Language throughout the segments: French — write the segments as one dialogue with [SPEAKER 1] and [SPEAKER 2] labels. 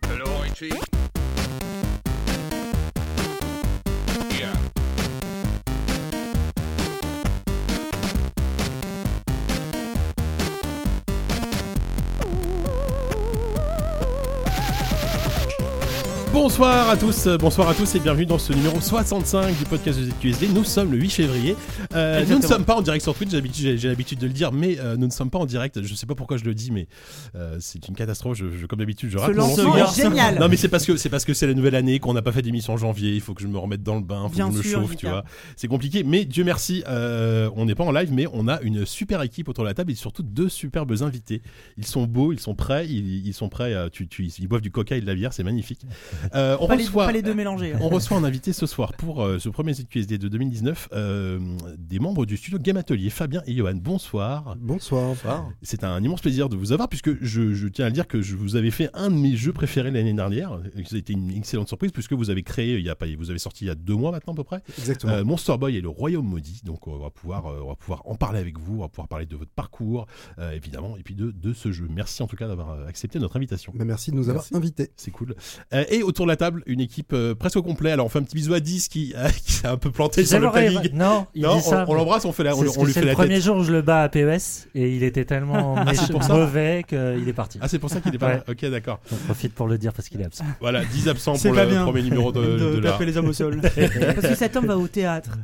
[SPEAKER 1] Archie. Yeah.
[SPEAKER 2] Bonsoir à tous, euh, bonsoir à tous et bienvenue dans ce numéro 65 du podcast de ZQSD. Nous sommes le 8 février. Euh, nous ne
[SPEAKER 3] Exactement.
[SPEAKER 2] sommes pas en direct sur Twitch, d'habitude- j'ai j'ai l'habitude de le dire, mais euh, nous ne sommes pas en direct. Je sais pas pourquoi je le dis, mais euh, c'est une catastrophe. Je, je- comme d'habitude, je rate mon
[SPEAKER 3] lancement
[SPEAKER 2] lancement.
[SPEAKER 3] est génial.
[SPEAKER 2] Non, mais c'est parce que c'est parce que c'est la nouvelle année qu'on n'a pas fait d'émission en janvier. Il faut que je me remette dans le bain, faut
[SPEAKER 3] Bien
[SPEAKER 2] que je me
[SPEAKER 3] sûr,
[SPEAKER 2] chauffe,
[SPEAKER 3] Jika.
[SPEAKER 2] tu vois. C'est compliqué, mais Dieu merci, euh, on n'est pas en live, mais on a une super équipe autour de la table et surtout deux superbes invités. Ils sont beaux, ils sont prêts, ils, ils sont prêts. euh, tu, tu- ils boivent du coca et de la bière, c'est magnifique. Euh, on
[SPEAKER 3] pas, les,
[SPEAKER 2] reçoit. euh,
[SPEAKER 3] pas les deux mélangés. hein.
[SPEAKER 2] On reçoit un invité ce soir pour euh, ce premier ZQSD de 2019, euh, des membres du studio Game Atelier, Fabien et Johan. Bonsoir.
[SPEAKER 4] Bonsoir.
[SPEAKER 2] C'est un immense plaisir de vous avoir puisque je, je tiens à le dire que je vous avez fait un de mes jeux préférés l'année dernière. C'était une excellente surprise puisque vous avez créé, il y a pas, vous avez sorti il y a deux mois maintenant à peu près,
[SPEAKER 4] Exactement.
[SPEAKER 2] euh, Monster Boy et le Royaume Maudit. Donc on va pouvoir, euh, on va pouvoir en parler avec vous, on va pouvoir parler de votre parcours euh, évidemment et puis de, de ce jeu. Merci en tout cas d'avoir euh, accepté notre invitation.
[SPEAKER 4] Bah, merci de nous avoir
[SPEAKER 2] Merci.
[SPEAKER 4] invités.
[SPEAKER 2] C'est cool. Euh, et autour de la table, une équipe euh, presque au complet. Alors on fait un petit bisou à 10 qui, euh, qui s'est un peu planté sur le planning.
[SPEAKER 5] Non, il
[SPEAKER 2] Non,
[SPEAKER 5] dit ça.
[SPEAKER 2] on, on l'embrasse, on, fait la, on,
[SPEAKER 5] C'est ce
[SPEAKER 2] on
[SPEAKER 5] que-
[SPEAKER 2] lui
[SPEAKER 5] c'est
[SPEAKER 2] fait la
[SPEAKER 5] le premier
[SPEAKER 2] tête. Ah,
[SPEAKER 5] jour où je le bats à PES et il était tellement méchant-
[SPEAKER 2] c'est pour ça
[SPEAKER 5] mauvais qu'il est parti.
[SPEAKER 2] Ah c'est pour ça qu'il est pas
[SPEAKER 5] Ouais.
[SPEAKER 2] là. Ok d'accord.
[SPEAKER 5] J'en profite pour le dire parce qu'il est absent.
[SPEAKER 2] Voilà 10 absents
[SPEAKER 6] C'est
[SPEAKER 2] pour
[SPEAKER 6] pas
[SPEAKER 2] le
[SPEAKER 6] bien
[SPEAKER 2] premier numéro de, de
[SPEAKER 6] de
[SPEAKER 2] la.
[SPEAKER 6] taper les hommes au sol.
[SPEAKER 3] Parce que cet homme va au théâtre.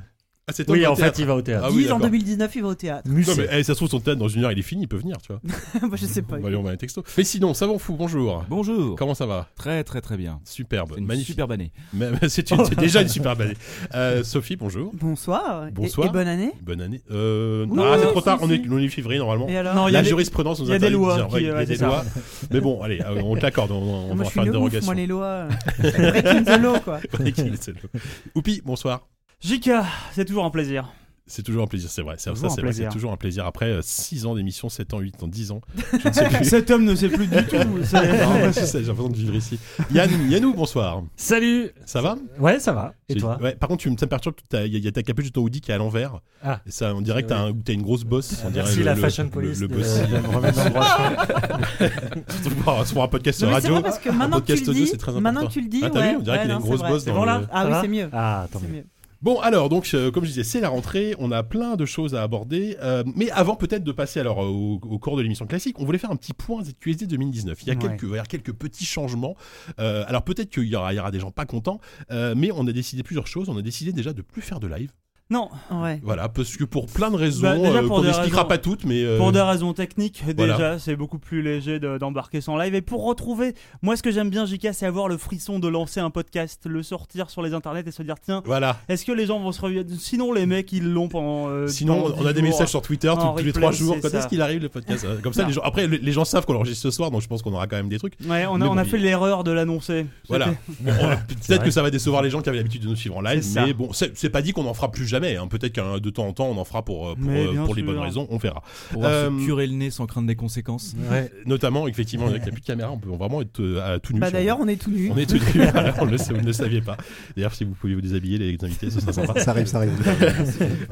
[SPEAKER 2] Ah c'est
[SPEAKER 5] Oui,
[SPEAKER 2] au
[SPEAKER 5] en
[SPEAKER 2] théâtre.
[SPEAKER 5] fait, il va au théâtre.
[SPEAKER 2] Ah oui,
[SPEAKER 3] Guise, en
[SPEAKER 2] d'accord.
[SPEAKER 3] 2019, il va au théâtre.
[SPEAKER 2] Non mais eh, ça se trouve son théâtre dans une heure il est fini, il peut venir tu vois.
[SPEAKER 3] Moi, je sais pas.
[SPEAKER 2] Bon, allez on va à un texto. Mais sinon, savon fou, bonjour.
[SPEAKER 7] Bonjour.
[SPEAKER 2] Comment ça va
[SPEAKER 7] Très très très bien.
[SPEAKER 2] Superbe,
[SPEAKER 7] C'est une
[SPEAKER 2] magnifique.
[SPEAKER 7] superbe année.
[SPEAKER 2] Mais- mais C'est une- c'est déjà une superbe année. Euh, Sophie, bonjour.
[SPEAKER 3] Bonsoir. et-
[SPEAKER 2] Bonsoir.
[SPEAKER 3] Et, bonne année.
[SPEAKER 2] Bonne année. Euh,
[SPEAKER 3] Oui,
[SPEAKER 2] ah c'est trop
[SPEAKER 3] si,
[SPEAKER 2] tard, on
[SPEAKER 3] si.
[SPEAKER 2] est on est février normalement.
[SPEAKER 3] Et alors
[SPEAKER 6] Non, il y
[SPEAKER 2] la
[SPEAKER 6] a des-
[SPEAKER 2] jurisprudence nous
[SPEAKER 6] il y a des
[SPEAKER 2] interdit de
[SPEAKER 6] lois
[SPEAKER 2] dire,
[SPEAKER 6] qui,
[SPEAKER 2] ouais, il y
[SPEAKER 6] euh,
[SPEAKER 2] a
[SPEAKER 6] ouais,
[SPEAKER 2] des
[SPEAKER 6] c'est ça. Ah,
[SPEAKER 2] lois. Mais bon, allez, euh, on te l'accorde, on, on
[SPEAKER 3] Moi,
[SPEAKER 2] va
[SPEAKER 3] je suis
[SPEAKER 2] faire
[SPEAKER 3] une
[SPEAKER 2] une
[SPEAKER 3] ouf,
[SPEAKER 2] dérogation.
[SPEAKER 3] moi, les lois. euh, Breaking the law, quoi.
[SPEAKER 2] Tranquille, c'est le- Oupi, bonsoir.
[SPEAKER 6] JK, c'est toujours un plaisir.
[SPEAKER 2] C'est toujours un plaisir, c'est vrai. C'est ça,
[SPEAKER 6] Toujours un
[SPEAKER 2] c'est vrai, c'est
[SPEAKER 6] plaisir.
[SPEAKER 2] toujours un plaisir. Après 6 ans d'émission, 7 ans, 8 ans, 10 ans, je ne sais plus.
[SPEAKER 6] Cet homme ne sait plus du tout. c'est-
[SPEAKER 2] Non, je sais, J'ai l'impression de vivre ici. Yannou, Yannou, bonsoir.
[SPEAKER 5] Salut
[SPEAKER 2] Ça va
[SPEAKER 5] Ouais, ça va. Et
[SPEAKER 2] J'ai-
[SPEAKER 5] toi
[SPEAKER 2] ouais, Par contre, tu me ça me perturbe. t'as- Il y a- il y a ta capuche de ton hoodie qui est à l'envers.
[SPEAKER 5] Ah.
[SPEAKER 2] Et ça, on dirait que t'as un- t'as une grosse bosse.
[SPEAKER 3] Euh,
[SPEAKER 2] on
[SPEAKER 5] Merci
[SPEAKER 2] dirait
[SPEAKER 5] la
[SPEAKER 2] le-
[SPEAKER 5] Fashion
[SPEAKER 2] le-
[SPEAKER 5] Police
[SPEAKER 2] Le
[SPEAKER 5] de-
[SPEAKER 2] boss.
[SPEAKER 5] de me remettre dans le droit chemin.
[SPEAKER 2] Surtout pour un- pour un podcast
[SPEAKER 3] Non, mais c'est
[SPEAKER 2] radio.
[SPEAKER 3] vrai parce que maintenant que tu
[SPEAKER 2] podcast
[SPEAKER 3] le
[SPEAKER 2] audio,
[SPEAKER 3] dis,
[SPEAKER 2] c'est très
[SPEAKER 3] maintenant
[SPEAKER 2] important.
[SPEAKER 3] que tu le dis,
[SPEAKER 2] Ah, t'as
[SPEAKER 3] ouais,
[SPEAKER 2] vu On dirait
[SPEAKER 3] ouais,
[SPEAKER 2] qu'il a
[SPEAKER 3] non,
[SPEAKER 2] une
[SPEAKER 3] c'est
[SPEAKER 2] grosse
[SPEAKER 3] vrai.
[SPEAKER 2] bosse
[SPEAKER 5] C'est
[SPEAKER 2] dans
[SPEAKER 5] bon
[SPEAKER 2] le-
[SPEAKER 5] là
[SPEAKER 3] Ah
[SPEAKER 5] Ça
[SPEAKER 3] oui,
[SPEAKER 5] va
[SPEAKER 3] c'est mieux.
[SPEAKER 5] Ah, attends.
[SPEAKER 3] C'est mieux.
[SPEAKER 2] Bon, alors, donc, euh, comme je disais, c'est la rentrée, on a plein de choses à aborder, euh, mais avant peut-être de passer alors euh, au, au cours de l'émission classique, on voulait faire un petit point ZQSD 2019. Il y a
[SPEAKER 6] Ouais.
[SPEAKER 2] quelques, il y a quelques petits changements. Euh, alors peut-être qu'il y aura, il y aura des gens pas contents, euh, mais on a décidé plusieurs choses. On a décidé déjà de plus faire de live,
[SPEAKER 6] Non,
[SPEAKER 3] Ouais.
[SPEAKER 2] voilà, parce que pour plein de raisons
[SPEAKER 6] Bah, déjà,
[SPEAKER 2] euh,
[SPEAKER 6] pour
[SPEAKER 2] qu'on
[SPEAKER 6] des
[SPEAKER 2] n'expliquera
[SPEAKER 6] raisons-
[SPEAKER 2] pas toutes, mais euh,
[SPEAKER 6] pour des raisons techniques, déjà,
[SPEAKER 2] voilà.
[SPEAKER 6] c'est beaucoup plus léger de- d'embarquer sans live. Et pour retrouver, moi, ce que j'aime bien, JK, c'est avoir le frisson de lancer un podcast, le sortir sur les internets et se dire, tiens,
[SPEAKER 2] voilà.
[SPEAKER 6] est-ce que les gens vont se revenir Sinon, les mecs, ils l'ont pendant. euh,
[SPEAKER 2] Sinon,
[SPEAKER 6] pendant
[SPEAKER 2] on a
[SPEAKER 6] dix
[SPEAKER 2] des
[SPEAKER 6] jours.
[SPEAKER 2] messages sur Twitter
[SPEAKER 6] en
[SPEAKER 2] tous- tous les
[SPEAKER 6] replay,
[SPEAKER 2] trois jours.
[SPEAKER 6] c'est
[SPEAKER 2] Quand
[SPEAKER 6] ça.
[SPEAKER 2] est-ce qu'il arrive le podcast Euh, Comme ça,
[SPEAKER 6] Non.
[SPEAKER 2] les gens. Après, les- les gens savent qu'on l'enregistre ce soir, donc je pense qu'on aura quand même des trucs.
[SPEAKER 6] Ouais, on a,
[SPEAKER 2] Mais
[SPEAKER 6] on
[SPEAKER 2] bon,
[SPEAKER 6] a fait
[SPEAKER 2] il-
[SPEAKER 6] l'erreur de l'annoncer.
[SPEAKER 2] Voilà.
[SPEAKER 6] C'était-
[SPEAKER 2] Bon, on- Peut-être
[SPEAKER 5] vrai.
[SPEAKER 2] que ça va décevoir les gens qui avaient l'habitude de nous suivre en live,
[SPEAKER 6] C'est ça.
[SPEAKER 2] mais bon, c'est c'est pas dit qu'on en fera plus jamais. hein. Peut-être qu'un de temps en temps, on en fera pour, euh, pour,
[SPEAKER 6] Mais
[SPEAKER 2] euh,
[SPEAKER 6] bien
[SPEAKER 2] pour les
[SPEAKER 6] sûr.
[SPEAKER 2] bonnes raisons, on verra.
[SPEAKER 7] Pour pouvoir
[SPEAKER 2] Euh,
[SPEAKER 7] se curer le nez sans craindre des conséquences.
[SPEAKER 5] Ouais.
[SPEAKER 2] Notamment, effectivement, avec la plus de caméra, on peut vraiment être euh, à tout nu.
[SPEAKER 3] Bah
[SPEAKER 2] si on
[SPEAKER 3] d'ailleurs, on est tout
[SPEAKER 2] veut.
[SPEAKER 3] nus.
[SPEAKER 2] on est tout nu, voilà, on, le sait- vous ne le saviez pas. D'ailleurs, si vous pouviez vous déshabiller, les invités, ce serait sympa.
[SPEAKER 4] Ça arrive, ça arrive.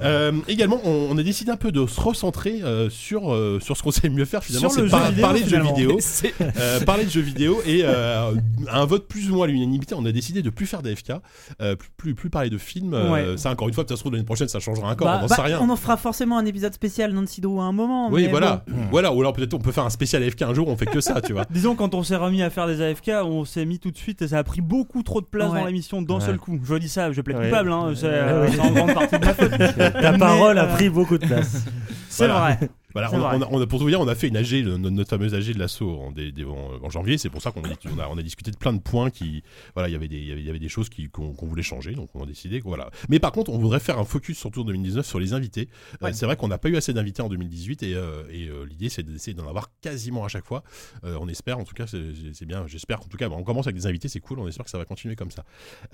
[SPEAKER 2] Euh, également, on, on a décidé un peu de se recentrer euh, sur, euh, sur ce qu'on sait mieux faire finalement,
[SPEAKER 6] Sur le
[SPEAKER 2] c'est
[SPEAKER 6] jeu vidéo,
[SPEAKER 2] parler de jeux
[SPEAKER 6] finalement.
[SPEAKER 2] vidéo.
[SPEAKER 7] C'est
[SPEAKER 2] Euh, parler de jeux vidéo et euh, à un vote plus ou moins à l'unanimité, on a décidé de plus faire d'AFK, euh, plus, plus, plus parler de films. euh, Ça, encore une fois, peut-être ça se trouve l'année prochaine, ça changera encore,
[SPEAKER 3] Bah,
[SPEAKER 2] on n'en
[SPEAKER 3] bah,
[SPEAKER 2] sait rien.
[SPEAKER 3] on en fera forcément un épisode spécial Nancy Drew à un moment.
[SPEAKER 2] Oui,
[SPEAKER 3] mais
[SPEAKER 2] voilà. voilà. Ou alors peut-être on peut faire un spécial AFK un jour, on fait que ça, tu vois.
[SPEAKER 6] Disons, quand on s'est remis à faire des AFK, on s'est mis tout de suite et ça a pris beaucoup trop de place
[SPEAKER 3] Ouais.
[SPEAKER 6] dans l'émission d'un
[SPEAKER 5] Ouais.
[SPEAKER 6] seul coup. Je dis ça, je plaide
[SPEAKER 5] Ouais.
[SPEAKER 6] coupable, hein, c'est euh,
[SPEAKER 5] Ouais.
[SPEAKER 6] c'est en grande partie de ma faute.
[SPEAKER 5] Ta
[SPEAKER 6] Mais,
[SPEAKER 5] parole a
[SPEAKER 6] euh,
[SPEAKER 5] pris beaucoup de place.
[SPEAKER 6] C'est
[SPEAKER 2] Voilà.
[SPEAKER 6] vrai.
[SPEAKER 2] Voilà,
[SPEAKER 6] C'est
[SPEAKER 2] on,
[SPEAKER 6] vrai.
[SPEAKER 2] on a- on a- pour tout vous dire, on a fait une AG, le- notre, notre fameuse AG de l'assaut en, dé- dé- en- en janvier. C'est pour ça qu'on a, on a, on a discuté de plein de points qui, voilà, il y avait des, il y avait- il y avait des choses qui- qu'on qu'on voulait changer, donc on a décidé, que voilà. Mais par contre, on voudrait faire un focus surtout en 2019 sur les invités. Euh,
[SPEAKER 3] Ouais.
[SPEAKER 2] c'est vrai qu'on n'a pas eu assez d'invités en 2018 et, euh, et, euh, l'idée c'est d'essayer d'en avoir quasiment à chaque fois. Euh, on espère, en tout cas, c'est c'est- c'est bien. J'espère, en tout cas, bon, on commence avec des invités, c'est cool. On espère que ça va continuer comme ça.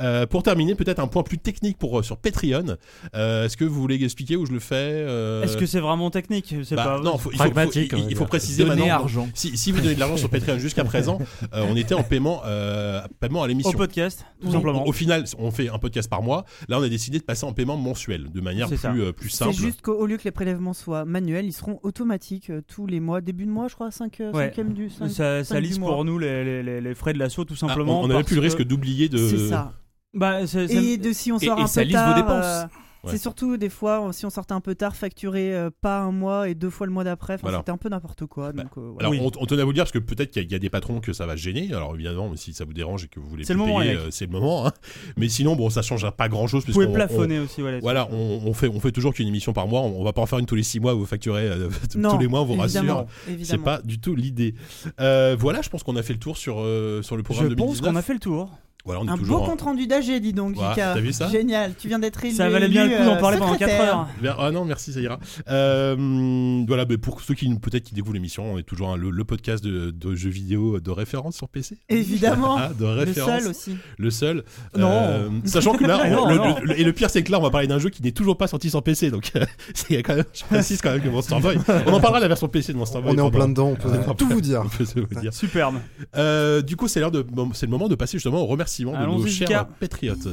[SPEAKER 2] Euh, pour terminer, peut-être un point plus technique pour euh, sur Patreon. Euh, Est-ce que vous voulez expliquer où je le fais euh,
[SPEAKER 6] Est-ce que c'est vraiment technique C'est
[SPEAKER 2] bah,
[SPEAKER 6] euh,
[SPEAKER 2] Non, faut- il faut,
[SPEAKER 5] Pragmatique,
[SPEAKER 2] faut-
[SPEAKER 5] on
[SPEAKER 2] il-
[SPEAKER 5] va
[SPEAKER 2] il faut
[SPEAKER 5] dire.
[SPEAKER 2] préciser
[SPEAKER 7] Donner
[SPEAKER 2] maintenant.
[SPEAKER 7] argent.
[SPEAKER 2] Si, si vous donnez de l'argent sur Patreon jusqu'à présent, euh, on était en paiement, euh, paiement à
[SPEAKER 6] au
[SPEAKER 2] l'émission.
[SPEAKER 6] podcast, tout
[SPEAKER 2] Donc,
[SPEAKER 6] simplement.
[SPEAKER 2] Au final, on fait un podcast par mois. Là, on a décidé de passer en paiement mensuel, de manière
[SPEAKER 6] C'est
[SPEAKER 2] plus,
[SPEAKER 6] ça.
[SPEAKER 2] euh, plus
[SPEAKER 3] C'est
[SPEAKER 2] simple.
[SPEAKER 3] juste qu'au lieu que les prélèvements soient manuels, ils seront automatiques euh, tous les mois, début de mois, je crois, 5
[SPEAKER 6] Ouais.
[SPEAKER 3] e du 5
[SPEAKER 6] Ça, ça
[SPEAKER 3] cinq
[SPEAKER 6] lisse
[SPEAKER 3] du mois.
[SPEAKER 6] pour nous les, les- les- les frais de l'assaut, tout
[SPEAKER 2] Ah,
[SPEAKER 6] simplement.
[SPEAKER 2] on n'avait
[SPEAKER 6] parce
[SPEAKER 2] plus le
[SPEAKER 6] que-
[SPEAKER 2] risque d'oublier de.
[SPEAKER 3] C'est ça.
[SPEAKER 6] Bah, c'est- ça-
[SPEAKER 3] Et de si on
[SPEAKER 7] et-
[SPEAKER 3] sort
[SPEAKER 7] et
[SPEAKER 3] un
[SPEAKER 7] ça
[SPEAKER 3] peu
[SPEAKER 7] lisse vos
[SPEAKER 3] tard,
[SPEAKER 7] dépenses.
[SPEAKER 3] euh,
[SPEAKER 2] Ouais.
[SPEAKER 3] c'est surtout des fois on- si on sortait un peu tard, facturer euh, pas un mois et deux fois le mois d'après. Enfin,
[SPEAKER 2] Voilà. Bah,
[SPEAKER 3] C'était un peu n'importe quoi. Donc, euh, voilà.
[SPEAKER 2] Alors,
[SPEAKER 6] Oui.
[SPEAKER 2] on, on tenait à vous le dire parce que peut-être qu'il y, a- il y a des patrons que ça va gêner. Alors, évidemment, si ça vous dérange et que vous voulez
[SPEAKER 6] C'est
[SPEAKER 2] plus
[SPEAKER 6] le moment,
[SPEAKER 2] payer,
[SPEAKER 6] Eric.
[SPEAKER 2] euh, c'est le moment. hein. Mais sinon, bon, ça changera pas grand-chose.
[SPEAKER 6] vous
[SPEAKER 2] puisqu'on-
[SPEAKER 6] pouvez
[SPEAKER 2] on-
[SPEAKER 6] plafonner aussi, voilà.
[SPEAKER 2] Voilà, on, on fait, on fait toujours qu'une émission par mois. On, on va pas en faire une tous les six mois. Vous facturez euh,
[SPEAKER 3] Non,
[SPEAKER 2] tous les mois, on vous rassure.
[SPEAKER 3] évidemment,
[SPEAKER 2] C'est
[SPEAKER 3] évidemment.
[SPEAKER 2] pas du tout l'idée. Euh, voilà, je pense qu'on a fait le tour sur, euh, sur le
[SPEAKER 6] Je
[SPEAKER 2] programme
[SPEAKER 6] pense
[SPEAKER 2] 2019.
[SPEAKER 6] qu'on a fait le tour.
[SPEAKER 2] Voilà, on est
[SPEAKER 3] un beau
[SPEAKER 2] toujours en-
[SPEAKER 3] compte rendu d'AG, dis donc,
[SPEAKER 2] Voilà,
[SPEAKER 3] Jika.
[SPEAKER 2] t'as vu ça
[SPEAKER 3] Génial, tu viens d'être élu.
[SPEAKER 6] Ça valait bien le
[SPEAKER 3] élu,
[SPEAKER 6] coup d'en
[SPEAKER 3] euh,
[SPEAKER 6] parler pendant 4
[SPEAKER 3] secrétaire.
[SPEAKER 6] heures.
[SPEAKER 2] Bien, Ah non, merci, ça ira. Euh, voilà, mais pour ceux qui peut-être qui découvrent l'émission, on est toujours hein, le, le podcast de, de jeux vidéo de référence sur PC.
[SPEAKER 3] Évidemment.
[SPEAKER 2] Ah, de
[SPEAKER 3] Le
[SPEAKER 2] référence.
[SPEAKER 3] seul aussi.
[SPEAKER 2] Le seul.
[SPEAKER 6] Non.
[SPEAKER 2] Euh, sachant que là, on-
[SPEAKER 6] Non,
[SPEAKER 2] le,
[SPEAKER 6] non.
[SPEAKER 2] le- le- et le pire, c'est que là, on va parler d'un jeu qui n'est toujours pas sorti sur PC. Donc, euh, c'est quand même, je précise quand même que Monster Boy. On en parlera de la version PC de Monster Boy.
[SPEAKER 4] On est en plein
[SPEAKER 2] pendant-
[SPEAKER 4] dedans, on peut
[SPEAKER 2] euh,
[SPEAKER 4] tout vous dire.
[SPEAKER 2] on peut se le dire.
[SPEAKER 6] Superbe.
[SPEAKER 2] Euh, du coup, c'est l'heure de, c'est le moment de passer justement au remerciement de nos
[SPEAKER 6] Allons-y,
[SPEAKER 2] chers
[SPEAKER 6] Jika.
[SPEAKER 2] patriotes.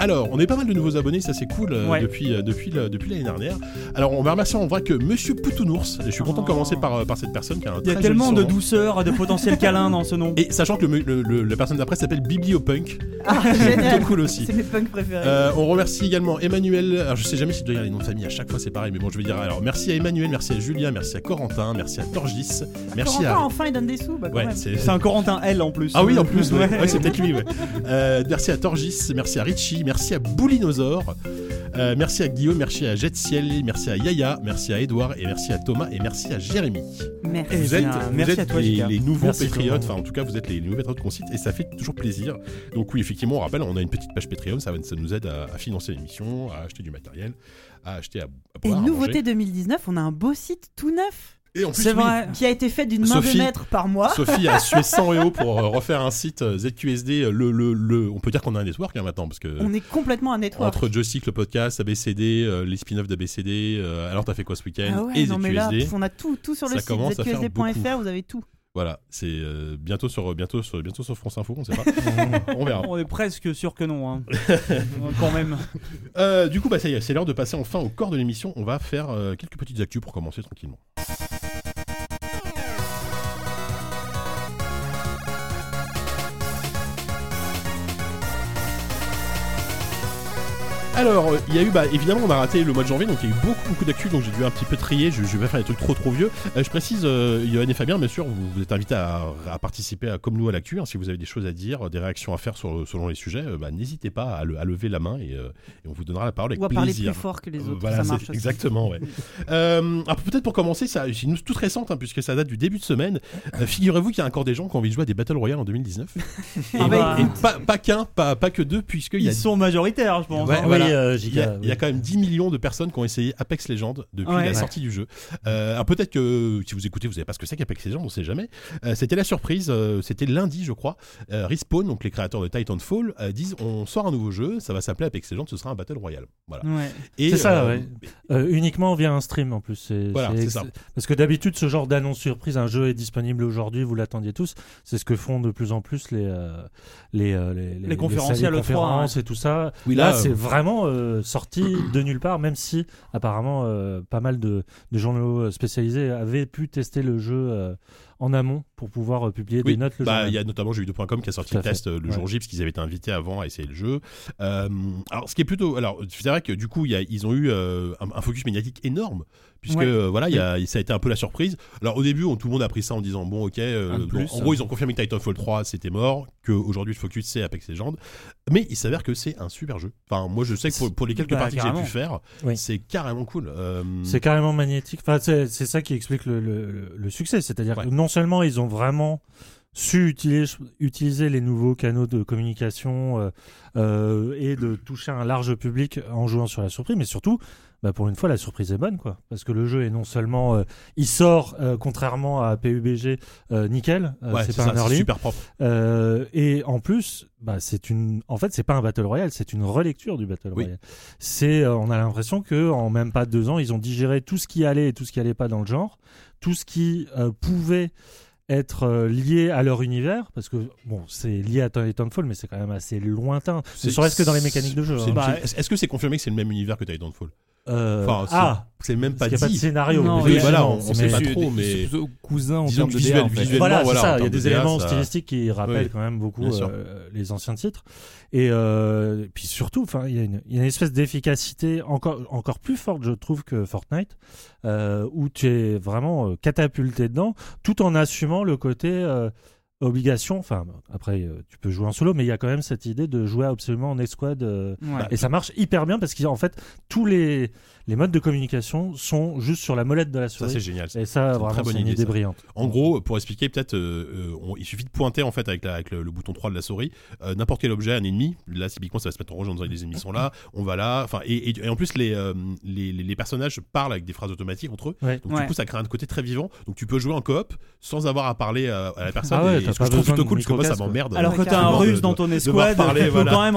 [SPEAKER 2] Alors, on est pas mal de nouveaux abonnés, ça c'est cool euh,
[SPEAKER 6] Ouais.
[SPEAKER 2] depuis euh, depuis le- depuis l'année dernière. Alors, on va remercier en vrai que Monsieur Poutounours. Et je suis content de
[SPEAKER 6] Oh.
[SPEAKER 2] commencer par euh, par cette personne qui a un
[SPEAKER 6] Il y a
[SPEAKER 2] très
[SPEAKER 6] tellement
[SPEAKER 2] joli
[SPEAKER 6] de
[SPEAKER 2] surnom.
[SPEAKER 6] douceur et de potentiel câlin dans ce nom.
[SPEAKER 2] Et sachant que le, le- le- la personne d'après s'appelle Bibliopunk,
[SPEAKER 3] Ah,
[SPEAKER 2] plutôt
[SPEAKER 3] génial.
[SPEAKER 2] cool aussi.
[SPEAKER 3] C'est mes punks préférés.
[SPEAKER 2] Euh, on remercie également Emmanuel. Alors, je sais jamais si je dois dire les noms de famille à chaque fois, c'est pareil, mais bon, je vais dire. Alors, merci à Emmanuel, merci à Julien, merci à Corentin, merci à Torgis, merci
[SPEAKER 3] Corentin,
[SPEAKER 2] à.
[SPEAKER 3] enfin, il donne des sous. Bah, quand
[SPEAKER 2] Ouais,
[SPEAKER 3] même.
[SPEAKER 2] c'est
[SPEAKER 6] C'est un Corentin L en plus.
[SPEAKER 2] Ah oui, en plus, ouais.
[SPEAKER 6] Ouais.
[SPEAKER 2] Ouais, c'est peut-être lui, ouais. Euh, merci à Torgis, merci à Richie, merci à Boulinosaur, euh, merci à Guillaume, merci à Jet Ciel, merci à Yaya, merci à Edouard, et merci à Thomas, et merci à Jérémy.
[SPEAKER 3] Merci.
[SPEAKER 6] Eh
[SPEAKER 2] vous
[SPEAKER 6] bien,
[SPEAKER 2] êtes, vous
[SPEAKER 6] merci
[SPEAKER 2] êtes
[SPEAKER 6] à toi,
[SPEAKER 2] les,
[SPEAKER 6] Jika.
[SPEAKER 2] les nouveaux
[SPEAKER 5] Merci,
[SPEAKER 2] patriotes,
[SPEAKER 5] Thomas.
[SPEAKER 2] enfin en tout cas vous êtes les nouveaux patriotes qu'on cite et ça fait toujours plaisir. Donc oui effectivement on rappelle on a une petite page Patreon, ça, va- ça nous aide à, à financer l'émission, à acheter du matériel, à acheter à, à
[SPEAKER 3] Et
[SPEAKER 2] boire, à
[SPEAKER 3] nouveauté
[SPEAKER 2] manger.
[SPEAKER 3] 2019, on a un beau site tout neuf euh,
[SPEAKER 2] Et en plus,
[SPEAKER 6] C'est
[SPEAKER 2] oui,
[SPEAKER 6] vrai.
[SPEAKER 3] qui a été fait d'une main
[SPEAKER 2] Sophie.
[SPEAKER 3] de maître par moi.
[SPEAKER 2] Sophie a sué 100 euros pour euh, refaire un site euh, ZQSD. euh, Le, le, le- on peut dire qu'on a un network hein, maintenant parce que
[SPEAKER 3] On est complètement un network.
[SPEAKER 2] Entre Joystick, le podcast, ABCD, euh, les spin-offs d'ABCD, euh, Alors t'as fait quoi ce week-end
[SPEAKER 3] Ah ouais,
[SPEAKER 2] et
[SPEAKER 3] non mais là,
[SPEAKER 2] ZQSD.
[SPEAKER 3] pff, on a tout, tout sur
[SPEAKER 2] Ça
[SPEAKER 3] le site
[SPEAKER 2] commence à faire
[SPEAKER 3] zqsd.fr, vous avez tout.
[SPEAKER 2] Voilà, c'est euh, bientôt sur bientôt sur bientôt sur France Info, on sait pas. on verra.
[SPEAKER 6] On est presque sûr que non. hein. Quand même.
[SPEAKER 2] Euh, du coup, bah ça y est, c'est l'heure de passer enfin au corps de l'émission. On va faire euh, quelques petites actus pour commencer tranquillement. Alors, euh, il y a eu, bah, évidemment, on a raté le mois de janvier, donc il y a eu beaucoup, beaucoup d'actu, donc j'ai dû un petit peu trier, je, je vais pas faire des trucs trop, trop vieux. Euh, je précise, euh, Johan et Fabien, bien sûr, vous, vous êtes invités à, à participer à, comme nous à l'actu. hein. si vous avez des choses à dire, des réactions à faire sur- selon les sujets, euh, bah, n'hésitez pas à, le- à lever la main et, euh, et on vous donnera la parole avec
[SPEAKER 3] Ou à parler
[SPEAKER 2] plaisir.
[SPEAKER 3] plus fort que les
[SPEAKER 2] Euh,
[SPEAKER 3] autres,
[SPEAKER 2] voilà,
[SPEAKER 3] ça
[SPEAKER 2] c'est-
[SPEAKER 3] marche aussi.
[SPEAKER 2] Exactement, ouais. Euh, alors, peut-être pour commencer, ça- c'est une toute récente, hein, puisque ça date du début de semaine. Euh, Figurez-vous qu'il y a encore des gens qui ont envie de jouer à des Battle Royale en 2019. Et,
[SPEAKER 6] Ah bah,
[SPEAKER 2] et pas, pas qu'un, pas, pas que deux, puisqu'il y a
[SPEAKER 6] Ils sont majoritaires, je pense.
[SPEAKER 2] Ouais,
[SPEAKER 6] hein.
[SPEAKER 5] Oui,
[SPEAKER 2] voilà.
[SPEAKER 5] euh,
[SPEAKER 2] il y, a,
[SPEAKER 5] Jika,
[SPEAKER 2] il y a
[SPEAKER 5] oui.
[SPEAKER 2] quand même 10 millions de personnes qui ont essayé Apex Legends depuis
[SPEAKER 6] Ouais.
[SPEAKER 2] la
[SPEAKER 6] Ouais.
[SPEAKER 2] sortie du jeu. Euh, alors peut-être que si vous écoutez, vous savez pas ce que c'est qu'Apex Legends, on sait jamais. Euh, c'était la surprise, euh, c'était lundi je crois. Euh, Respawn, donc les créateurs de Titanfall, euh, disent on sort un nouveau jeu, ça va s'appeler Apex Legends, ce sera un Battle Royale. Voilà.
[SPEAKER 6] Ouais.
[SPEAKER 2] Et,
[SPEAKER 5] C'est ça,
[SPEAKER 2] euh,
[SPEAKER 5] ouais. Euh, uniquement via un stream en plus. C'est-
[SPEAKER 2] Voilà, c'est ça.
[SPEAKER 5] Parce que d'habitude, ce genre d'annonce surprise, un jeu est disponible aujourd'hui, vous l'attendiez tous. C'est ce que font de plus en plus les euh, les, euh, les,
[SPEAKER 6] Les conférenciers à l'E3,
[SPEAKER 5] conférences et tout ça.
[SPEAKER 2] hein. Oui,
[SPEAKER 5] là,
[SPEAKER 2] là, euh,
[SPEAKER 5] c'est vraiment euh, sorti de nulle part, même si apparemment euh, pas mal de, de journaux euh, spécialisés avaient pu tester le jeu euh, en amont pour pouvoir euh, publier
[SPEAKER 2] Oui,
[SPEAKER 5] des notes le
[SPEAKER 2] bah,
[SPEAKER 5] jour
[SPEAKER 2] il
[SPEAKER 5] même.
[SPEAKER 2] y a notamment jeuxvideo.com qui a sorti
[SPEAKER 5] Tout à
[SPEAKER 2] le test euh, le
[SPEAKER 5] Ouais.
[SPEAKER 2] jour J parce qu'ils avaient été invités avant à essayer le jeu. Euh, alors ce qui est plutôt, alors c'est vrai que du coup il y a- ils ont eu euh, un, un focus médiatique énorme puisque
[SPEAKER 6] Ouais.
[SPEAKER 2] euh, voilà il y a- ça a été un peu la surprise. Alors au début on- tout le monde a pris ça en disant bon ok euh,
[SPEAKER 7] Un de
[SPEAKER 2] bon,
[SPEAKER 7] plus.
[SPEAKER 2] en gros ils ont confirmé que Titanfall 3 c'était mort que aujourd'hui le focus c'est Apex Legends mais il s'avère que c'est un super jeu. Enfin moi je sais que pour, pour les quelques
[SPEAKER 6] Bah,
[SPEAKER 2] parties que j'ai
[SPEAKER 6] carrément.
[SPEAKER 2] pu faire
[SPEAKER 5] Oui.
[SPEAKER 2] c'est carrément cool. Euh,
[SPEAKER 5] C'est carrément magnétique. Enfin, c'est c'est ça qui explique le, le- le- le succès. C'est-à-dire
[SPEAKER 2] Ouais.
[SPEAKER 5] que non seulement ils ont vraiment su utiliser, utiliser les nouveaux canaux de communication euh, euh, et de toucher un large public en jouant sur la surprise, mais surtout, bah, pour une fois, la surprise est bonne, quoi. Parce que le jeu est non seulement, euh, il sort euh, contrairement à PUBG, euh, nickel, euh,
[SPEAKER 2] Ouais,
[SPEAKER 5] c'est
[SPEAKER 2] c'est
[SPEAKER 5] pas
[SPEAKER 2] ça,
[SPEAKER 5] un
[SPEAKER 2] c'est
[SPEAKER 5] early.
[SPEAKER 2] super propre.
[SPEAKER 5] Euh, et en plus, bah, c'est une. En fait, c'est pas un battle royale, c'est une relecture du battle
[SPEAKER 2] Oui.
[SPEAKER 5] royale. C'est, euh, on a l'impression que en même pas deux ans, ils ont digéré tout ce qui allait et tout ce qui allait pas dans le genre, tout ce qui euh, pouvait être euh, lié à leur univers, parce que bon, c'est lié à Titanfall, mais c'est quand même assez lointain. Ne serait-ce que dans les mécaniques de jeu.
[SPEAKER 2] C'est-
[SPEAKER 5] hein.
[SPEAKER 6] Bah,
[SPEAKER 2] c'est- Est-ce que c'est confirmé que c'est le même univers que Titanfall
[SPEAKER 5] Euh,
[SPEAKER 2] Enfin, c'est-
[SPEAKER 5] ah,
[SPEAKER 2] C'est même pas
[SPEAKER 5] il n'y a pas de
[SPEAKER 2] dit.
[SPEAKER 5] scénario.
[SPEAKER 3] Non,
[SPEAKER 5] mais
[SPEAKER 2] Oui,
[SPEAKER 5] oui,
[SPEAKER 2] voilà, on-
[SPEAKER 5] non,
[SPEAKER 2] on
[SPEAKER 5] mais-
[SPEAKER 2] sait pas
[SPEAKER 7] Ils-
[SPEAKER 2] trop,
[SPEAKER 7] ils-
[SPEAKER 2] mais-
[SPEAKER 7] ils sont cousins en
[SPEAKER 2] Disons
[SPEAKER 7] termes
[SPEAKER 2] que
[SPEAKER 7] de
[SPEAKER 2] visuel-
[SPEAKER 7] DA, en fait.
[SPEAKER 2] visuel-
[SPEAKER 5] Voilà,
[SPEAKER 2] Voilà,
[SPEAKER 5] c'est
[SPEAKER 2] en
[SPEAKER 5] ça. Il y a
[SPEAKER 2] termes
[SPEAKER 5] des
[SPEAKER 2] de DA,
[SPEAKER 5] éléments
[SPEAKER 2] ça-
[SPEAKER 5] stylistiques qui rappellent
[SPEAKER 2] Oui,
[SPEAKER 5] quand même beaucoup
[SPEAKER 2] bien sûr.
[SPEAKER 5] euh, les anciens titres. Et euh, puis surtout, enfin, il y, a une- il y a une espèce d'efficacité encore encore plus forte, je trouve, que Fortnite, euh, où tu es vraiment euh, catapulté dedans, tout en assumant le côté euh, obligation. Enfin, après, euh, tu peux jouer en solo, mais il y a quand même cette idée de jouer absolument en escouade. euh,
[SPEAKER 6] Ouais.
[SPEAKER 5] et ça marche hyper bien parce qu'en fait, tous les, les modes de communication sont juste sur la molette de la
[SPEAKER 2] Ça,
[SPEAKER 5] souris.
[SPEAKER 2] c'est génial.
[SPEAKER 5] et ça,
[SPEAKER 2] une
[SPEAKER 5] vraiment,
[SPEAKER 2] très bonne
[SPEAKER 5] c'est une
[SPEAKER 2] idée,
[SPEAKER 5] idée
[SPEAKER 2] ça.
[SPEAKER 5] brillante.
[SPEAKER 2] En gros, pour expliquer, peut-être, euh, euh, on- il suffit de pointer en fait avec, la- avec le, le bouton 3 de la souris euh, n'importe quel objet, un ennemi. Là, typiquement, ça va se mettre en rouge en disant les ennemis sont là, on va là. Enfin, et, et- et en plus, les, euh, les, les- les personnages parlent avec des phrases automatiques entre eux.
[SPEAKER 5] Ouais.
[SPEAKER 2] Donc
[SPEAKER 6] Ouais.
[SPEAKER 2] du coup, ça crée un côté très vivant. Donc tu peux jouer en coop sans avoir à parler euh, à, à la personne.
[SPEAKER 5] Ah ouais,
[SPEAKER 2] et
[SPEAKER 5] t'as
[SPEAKER 2] ce
[SPEAKER 5] pas
[SPEAKER 2] que je trouve
[SPEAKER 5] besoin
[SPEAKER 2] plutôt
[SPEAKER 5] de
[SPEAKER 2] cool, parce que moi, ça
[SPEAKER 5] micro-casque, quoi.
[SPEAKER 2] m'emmerde.
[SPEAKER 6] Alors que
[SPEAKER 2] euh,
[SPEAKER 6] t'as un
[SPEAKER 2] de-
[SPEAKER 6] russe
[SPEAKER 2] de-
[SPEAKER 6] dans ton
[SPEAKER 2] devoir
[SPEAKER 6] escouade,
[SPEAKER 2] parler,
[SPEAKER 6] faut
[SPEAKER 2] voilà.
[SPEAKER 6] quand même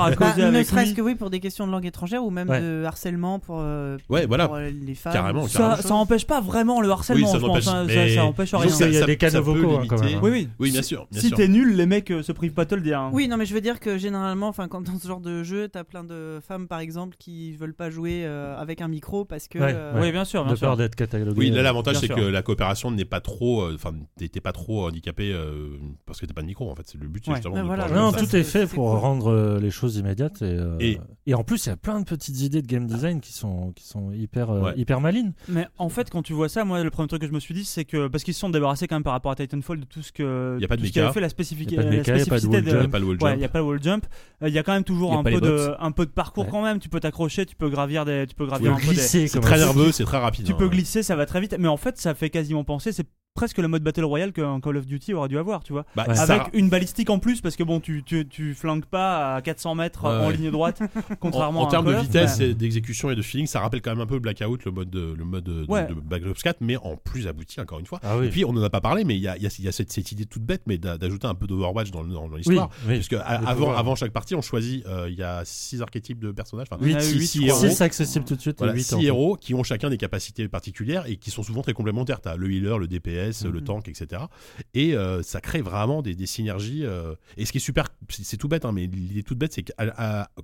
[SPEAKER 6] à
[SPEAKER 3] Bah,
[SPEAKER 6] causer
[SPEAKER 3] ne
[SPEAKER 6] avec
[SPEAKER 3] serait-ce
[SPEAKER 6] lui.
[SPEAKER 3] que oui pour des questions de langue étrangère ou même
[SPEAKER 5] Ouais.
[SPEAKER 3] de harcèlement pour, euh,
[SPEAKER 2] Ouais, voilà.
[SPEAKER 3] pour, euh, les femmes.
[SPEAKER 2] Ah, Carrément,
[SPEAKER 3] ou ce genre
[SPEAKER 6] Ça,
[SPEAKER 3] de
[SPEAKER 6] ça
[SPEAKER 3] choses.
[SPEAKER 6] empêche pas vraiment le harcèlement,
[SPEAKER 2] Oui, ça
[SPEAKER 6] je
[SPEAKER 2] n'empêche-
[SPEAKER 6] pense. hein. Ça,
[SPEAKER 2] mais-
[SPEAKER 6] ça empêche
[SPEAKER 2] disons
[SPEAKER 6] rien.
[SPEAKER 2] que ça-
[SPEAKER 5] Il y a
[SPEAKER 2] ça-
[SPEAKER 5] des
[SPEAKER 2] ça
[SPEAKER 5] canaux
[SPEAKER 2] peut
[SPEAKER 5] vocaux, hein, quand
[SPEAKER 2] limiter-
[SPEAKER 5] même,
[SPEAKER 6] Oui, oui.
[SPEAKER 2] Oui, bien
[SPEAKER 6] Si-
[SPEAKER 2] sûr. bien
[SPEAKER 6] Si
[SPEAKER 2] sûr.
[SPEAKER 6] t'es nul, les mecs euh, se privent pas de te le dire. hein.
[SPEAKER 3] Oui, non, mais je veux dire que généralement, enfin, quand dans ce genre de jeu, t'as plein de femmes, par exemple, qui veulent pas jouer euh, avec un micro parce que.
[SPEAKER 5] Ouais,
[SPEAKER 3] euh,
[SPEAKER 5] ouais.
[SPEAKER 6] Oui, bien sûr, bien
[SPEAKER 5] de
[SPEAKER 6] sûr.
[SPEAKER 5] peur d'être catalogué. euh.
[SPEAKER 2] Oui, là l'avantage
[SPEAKER 6] Euh, Bien
[SPEAKER 2] c'est
[SPEAKER 6] sûr.
[SPEAKER 2] que la coopération n'est pas trop, euh, enfin t'es t'es pas trop handicapé euh, parce que t'as pas de micro en fait. C'est le but, c'est
[SPEAKER 6] Ouais. Bah,
[SPEAKER 2] justement
[SPEAKER 3] Ben
[SPEAKER 2] de
[SPEAKER 3] voilà.
[SPEAKER 2] pouvoir jouer
[SPEAKER 5] Non,
[SPEAKER 2] comme ça.
[SPEAKER 5] tout est
[SPEAKER 3] c'est-
[SPEAKER 5] fait
[SPEAKER 3] c'est
[SPEAKER 5] pour
[SPEAKER 3] cool.
[SPEAKER 5] rendre euh, les choses immédiates. Et, euh,
[SPEAKER 2] Et-
[SPEAKER 5] et en plus, il y a plein de petites idées de game design qui sont, qui sont hyper, euh,
[SPEAKER 2] Ouais.
[SPEAKER 5] hyper malines.
[SPEAKER 6] Mais en fait, quand tu vois ça, moi, le premier truc que je me suis dit, c'est que parce qu'ils se sont débarrassés quand même par rapport à Titanfall de tout ce que
[SPEAKER 2] Y a pas de
[SPEAKER 6] tout ce qui avait
[SPEAKER 2] mecha.
[SPEAKER 6] fait la, spécifica-
[SPEAKER 5] Y a pas de
[SPEAKER 6] la
[SPEAKER 5] mecha, y a pas de
[SPEAKER 6] spécificité
[SPEAKER 5] wall
[SPEAKER 6] de,
[SPEAKER 5] jump.
[SPEAKER 2] T'as pas le wall
[SPEAKER 6] Ouais,
[SPEAKER 2] jump.
[SPEAKER 6] il y a pas le wall jump. Il y a quand même toujours
[SPEAKER 7] Y a
[SPEAKER 6] un
[SPEAKER 7] pas
[SPEAKER 6] peu
[SPEAKER 7] les
[SPEAKER 6] de
[SPEAKER 7] box.
[SPEAKER 6] un peu de parcours
[SPEAKER 5] Ouais.
[SPEAKER 6] quand même. Tu peux t'accrocher, tu peux gravir des, tu peux
[SPEAKER 5] Tu
[SPEAKER 6] gravir
[SPEAKER 5] peux
[SPEAKER 6] un peu des.
[SPEAKER 5] glisser
[SPEAKER 2] C'est
[SPEAKER 5] comme
[SPEAKER 2] très
[SPEAKER 5] un-
[SPEAKER 2] nerveux, c'est très rapide.
[SPEAKER 6] Tu
[SPEAKER 2] hein.
[SPEAKER 6] peux glisser, ça va très vite. Mais en fait, ça fait quasiment penser. C'est presque le mode battle royale qu'un Call of Duty aurait dû avoir, tu vois.
[SPEAKER 2] Bah,
[SPEAKER 5] Ouais.
[SPEAKER 2] ça-
[SPEAKER 6] Avec une balistique en plus, parce que bon, tu tu, tu flingues pas à 400 mètres
[SPEAKER 2] Ouais,
[SPEAKER 6] en
[SPEAKER 2] ouais.
[SPEAKER 6] ligne droite,
[SPEAKER 2] en,
[SPEAKER 6] contrairement
[SPEAKER 2] en
[SPEAKER 6] à un
[SPEAKER 2] termes de
[SPEAKER 6] Call of.
[SPEAKER 2] vitesse,
[SPEAKER 6] Ouais.
[SPEAKER 2] et d'exécution et de feeling, ça rappelle quand même un peu Blackout, le mode de, le mode euh, de, de-
[SPEAKER 6] Ouais.
[SPEAKER 2] de Black Ops 4, mais en plus abouti encore une fois.
[SPEAKER 5] Ah oui.
[SPEAKER 2] Et puis on en a pas parlé, mais il y a, il y a- il y a cette, cette idée toute bête, mais d'a- d'ajouter un peu d'Overwatch dans, le- dans
[SPEAKER 5] oui,
[SPEAKER 2] l'histoire.
[SPEAKER 5] oui.
[SPEAKER 2] Parce que à-
[SPEAKER 5] Les
[SPEAKER 2] avant,
[SPEAKER 5] pouvoirs.
[SPEAKER 2] avant chaque partie, on choisit, euh, il y a six archétypes de personnages, enfin
[SPEAKER 6] Oui,
[SPEAKER 2] six-
[SPEAKER 6] huit,
[SPEAKER 2] six
[SPEAKER 6] je
[SPEAKER 2] héros.
[SPEAKER 6] crois.
[SPEAKER 5] Six accessibles tout de suite,
[SPEAKER 2] Voilà,
[SPEAKER 5] et huit
[SPEAKER 2] six
[SPEAKER 5] en fait.
[SPEAKER 2] héros qui ont chacun des capacités particulières et qui sont souvent très complémentaires. T'as le healer, le DPS, le
[SPEAKER 3] Mhm.
[SPEAKER 2] tank, etc. Et euh, ça crée vraiment des, des synergies. euh. Et ce qui est super, c'est c'est tout bête, hein, mais l'idée toute bête, c'est que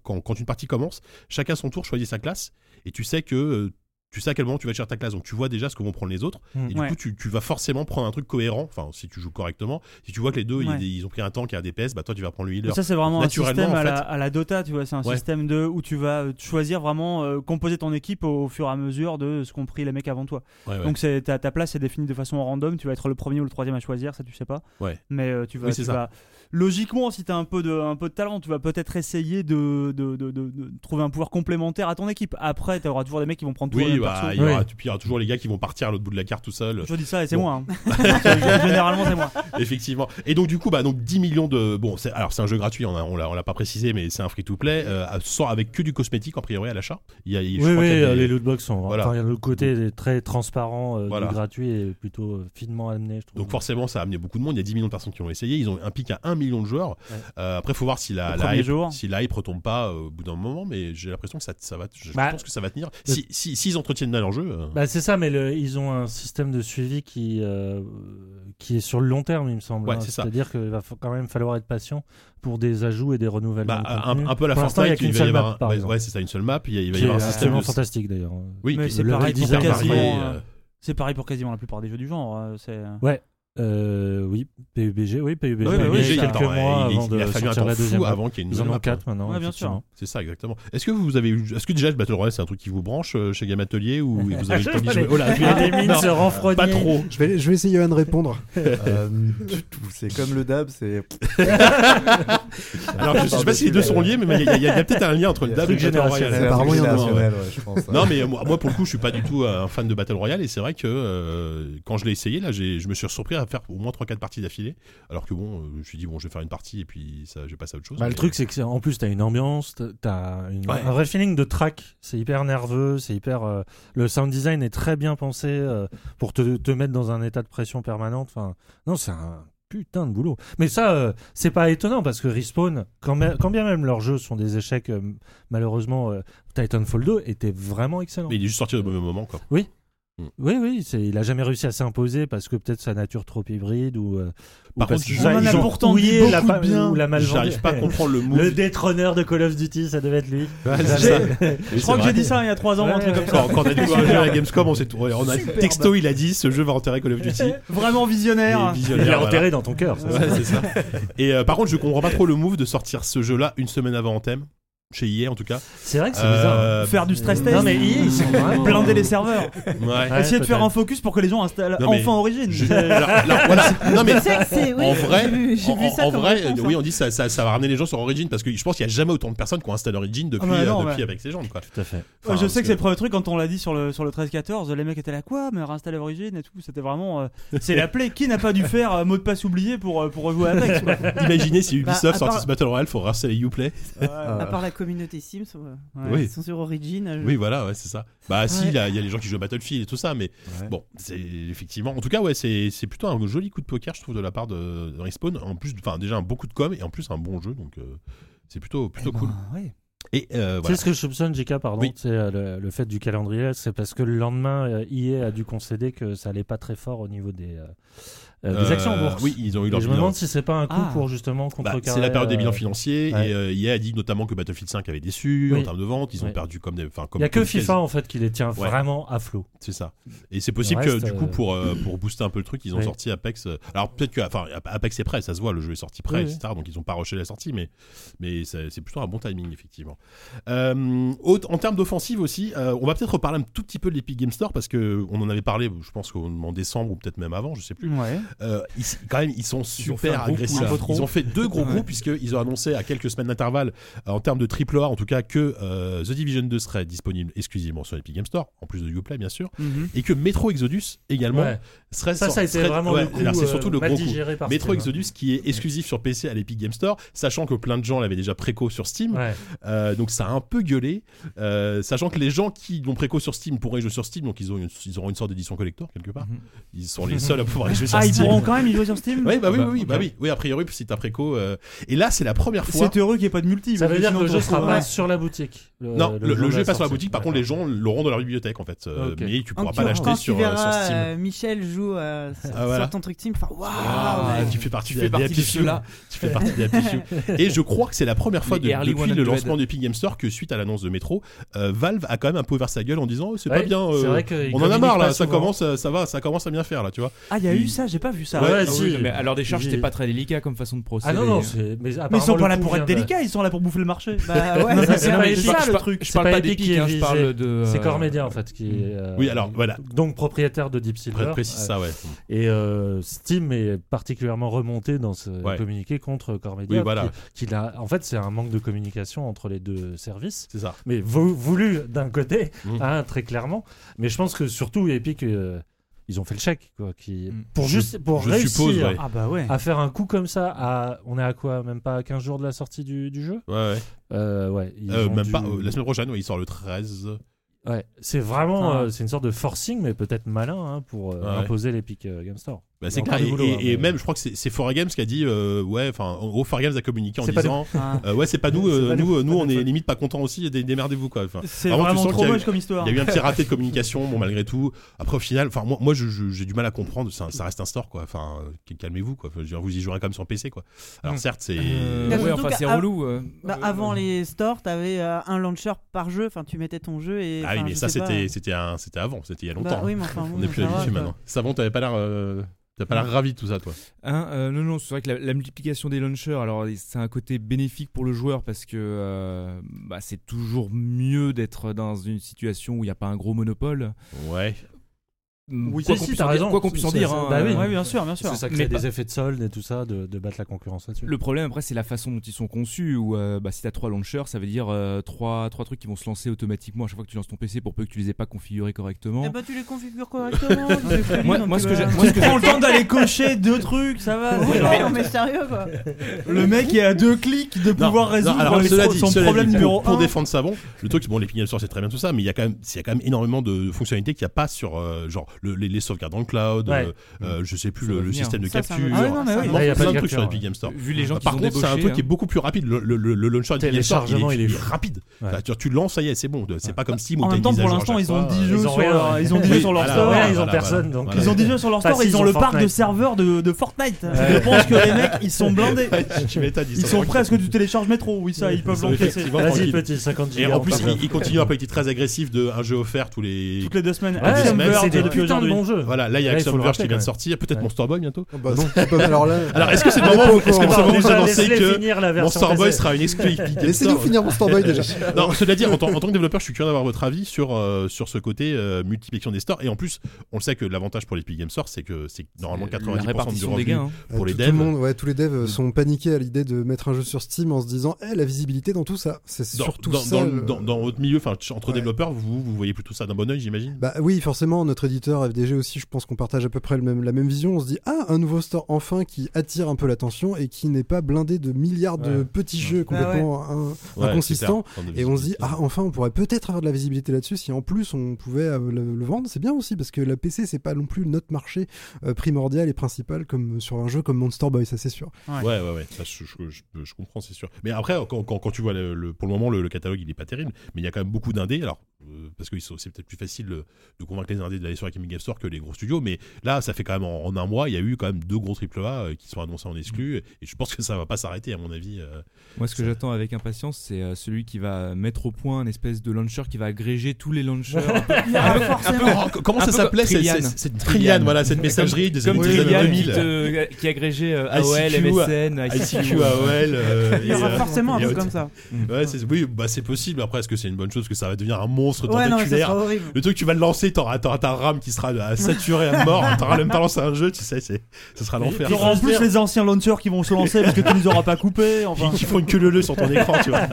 [SPEAKER 2] quand, quand une partie commence, chacun son tour choisit sa classe et tu sais que. euh, tu sais à quel moment tu vas chercher ta classe, donc tu vois déjà ce que vont prendre les autres,
[SPEAKER 5] Mhm.
[SPEAKER 2] et du
[SPEAKER 6] Ouais.
[SPEAKER 2] coup tu, tu vas forcément prendre un truc cohérent, enfin si tu joues correctement, si tu vois que les deux
[SPEAKER 6] Ouais.
[SPEAKER 2] ils, ils ont pris un tank et un DPS, bah toi tu vas prendre le healer.
[SPEAKER 6] Mais Ça, c'est vraiment un
[SPEAKER 2] Naturellement,
[SPEAKER 6] système
[SPEAKER 2] en
[SPEAKER 6] à, la,
[SPEAKER 2] fait.
[SPEAKER 6] à la Dota, tu vois. C'est un
[SPEAKER 2] Ouais.
[SPEAKER 6] système de, où tu vas euh, choisir vraiment, euh, composer ton équipe au, au fur et à mesure de ce qu'ont pris les mecs avant toi.
[SPEAKER 2] Ouais, ouais.
[SPEAKER 6] Donc, c'est- ta, ta place est définie de façon random. Tu vas être le premier ou le troisième à choisir, ça tu sais pas.
[SPEAKER 2] Ouais.
[SPEAKER 6] Mais euh, tu vas.
[SPEAKER 2] Oui, c'est
[SPEAKER 6] tu
[SPEAKER 2] ça.
[SPEAKER 6] vas- Logiquement, si tu as un peu, de, un peu de talent, tu vas peut-être essayer de, de, de- de- de trouver un pouvoir complémentaire à ton équipe. Après, tu auras toujours des mecs qui vont prendre toujours
[SPEAKER 2] oui,
[SPEAKER 6] le même
[SPEAKER 2] bah,
[SPEAKER 6] perso.
[SPEAKER 2] il y aura,
[SPEAKER 5] Ouais.
[SPEAKER 2] puis il y aura toujours les gars qui vont partir à l'autre bout de la carte tout seul.
[SPEAKER 6] Je dis ça et c'est
[SPEAKER 2] Bon.
[SPEAKER 6] moi. hein. Généralement, c'est moi.
[SPEAKER 2] Effectivement. Et donc du coup, bah donc 10 millions de bon, c'est alors c'est un jeu gratuit, on a- on l'a on l'a pas précisé, mais c'est un free to play, euh, sans avec que du cosmétique a priori à l'achat. Il y a, il- je
[SPEAKER 5] Oui,
[SPEAKER 2] crois
[SPEAKER 5] oui,
[SPEAKER 2] qu'il y a
[SPEAKER 5] euh,
[SPEAKER 2] des-
[SPEAKER 5] les loot box sont.
[SPEAKER 2] Voilà.
[SPEAKER 5] Enfin, il y a le côté des très transparent, euh, du
[SPEAKER 2] Voilà.
[SPEAKER 5] gratuit et plutôt euh, finement amené, je trouve.
[SPEAKER 2] Donc forcément, ça a amené beaucoup de monde. Il y a 10 millions de personnes qui ont essayé. Ils ont un pic à 1 million de joueurs.
[SPEAKER 5] Ouais.
[SPEAKER 2] Euh, après, faut voir si la,
[SPEAKER 6] Le
[SPEAKER 2] la
[SPEAKER 6] premier
[SPEAKER 2] hype,
[SPEAKER 6] jour.
[SPEAKER 2] si la hype retombe pas euh, au bout d'un moment, mais j'ai l'impression que ça, ça va. Je
[SPEAKER 5] Bah,
[SPEAKER 2] pense que ça va tenir.
[SPEAKER 5] le-
[SPEAKER 2] Si, si, s'ils entretiennent bien leur jeu. euh,
[SPEAKER 5] Bah, c'est ça, mais le- ils ont un système de suivi qui, euh, qui est sur le long terme, il me semble.
[SPEAKER 2] Ouais,
[SPEAKER 5] hein.
[SPEAKER 2] c'est ça.
[SPEAKER 5] C'est-à-dire qu'il va fa- quand même falloir être patient pour des ajouts et des renouvellements.
[SPEAKER 2] bah,
[SPEAKER 5] de
[SPEAKER 2] un,
[SPEAKER 5] contenu.
[SPEAKER 2] un peu à la
[SPEAKER 5] Pour l'instant, il y a
[SPEAKER 2] Fortnite,
[SPEAKER 5] qu'une
[SPEAKER 2] va y
[SPEAKER 5] seule
[SPEAKER 2] avoir
[SPEAKER 5] map,
[SPEAKER 2] un-
[SPEAKER 5] par
[SPEAKER 2] ouais,
[SPEAKER 5] exemple.
[SPEAKER 2] ouais, c'est ça, une seule map. Il, y a- il va y
[SPEAKER 5] qui est
[SPEAKER 2] avoir un système
[SPEAKER 5] absolument
[SPEAKER 2] de.
[SPEAKER 5] fantastique d'ailleurs.
[SPEAKER 2] Oui,
[SPEAKER 6] Mais
[SPEAKER 2] qui-
[SPEAKER 6] c'est
[SPEAKER 5] le
[SPEAKER 6] pareil pour
[SPEAKER 5] design
[SPEAKER 2] hyper
[SPEAKER 5] varié,
[SPEAKER 6] quasiment,
[SPEAKER 2] varié,
[SPEAKER 6] euh,
[SPEAKER 2] euh,
[SPEAKER 6] c'est pareil pour quasiment la plupart des jeux du genre. euh, C'est.
[SPEAKER 5] Euh, oui, PUBG, oui, PUBG.
[SPEAKER 6] Oui,
[SPEAKER 5] mais
[SPEAKER 6] bah
[SPEAKER 5] il y
[SPEAKER 6] oui,
[SPEAKER 5] a
[SPEAKER 6] j'ai-
[SPEAKER 5] quelques
[SPEAKER 2] attends,
[SPEAKER 5] mois
[SPEAKER 2] il-
[SPEAKER 5] avant
[SPEAKER 2] il
[SPEAKER 5] de
[SPEAKER 2] a fallu un
[SPEAKER 5] sortir la
[SPEAKER 2] temps
[SPEAKER 5] deuxième.
[SPEAKER 2] fou
[SPEAKER 5] map.
[SPEAKER 2] avant qu'il y ait une
[SPEAKER 5] Ils
[SPEAKER 2] nouvelle
[SPEAKER 5] en ont
[SPEAKER 2] map.
[SPEAKER 5] quatre maintenant.
[SPEAKER 6] Ouais, bien sûr.
[SPEAKER 5] effectivement.
[SPEAKER 2] C'est ça, exactement. Est-ce que vous avez eu. Est-ce que déjà le Battle Royale, c'est un truc qui vous branche euh, chez Game Atelier ou vous avez pas envie de jouer Oh là,
[SPEAKER 5] Ah, les mines
[SPEAKER 2] non,
[SPEAKER 5] se renfrognent.
[SPEAKER 2] Pas trop.
[SPEAKER 4] Je vais, je vais essayer Johan, de répondre. Euh, du tout, c'est comme le dab, c'est.
[SPEAKER 2] Alors, je sais pas si les deux sont liés, mais il y a, il y a- il y a peut-être un lien entre le
[SPEAKER 4] Il y a
[SPEAKER 2] DAB et
[SPEAKER 4] un
[SPEAKER 2] le
[SPEAKER 5] truc
[SPEAKER 2] Battle
[SPEAKER 4] C'est
[SPEAKER 2] Royale.
[SPEAKER 5] générationnel.
[SPEAKER 4] apparemment
[SPEAKER 2] Absolument, ouais.
[SPEAKER 4] générationnel, ouais, je pense. ouais.
[SPEAKER 2] Non, mais moi, moi, pour le coup, je suis pas du tout un fan de Battle Royale et c'est vrai que euh, quand je l'ai essayé, là, j'ai- je me suis surpris à, à faire au moins 3-4 parties d'affilée. Alors que bon, euh, je me suis dit, bon, je vais faire une partie et puis ça, je vais passer à autre chose.
[SPEAKER 5] Bah, le
[SPEAKER 2] Mais-
[SPEAKER 5] truc, c'est que c'est- en plus, t'as une ambiance, t'as- t'as une-
[SPEAKER 2] Ouais.
[SPEAKER 5] un vrai feeling de track. C'est hyper nerveux, c'est hyper. euh, le sound design est très bien pensé euh, pour te, te mettre dans un état de pression permanente. Enfin, non, c'est un putain de boulot. Mais ça, euh, c'est pas étonnant parce que Respawn, quand, même- quand bien même leurs jeux sont des échecs, euh, malheureusement, euh, Titanfall 2 était vraiment excellent.
[SPEAKER 2] Mais il est juste sorti au mauvais moment, quoi.
[SPEAKER 5] Oui, oui, c'est- il a jamais réussi à s'imposer parce que peut-être sa nature trop hybride ou. euh, ou
[SPEAKER 2] Par
[SPEAKER 5] parce
[SPEAKER 2] contre,
[SPEAKER 5] qu'ils
[SPEAKER 2] on
[SPEAKER 5] ont-
[SPEAKER 2] en a
[SPEAKER 5] ils ont
[SPEAKER 6] pourtant
[SPEAKER 5] houillé
[SPEAKER 6] dit
[SPEAKER 5] la
[SPEAKER 2] beaucoup
[SPEAKER 5] fa-
[SPEAKER 2] de bien.
[SPEAKER 5] ou la mal
[SPEAKER 2] J'arrive
[SPEAKER 5] vendue.
[SPEAKER 2] pas à comprôneur le move.
[SPEAKER 5] Le détrôneur de Call of Duty, ça devait être lui.
[SPEAKER 2] Ouais, Ah, c'est
[SPEAKER 5] J'ai-
[SPEAKER 2] ça.
[SPEAKER 6] Je crois que j'ai dit ça il y a 3 ans, un truc comme ça.
[SPEAKER 2] Quand, quand on a découvert le jeu à la Gamescom, on s'est tout- on a texto, il a dit ce jeu va enterrer Call of Duty. Et
[SPEAKER 6] Vraiment visionnaire.
[SPEAKER 5] Il
[SPEAKER 2] visionnaire,
[SPEAKER 5] l'a
[SPEAKER 2] voilà.
[SPEAKER 5] enterré dans ton cœur. ça.
[SPEAKER 2] Ouais, c'est ça. Et euh, par contre, je comprends pas trop le move de sortir ce jeu-là une semaine avant Anthem, chez EA en tout cas.
[SPEAKER 5] C'est vrai que c'est
[SPEAKER 6] hein.
[SPEAKER 5] bizarre. hein.
[SPEAKER 2] Euh,
[SPEAKER 6] Faire du stress test.
[SPEAKER 5] Non, mais ils sont vraiment-
[SPEAKER 6] Blinder les serveurs.
[SPEAKER 2] ouais.
[SPEAKER 5] Ouais,
[SPEAKER 6] Essayer de faire
[SPEAKER 5] peut-être.
[SPEAKER 6] un focus pour que les gens installent
[SPEAKER 2] Non, mais
[SPEAKER 6] enfin Origin.
[SPEAKER 2] Je- alors- alors, voilà. Non mais
[SPEAKER 3] Je sais que c'est- oui,
[SPEAKER 2] en
[SPEAKER 3] j'ai
[SPEAKER 2] vrai,
[SPEAKER 3] vu- j'ai
[SPEAKER 2] en,
[SPEAKER 3] vu ça
[SPEAKER 2] en
[SPEAKER 3] comme
[SPEAKER 2] vrai,
[SPEAKER 3] réponse,
[SPEAKER 2] oui,
[SPEAKER 3] hein.
[SPEAKER 2] on dit ça, ça, ça va ramener les gens sur Origin parce que je pense qu'il y a jamais autant de personnes qui ont installé Origin depuis,
[SPEAKER 6] Ah bah non,
[SPEAKER 2] euh, depuis
[SPEAKER 6] ouais.
[SPEAKER 2] avec ces gens quoi.
[SPEAKER 5] Tout à fait.
[SPEAKER 2] Enfin,
[SPEAKER 6] je sais que,
[SPEAKER 2] parce
[SPEAKER 6] c'est le premier truc quand on l'a dit sur le, sur le 13-14, les mecs étaient là quoi, mais réinstaller Origin et tout, c'était vraiment. euh, c'est la plaie. Qui n'a pas dû faire euh, mot de passe oublié pour, euh, pour rejouer Apex quoi.
[SPEAKER 2] Imaginez si
[SPEAKER 3] Bah,
[SPEAKER 2] Ubisoft
[SPEAKER 3] à
[SPEAKER 2] sortit
[SPEAKER 3] part-
[SPEAKER 2] ce Battle Royale, faut installer Uplay.
[SPEAKER 3] À part la communauté Sims, euh,
[SPEAKER 6] Ouais.
[SPEAKER 2] Euh, Oui.
[SPEAKER 3] ils sont sur Origin. euh, je-
[SPEAKER 2] Oui, voilà, ouais, c'est ça. Bah, si,
[SPEAKER 3] Ouais.
[SPEAKER 2] là, il y a les gens qui jouent à Battlefield et tout ça, mais
[SPEAKER 4] Ouais.
[SPEAKER 2] bon, c'est effectivement. En tout cas, ouais, c'est c'est plutôt un joli coup de poker, je trouve, de la part de, de Respawn. En plus, enfin, déjà un bon coup de com et en plus un bon jeu, donc euh, c'est plutôt plutôt cool.
[SPEAKER 7] Ah,
[SPEAKER 6] Ouais.
[SPEAKER 2] Et euh,
[SPEAKER 5] Eh ben. Tu sais
[SPEAKER 2] voilà.
[SPEAKER 5] ce que je soupçonne, JK, pardon,
[SPEAKER 2] Oui.
[SPEAKER 5] c'est euh, le, le fait du calendrier, c'est parce que le lendemain, euh, EA a dû concéder que ça allait pas très fort au niveau des, euh, euh, des
[SPEAKER 2] Euh,
[SPEAKER 5] actions en bourse.
[SPEAKER 2] Oui, ils ont eu
[SPEAKER 5] Et
[SPEAKER 2] leur
[SPEAKER 5] je me
[SPEAKER 2] bilan.
[SPEAKER 5] demande si c'est pas un coup
[SPEAKER 6] Ah.
[SPEAKER 5] pour justement
[SPEAKER 2] Bah,
[SPEAKER 5] contrecarrer.
[SPEAKER 2] c'est la période des
[SPEAKER 5] euh,
[SPEAKER 2] bilans financiers
[SPEAKER 5] ouais.
[SPEAKER 2] et euh, EA a dit notamment que Battlefield 5 avait déçu
[SPEAKER 5] Oui.
[SPEAKER 2] en termes de ventes, ils ont
[SPEAKER 5] Ouais.
[SPEAKER 2] perdu comme des. enfin,
[SPEAKER 5] Il
[SPEAKER 2] comme-
[SPEAKER 5] n'y a que
[SPEAKER 2] comme quasi-
[SPEAKER 5] FIFA en fait qui les tient
[SPEAKER 2] Ouais.
[SPEAKER 5] vraiment à flot.
[SPEAKER 2] C'est ça. Et c'est possible
[SPEAKER 5] Le reste,
[SPEAKER 2] que du coup
[SPEAKER 5] euh,
[SPEAKER 2] pour euh, pour booster un peu le truc, ils ont
[SPEAKER 5] oui.
[SPEAKER 2] sorti Apex. euh, Alors peut-être que enfin Apex est prêt, ça se voit, le jeu est sorti prêt,
[SPEAKER 5] Oui, oui.
[SPEAKER 2] etc. Donc ils ont pas rushé la sortie, mais mais c'est c'est plutôt un bon timing effectivement. Euh, autre- en termes d'offensive aussi, euh, on va peut-être reparler un tout petit peu de l'Epic Game Store parce que on en avait parlé, je pense qu'en décembre ou peut-être même avant, je sais plus.
[SPEAKER 6] Ouais.
[SPEAKER 2] Euh, ils, quand même, ils sont
[SPEAKER 7] ont fait un
[SPEAKER 2] super
[SPEAKER 7] gros coup,
[SPEAKER 2] agressifs.
[SPEAKER 7] un peu trop.
[SPEAKER 2] Ils ont fait deux gros coups puisqu'ils ont annoncé à quelques semaines d'intervalle euh, en termes de triple A en tout cas que euh, The Division 2 serait disponible exclusivement sur l'Epic Game Store, en plus de Uplay bien sûr,
[SPEAKER 6] Mhm.
[SPEAKER 2] et que Metro Exodus également
[SPEAKER 5] Ouais.
[SPEAKER 2] serait
[SPEAKER 5] Ça,
[SPEAKER 2] sort-
[SPEAKER 5] ça a été
[SPEAKER 2] serait-
[SPEAKER 5] vraiment
[SPEAKER 2] ouais,
[SPEAKER 5] le coup.
[SPEAKER 2] alors c'est
[SPEAKER 5] euh,
[SPEAKER 2] surtout le
[SPEAKER 5] mal
[SPEAKER 2] gros coup.
[SPEAKER 5] digéré par
[SPEAKER 2] Metro
[SPEAKER 5] Steam.
[SPEAKER 2] Exodus qui est exclusif sur PC à l'Epic Game Store, sachant que plein de gens l'avaient déjà préco sur Steam,
[SPEAKER 5] Ouais.
[SPEAKER 2] euh, donc ça a un peu gueulé, euh, sachant que les gens qui l'ont préco sur Steam pourraient jouer sur Steam, donc ils, ont une- ils auront une sorte d'édition collector quelque part.
[SPEAKER 7] Mhm.
[SPEAKER 2] Ils sont les seuls à pouvoir y jouer sur
[SPEAKER 6] Ah, ils
[SPEAKER 2] Steam.
[SPEAKER 6] pourront quand même y jouer sur Steam
[SPEAKER 2] Oui, bah oui,
[SPEAKER 7] Ah bah,
[SPEAKER 2] oui, oui,
[SPEAKER 7] ok.
[SPEAKER 2] bah oui, oui, a priori, si t'as préco. euh, Et là, c'est la première fois.
[SPEAKER 6] C'est heureux qu'il n'y ait pas de multi.
[SPEAKER 5] Ça
[SPEAKER 6] parce
[SPEAKER 5] veut dire que
[SPEAKER 6] sinon,
[SPEAKER 5] le jeu
[SPEAKER 6] t'en
[SPEAKER 5] sera
[SPEAKER 6] retrouves-
[SPEAKER 5] pas sur la boutique. euh,
[SPEAKER 2] Non, le, le
[SPEAKER 5] jour
[SPEAKER 2] jeu
[SPEAKER 5] de
[SPEAKER 2] est pas sur la
[SPEAKER 5] sortie.
[SPEAKER 2] boutique, par contre, les gens l'auront dans leur bibliothèque, en fait. euh,
[SPEAKER 5] Ok.
[SPEAKER 2] Mais tu
[SPEAKER 3] Quand
[SPEAKER 2] pourras
[SPEAKER 3] tu-
[SPEAKER 2] pas l'acheter
[SPEAKER 3] quand
[SPEAKER 2] sur,
[SPEAKER 3] tu
[SPEAKER 2] euh,
[SPEAKER 3] verras,
[SPEAKER 2] sur Steam.
[SPEAKER 3] euh, Michel joue euh, sur-
[SPEAKER 2] Ah, voilà.
[SPEAKER 3] sur ton truc team, enfin, waouh
[SPEAKER 2] Ah, tu fais partie,
[SPEAKER 7] Tu
[SPEAKER 2] des
[SPEAKER 7] fais partie
[SPEAKER 2] Happy
[SPEAKER 7] de
[SPEAKER 2] Few.
[SPEAKER 7] ceux-là.
[SPEAKER 2] Tu fais partie des Happy Few. Et je crois que c'est la première fois
[SPEAKER 7] Les
[SPEAKER 2] de-
[SPEAKER 7] Early
[SPEAKER 2] depuis le
[SPEAKER 7] 100.
[SPEAKER 2] lancement du Epic Game Store que suite à l'annonce de Metro, euh, Valve a quand même un peu ouvert sa gueule en disant oh, c'est pas
[SPEAKER 5] Ouais,
[SPEAKER 2] bien. euh,
[SPEAKER 5] c'est vrai que ils
[SPEAKER 2] on en a
[SPEAKER 5] communiquent
[SPEAKER 2] marre
[SPEAKER 5] pas
[SPEAKER 2] là, ça
[SPEAKER 5] souvent.
[SPEAKER 2] commence, à- ça va, ça commence à bien faire là, tu vois.
[SPEAKER 6] Ah, il y a eu ça, j'ai pas vu ça.
[SPEAKER 2] Ouais,
[SPEAKER 5] Ouais,
[SPEAKER 7] Ah
[SPEAKER 5] si.
[SPEAKER 7] oui, mais alors des charges,
[SPEAKER 5] J'ai-
[SPEAKER 7] c'était pas très délicat comme façon de procéder. hein.
[SPEAKER 5] Ah non, non, c'est. Mais,
[SPEAKER 6] Mais ils sont
[SPEAKER 5] apparemment,
[SPEAKER 6] pas
[SPEAKER 5] le
[SPEAKER 6] là
[SPEAKER 5] coup
[SPEAKER 6] pour être
[SPEAKER 5] vient de-
[SPEAKER 6] délicats, ils sont là pour bouffer le marché.
[SPEAKER 3] Bah ouais,
[SPEAKER 5] Non,
[SPEAKER 3] mais
[SPEAKER 5] mais
[SPEAKER 3] c'est
[SPEAKER 5] c'est pas
[SPEAKER 3] vrai.
[SPEAKER 5] Epic.
[SPEAKER 7] Je parle-
[SPEAKER 5] ça,
[SPEAKER 7] je
[SPEAKER 5] le
[SPEAKER 7] parle-
[SPEAKER 5] truc.
[SPEAKER 7] Je
[SPEAKER 5] C'est
[SPEAKER 7] parle
[SPEAKER 5] pas
[SPEAKER 7] pas
[SPEAKER 5] Epic
[SPEAKER 7] d'Epic,
[SPEAKER 5] qui est
[SPEAKER 7] hein, je
[SPEAKER 5] visé.
[SPEAKER 7] parle de.
[SPEAKER 5] C'est Core
[SPEAKER 7] Cormédia
[SPEAKER 5] Media en fait qui est. euh,
[SPEAKER 2] Oui, alors voilà,
[SPEAKER 5] Donc propriétaire de Deep Silver.
[SPEAKER 2] Pré- précise
[SPEAKER 5] Euh,
[SPEAKER 2] ça, ouais.
[SPEAKER 5] Et euh, Steam est particulièrement remonté dans ce
[SPEAKER 2] Ouais.
[SPEAKER 5] communiqué contre Core Media.
[SPEAKER 2] Oui, voilà.
[SPEAKER 5] qui- qui l'a- en fait, c'est un manque de communication entre les deux services.
[SPEAKER 2] C'est ça.
[SPEAKER 5] Mais vou- voulu d'un côté,
[SPEAKER 2] Mm.
[SPEAKER 5] hein, très clairement. Mais je pense que surtout Epic, euh, ils ont fait le chèque. Quoi, qui...
[SPEAKER 7] Mm.
[SPEAKER 5] Pour,
[SPEAKER 2] Je-
[SPEAKER 5] juste, pour
[SPEAKER 2] je
[SPEAKER 5] réussir
[SPEAKER 2] suppose, ouais.
[SPEAKER 6] Ah, bah ouais.
[SPEAKER 5] à faire un coup comme ça, à, on est à quoi Même pas à 15 jours de la sortie du, du jeu
[SPEAKER 2] Ouais, ouais.
[SPEAKER 5] Euh, ouais, ils
[SPEAKER 2] Euh,
[SPEAKER 5] ont
[SPEAKER 2] même
[SPEAKER 5] dû-
[SPEAKER 2] pas, euh, la semaine prochaine, ouais, il sort le 13.
[SPEAKER 5] Ouais, c'est vraiment
[SPEAKER 6] Ah.
[SPEAKER 5] euh, c'est une sorte de forcing, mais peut-être malin hein, pour euh,
[SPEAKER 2] Ouais, ouais.
[SPEAKER 5] imposer l'Epic euh, Game Store.
[SPEAKER 2] Bah,
[SPEAKER 5] Il y
[SPEAKER 2] c'est
[SPEAKER 5] a
[SPEAKER 2] clair.
[SPEAKER 5] encore
[SPEAKER 2] Et,
[SPEAKER 5] du boulot,
[SPEAKER 2] et-
[SPEAKER 5] hein,
[SPEAKER 2] et
[SPEAKER 5] mais-
[SPEAKER 2] même, je crois que c'est c'est Fora Games qui a dit, euh, ouais, enfin, en gros, Fora Games a communiqué en
[SPEAKER 5] C'est pas
[SPEAKER 2] disant,
[SPEAKER 6] Ah.
[SPEAKER 2] euh, ouais, c'est pas nous,
[SPEAKER 6] C'est
[SPEAKER 2] euh,
[SPEAKER 6] pas
[SPEAKER 2] nous,
[SPEAKER 6] nous,
[SPEAKER 2] euh, nous,
[SPEAKER 6] c'est
[SPEAKER 2] on
[SPEAKER 6] pas
[SPEAKER 2] est
[SPEAKER 6] nous.
[SPEAKER 2] limite pas contents aussi, dé- démerdez-vous, quoi. Enfin,
[SPEAKER 6] C'est
[SPEAKER 2] Vraiment, tu
[SPEAKER 6] vraiment
[SPEAKER 2] sens
[SPEAKER 6] trop
[SPEAKER 2] qu'il y a eu-
[SPEAKER 6] moche comme histoire.
[SPEAKER 2] Il y a eu un petit raté de communication, bon malgré tout. Après au final, enfin moi, moi je- je- j'ai du mal à comprendre. Ça, ça reste un store quoi. Enfin euh, calmez-vous quoi. Enfin, je veux dire, vous y jouerez comme sur PC quoi. Alors
[SPEAKER 5] Mm.
[SPEAKER 2] certes c'est Ah
[SPEAKER 3] Bah,
[SPEAKER 7] Ouais,
[SPEAKER 3] surtout
[SPEAKER 7] enfin, c'est
[SPEAKER 3] qu'à-
[SPEAKER 7] relou. euh,
[SPEAKER 3] Bah,
[SPEAKER 7] euh,
[SPEAKER 3] avant les stores, t'avais euh, un launcher par jeu, enfin tu mettais ton jeu et.
[SPEAKER 2] ah oui
[SPEAKER 3] enfin,
[SPEAKER 2] mais
[SPEAKER 3] je
[SPEAKER 2] ça
[SPEAKER 3] sais pas.
[SPEAKER 2] c'était c'était un- c'était avant, c'était il y a
[SPEAKER 3] Bah
[SPEAKER 2] longtemps.
[SPEAKER 3] oui, mais enfin,
[SPEAKER 2] On
[SPEAKER 3] oui,
[SPEAKER 2] n'est plus
[SPEAKER 3] ça va,
[SPEAKER 2] habitué
[SPEAKER 3] quoi.
[SPEAKER 2] maintenant. Savon t'avais pas l'air euh, t'as pas l'air ravi de tout ça toi.
[SPEAKER 7] Hein, euh, non, non, c'est vrai que la, la multiplication des launchers, alors c'est un côté bénéfique pour le joueur parce que euh, bah, c'est toujours mieux d'être dans une situation où il n'y a pas un gros monopole.
[SPEAKER 2] Ouais.
[SPEAKER 5] Oui,
[SPEAKER 7] Hum, quoi
[SPEAKER 5] si,
[SPEAKER 7] qu'on
[SPEAKER 5] si,
[SPEAKER 7] puisse
[SPEAKER 5] t'as
[SPEAKER 7] en dire-
[SPEAKER 5] raison.
[SPEAKER 7] quoi qu'on puisse en
[SPEAKER 5] C'est-
[SPEAKER 7] dire,
[SPEAKER 5] c'est-
[SPEAKER 7] hein,
[SPEAKER 5] bah oui.
[SPEAKER 7] euh,
[SPEAKER 6] Ouais, bien sûr, bien sûr.
[SPEAKER 5] C'est ça
[SPEAKER 7] Mais
[SPEAKER 5] crée
[SPEAKER 7] pas-
[SPEAKER 5] des effets de solde et tout ça, de, de battre la concurrence là-dessus.
[SPEAKER 7] Le problème après c'est la façon dont ils sont conçus où euh, bah, si t'as trois launchers ça veut dire euh, trois, trois trucs qui vont se lancer automatiquement à chaque fois que tu lances ton PC pour peu que tu les aies pas configurés correctement.
[SPEAKER 3] Eh ben, tu les configures correctement. tu les
[SPEAKER 2] ben,
[SPEAKER 3] préviens
[SPEAKER 7] Moi-
[SPEAKER 3] quand
[SPEAKER 7] moi,
[SPEAKER 3] tu
[SPEAKER 7] ce que
[SPEAKER 3] vas-
[SPEAKER 7] j'ai-
[SPEAKER 6] Moi, je prends le temps d'aller cocher deux trucs, ça va.
[SPEAKER 3] Oui,
[SPEAKER 6] c'est genre-
[SPEAKER 3] non, mais sérieux quoi.
[SPEAKER 6] Le mec est à deux clics de
[SPEAKER 2] Non,
[SPEAKER 6] pouvoir
[SPEAKER 2] non,
[SPEAKER 6] résoudre
[SPEAKER 2] alors,
[SPEAKER 6] les-
[SPEAKER 2] cela dit,
[SPEAKER 6] son
[SPEAKER 2] cela
[SPEAKER 6] problème
[SPEAKER 2] dit, pour,
[SPEAKER 6] numéro
[SPEAKER 2] pour
[SPEAKER 6] 1.
[SPEAKER 2] défendre Savon, le truc, bon, les ping sort c'est très bien tout ça, mais il y a quand même, c'est- il y a quand même énormément de fonctionnalités qu'il n'y a pas sur, euh, genre, le- les, les sauvegardes dans le cloud,
[SPEAKER 5] Ouais.
[SPEAKER 2] euh, euh, je sais plus,
[SPEAKER 7] Ça
[SPEAKER 2] le,
[SPEAKER 7] va
[SPEAKER 2] le
[SPEAKER 7] venir.
[SPEAKER 2] système de
[SPEAKER 3] Ça, c'est un
[SPEAKER 2] capture.
[SPEAKER 3] autre-
[SPEAKER 6] Ah ouais, non,
[SPEAKER 3] ça,
[SPEAKER 6] mais oui.
[SPEAKER 2] Il
[SPEAKER 3] c'est un
[SPEAKER 5] Là, y a
[SPEAKER 2] manque
[SPEAKER 5] pas
[SPEAKER 2] plein
[SPEAKER 5] de
[SPEAKER 2] de trucs sur
[SPEAKER 5] capture,
[SPEAKER 2] le Big Game Store.
[SPEAKER 7] Vu les gens qui
[SPEAKER 2] Bah, Par
[SPEAKER 7] ont
[SPEAKER 2] contre, c'est un
[SPEAKER 7] débauché,
[SPEAKER 2] truc qui est
[SPEAKER 7] hein.
[SPEAKER 2] beaucoup plus rapide. Le, le- le- le launcher du Game Store,
[SPEAKER 5] Téléchargement,
[SPEAKER 2] il est,
[SPEAKER 5] il est
[SPEAKER 2] il est rapide.
[SPEAKER 5] Ouais.
[SPEAKER 2] Enfin, tu, tu le lances, ça y est, c'est bon. C'est pas comme Steam où
[SPEAKER 6] En
[SPEAKER 2] t'as
[SPEAKER 6] même
[SPEAKER 2] une
[SPEAKER 6] temps,
[SPEAKER 2] mise à
[SPEAKER 6] pour
[SPEAKER 2] jour à
[SPEAKER 6] l'instant,
[SPEAKER 2] chaque
[SPEAKER 6] ils ont
[SPEAKER 2] fois.
[SPEAKER 6] 10 jeux
[SPEAKER 5] ils ont
[SPEAKER 6] sur
[SPEAKER 5] rien,
[SPEAKER 6] leur-
[SPEAKER 5] ouais.
[SPEAKER 6] ils ont 10
[SPEAKER 2] Oui,
[SPEAKER 6] jeux sur leur
[SPEAKER 2] voilà,
[SPEAKER 6] store.
[SPEAKER 5] Ouais, ils ont
[SPEAKER 2] voilà,
[SPEAKER 5] personne
[SPEAKER 2] voilà.
[SPEAKER 5] donc.
[SPEAKER 2] Voilà.
[SPEAKER 6] Ils ont 10 jeux sur leur store,
[SPEAKER 5] Enfin,
[SPEAKER 6] ils
[SPEAKER 5] s'ils
[SPEAKER 6] ont
[SPEAKER 5] ont
[SPEAKER 6] le parc de
[SPEAKER 5] Fortnite.
[SPEAKER 6] serveurs de, de Fortnite.
[SPEAKER 5] Ouais.
[SPEAKER 6] Je pense que les mecs, ils sont blindés.
[SPEAKER 2] Tu m'étonnes,
[SPEAKER 6] Ils sont prêts à
[SPEAKER 2] tranquilles.
[SPEAKER 6] ce que tu télécharges métro. Oui, ça, ils peuvent
[SPEAKER 2] sont
[SPEAKER 6] l'encaisser.
[SPEAKER 2] effectivement
[SPEAKER 5] Vas-y,
[SPEAKER 2] tranquilles.
[SPEAKER 5] petit, 50
[SPEAKER 2] Et
[SPEAKER 5] gigas.
[SPEAKER 2] en plus,
[SPEAKER 5] on passe.
[SPEAKER 2] ils, ils continuent un politique très agressive de un jeu offert tous les.
[SPEAKER 6] Toutes les deux semaines.
[SPEAKER 5] Ouais,
[SPEAKER 2] Ils sont
[SPEAKER 5] mais
[SPEAKER 2] meilleurs
[SPEAKER 5] c'est des
[SPEAKER 2] que
[SPEAKER 5] putains de bons jeux.
[SPEAKER 2] Voilà, là, il y a
[SPEAKER 5] Là, il faut
[SPEAKER 2] Action
[SPEAKER 5] le
[SPEAKER 2] Verge qui
[SPEAKER 5] rappeler,
[SPEAKER 2] vient de
[SPEAKER 5] quand
[SPEAKER 2] sortir, peut-être
[SPEAKER 5] Ouais.
[SPEAKER 2] Monster Boy bientôt.
[SPEAKER 4] Oh, Bah non, c'est pas alors là.
[SPEAKER 2] Ah Alors, est-ce que c'est le
[SPEAKER 4] On est
[SPEAKER 2] moment
[SPEAKER 4] pas
[SPEAKER 2] où
[SPEAKER 4] au
[SPEAKER 2] est-ce que c'est le
[SPEAKER 4] courant.
[SPEAKER 2] moment où vous
[SPEAKER 5] Déjà,
[SPEAKER 2] annoncez
[SPEAKER 5] laisse-les
[SPEAKER 2] que
[SPEAKER 5] finir la version
[SPEAKER 2] Monster Boy
[SPEAKER 5] PC.
[SPEAKER 2] sera une exclusivité Game
[SPEAKER 4] euh, Laissez-nous
[SPEAKER 2] Store
[SPEAKER 4] finir Monster Boy déjà.
[SPEAKER 2] Non, cela dit, en tant, en tant que développeur, je suis curieux d'avoir votre avis sur, euh, sur ce côté euh, multiplication des stores. Et en plus, on le sait que l'avantage pour les Epic Game Store, c'est que c'est normalement
[SPEAKER 7] La
[SPEAKER 2] 90% du
[SPEAKER 7] répartition
[SPEAKER 2] revenu
[SPEAKER 7] des gains. hein.
[SPEAKER 2] pour
[SPEAKER 4] Euh,
[SPEAKER 2] les
[SPEAKER 4] tout,
[SPEAKER 2] devs.
[SPEAKER 4] tout le monde, ouais, tous les devs euh, sont paniqués à l'idée de mettre un jeu sur Steam en se disant eh, la visibilité dans tout ça. C'est
[SPEAKER 2] Dans,
[SPEAKER 4] surtout
[SPEAKER 2] dans,
[SPEAKER 4] ça. euh.
[SPEAKER 2] dans-
[SPEAKER 4] le-
[SPEAKER 2] dans- dans votre milieu, enfin, entre
[SPEAKER 4] Ouais.
[SPEAKER 2] développeurs, vous, vous voyez plutôt ça d'un bon oeil, j'imagine
[SPEAKER 4] Bah oui, forcément, notre éditeur FDG aussi, je pense qu'on partage à peu près le même, la même vision. On se dit ah, un nouveau store enfin qui attire un peu l'attention et qui n'est pas blindé de milliards de
[SPEAKER 5] Ouais.
[SPEAKER 4] petits jeux
[SPEAKER 3] Ah ouais.
[SPEAKER 4] complètement in-
[SPEAKER 2] Ouais,
[SPEAKER 4] inconsistants.
[SPEAKER 2] c'est clair.
[SPEAKER 4] Et on se dit, ah, enfin, on pourrait peut-être avoir de la visibilité là-dessus. Si en plus on pouvait euh, le, le vendre, c'est bien aussi, parce que la PC, c'est pas non plus notre marché euh, primordial et principal comme euh, sur un jeu comme Monster Boy, ça c'est sûr.
[SPEAKER 2] Ouais, ouais, ouais. Ça, je, je- je- je comprends, c'est sûr. Mais après, quand, quand, quand tu vois, le, le- pour le moment, le, le catalogue, il est pas terrible. Mais il y a quand même beaucoup d'indés. Alors, euh, parce que ils sont- c'est peut-être plus facile euh, de convaincre les indés d'aller sur la Gaming Game Store que les gros studios. Mais là, ça fait quand même en, en un mois, il y a eu quand même deux gros AAA euh, qui sont annoncés en exclu. Et je pense que ça va pas s'arrêter, à mon avis. euh.
[SPEAKER 7] Moi, ce que
[SPEAKER 2] Ça-
[SPEAKER 7] j'attends avec impatience, c'est euh, celui qui va mettre au point une espèce de launcher qui va agréger tous les launchers. un peu- un peu-
[SPEAKER 2] Oh, co- comment
[SPEAKER 7] un
[SPEAKER 2] ça
[SPEAKER 7] peu comme
[SPEAKER 2] s'appellait cette,
[SPEAKER 7] Trillian.
[SPEAKER 2] cette- cette Trillian, voilà, cette messagerie des
[SPEAKER 7] Comme
[SPEAKER 2] années des
[SPEAKER 7] Trillian
[SPEAKER 2] années
[SPEAKER 7] qui,
[SPEAKER 2] 2000.
[SPEAKER 7] te- qui agrégeait euh,
[SPEAKER 2] ICQ,
[SPEAKER 7] AOL, MSN,
[SPEAKER 2] ICQ, AOL. euh,
[SPEAKER 3] Il y aura
[SPEAKER 2] et, euh,
[SPEAKER 3] forcément un
[SPEAKER 2] et
[SPEAKER 3] truc
[SPEAKER 2] autres.
[SPEAKER 3] comme ça.
[SPEAKER 2] Ouais, c'est- oui, bah c'est possible. Après, est-ce que c'est une bonne chose que ça va devenir un monstre
[SPEAKER 3] Ouais, non, mais ça
[SPEAKER 2] tentaculaire
[SPEAKER 3] sera horrible.
[SPEAKER 2] Le truc, tu vas le lancer, t'auras, t'auras ta RAM qui sera euh, saturée à mort, t'auras même pas lancé un jeu, tu sais, c'est, ce sera l'enfer.
[SPEAKER 6] Puis en plus, les anciens launchers qui vont se lancer parce que tu les auras pas coupés. Enfin,
[SPEAKER 2] Qui, qui font une queue leu sur ton écran, tu vois.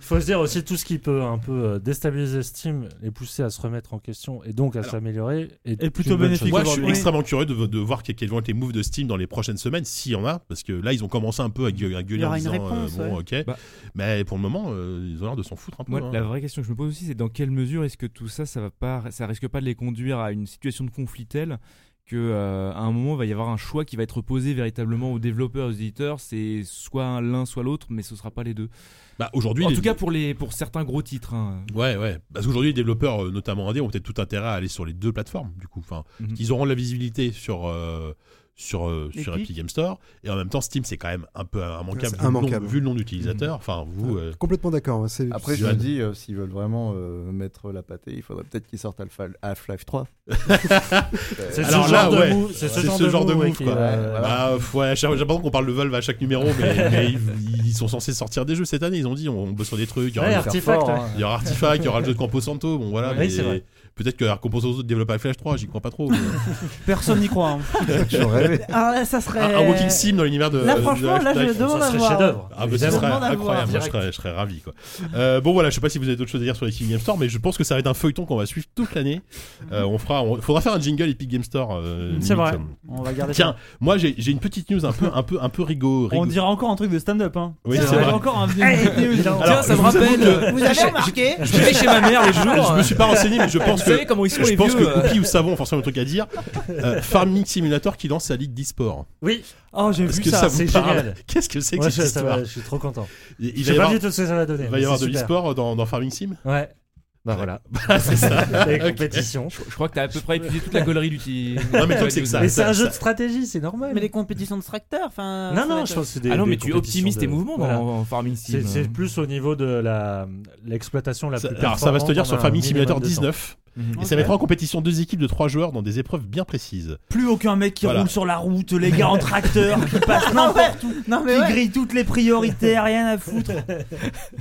[SPEAKER 5] Faut se dire aussi tout ce qui peut un peu euh, déstabiliser Steam, les pousser à se remettre en question et donc à s'améliorer. est
[SPEAKER 6] Et plutôt
[SPEAKER 5] une bonne
[SPEAKER 6] bénéfique.
[SPEAKER 5] chose.
[SPEAKER 2] Moi, je suis
[SPEAKER 6] Oui.
[SPEAKER 2] extrêmement curieux de, de voir que- quels vont être les moves de Steam dans les prochaines semaines, s'il y en a, parce que là, ils ont commencé un peu à, gue- à
[SPEAKER 3] Il
[SPEAKER 2] gueuler
[SPEAKER 3] y
[SPEAKER 2] en
[SPEAKER 3] aura une
[SPEAKER 2] disant, euh,
[SPEAKER 3] réponse,
[SPEAKER 2] bon, ok.
[SPEAKER 7] Bah.
[SPEAKER 2] Mais pour le moment, euh, ils ont l'air de s'en foutre un peu.
[SPEAKER 7] Moi,
[SPEAKER 2] hein.
[SPEAKER 7] la vraie question que je me pose aussi, c'est dans quelle mesure est-ce que tout ça, ça va pas, ça risque pas de les conduire à une situation de conflit telle que euh, à un moment, il va y avoir un choix qui va être posé véritablement aux développeurs, aux éditeurs. C'est soit l'un, soit l'autre, mais ce sera pas les deux.
[SPEAKER 2] Bah, aujourd'hui,
[SPEAKER 7] en
[SPEAKER 2] les-
[SPEAKER 7] tout cas, pour les, pour certains gros titres. hein.
[SPEAKER 2] Ouais, ouais. Parce qu'aujourd'hui, les développeurs, euh, notamment indés, ont peut-être tout intérêt à aller sur les deux plateformes, du coup. Enfin,
[SPEAKER 7] Mhm.
[SPEAKER 2] qu'ils auront de la visibilité sur. euh, sur, euh, sur
[SPEAKER 3] Epic.
[SPEAKER 2] Epic Game Store et en même temps Steam c'est quand même un peu immanquable, vu,
[SPEAKER 4] C'est
[SPEAKER 2] le nombre-
[SPEAKER 4] immanquable.
[SPEAKER 2] vu le nombre d'utilisateurs enfin vous euh,
[SPEAKER 4] Complètement d'accord. ouais, c'est-
[SPEAKER 8] Après, je me
[SPEAKER 2] Johan.
[SPEAKER 8] dis, euh, s'ils veulent vraiment euh, mettre la pâtée, il faudrait peut-être qu'ils sortent Alpha- Half-Life 3.
[SPEAKER 5] C'est
[SPEAKER 2] Alors
[SPEAKER 5] ce
[SPEAKER 2] là,
[SPEAKER 5] genre de
[SPEAKER 2] ouais.
[SPEAKER 5] move- c'est ce
[SPEAKER 2] C'est
[SPEAKER 5] genre
[SPEAKER 2] ce
[SPEAKER 5] de
[SPEAKER 2] genre de
[SPEAKER 5] move, ouais,
[SPEAKER 2] move,
[SPEAKER 5] qui,
[SPEAKER 2] quoi.
[SPEAKER 5] euh,
[SPEAKER 2] Bah, pff, ouais, à chaque- j'ai l'impression qu'on parle de Valve à chaque numéro, mais, mais ils, ils sont censés sortir des jeux cette année. Ils ont dit, on, bosse sur des trucs. Il y aura,
[SPEAKER 5] Ouais,
[SPEAKER 2] le-
[SPEAKER 5] Artifact,
[SPEAKER 8] fort,
[SPEAKER 5] ouais.
[SPEAKER 8] hein.
[SPEAKER 2] il y aura Artifact, il y aura le jeu de Campo Santo. Bon, voilà.
[SPEAKER 5] Ouais,
[SPEAKER 2] mais
[SPEAKER 5] c'est vrai.
[SPEAKER 2] Peut-être que Campo Santo développe Flash 3, j'y crois pas trop. mais-
[SPEAKER 6] personne n'y croit. hein.
[SPEAKER 8] J'en rêvais.
[SPEAKER 3] Alors là, Ah, ça serait.
[SPEAKER 2] Ah, un, un Walking Sim euh, dans l'univers de.
[SPEAKER 3] Là,
[SPEAKER 2] de
[SPEAKER 3] franchement, là,
[SPEAKER 2] Half-Life.
[SPEAKER 3] je demande
[SPEAKER 5] ça
[SPEAKER 3] à
[SPEAKER 5] serait
[SPEAKER 3] voir.
[SPEAKER 5] chef-d'œuvre.
[SPEAKER 2] Ah, bah, ce
[SPEAKER 3] Je
[SPEAKER 2] serait
[SPEAKER 3] demande à voir.
[SPEAKER 2] incroyable, Moi, je serais, je serais ravi quoi. Euh, bon voilà, je sais pas si vous avez d'autres choses à dire sur l'Epic Game Store, mais je pense que ça va être un feuilleton qu'on va suivre toute l'année. Euh, on fera, on- faudra faire un jingle Epic Game Store. euh,
[SPEAKER 6] C'est
[SPEAKER 2] limite.
[SPEAKER 6] vrai. On va garder
[SPEAKER 2] Tiens,
[SPEAKER 6] ça.
[SPEAKER 2] moi j'ai j'ai une petite news un peu, un peu, un peu rigo,
[SPEAKER 6] On
[SPEAKER 2] rigo-
[SPEAKER 6] dira encore un truc de stand-up. Hein.
[SPEAKER 2] Oui,
[SPEAKER 6] Ça
[SPEAKER 2] c'est
[SPEAKER 6] va
[SPEAKER 2] vrai.
[SPEAKER 6] encore un vidéo.
[SPEAKER 2] Alors,
[SPEAKER 7] ça me
[SPEAKER 2] je vous avoue
[SPEAKER 7] rappelle,
[SPEAKER 2] que-
[SPEAKER 7] euh,
[SPEAKER 3] Vous avez remarqué
[SPEAKER 7] Je vais chez ma mère les jours. euh,
[SPEAKER 2] Je me suis pas renseigné, mais je pense
[SPEAKER 7] Ah, Vous
[SPEAKER 2] que.
[SPEAKER 7] savez comment ils sont
[SPEAKER 2] Je
[SPEAKER 7] les
[SPEAKER 2] pense
[SPEAKER 7] vieux,
[SPEAKER 2] que
[SPEAKER 7] euh.
[SPEAKER 2] Cookie ou Savon ont forcément un truc à dire. Euh, Farming Simulator qui lance sa ligue d'e-sport.
[SPEAKER 5] Oui,
[SPEAKER 6] Oh, j'ai
[SPEAKER 2] Est-ce
[SPEAKER 6] vu
[SPEAKER 2] que
[SPEAKER 6] ça.
[SPEAKER 2] ça, vous
[SPEAKER 5] c'est
[SPEAKER 2] parle
[SPEAKER 5] génial.
[SPEAKER 2] Qu'est-ce que c'est que
[SPEAKER 5] Moi, je,
[SPEAKER 2] cette
[SPEAKER 5] ça
[SPEAKER 2] histoire
[SPEAKER 5] va, je suis trop content.
[SPEAKER 2] Il, il
[SPEAKER 5] Je
[SPEAKER 2] va y
[SPEAKER 5] sais pas
[SPEAKER 2] avoir,
[SPEAKER 5] du tout ce que ça va donner.
[SPEAKER 2] il va
[SPEAKER 5] mais
[SPEAKER 2] y avoir
[SPEAKER 5] c'est
[SPEAKER 2] de
[SPEAKER 5] super.
[SPEAKER 2] l'e-sport dans, dans Farming Sim
[SPEAKER 5] Ouais. Bah voilà.
[SPEAKER 2] C'est ça.
[SPEAKER 5] Les
[SPEAKER 2] Ok.
[SPEAKER 5] compétitions.
[SPEAKER 7] Je, je crois que t'as à peu près épuisé toute la gaulerie du petit.
[SPEAKER 2] Non, mais le truc, c'est que ça-
[SPEAKER 5] Mais c'est un jeu de stratégie, c'est normal.
[SPEAKER 3] Mais les compétitions de tracteurs, enfin. ça
[SPEAKER 5] Non,
[SPEAKER 3] va
[SPEAKER 5] non,
[SPEAKER 3] être-
[SPEAKER 5] je pense que c'est des.
[SPEAKER 7] Ah non,
[SPEAKER 5] des
[SPEAKER 7] mais tu
[SPEAKER 5] compétitions
[SPEAKER 7] optimises tes
[SPEAKER 5] de-
[SPEAKER 7] mouvements
[SPEAKER 5] Voilà.
[SPEAKER 7] dans en Farming Sim.
[SPEAKER 5] C'est c'est plus au niveau de la l'exploitation la
[SPEAKER 2] Ça-
[SPEAKER 5] plus
[SPEAKER 2] Alors hein. ça va se tenir
[SPEAKER 5] performante
[SPEAKER 2] sur
[SPEAKER 5] en un
[SPEAKER 2] Farming
[SPEAKER 5] minimum
[SPEAKER 2] Simulator
[SPEAKER 5] de temps.
[SPEAKER 2] 19.
[SPEAKER 7] Mhm.
[SPEAKER 2] Et ça mettra en compétition deux équipes de trois joueurs dans des épreuves bien précises.
[SPEAKER 6] Plus aucun mec qui
[SPEAKER 2] Voilà.
[SPEAKER 6] roule sur la route, les gars en tracteur, qui passent n'importe où,
[SPEAKER 3] Non, mais
[SPEAKER 6] qui
[SPEAKER 3] Ah ouais.
[SPEAKER 6] grillent toutes les priorités, rien à foutre.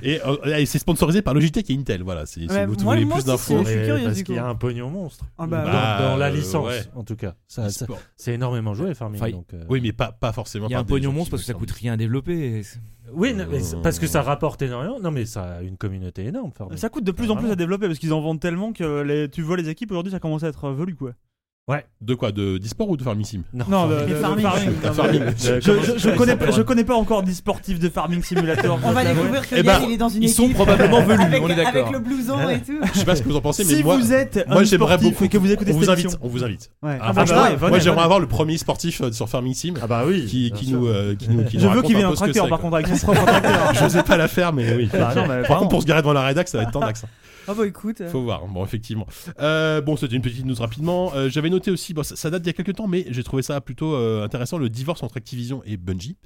[SPEAKER 2] Et, euh, et c'est sponsorisé par Logitech et Intel. Voilà, c'est-
[SPEAKER 3] Ouais,
[SPEAKER 2] si vous
[SPEAKER 3] moi-
[SPEAKER 2] voulez
[SPEAKER 3] moi
[SPEAKER 2] plus
[SPEAKER 3] aussi,
[SPEAKER 2] d'infos.
[SPEAKER 3] je suis
[SPEAKER 5] Mais
[SPEAKER 3] curieuse,
[SPEAKER 5] parce
[SPEAKER 3] du
[SPEAKER 5] qu'il y a
[SPEAKER 3] coup.
[SPEAKER 5] un pognon monstre
[SPEAKER 3] Ah
[SPEAKER 5] dans,
[SPEAKER 3] bah,
[SPEAKER 2] Bah,
[SPEAKER 5] dans la
[SPEAKER 2] euh,
[SPEAKER 5] licence
[SPEAKER 2] ouais.
[SPEAKER 5] en tout cas. Ça- Ah, ça-
[SPEAKER 2] E-sport.
[SPEAKER 5] c'est énormément joué Farming.
[SPEAKER 7] Enfin,
[SPEAKER 5] donc, euh,
[SPEAKER 2] Oui, mais pas, pas forcément.
[SPEAKER 7] Il y a un
[SPEAKER 2] par des
[SPEAKER 7] pognon
[SPEAKER 2] gens qui
[SPEAKER 7] monstre parce que ça
[SPEAKER 2] sont-
[SPEAKER 7] coûte rien à développer.
[SPEAKER 5] oui, non, mais c'est- parce que
[SPEAKER 2] Euh.
[SPEAKER 5] ça rapporte énormément. Non mais ça a une communauté énorme. Farming.
[SPEAKER 6] Ça coûte de plus en plus à développer parce qu'ils en vendent tellement que les- tu vois les équipes aujourd'hui ça commence à être euh, velu quoi.
[SPEAKER 2] De quoi De d'e-sport ou de farmissime
[SPEAKER 6] Non,
[SPEAKER 5] Farming.
[SPEAKER 6] de- de- de
[SPEAKER 3] farming.
[SPEAKER 6] farming, Euh, non, mais- Je, je, je connais pas, je connais pas encore des sportifs de farming simulator.
[SPEAKER 3] On va
[SPEAKER 6] je t'avoue.
[SPEAKER 3] découvrir que
[SPEAKER 2] Eh
[SPEAKER 3] Yann,
[SPEAKER 2] ben,
[SPEAKER 3] il est dans une
[SPEAKER 7] Ils
[SPEAKER 3] équipe.
[SPEAKER 7] sont probablement velus,
[SPEAKER 3] avec,
[SPEAKER 7] on est
[SPEAKER 3] avec
[SPEAKER 7] d'accord.
[SPEAKER 3] le blouson et tout.
[SPEAKER 2] Je sais pas ce que vous en pensez, mais
[SPEAKER 6] Si
[SPEAKER 2] moi,
[SPEAKER 6] vous êtes
[SPEAKER 2] moi,
[SPEAKER 6] un
[SPEAKER 2] j'aimerais
[SPEAKER 6] sportif
[SPEAKER 2] beaucoup.
[SPEAKER 6] et que vous écoutez
[SPEAKER 2] on vous
[SPEAKER 6] cette
[SPEAKER 2] invite.
[SPEAKER 6] émission.
[SPEAKER 2] On vous invite.
[SPEAKER 6] Ouais.
[SPEAKER 2] Ah,
[SPEAKER 6] Ah bah
[SPEAKER 2] franchement,
[SPEAKER 6] ouais, venez,
[SPEAKER 2] moi, j'aimerais
[SPEAKER 6] venez.
[SPEAKER 2] avoir le premier sportif euh, sur farmissime
[SPEAKER 5] Ah bah oui.
[SPEAKER 2] qui,
[SPEAKER 5] bien
[SPEAKER 2] qui
[SPEAKER 5] sûr.
[SPEAKER 2] nous, euh, qui nous, qui nous
[SPEAKER 6] Je veux
[SPEAKER 2] raconte
[SPEAKER 6] qu'il vienne
[SPEAKER 2] un
[SPEAKER 6] en
[SPEAKER 2] peu ce que
[SPEAKER 6] tracteur
[SPEAKER 2] c'est,
[SPEAKER 6] par
[SPEAKER 2] quoi.
[SPEAKER 6] contre avec son propre tracteur.
[SPEAKER 2] Je sais pas la faire, mais oui.
[SPEAKER 6] Bah non,
[SPEAKER 2] Par
[SPEAKER 6] mais vraiment.
[SPEAKER 2] contre, pour se garer devant la rédac, ça va être Tordax.
[SPEAKER 3] Ah bah écoute.
[SPEAKER 2] Faut voir. Bon, effectivement. Euh, bon, c'était une petite news rapidement. Euh, J'avais noté aussi, bon, ça, ça date d'il y a quelques temps, mais j'ai trouvé ça plutôt euh, intéressant, le divorce entre Activision et Bungie.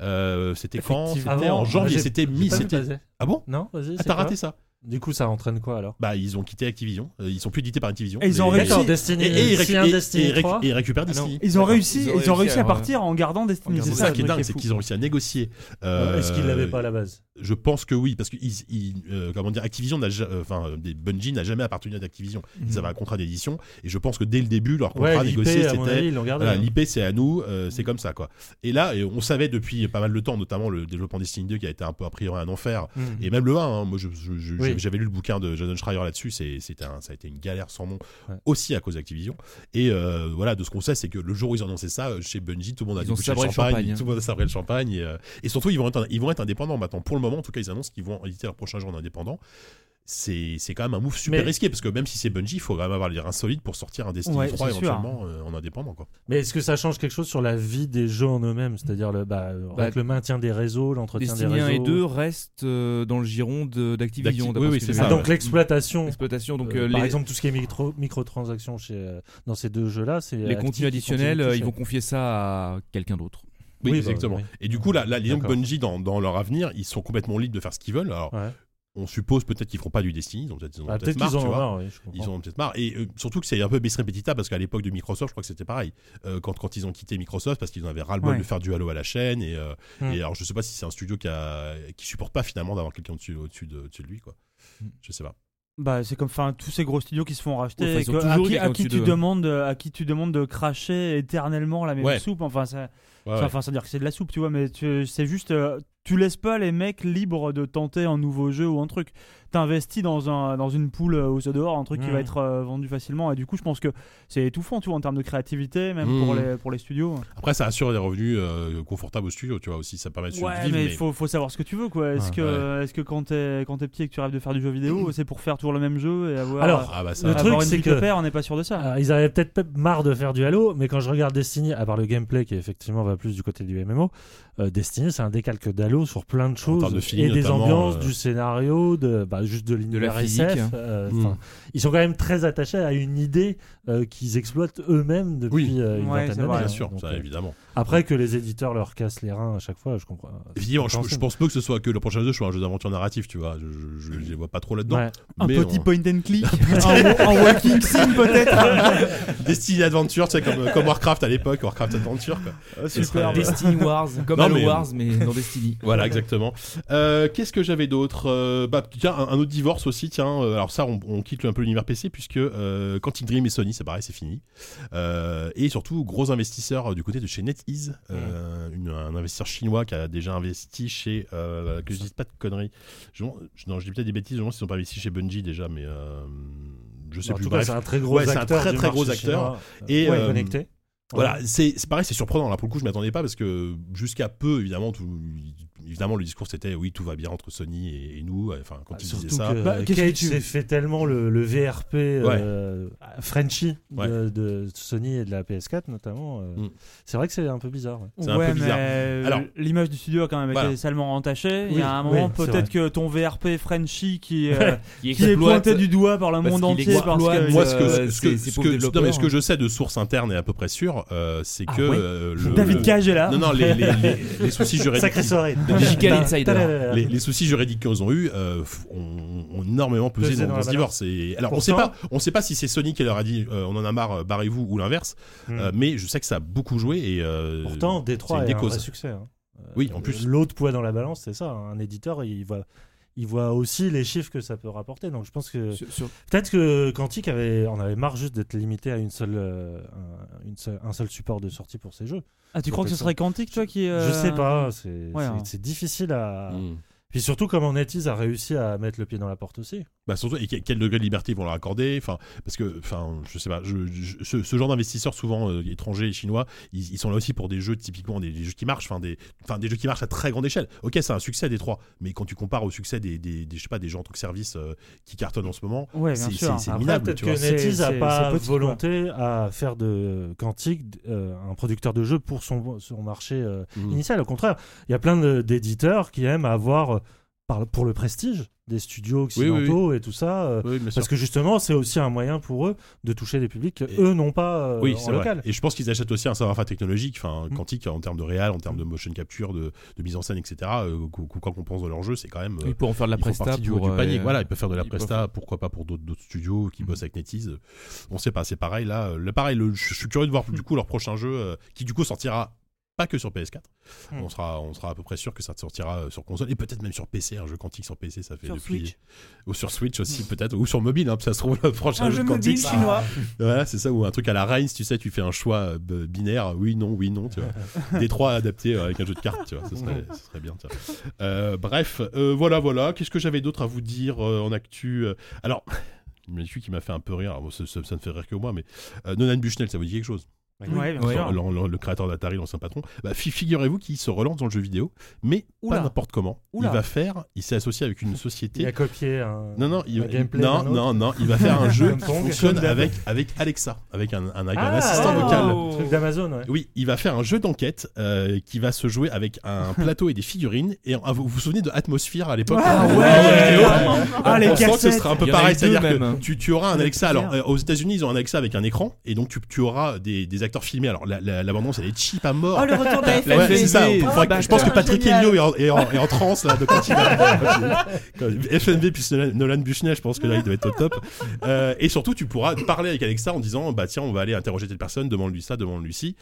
[SPEAKER 2] Euh, c'était quand
[SPEAKER 5] Effectivement.
[SPEAKER 2] C'était en
[SPEAKER 5] Avant,
[SPEAKER 2] janvier.
[SPEAKER 5] j'ai-
[SPEAKER 2] C'était
[SPEAKER 5] j'ai
[SPEAKER 2] mi.
[SPEAKER 5] pas vu
[SPEAKER 2] c'était-
[SPEAKER 5] passer.
[SPEAKER 2] Ah bon
[SPEAKER 5] Non,
[SPEAKER 2] Ah,
[SPEAKER 5] vas-y. c'est
[SPEAKER 2] t'as
[SPEAKER 5] quoi
[SPEAKER 2] raté ça
[SPEAKER 5] Du coup, ça entraîne quoi alors
[SPEAKER 2] Bah, ils ont quitté Activision. Euh, ils sont plus édités par Activision.
[SPEAKER 6] Et ils ont
[SPEAKER 2] Les-
[SPEAKER 6] réussi-
[SPEAKER 5] D'accord,
[SPEAKER 6] si-
[SPEAKER 5] Destiny.
[SPEAKER 2] Et, et ils
[SPEAKER 5] Euh, si
[SPEAKER 2] récu-
[SPEAKER 5] un
[SPEAKER 2] et-
[SPEAKER 5] Destiny Ah
[SPEAKER 2] et récu-
[SPEAKER 5] 3.
[SPEAKER 2] et ils récupèrent Destiny.
[SPEAKER 6] Ils ont réussi,
[SPEAKER 7] Ah Ils ont
[SPEAKER 6] ils ont réussi à
[SPEAKER 7] réussi à-
[SPEAKER 6] partir en gardant Destiny.
[SPEAKER 2] C'est
[SPEAKER 7] Ils ont
[SPEAKER 2] ça
[SPEAKER 7] réussi
[SPEAKER 2] qui est
[SPEAKER 6] le truc
[SPEAKER 2] dingue, c'est
[SPEAKER 6] fou.
[SPEAKER 2] qu'ils ont réussi à négocier. Euh,
[SPEAKER 5] Est-ce qu'ils l'avaient pas à la base
[SPEAKER 2] Je pense que oui, parce que ils- ils, euh, comment dire, Activision n'a, ja- euh, enfin, euh, des- Bungie n'a jamais appartenu à Activision. Ils avaient un contrat d'édition, et je pense que dès le début, leur contrat
[SPEAKER 5] Ouais, l'IP,
[SPEAKER 2] négocié,
[SPEAKER 5] à mon
[SPEAKER 2] c'était
[SPEAKER 5] avis, ils l'ont gardé.
[SPEAKER 2] Voilà,
[SPEAKER 5] hein.
[SPEAKER 2] l'IP c'est à nous, euh, c'est comme ça quoi. Et là, et on savait depuis pas mal de temps, notamment le développement Destiny 2 qui a été un peu a priori un enfer,
[SPEAKER 7] Mhm.
[SPEAKER 5] Mm.
[SPEAKER 2] et même le 1, hein, moi je- je- je-
[SPEAKER 5] Oui.
[SPEAKER 2] j'avais lu le bouquin de Jason Schreier là-dessus, c'est- c'était un- ça a été une galère sans nom,
[SPEAKER 5] Ouais.
[SPEAKER 2] aussi à cause d'Activision. Et euh, voilà, de ce qu'on sait, c'est que le jour où ils ont annoncé ça, euh, chez Bungie, tout le monde a
[SPEAKER 7] Ils ont
[SPEAKER 2] débouché
[SPEAKER 7] sabré le champagne, hein.
[SPEAKER 2] tout le monde a sabré le champagne, et, euh, et surtout ils vont, être, ils vont être indépendants maintenant. Pour le moment, en tout cas, ils annoncent qu'ils vont éditer leur prochain jeu en indépendant. C'est c'est quand même un move super
[SPEAKER 5] Mais-
[SPEAKER 2] risqué parce que même si c'est Bungie, il faut quand même avoir les reins solides pour sortir un Destiny
[SPEAKER 6] Ouais,
[SPEAKER 2] 3
[SPEAKER 6] c'est sûr.
[SPEAKER 2] éventuellement euh, en indépendant quoi.
[SPEAKER 5] Mais est-ce que ça change quelque chose sur la vie des jeux en eux-mêmes C'est-à-dire le, bah, euh,
[SPEAKER 7] Bah,
[SPEAKER 5] avec le maintien des réseaux, l'entretien des
[SPEAKER 7] Destiny 1
[SPEAKER 5] réseaux.
[SPEAKER 7] et 2 restent euh, dans le giron de- d'Activision.
[SPEAKER 2] D'acti-
[SPEAKER 7] d'après
[SPEAKER 2] oui,
[SPEAKER 7] ce
[SPEAKER 2] oui,
[SPEAKER 7] que
[SPEAKER 2] c'est
[SPEAKER 7] j'ai
[SPEAKER 2] ça,
[SPEAKER 5] Ah,
[SPEAKER 7] vu.
[SPEAKER 5] donc l'exploitation.
[SPEAKER 7] Exploitation, donc
[SPEAKER 5] Euh,
[SPEAKER 7] euh,
[SPEAKER 5] Par
[SPEAKER 7] les,
[SPEAKER 5] exemple, tout ce qui est micro, microtransactions chez, euh, dans ces deux jeux-là, c'est. euh,
[SPEAKER 7] les
[SPEAKER 5] Acti
[SPEAKER 7] contenus
[SPEAKER 5] qui
[SPEAKER 7] additionnels,
[SPEAKER 5] continue de
[SPEAKER 7] euh, ils vont
[SPEAKER 5] toucher.
[SPEAKER 7] confier ça à quelqu'un d'autre.
[SPEAKER 2] Oui,
[SPEAKER 5] Oui, bah,
[SPEAKER 2] exactement.
[SPEAKER 5] oui.
[SPEAKER 2] Et du coup, là, là les gens
[SPEAKER 5] D'accord.
[SPEAKER 2] Bungie, dans, dans leur avenir, ils sont complètement libres de faire ce qu'ils veulent. Alors,
[SPEAKER 5] Ouais.
[SPEAKER 2] on suppose peut-être qu'ils feront pas du Destiny, ils ont peut-être ils en ont
[SPEAKER 5] Ah,
[SPEAKER 2] peut-être
[SPEAKER 5] Peut-être
[SPEAKER 2] marre,
[SPEAKER 5] qu'ils en
[SPEAKER 2] tu
[SPEAKER 5] ont
[SPEAKER 2] vois.
[SPEAKER 5] marre, oui, je comprends.
[SPEAKER 2] Ils en ont peut-être marre. Et euh, surtout que c'est un peu bis repetita parce qu'à l'époque de Microsoft, je crois que c'était pareil. Euh, quand, quand ils ont quitté Microsoft, parce qu'ils en avaient ras-le-bol
[SPEAKER 6] Ouais. Mm.
[SPEAKER 2] de faire du Halo à la chaîne. Et, euh,
[SPEAKER 5] Hmm.
[SPEAKER 2] et alors, je sais pas si c'est un studio qui, a, qui supporte pas finalement d'avoir quelqu'un au-dessus au-dessus de, au-dessus de lui, quoi.
[SPEAKER 6] Mm.
[SPEAKER 7] Hmm.
[SPEAKER 2] Je sais pas.
[SPEAKER 6] Bah, c'est comme enfin tous ces gros studios qui se font racheter.
[SPEAKER 7] Ouais, enfin,
[SPEAKER 6] et
[SPEAKER 7] ils ont
[SPEAKER 6] que- à
[SPEAKER 7] toujours
[SPEAKER 6] qui,
[SPEAKER 7] quelqu'un
[SPEAKER 6] à qui
[SPEAKER 7] au-dessus
[SPEAKER 6] tu
[SPEAKER 2] hein.
[SPEAKER 7] d'eux.
[SPEAKER 6] demandes, euh, à qui tu demandes de cracher éternellement la même
[SPEAKER 2] Ouais.
[SPEAKER 6] soupe. Enfin, ça,
[SPEAKER 2] Ouais,
[SPEAKER 5] Ah
[SPEAKER 6] ça-
[SPEAKER 2] ouais.
[SPEAKER 6] enfin, ça veut dire que c'est de la soupe, tu vois. Mais tu- c'est juste, euh, tu laisses pas les mecs libres de tenter un nouveau jeu ou un truc. T'investis dans un dans une poule euh, aux œufs dehors, un truc qui
[SPEAKER 5] Mhm.
[SPEAKER 6] va être euh, vendu facilement. Et du coup, je pense que c'est étouffant, tu vois, en termes de créativité, même pour
[SPEAKER 5] Mmh.
[SPEAKER 2] Mhm.
[SPEAKER 6] les pour les studios.
[SPEAKER 2] Après, ça assure des revenus euh, confortables au studio, tu vois, aussi. Ça permet de
[SPEAKER 6] Ouais,
[SPEAKER 2] vivre. Mais
[SPEAKER 6] mais il faut, faut savoir ce que tu veux, quoi. Est-ce
[SPEAKER 5] Ah, Ouais, Mmh.
[SPEAKER 6] que, euh, est-ce que quand t'es quand t'es petit et que tu rêves de faire du jeu vidéo, c'est pour faire toujours le même jeu et avoir
[SPEAKER 5] Alors,
[SPEAKER 2] Ah, bah, ça.
[SPEAKER 5] le
[SPEAKER 6] le
[SPEAKER 5] truc,
[SPEAKER 6] truc
[SPEAKER 5] c'est
[SPEAKER 6] c'est
[SPEAKER 5] que- Ah,
[SPEAKER 6] que père, on n'est pas sûr de ça.
[SPEAKER 5] Alors, ils avaient peut-être pas marre de faire du Halo, mais quand je regarde Destiny, à part le gameplay qui effectivement va plus du côté du MMO, euh, Destiny c'est un décalque d'Halo sur plein de choses
[SPEAKER 2] termes de feeling,
[SPEAKER 5] et des
[SPEAKER 2] notamment,
[SPEAKER 5] ambiances,
[SPEAKER 2] euh,
[SPEAKER 5] du scénario, de bah, juste de l'univers
[SPEAKER 7] la physique,
[SPEAKER 5] SF.
[SPEAKER 7] hein.
[SPEAKER 5] euh,
[SPEAKER 2] Hmm.
[SPEAKER 5] enfin, Ils sont quand même très attachés à une idée euh, qu'ils exploitent eux-mêmes depuis
[SPEAKER 2] Oui.
[SPEAKER 5] euh, une
[SPEAKER 6] Ouais,
[SPEAKER 5] vingtaine
[SPEAKER 6] c'est vrai.
[SPEAKER 5] d'années.
[SPEAKER 2] Bien
[SPEAKER 5] hein.
[SPEAKER 2] sûr,
[SPEAKER 5] Donc,
[SPEAKER 2] ça,
[SPEAKER 5] euh,
[SPEAKER 2] évidemment.
[SPEAKER 5] après que les éditeurs leur cassent les reins à chaque fois, je comprends.
[SPEAKER 2] Évidemment, je, je
[SPEAKER 5] compréhensible.
[SPEAKER 2] pense pas que ce soit que le prochain jeu soit un jeu d'aventure narratif, tu vois. Je, je, je- je les vois pas trop là-dedans.
[SPEAKER 5] Ouais.
[SPEAKER 6] Un
[SPEAKER 2] mais
[SPEAKER 6] petit
[SPEAKER 2] on-
[SPEAKER 6] point and click, un, un walking sim peut-être.
[SPEAKER 2] Destiny Adventure, tu sais, comme, comme Warcraft à l'époque, Warcraft Adventure. Quoi. Ce serait-
[SPEAKER 7] euh, Destiny Wars, comme
[SPEAKER 2] Non,
[SPEAKER 7] Halo
[SPEAKER 2] mais- euh,
[SPEAKER 7] Wars, mais dans Destiny.
[SPEAKER 2] Voilà, exactement. Euh, Qu'est-ce que j'avais d'autre Euh, Bah, tiens, un, un autre divorce aussi, tiens. euh, alors, ça, on, on quitte un peu l'univers PC, puisque euh, Quantic Dream et Sony, c'est pareil, c'est fini. Euh, et surtout, gros investisseur euh, du côté de chez NetEase, euh, une- un investisseur chinois qui a déjà investi chez. euh, que je dise pas de conneries. Je, je- non, je dis peut-être des bêtises, je me demande s'ils ont pas investi chez Bungie déjà, mais euh, je sais
[SPEAKER 5] Bah, en
[SPEAKER 2] plus.
[SPEAKER 5] tout cas,
[SPEAKER 2] Bref.
[SPEAKER 5] c'est un très gros
[SPEAKER 2] Ouais, c'est un
[SPEAKER 5] acteur.
[SPEAKER 2] très,
[SPEAKER 5] du
[SPEAKER 2] très gros
[SPEAKER 5] marché
[SPEAKER 2] acteur.
[SPEAKER 5] chinois,
[SPEAKER 2] Et,
[SPEAKER 5] euh,
[SPEAKER 2] euh,
[SPEAKER 5] connecté.
[SPEAKER 2] Voilà, c'est c'est pareil, c'est surprenant. Là, pour le coup, je m'attendais pas parce que jusqu'à peu, évidemment, tout, évidemment, le discours c'était oui, tout va bien entre Sony et, et nous. euh, Enfin, quand
[SPEAKER 5] Ah,
[SPEAKER 2] ils
[SPEAKER 5] Surtout
[SPEAKER 2] disaient ça,
[SPEAKER 5] que
[SPEAKER 6] Bah,
[SPEAKER 5] euh,
[SPEAKER 6] qu'est-ce que
[SPEAKER 5] Cage
[SPEAKER 6] tu-
[SPEAKER 5] s'est fait tellement le, le VRP euh, Frenchy de,
[SPEAKER 2] Ouais.
[SPEAKER 5] de Sony et de la PS4 notamment. euh,
[SPEAKER 2] Mm.
[SPEAKER 5] C'est vrai que c'est un peu bizarre. ouais.
[SPEAKER 2] C'est un
[SPEAKER 6] ouais,
[SPEAKER 2] peu bizarre.
[SPEAKER 6] mais
[SPEAKER 2] Alors-
[SPEAKER 6] l'image du studio a quand même été
[SPEAKER 2] Voilà.
[SPEAKER 6] salement entachée. Il
[SPEAKER 5] Oui,
[SPEAKER 6] y a un
[SPEAKER 5] oui,
[SPEAKER 6] moment
[SPEAKER 5] c'est
[SPEAKER 6] peut-être que ton VRP Frenchy qui, euh,
[SPEAKER 7] Qui
[SPEAKER 6] qui est pointé du doigt par le
[SPEAKER 7] parce
[SPEAKER 6] monde
[SPEAKER 7] qu'il
[SPEAKER 6] entier parce
[SPEAKER 7] exploite,
[SPEAKER 6] que
[SPEAKER 2] moi, ce que,
[SPEAKER 7] euh,
[SPEAKER 2] ce que-
[SPEAKER 7] c'est- c'est
[SPEAKER 2] ce
[SPEAKER 7] pour
[SPEAKER 2] que-
[SPEAKER 7] le
[SPEAKER 2] non, mais
[SPEAKER 7] développeur,
[SPEAKER 2] ce que je sais de source interne et à peu près sûre, euh, c'est
[SPEAKER 5] hein. Ah
[SPEAKER 2] que
[SPEAKER 5] ouais
[SPEAKER 2] euh, le,
[SPEAKER 6] David Cage est là.
[SPEAKER 2] non, non, les, les- les- les soucis juridiques,
[SPEAKER 5] Sacré soirée.
[SPEAKER 2] les-
[SPEAKER 7] Digital Insider.
[SPEAKER 5] Tadadada.
[SPEAKER 2] les, les soucis juridiques qu'ils ont eu euh, f- ont, ont énormément pesé
[SPEAKER 5] Pesé
[SPEAKER 2] dans,
[SPEAKER 5] dans
[SPEAKER 2] dans
[SPEAKER 5] la
[SPEAKER 2] ce
[SPEAKER 5] balance.
[SPEAKER 2] divorce. Et, alors on
[SPEAKER 5] Pourtant-
[SPEAKER 2] sait pas, on sait pas si c'est Sony qui leur a dit euh, on en a marre, euh, barrez-vous ou l'inverse.
[SPEAKER 5] Hmm.
[SPEAKER 2] euh, mais je sais que ça a beaucoup joué et euh,
[SPEAKER 5] Pourtant, Détroit
[SPEAKER 2] c'est
[SPEAKER 5] est,
[SPEAKER 2] une des
[SPEAKER 5] un
[SPEAKER 2] causes.
[SPEAKER 5] vrai succès. hein. Euh,
[SPEAKER 2] Oui, en plus.
[SPEAKER 5] L'autre poids dans la balance, c'est ça. hein. Un éditeur, il voit, il voit aussi les chiffres que ça peut rapporter. Donc je pense que
[SPEAKER 7] Sur- sur-
[SPEAKER 5] peut-être que Quantic avait, on avait marre juste d'être limité à une seule, euh, un, une seule- un seul support de sortie pour ces jeux.
[SPEAKER 6] Ah, tu crois que ce serait Quantique, toi, qui. euh,
[SPEAKER 5] Je sais pas. C'est
[SPEAKER 6] ouais,
[SPEAKER 5] c'est-
[SPEAKER 6] hein.
[SPEAKER 5] c'est difficile à.
[SPEAKER 2] Hmm.
[SPEAKER 1] Mm.
[SPEAKER 5] Puis surtout, comment NetEase a réussi à mettre le pied dans la porte aussi.
[SPEAKER 2] Bah surtout, et que- quel degré de liberté ils vont leur accorder Enfin, parce que, enfin, je sais pas. je- je- ce, ce genre d'investisseurs souvent euh, étrangers et chinois, ils, ils sont là aussi pour des jeux typiquement des, des jeux qui marchent, enfin des, enfin des jeux qui marchent à très grande échelle. Ok, c'est un succès des trois, mais quand tu compares au succès des, des, des- je sais pas, des gens en tant que service euh, qui cartonnent en ce moment,
[SPEAKER 6] Ouais, bien
[SPEAKER 2] c'est-
[SPEAKER 6] sûr.
[SPEAKER 2] c'est
[SPEAKER 5] Après,
[SPEAKER 2] minable,
[SPEAKER 5] peut-être
[SPEAKER 2] tu
[SPEAKER 5] que
[SPEAKER 2] vois.
[SPEAKER 6] C'est-
[SPEAKER 5] NetEase n'a
[SPEAKER 6] c'est-
[SPEAKER 5] pas
[SPEAKER 6] c'est petit, quoi.
[SPEAKER 5] volonté à faire de Quantic euh, un producteur de jeux pour son, son marché euh,
[SPEAKER 2] Hmm. Mmh.
[SPEAKER 1] Mm.
[SPEAKER 5] initial. Au contraire, il y a plein de- d'éditeurs qui aiment avoir, euh, par- pour le prestige, des studios
[SPEAKER 2] oui, oui.
[SPEAKER 5] occidentaux et tout ça. euh,
[SPEAKER 2] oui, bien
[SPEAKER 5] parce que justement, c'est aussi un moyen pour eux de toucher des publics que
[SPEAKER 2] Et-
[SPEAKER 5] eux n'ont pas euh,
[SPEAKER 2] Oui,
[SPEAKER 5] en
[SPEAKER 2] c'est vrai. Mmh.
[SPEAKER 5] local.
[SPEAKER 2] Et je pense qu'ils achètent aussi un savoir-faire technologique, enfin
[SPEAKER 5] Mm.
[SPEAKER 2] quantique en termes de réel, en termes de motion capture, de, de mise en scène, etc. euh, qu'au- qu'au- quand on pense dans leur jeu, c'est quand même. euh,
[SPEAKER 7] Ils pourront faire de la
[SPEAKER 2] ils font
[SPEAKER 7] presta
[SPEAKER 2] partie du haut
[SPEAKER 7] pour.
[SPEAKER 2] du panier.
[SPEAKER 7] euh,
[SPEAKER 2] voilà, ils peuvent faire de la
[SPEAKER 7] ils peuvent
[SPEAKER 2] presta, pourquoi pas pour d'autres d'autres studios qui
[SPEAKER 7] Mhm.
[SPEAKER 2] bossent avec NetEase. On sait pas, c'est pareil là. euh, Le pareil, le- je je suis curieux de voir du coup leur prochain jeu euh, qui du coup sortira pas que sur PS4.
[SPEAKER 5] Mhm.
[SPEAKER 3] Mm.
[SPEAKER 2] On sera on sera à peu près sûr que ça sortira euh, sur console et peut-être même sur PC, un jeu quantique sur PC, ça fait
[SPEAKER 3] Sur
[SPEAKER 2] depuis
[SPEAKER 3] Switch.
[SPEAKER 2] ou sur Switch aussi peut-être ou sur mobile hein, ça se trouve le prochain
[SPEAKER 3] Un
[SPEAKER 2] jeu
[SPEAKER 3] jeu
[SPEAKER 2] de
[SPEAKER 3] mobile
[SPEAKER 2] quantique.
[SPEAKER 3] chinois.
[SPEAKER 2] Voilà, c'est ça, ou un truc à la Reigns, tu sais, tu fais un choix euh, b- binaire, oui, non, oui, non, tu vois. Des trois adaptés euh, avec un jeu de cartes, tu vois, ce serait, ce serait bien, tiens. Euh, bref, euh, voilà, voilà. Qu'est-ce que j'avais d'autre à vous dire euh, en actu euh, Alors, une actu qui m'a fait un peu rire, Alors, ça, ça- ça ne fait rire que moi, mais euh, Nolan Bushnell, ça vous dit quelque chose
[SPEAKER 6] Ouais, bien
[SPEAKER 7] Ouais.
[SPEAKER 6] sûr.
[SPEAKER 2] L'an- l'an- le, créateur d'Atari, l'ancien patron. Bah, fi- Figurez-vous qu'il se relance dans le jeu vidéo, mais
[SPEAKER 6] Oula.
[SPEAKER 2] pas n'importe comment.
[SPEAKER 6] Oula.
[SPEAKER 2] Il va faire, il s'est associé avec une
[SPEAKER 5] Il
[SPEAKER 2] société
[SPEAKER 5] a copié un.
[SPEAKER 2] non, non, il,
[SPEAKER 5] un gameplay
[SPEAKER 2] non,
[SPEAKER 5] d'un autre.
[SPEAKER 2] non, non, il va faire un jeu
[SPEAKER 5] Comme
[SPEAKER 2] qui
[SPEAKER 5] Pong.
[SPEAKER 2] fonctionne
[SPEAKER 5] Comme
[SPEAKER 2] avec, avec Alexa, avec un, un- un
[SPEAKER 5] Ah,
[SPEAKER 2] assistant
[SPEAKER 5] ouais,
[SPEAKER 2] vocal.
[SPEAKER 5] ouais, ouais, le truc d'Amazon, ouais.
[SPEAKER 2] Oui, il va faire un jeu d'enquête euh, qui va se jouer avec un plateau et des figurines. Et en- ah, vous vous souvenez de Atmosphere à l'époque
[SPEAKER 6] Ah
[SPEAKER 2] euh,
[SPEAKER 6] ouais,
[SPEAKER 2] en vidéo
[SPEAKER 6] Ah, les
[SPEAKER 2] on sent que ce
[SPEAKER 6] cassettes.
[SPEAKER 2] sera un peu
[SPEAKER 7] Il y en a eu
[SPEAKER 2] pareil,
[SPEAKER 7] deux
[SPEAKER 2] c'est-à-dire que
[SPEAKER 7] même.
[SPEAKER 2] tu, tu auras un Alexa.
[SPEAKER 6] c'est
[SPEAKER 2] Alors, euh, aux États-Unis, ils ont un Alexa avec un écran, et donc tu, tu auras des, des acteurs filmés. Alors, la- la- l'abondance, elle est cheap à mort.
[SPEAKER 3] Oh, le retour de la
[SPEAKER 2] Ouais,
[SPEAKER 3] FFV.
[SPEAKER 2] c'est ça.
[SPEAKER 7] FNB,
[SPEAKER 2] Il faudrait que- je pense que
[SPEAKER 3] putain,
[SPEAKER 2] Patrick
[SPEAKER 3] Ah, génial.
[SPEAKER 2] Helio est en, est en- est en transe là de quand il va- quand il- FNB puis Nolan- Nolan Bushnell, je pense que là il doit être au top. Euh, et surtout, tu pourras parler avec Alexa en disant bah tiens, on va aller interroger telle personne, demande-lui ça, demande-lui ci.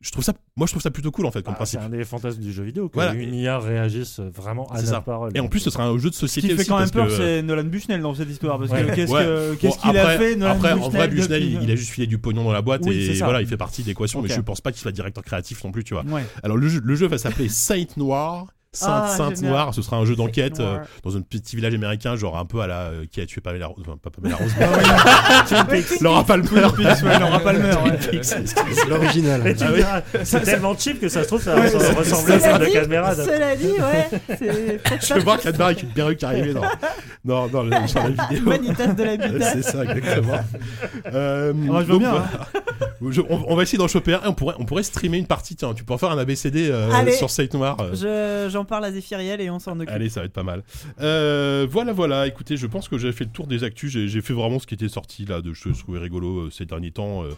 [SPEAKER 2] Je trouve ça, moi je trouve ça plutôt cool en fait comme
[SPEAKER 5] Ah, c'est
[SPEAKER 2] principe.
[SPEAKER 5] un des fantasmes du jeu vidéo que
[SPEAKER 2] Voilà.
[SPEAKER 5] une IA réagisse vraiment à
[SPEAKER 2] C'est
[SPEAKER 5] la
[SPEAKER 2] ça.
[SPEAKER 5] parole.
[SPEAKER 2] Et en plus, ce sera un jeu de
[SPEAKER 6] Ce
[SPEAKER 2] société
[SPEAKER 6] qui fait
[SPEAKER 2] aussi,
[SPEAKER 6] quand même
[SPEAKER 2] parce
[SPEAKER 6] peur,
[SPEAKER 2] que-
[SPEAKER 6] c'est Nolan Bushnell dans cette histoire. Parce que
[SPEAKER 5] Ouais.
[SPEAKER 6] qu'est-ce que-
[SPEAKER 2] Ouais.
[SPEAKER 6] qu'est-ce
[SPEAKER 2] Bon,
[SPEAKER 6] qu'il a
[SPEAKER 2] après-
[SPEAKER 6] fait, Nolan
[SPEAKER 2] Après, en vrai,
[SPEAKER 6] Bushnell,
[SPEAKER 2] Bushnell,
[SPEAKER 6] depuis-
[SPEAKER 2] il, il a juste filé du pognon dans la boîte
[SPEAKER 6] Oui,
[SPEAKER 2] et
[SPEAKER 6] c'est ça.
[SPEAKER 2] voilà, il fait partie de l'équation,
[SPEAKER 6] Ok.
[SPEAKER 2] mais je pense pas qu'il soit directeur créatif non plus, tu vois.
[SPEAKER 6] Ouais.
[SPEAKER 2] Alors le jeu, le jeu va s'appeler Saint Noir. Sainte,
[SPEAKER 3] Ah,
[SPEAKER 2] Sainte
[SPEAKER 3] génial.
[SPEAKER 2] Noire, ce sera un jeu d'enquête
[SPEAKER 3] Sainte Noire.
[SPEAKER 2] euh, dans un petit village américain, genre un peu à la euh, qui a tué Pamela Rose, enfin, pas Pamela
[SPEAKER 3] Ah,
[SPEAKER 2] Rose, Laura Palmer.
[SPEAKER 6] Ouais, Laura Palmer, ouais.
[SPEAKER 4] C'est l'original.
[SPEAKER 5] Et tu me diras, c'est tellement cheap que ça se trouve, ça
[SPEAKER 3] Ouais,
[SPEAKER 5] ressemble- ressemblait à celle de Cadmerade.
[SPEAKER 3] Cela dit, ouais, c'est
[SPEAKER 2] Je vais voir Cadbar avec une perruque arriver dans, dans, dans, le- sur la vidéo.
[SPEAKER 3] Vanitas de la
[SPEAKER 2] Euh,
[SPEAKER 3] butte.
[SPEAKER 2] C'est ça, exactement. Euh,
[SPEAKER 6] Ah, je veux
[SPEAKER 2] donc,
[SPEAKER 6] bien,
[SPEAKER 2] voilà. Je- on, on va essayer d'en choper un. et On pourrait, on pourrait streamer une partie. Tiens, tu pourrais faire un ABCD euh,
[SPEAKER 3] Allez.
[SPEAKER 2] sur Saint Noir. euh,
[SPEAKER 3] Je- J'en parle à Zéphiriel et on s'en occupe.
[SPEAKER 2] Allez, ça va être pas mal. Euh, voilà, voilà. Écoutez, je pense que j'ai fait le tour des actus. J'ai j'ai fait vraiment ce qui était sorti là, de je trouvais rigolo euh, ces derniers temps. euh,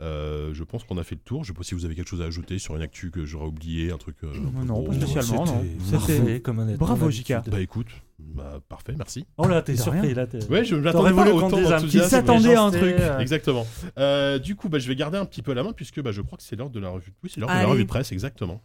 [SPEAKER 2] euh, je pense qu'on a fait le tour. Je sais pas si vous avez quelque chose à ajouter sur une actu que j'aurais oublié, un truc. euh, un peu
[SPEAKER 6] Non,
[SPEAKER 2] gros.
[SPEAKER 6] pas spécialement, non.
[SPEAKER 5] C'était
[SPEAKER 6] C'était-
[SPEAKER 5] parfait, comme un être
[SPEAKER 6] Bravo,
[SPEAKER 5] d'habitude.
[SPEAKER 6] JK.
[SPEAKER 2] Bah écoute, bah, parfait, merci.
[SPEAKER 5] Oh là, t'es
[SPEAKER 6] De
[SPEAKER 5] surpris,
[SPEAKER 6] rien.
[SPEAKER 5] là. t'es-
[SPEAKER 2] Ouais, je
[SPEAKER 5] T'aurais
[SPEAKER 2] m'attendais pas
[SPEAKER 5] voulu
[SPEAKER 2] à
[SPEAKER 5] qu'on
[SPEAKER 2] autant
[SPEAKER 5] dise un petit
[SPEAKER 6] Il
[SPEAKER 2] d'enthousiasme.
[SPEAKER 6] s'attendait à un
[SPEAKER 5] méchanceté,
[SPEAKER 6] truc.
[SPEAKER 5] euh,
[SPEAKER 2] Exactement. Euh, du coup, bah, je vais garder un petit peu la main puisque bah, je crois que c'est l'heure de la revue. Oui, c'est l'heure de la
[SPEAKER 3] Allez.
[SPEAKER 2] revue de presse, exactement.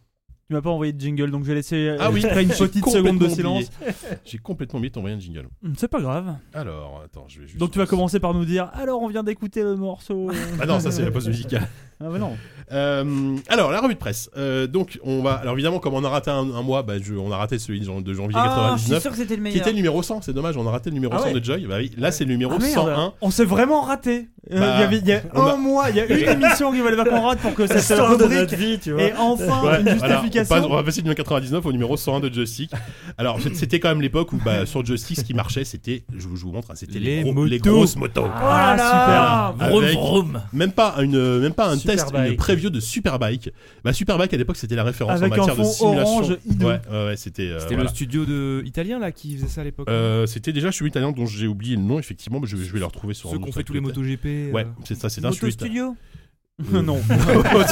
[SPEAKER 6] Tu m'as pas envoyé de jingle, donc j'ai laissé
[SPEAKER 2] Ah oui,
[SPEAKER 6] après une
[SPEAKER 2] j'ai
[SPEAKER 6] petite seconde de
[SPEAKER 2] complètement
[SPEAKER 6] silence.
[SPEAKER 2] oublié. J'ai complètement oublié ton moyen de jingle.
[SPEAKER 6] Hum, C'est pas grave.
[SPEAKER 2] Alors, attends, je vais juste.
[SPEAKER 6] Donc tu vas commencer par nous dire alors on vient d'écouter le morceau.
[SPEAKER 2] Ah non, ça c'est la pause musicale.
[SPEAKER 6] Ah bah non.
[SPEAKER 2] Euh, alors, la revue de presse. Euh, donc, on va. Alors, évidemment, comme on a raté un, un mois, bah, je- on a raté celui de, jan- de janvier
[SPEAKER 3] Ah, je suis
[SPEAKER 2] 99,
[SPEAKER 3] sûr que c'était le
[SPEAKER 2] qui
[SPEAKER 3] meilleur.
[SPEAKER 2] était le numéro 100. C'est dommage, on a raté le numéro
[SPEAKER 6] Ah
[SPEAKER 2] 100
[SPEAKER 6] ouais.
[SPEAKER 2] de Joy. Bah oui, là, c'est le numéro
[SPEAKER 6] Ah merde.
[SPEAKER 2] 101.
[SPEAKER 6] On s'est vraiment raté. Euh, Il
[SPEAKER 2] Bah,
[SPEAKER 6] y avait il y a
[SPEAKER 2] on
[SPEAKER 6] un
[SPEAKER 2] a-
[SPEAKER 6] mois, il y a une émission qui valait pas qu'on rate pour que ça se
[SPEAKER 5] L'histoire de
[SPEAKER 6] rubrique
[SPEAKER 5] notre vie, tu vois.
[SPEAKER 6] et enfin
[SPEAKER 2] Ouais,
[SPEAKER 6] une
[SPEAKER 2] voilà, on,
[SPEAKER 6] justification.
[SPEAKER 2] passe- on va passer du numéro 99 au numéro 101 de Joystick. Alors, c'est- c'était quand même l'époque où bah, sur Joystick, ce qui marchait, c'était, je vous, je vous montre, hein, c'était les,
[SPEAKER 7] Les
[SPEAKER 2] gros- les
[SPEAKER 7] motos.
[SPEAKER 2] grosses motos.
[SPEAKER 6] Ah,
[SPEAKER 5] Ah,
[SPEAKER 6] super.
[SPEAKER 2] Avec- Même pas une, même pas un test, une
[SPEAKER 5] Superbike.
[SPEAKER 2] preview de Superbike. Bah Superbike à l'époque c'était la référence
[SPEAKER 6] Avec
[SPEAKER 2] en
[SPEAKER 6] un
[SPEAKER 2] matière de
[SPEAKER 6] fond
[SPEAKER 2] simulation.
[SPEAKER 6] orange hideux.
[SPEAKER 2] ouais, ouais, ouais, c'était. euh,
[SPEAKER 7] C'était
[SPEAKER 2] voilà.
[SPEAKER 7] le studio de italien là qui faisait ça à l'époque.
[SPEAKER 2] Euh, c'était déjà celui italien dont j'ai oublié le nom effectivement mais je, vais- je vais le retrouver sur
[SPEAKER 7] Ceux
[SPEAKER 2] sur
[SPEAKER 7] qu'on fait tous les
[SPEAKER 2] Twitter.
[SPEAKER 7] MotoGP. euh,
[SPEAKER 2] ouais c'est ça c'est un
[SPEAKER 3] Moto
[SPEAKER 2] celui italien.
[SPEAKER 3] Studio.
[SPEAKER 6] Euh, non.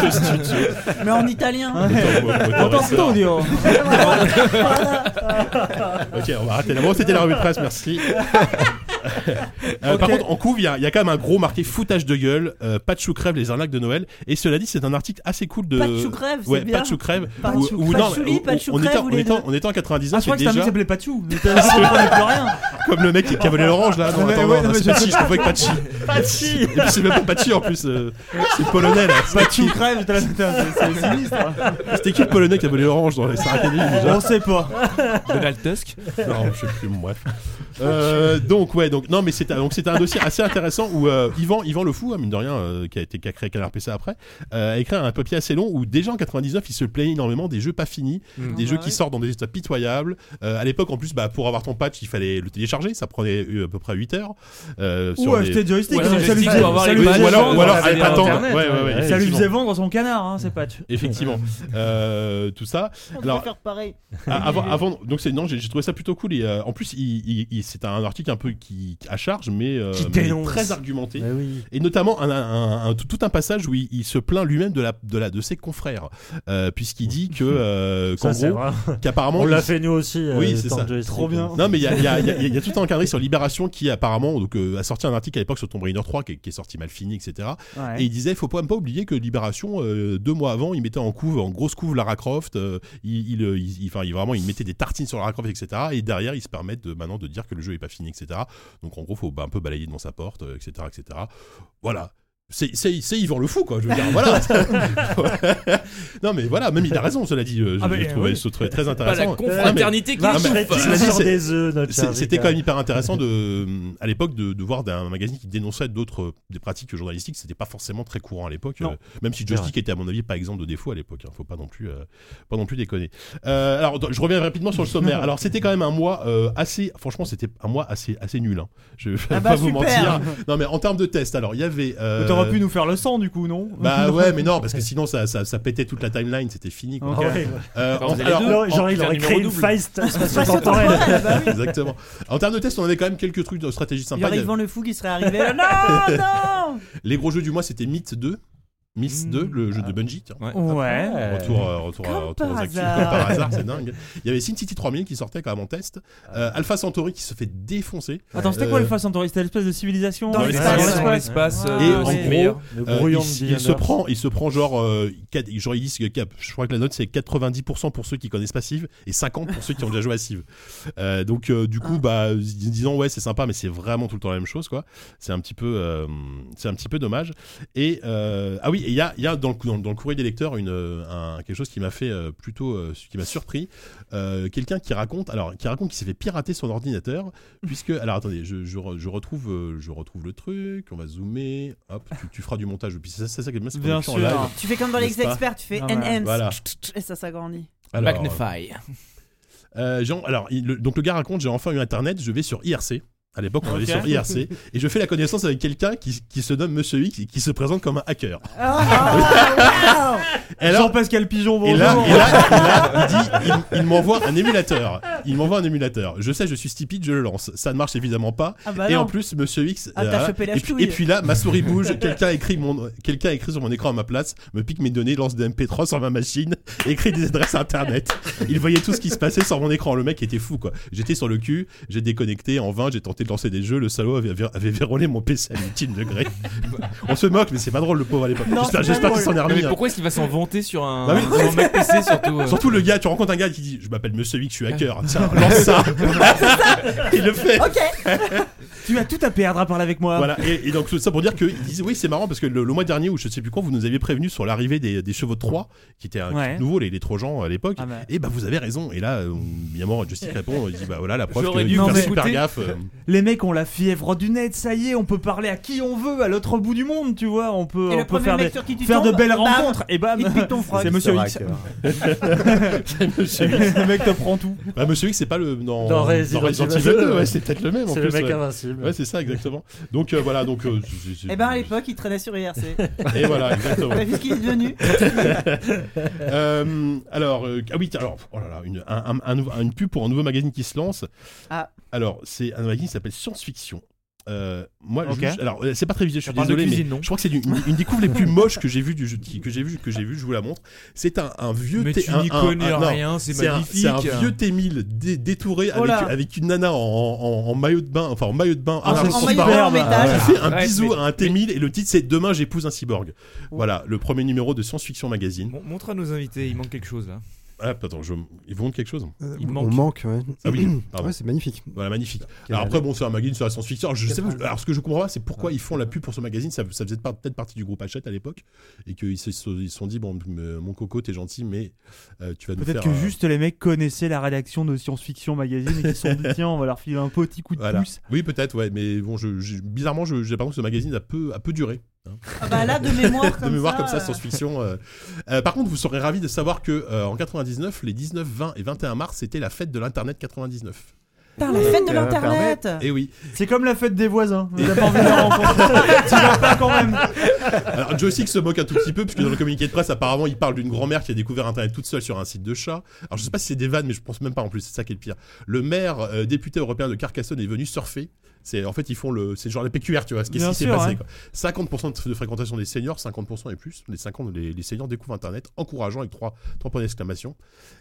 [SPEAKER 2] Ce studio.
[SPEAKER 3] Mais en italien.
[SPEAKER 6] Attends, studio
[SPEAKER 2] Ok, on va arrêter là. Bon, c'était la revue de presse, merci. Euh, Par contre, en couve, il y, a- il y a quand même un gros marqué foutage de gueule, euh, pas de chou crève les arnaques de Noël. Et cela dit, c'est un article assez cool de.
[SPEAKER 3] Pas de chou-crève, c'est
[SPEAKER 2] Ouais,
[SPEAKER 3] bien.
[SPEAKER 2] pas de chou crève.
[SPEAKER 3] Pas de chou-crève. Pas de chouli, pas de
[SPEAKER 2] on,
[SPEAKER 3] chou-crève,
[SPEAKER 2] était,
[SPEAKER 3] ou
[SPEAKER 2] on,
[SPEAKER 3] les
[SPEAKER 2] était, en-
[SPEAKER 3] deux
[SPEAKER 2] on était en 99,
[SPEAKER 6] Ah, je crois que
[SPEAKER 2] et
[SPEAKER 6] c'est un mec qui
[SPEAKER 2] déjà,
[SPEAKER 6] s'appelait Patchou. Mais t'as- Je comprenais plus rien.
[SPEAKER 2] comme le mec qui cavalait l'orange là. Non,
[SPEAKER 6] Ouais,
[SPEAKER 2] attends,
[SPEAKER 6] ouais,
[SPEAKER 2] non,
[SPEAKER 6] non,
[SPEAKER 2] c'est
[SPEAKER 6] mais
[SPEAKER 2] Pachi, je confonds avec Pachi.
[SPEAKER 6] Patchy
[SPEAKER 2] Et puis c'est même pas Pachi en plus, euh, c'est polonais là.
[SPEAKER 6] Patchou crève, t'as la- t'as- c'est c'est sinistre.
[SPEAKER 2] C'était qui le polonais qui avait l'orange dans les Star Academy déjà
[SPEAKER 6] On sait pas.
[SPEAKER 7] Donald Tusk.
[SPEAKER 2] Non, je sais plus, bon, bref. Euh, donc, ouais, donc, non, mais c'était donc c'était un dossier assez intéressant où euh, Yvan, Yvan Le Fou, hein, mine de rien, euh, qui a été qui a créé Canard PC après, euh, a écrit un papier assez long où déjà en 99, il se plaignait énormément des jeux pas finis,
[SPEAKER 7] Mm.
[SPEAKER 2] des
[SPEAKER 3] Ah
[SPEAKER 2] jeux
[SPEAKER 3] bah
[SPEAKER 2] qui
[SPEAKER 3] oui.
[SPEAKER 2] sortent dans des états pitoyables. Euh, à l'époque, en plus, bah, pour avoir ton patch, il fallait le télécharger, ça prenait euh, à peu près 8 heures. euh,
[SPEAKER 6] Ou
[SPEAKER 2] sur les-
[SPEAKER 6] acheter le joystick.
[SPEAKER 7] Ouais,
[SPEAKER 6] hein, ça lui- ça lui
[SPEAKER 7] joystick
[SPEAKER 6] faisait-
[SPEAKER 7] ou avoir
[SPEAKER 6] ça
[SPEAKER 7] les
[SPEAKER 6] lui
[SPEAKER 7] badges.
[SPEAKER 6] faisait
[SPEAKER 2] Ou alors,
[SPEAKER 6] vendre-
[SPEAKER 2] ou alors,
[SPEAKER 7] ça allait
[SPEAKER 2] attends,
[SPEAKER 7] Internet,
[SPEAKER 2] ouais, ouais, ouais,
[SPEAKER 5] ouais,
[SPEAKER 6] Ça lui
[SPEAKER 2] effectivement.
[SPEAKER 6] faisait vendre son canard, hein, ces patchs.
[SPEAKER 2] Effectivement. Euh, tout ça.
[SPEAKER 3] On
[SPEAKER 2] Alors-
[SPEAKER 3] peut faire pareil.
[SPEAKER 2] Ah, avant, avant- donc c'est non, j'ai j'ai trouvé ça plutôt cool et euh, en plus il, il- il- c'est un article un peu qui à charge mais, euh,
[SPEAKER 5] Qui
[SPEAKER 2] mais
[SPEAKER 5] dénonce.
[SPEAKER 2] très argumenté
[SPEAKER 5] Mais oui.
[SPEAKER 2] et notamment un, un- un- tout, tout un passage où il, il se plaint lui-même de la de la de ses confrères euh, puisqu'il dit que euh,
[SPEAKER 5] Ça,
[SPEAKER 2] qu'en
[SPEAKER 5] c'est
[SPEAKER 2] gros
[SPEAKER 5] vrai.
[SPEAKER 2] qu'apparemment
[SPEAKER 5] On
[SPEAKER 2] il-
[SPEAKER 5] l'a fait nous aussi. euh,
[SPEAKER 2] Oui, c'est
[SPEAKER 5] tant
[SPEAKER 2] ça.
[SPEAKER 5] de joystick.
[SPEAKER 6] Trop bien.
[SPEAKER 2] non mais il y a, il y a- il y a- il y a tout un encadré sur Libération qui apparemment donc euh, a sorti un article à l'époque sur Tomb Raider 3 qui, est- qui est sorti mal fini etc et il disait, il faut pas, pas oublier que Libération, euh, deux mois avant, il mettait en couve, en grosse couve Lara Croft. euh, il, il, euh, il- il- enfin, il- vraiment, il mettait des tartines sur Lara Croft, etc. Et derrière, ils se permettent de, maintenant de dire que le jeu est pas fini, etc. Donc en gros, faut bah, un peu balayer devant sa porte, euh, etc., etc. Voilà. C'est c'est- c'est Yvan le fou, quoi. Je veux dire, voilà. non, mais voilà, même il a raison, cela dit. euh, je
[SPEAKER 6] Ah, mais,
[SPEAKER 2] je trouvais
[SPEAKER 6] oui.
[SPEAKER 2] ce truc très
[SPEAKER 1] Pas la
[SPEAKER 2] intéressant.
[SPEAKER 1] confraternité qui
[SPEAKER 5] Marche
[SPEAKER 2] Non, mais-
[SPEAKER 5] fait-il
[SPEAKER 2] Cela dit,
[SPEAKER 5] sur
[SPEAKER 2] c'est-
[SPEAKER 5] des œufs, notre
[SPEAKER 2] C'est-
[SPEAKER 5] Charlie,
[SPEAKER 2] C'était
[SPEAKER 5] hein.
[SPEAKER 2] quand même hyper intéressant de, à l'époque de, de voir d'un magazine qui dénonçait d'autres euh, des pratiques journalistiques. C'était pas forcément très courant à l'époque,
[SPEAKER 5] Non.
[SPEAKER 2] euh, même si Joystick était à mon avis pas exemple de défaut à l'époque. hein. faut pas non plus, euh, pas non plus déconner. Euh, alors dans- je reviens rapidement sur le sommaire. Alors c'était quand même un mois euh, assez, franchement c'était un mois assez assez nul. hein. Je vais pas
[SPEAKER 3] Ah bah,
[SPEAKER 2] vous
[SPEAKER 3] super.
[SPEAKER 2] mentir. Non mais en termes de tests, alors il y avait. euh,
[SPEAKER 6] Ou T'aurais pu nous faire le sang, du coup, non
[SPEAKER 2] Bah ouais, mais non parce que sinon ça ça, ça pétait toute la timeline, c'était fini. Quoi.
[SPEAKER 5] Ah ouais.
[SPEAKER 2] Euh,
[SPEAKER 1] Attends,
[SPEAKER 2] en-
[SPEAKER 1] vous allez
[SPEAKER 2] alors,
[SPEAKER 1] deux
[SPEAKER 5] Non, genre,
[SPEAKER 1] en-
[SPEAKER 5] il
[SPEAKER 1] faire
[SPEAKER 5] aurait
[SPEAKER 1] numéro
[SPEAKER 5] créé une
[SPEAKER 1] double.
[SPEAKER 5] faille st-
[SPEAKER 3] Façon
[SPEAKER 5] spatio-temporelle.
[SPEAKER 3] temporelle, bah oui.
[SPEAKER 2] Exactement. En termes de tests, on avait quand même quelques trucs de stratégie
[SPEAKER 3] Il
[SPEAKER 2] sympa.
[SPEAKER 3] y aurait
[SPEAKER 2] Il y a-
[SPEAKER 3] Yvan le fou qui serait arrivé. Non, non
[SPEAKER 2] Les gros jeux du mois, c'était Myth 2. Myth 2, le jeu de Bungie. tiens.
[SPEAKER 6] Ouais.
[SPEAKER 2] Retour, euh, retour, à-
[SPEAKER 3] Comme
[SPEAKER 2] retour aux
[SPEAKER 3] par
[SPEAKER 2] actifs,
[SPEAKER 3] hasard.
[SPEAKER 2] comme par hasard, c'est dingue. Il y avait Sin City 3000 qui sortait quand même en test. Euh, Alpha Centauri qui se fait défoncer.
[SPEAKER 6] Attends, c'était
[SPEAKER 2] Euh,
[SPEAKER 6] quoi le face Centauri C'était l'espèce de civilisation
[SPEAKER 3] Dans
[SPEAKER 6] euh,
[SPEAKER 2] l'espace.
[SPEAKER 6] dans
[SPEAKER 7] Dans
[SPEAKER 6] l'espace.
[SPEAKER 7] l'espace,
[SPEAKER 3] Ah,
[SPEAKER 7] euh,
[SPEAKER 2] et
[SPEAKER 7] c'est
[SPEAKER 2] en
[SPEAKER 7] le meilleur.
[SPEAKER 2] gros,
[SPEAKER 5] Le
[SPEAKER 2] euh,
[SPEAKER 5] brouillon
[SPEAKER 2] il,
[SPEAKER 5] de
[SPEAKER 2] s-
[SPEAKER 5] Bill
[SPEAKER 2] il se
[SPEAKER 5] Anders.
[SPEAKER 2] prend, il se prend genre, euh, quatre- genre ils disent que cap- je crois que la note c'est 90% pour ceux qui connaissent pas Civ et 50 pour ceux qui ont déjà joué à Civ. Euh, donc euh, du coup
[SPEAKER 3] Ah.
[SPEAKER 2] bah dis- disons ouais c'est sympa mais c'est vraiment tout le temps la même chose quoi. C'est un petit peu, euh, c'est un petit peu dommage. Et euh, ah oui, et il y a, il y a dans, le, cou- dans, le- dans le courrier des lecteurs une, euh, un- quelque chose qui m'a fait euh, plutôt, euh, qui m'a surpris. Euh, Quelqu'un qui raconte, alors qui raconte qu'il s'est fait pirater son ordinateur,
[SPEAKER 6] Mmh.
[SPEAKER 2] puisque alors attendez, je, je, re- je retrouve, euh, je retrouve le truc. On va zoomer. Hop, tu, tu feras du montage. Et puis c'est ça, c'est ça qui est bien, c'est qu'on
[SPEAKER 6] Bien
[SPEAKER 2] est plus en
[SPEAKER 6] sûr.
[SPEAKER 2] live.
[SPEAKER 3] Tu fais comme dans les
[SPEAKER 2] N'est-ce pas bah,
[SPEAKER 3] experts, tu fais
[SPEAKER 6] Ah, voilà.
[SPEAKER 3] enhance
[SPEAKER 2] Voilà.
[SPEAKER 3] et ça s'agrandit.
[SPEAKER 2] Alors, ah,
[SPEAKER 7] Magnify.
[SPEAKER 2] euh, j'ai en- alors il- le- donc le gars raconte, j'ai enfin eu internet, je vais sur IRC. À l'époque, on allait
[SPEAKER 6] Ok.
[SPEAKER 2] sur IRC et je fais la connaissance avec quelqu'un qui, qui se nomme Monsieur X et qui se présente comme un hacker.
[SPEAKER 3] Oh, Ah,
[SPEAKER 2] Et alors-
[SPEAKER 6] Jean-Pascal Pigeon, bonjour.
[SPEAKER 2] Et là, et là, et là, il dit, il, il m'envoie un émulateur. Il m'envoie un émulateur. Je sais, je suis stupide, je le lance. Ça ne marche évidemment pas.
[SPEAKER 3] Ah bah
[SPEAKER 2] et
[SPEAKER 3] non.
[SPEAKER 2] en plus, Monsieur X.
[SPEAKER 3] Ah, t'as
[SPEAKER 2] euh,
[SPEAKER 3] chopé la
[SPEAKER 2] et, puis,
[SPEAKER 3] ch'touille.
[SPEAKER 2] et puis là, ma souris bouge. Quelqu'un écrit mon, quelqu'un écrit sur mon écran à ma place, me pique mes données, lance des MP3 sur ma machine, écrit des adresses internet. Il voyait tout ce qui se passait sur mon écran. Le mec était fou, quoi. J'étais sur le cul, j'ai déconnecté en vain, j'ai tenté de lancer des jeux. Le salaud avait, avait vérolé mon PC à l'ultime degré. On se moque, mais c'est pas drôle, le pauvre à l'époque.
[SPEAKER 3] Non,
[SPEAKER 2] J'espère
[SPEAKER 3] c'est pas
[SPEAKER 2] j'espère qu'il
[SPEAKER 3] drôle.
[SPEAKER 2] s'en est
[SPEAKER 7] Mais,
[SPEAKER 2] remis. hein.
[SPEAKER 7] pourquoi est-ce qu'il va s'en vanter sur un,
[SPEAKER 2] Bah oui.
[SPEAKER 7] sur un Mac PC surtout euh,
[SPEAKER 2] Surtout le gars, tu rencontres un gars qui dit Je m'appelle Monsieur X, je suis hacker. Tiens, lance ça Il le fait
[SPEAKER 3] ok.
[SPEAKER 6] tu as tout à perdre à parler avec moi.
[SPEAKER 2] voilà, et, et donc tout ça pour dire qu'ils disent oui c'est marrant parce que le, le mois dernier ou je sais plus quand vous nous aviez prévenu sur l'arrivée des, des chevaux de Troie qui étaient un
[SPEAKER 6] Ouais.
[SPEAKER 2] nouveau les, les Trojans à l'époque
[SPEAKER 6] Ah bah.
[SPEAKER 2] et bah vous avez raison et là euh, évidemment Justin répond il dit bah voilà la preuve
[SPEAKER 7] J'aurais
[SPEAKER 2] que
[SPEAKER 7] dû
[SPEAKER 2] faut
[SPEAKER 6] vous
[SPEAKER 2] faire super
[SPEAKER 7] écouter.
[SPEAKER 2] gaffe euh,
[SPEAKER 6] Les mecs ont la fièvre du net, ça y est, on peut parler à qui on veut, à l'autre bout du monde, tu vois. On peut,
[SPEAKER 3] Et
[SPEAKER 6] on
[SPEAKER 3] le
[SPEAKER 6] peut
[SPEAKER 3] premier
[SPEAKER 6] faire,
[SPEAKER 3] mec
[SPEAKER 6] des-
[SPEAKER 3] sur qui tu
[SPEAKER 6] faire de
[SPEAKER 3] tombes, bah,
[SPEAKER 6] belles
[SPEAKER 3] bam,
[SPEAKER 6] rencontres. Et bam,
[SPEAKER 3] Il te pique ton froc.
[SPEAKER 6] c'est Monsieur X.
[SPEAKER 8] Hacker.
[SPEAKER 6] le mec te prend tout.
[SPEAKER 2] bah, Monsieur X c'est pas le dans,
[SPEAKER 5] Dans Resident Evil
[SPEAKER 2] Evil
[SPEAKER 5] 2,
[SPEAKER 2] ouais, c'est peut-être le même en
[SPEAKER 5] C'est
[SPEAKER 2] plus
[SPEAKER 5] le mec
[SPEAKER 2] ouais.
[SPEAKER 5] invincible.
[SPEAKER 2] Ouais, c'est ça exactement donc euh, voilà donc euh, c'est- c'est-
[SPEAKER 3] Eh ben à l'époque, il traînait sur IRC.
[SPEAKER 2] et voilà exactement
[SPEAKER 3] T'as vu ce qu'il est devenu
[SPEAKER 2] Euh, alors, euh, ah oui, tiens, alors, oh là là, une, un- un- un nouveau- une pub pour un nouveau magazine qui se lance.
[SPEAKER 3] Ah.
[SPEAKER 2] Alors, c'est un magazine qui s'appelle Science Fiction. Euh, moi, je-
[SPEAKER 6] Ok.
[SPEAKER 2] je- alors euh, c'est pas très visuel, je suis
[SPEAKER 7] parle de
[SPEAKER 2] désolé,
[SPEAKER 7] cuisine,
[SPEAKER 2] mais
[SPEAKER 7] non
[SPEAKER 2] je crois que c'est du- une, une des couves les plus moches que j'ai vu du jeu, qui- que j'ai vu, que j'ai vu. Je vous la montre. C'est un, un vieux,
[SPEAKER 7] Mais
[SPEAKER 2] thé-
[SPEAKER 7] tu
[SPEAKER 2] un-
[SPEAKER 7] n'y
[SPEAKER 2] un-
[SPEAKER 7] connais
[SPEAKER 2] un- non,
[SPEAKER 7] rien, c'est
[SPEAKER 2] c'est un,
[SPEAKER 7] magnifique.
[SPEAKER 2] c'est un vieux T1000 dé- détouré
[SPEAKER 3] Oh
[SPEAKER 2] avec,
[SPEAKER 3] là.
[SPEAKER 2] avec une nana en, en- en maillot de bain, enfin en maillot de bain,
[SPEAKER 6] Ah,
[SPEAKER 2] un
[SPEAKER 6] c'est
[SPEAKER 2] arbre
[SPEAKER 3] En maillot
[SPEAKER 2] transparent.
[SPEAKER 3] de bain en
[SPEAKER 6] superbe.
[SPEAKER 3] métal.
[SPEAKER 2] Il fait un
[SPEAKER 7] Ouais,
[SPEAKER 2] bisou
[SPEAKER 7] mais-
[SPEAKER 2] à un T1000 et le titre c'est Demain j'épouse un cyborg. Voilà, le premier numéro de Science Fiction Magazine.
[SPEAKER 7] Mon- Montre à nos invités, il manque quelque chose là.
[SPEAKER 2] Ah, attends, je... ils vous montrent quelque chose
[SPEAKER 4] Euh,
[SPEAKER 7] Il
[SPEAKER 4] on
[SPEAKER 7] manque.
[SPEAKER 4] manque, ouais.
[SPEAKER 2] Ah oui, pardon.
[SPEAKER 4] Ouais, c'est magnifique.
[SPEAKER 2] Voilà, magnifique.
[SPEAKER 4] Quelle
[SPEAKER 2] Alors après, bon, c'est un magazine sur la science-fiction. Alors, Je sais pas,
[SPEAKER 4] Quatre-vingt-dix.
[SPEAKER 2] alors ce que je comprends pas, c'est
[SPEAKER 6] Ah.
[SPEAKER 2] pourquoi ils font la pub pour ce magazine. Ça, ça faisait par- peut-être partie du groupe Hachette à l'époque. Et qu'ils se sont, ils se sont dit, bon, me- mon coco, t'es gentil, mais euh, tu vas nous
[SPEAKER 6] Peut-être
[SPEAKER 2] faire.
[SPEAKER 6] que
[SPEAKER 2] un-
[SPEAKER 6] juste les mecs connaissaient la rédaction de Science Fiction Magazine et qu'ils se sont dit tiens, on va leur filer un petit coup de
[SPEAKER 2] Voilà.
[SPEAKER 6] pouce.
[SPEAKER 2] Oui, peut-être, ouais. Mais bon, je, je- bizarrement, je- j'ai l'impression que ce magazine a peu, a peu duré.
[SPEAKER 3] Ah bah là, de mémoire comme
[SPEAKER 2] de mémoire
[SPEAKER 3] ça.
[SPEAKER 2] comme ça,
[SPEAKER 3] euh,
[SPEAKER 2] science-fiction. euh. Euh, par contre, vous serez ravis de savoir que euh, en 99, les 19, 20 et 21 mars, c'était la fête de l'internet 99.
[SPEAKER 3] Putain, la fête de
[SPEAKER 8] Euh,
[SPEAKER 3] l'internet.
[SPEAKER 6] Ah.
[SPEAKER 2] Et oui.
[SPEAKER 6] C'est comme la fête des voisins. T'as pas envie de la rencontrer. tu vas pas quand même.
[SPEAKER 2] Alors, Joe Six se moque un tout petit peu, puisque dans le communiqué de presse, apparemment, il parle d'une grand-mère qui a découvert Internet toute seule sur un site de chat. Alors, je sais pas si c'est des vannes, mais je pense même pas en plus, c'est ça qui est le pire. Le maire euh, député européen de Carcassonne est venu surfer. C'est, en fait, ils font le, c'est genre la PQR, tu vois, ce qui
[SPEAKER 6] Bien
[SPEAKER 2] ce qui s'est
[SPEAKER 6] sûr,
[SPEAKER 2] passé.
[SPEAKER 6] ouais.
[SPEAKER 2] quoi. 50% de- de fréquentation des seniors, 50% et plus. Les 50, les, les seniors découvrent Internet, encourageant avec trois, trois points d'exclamation.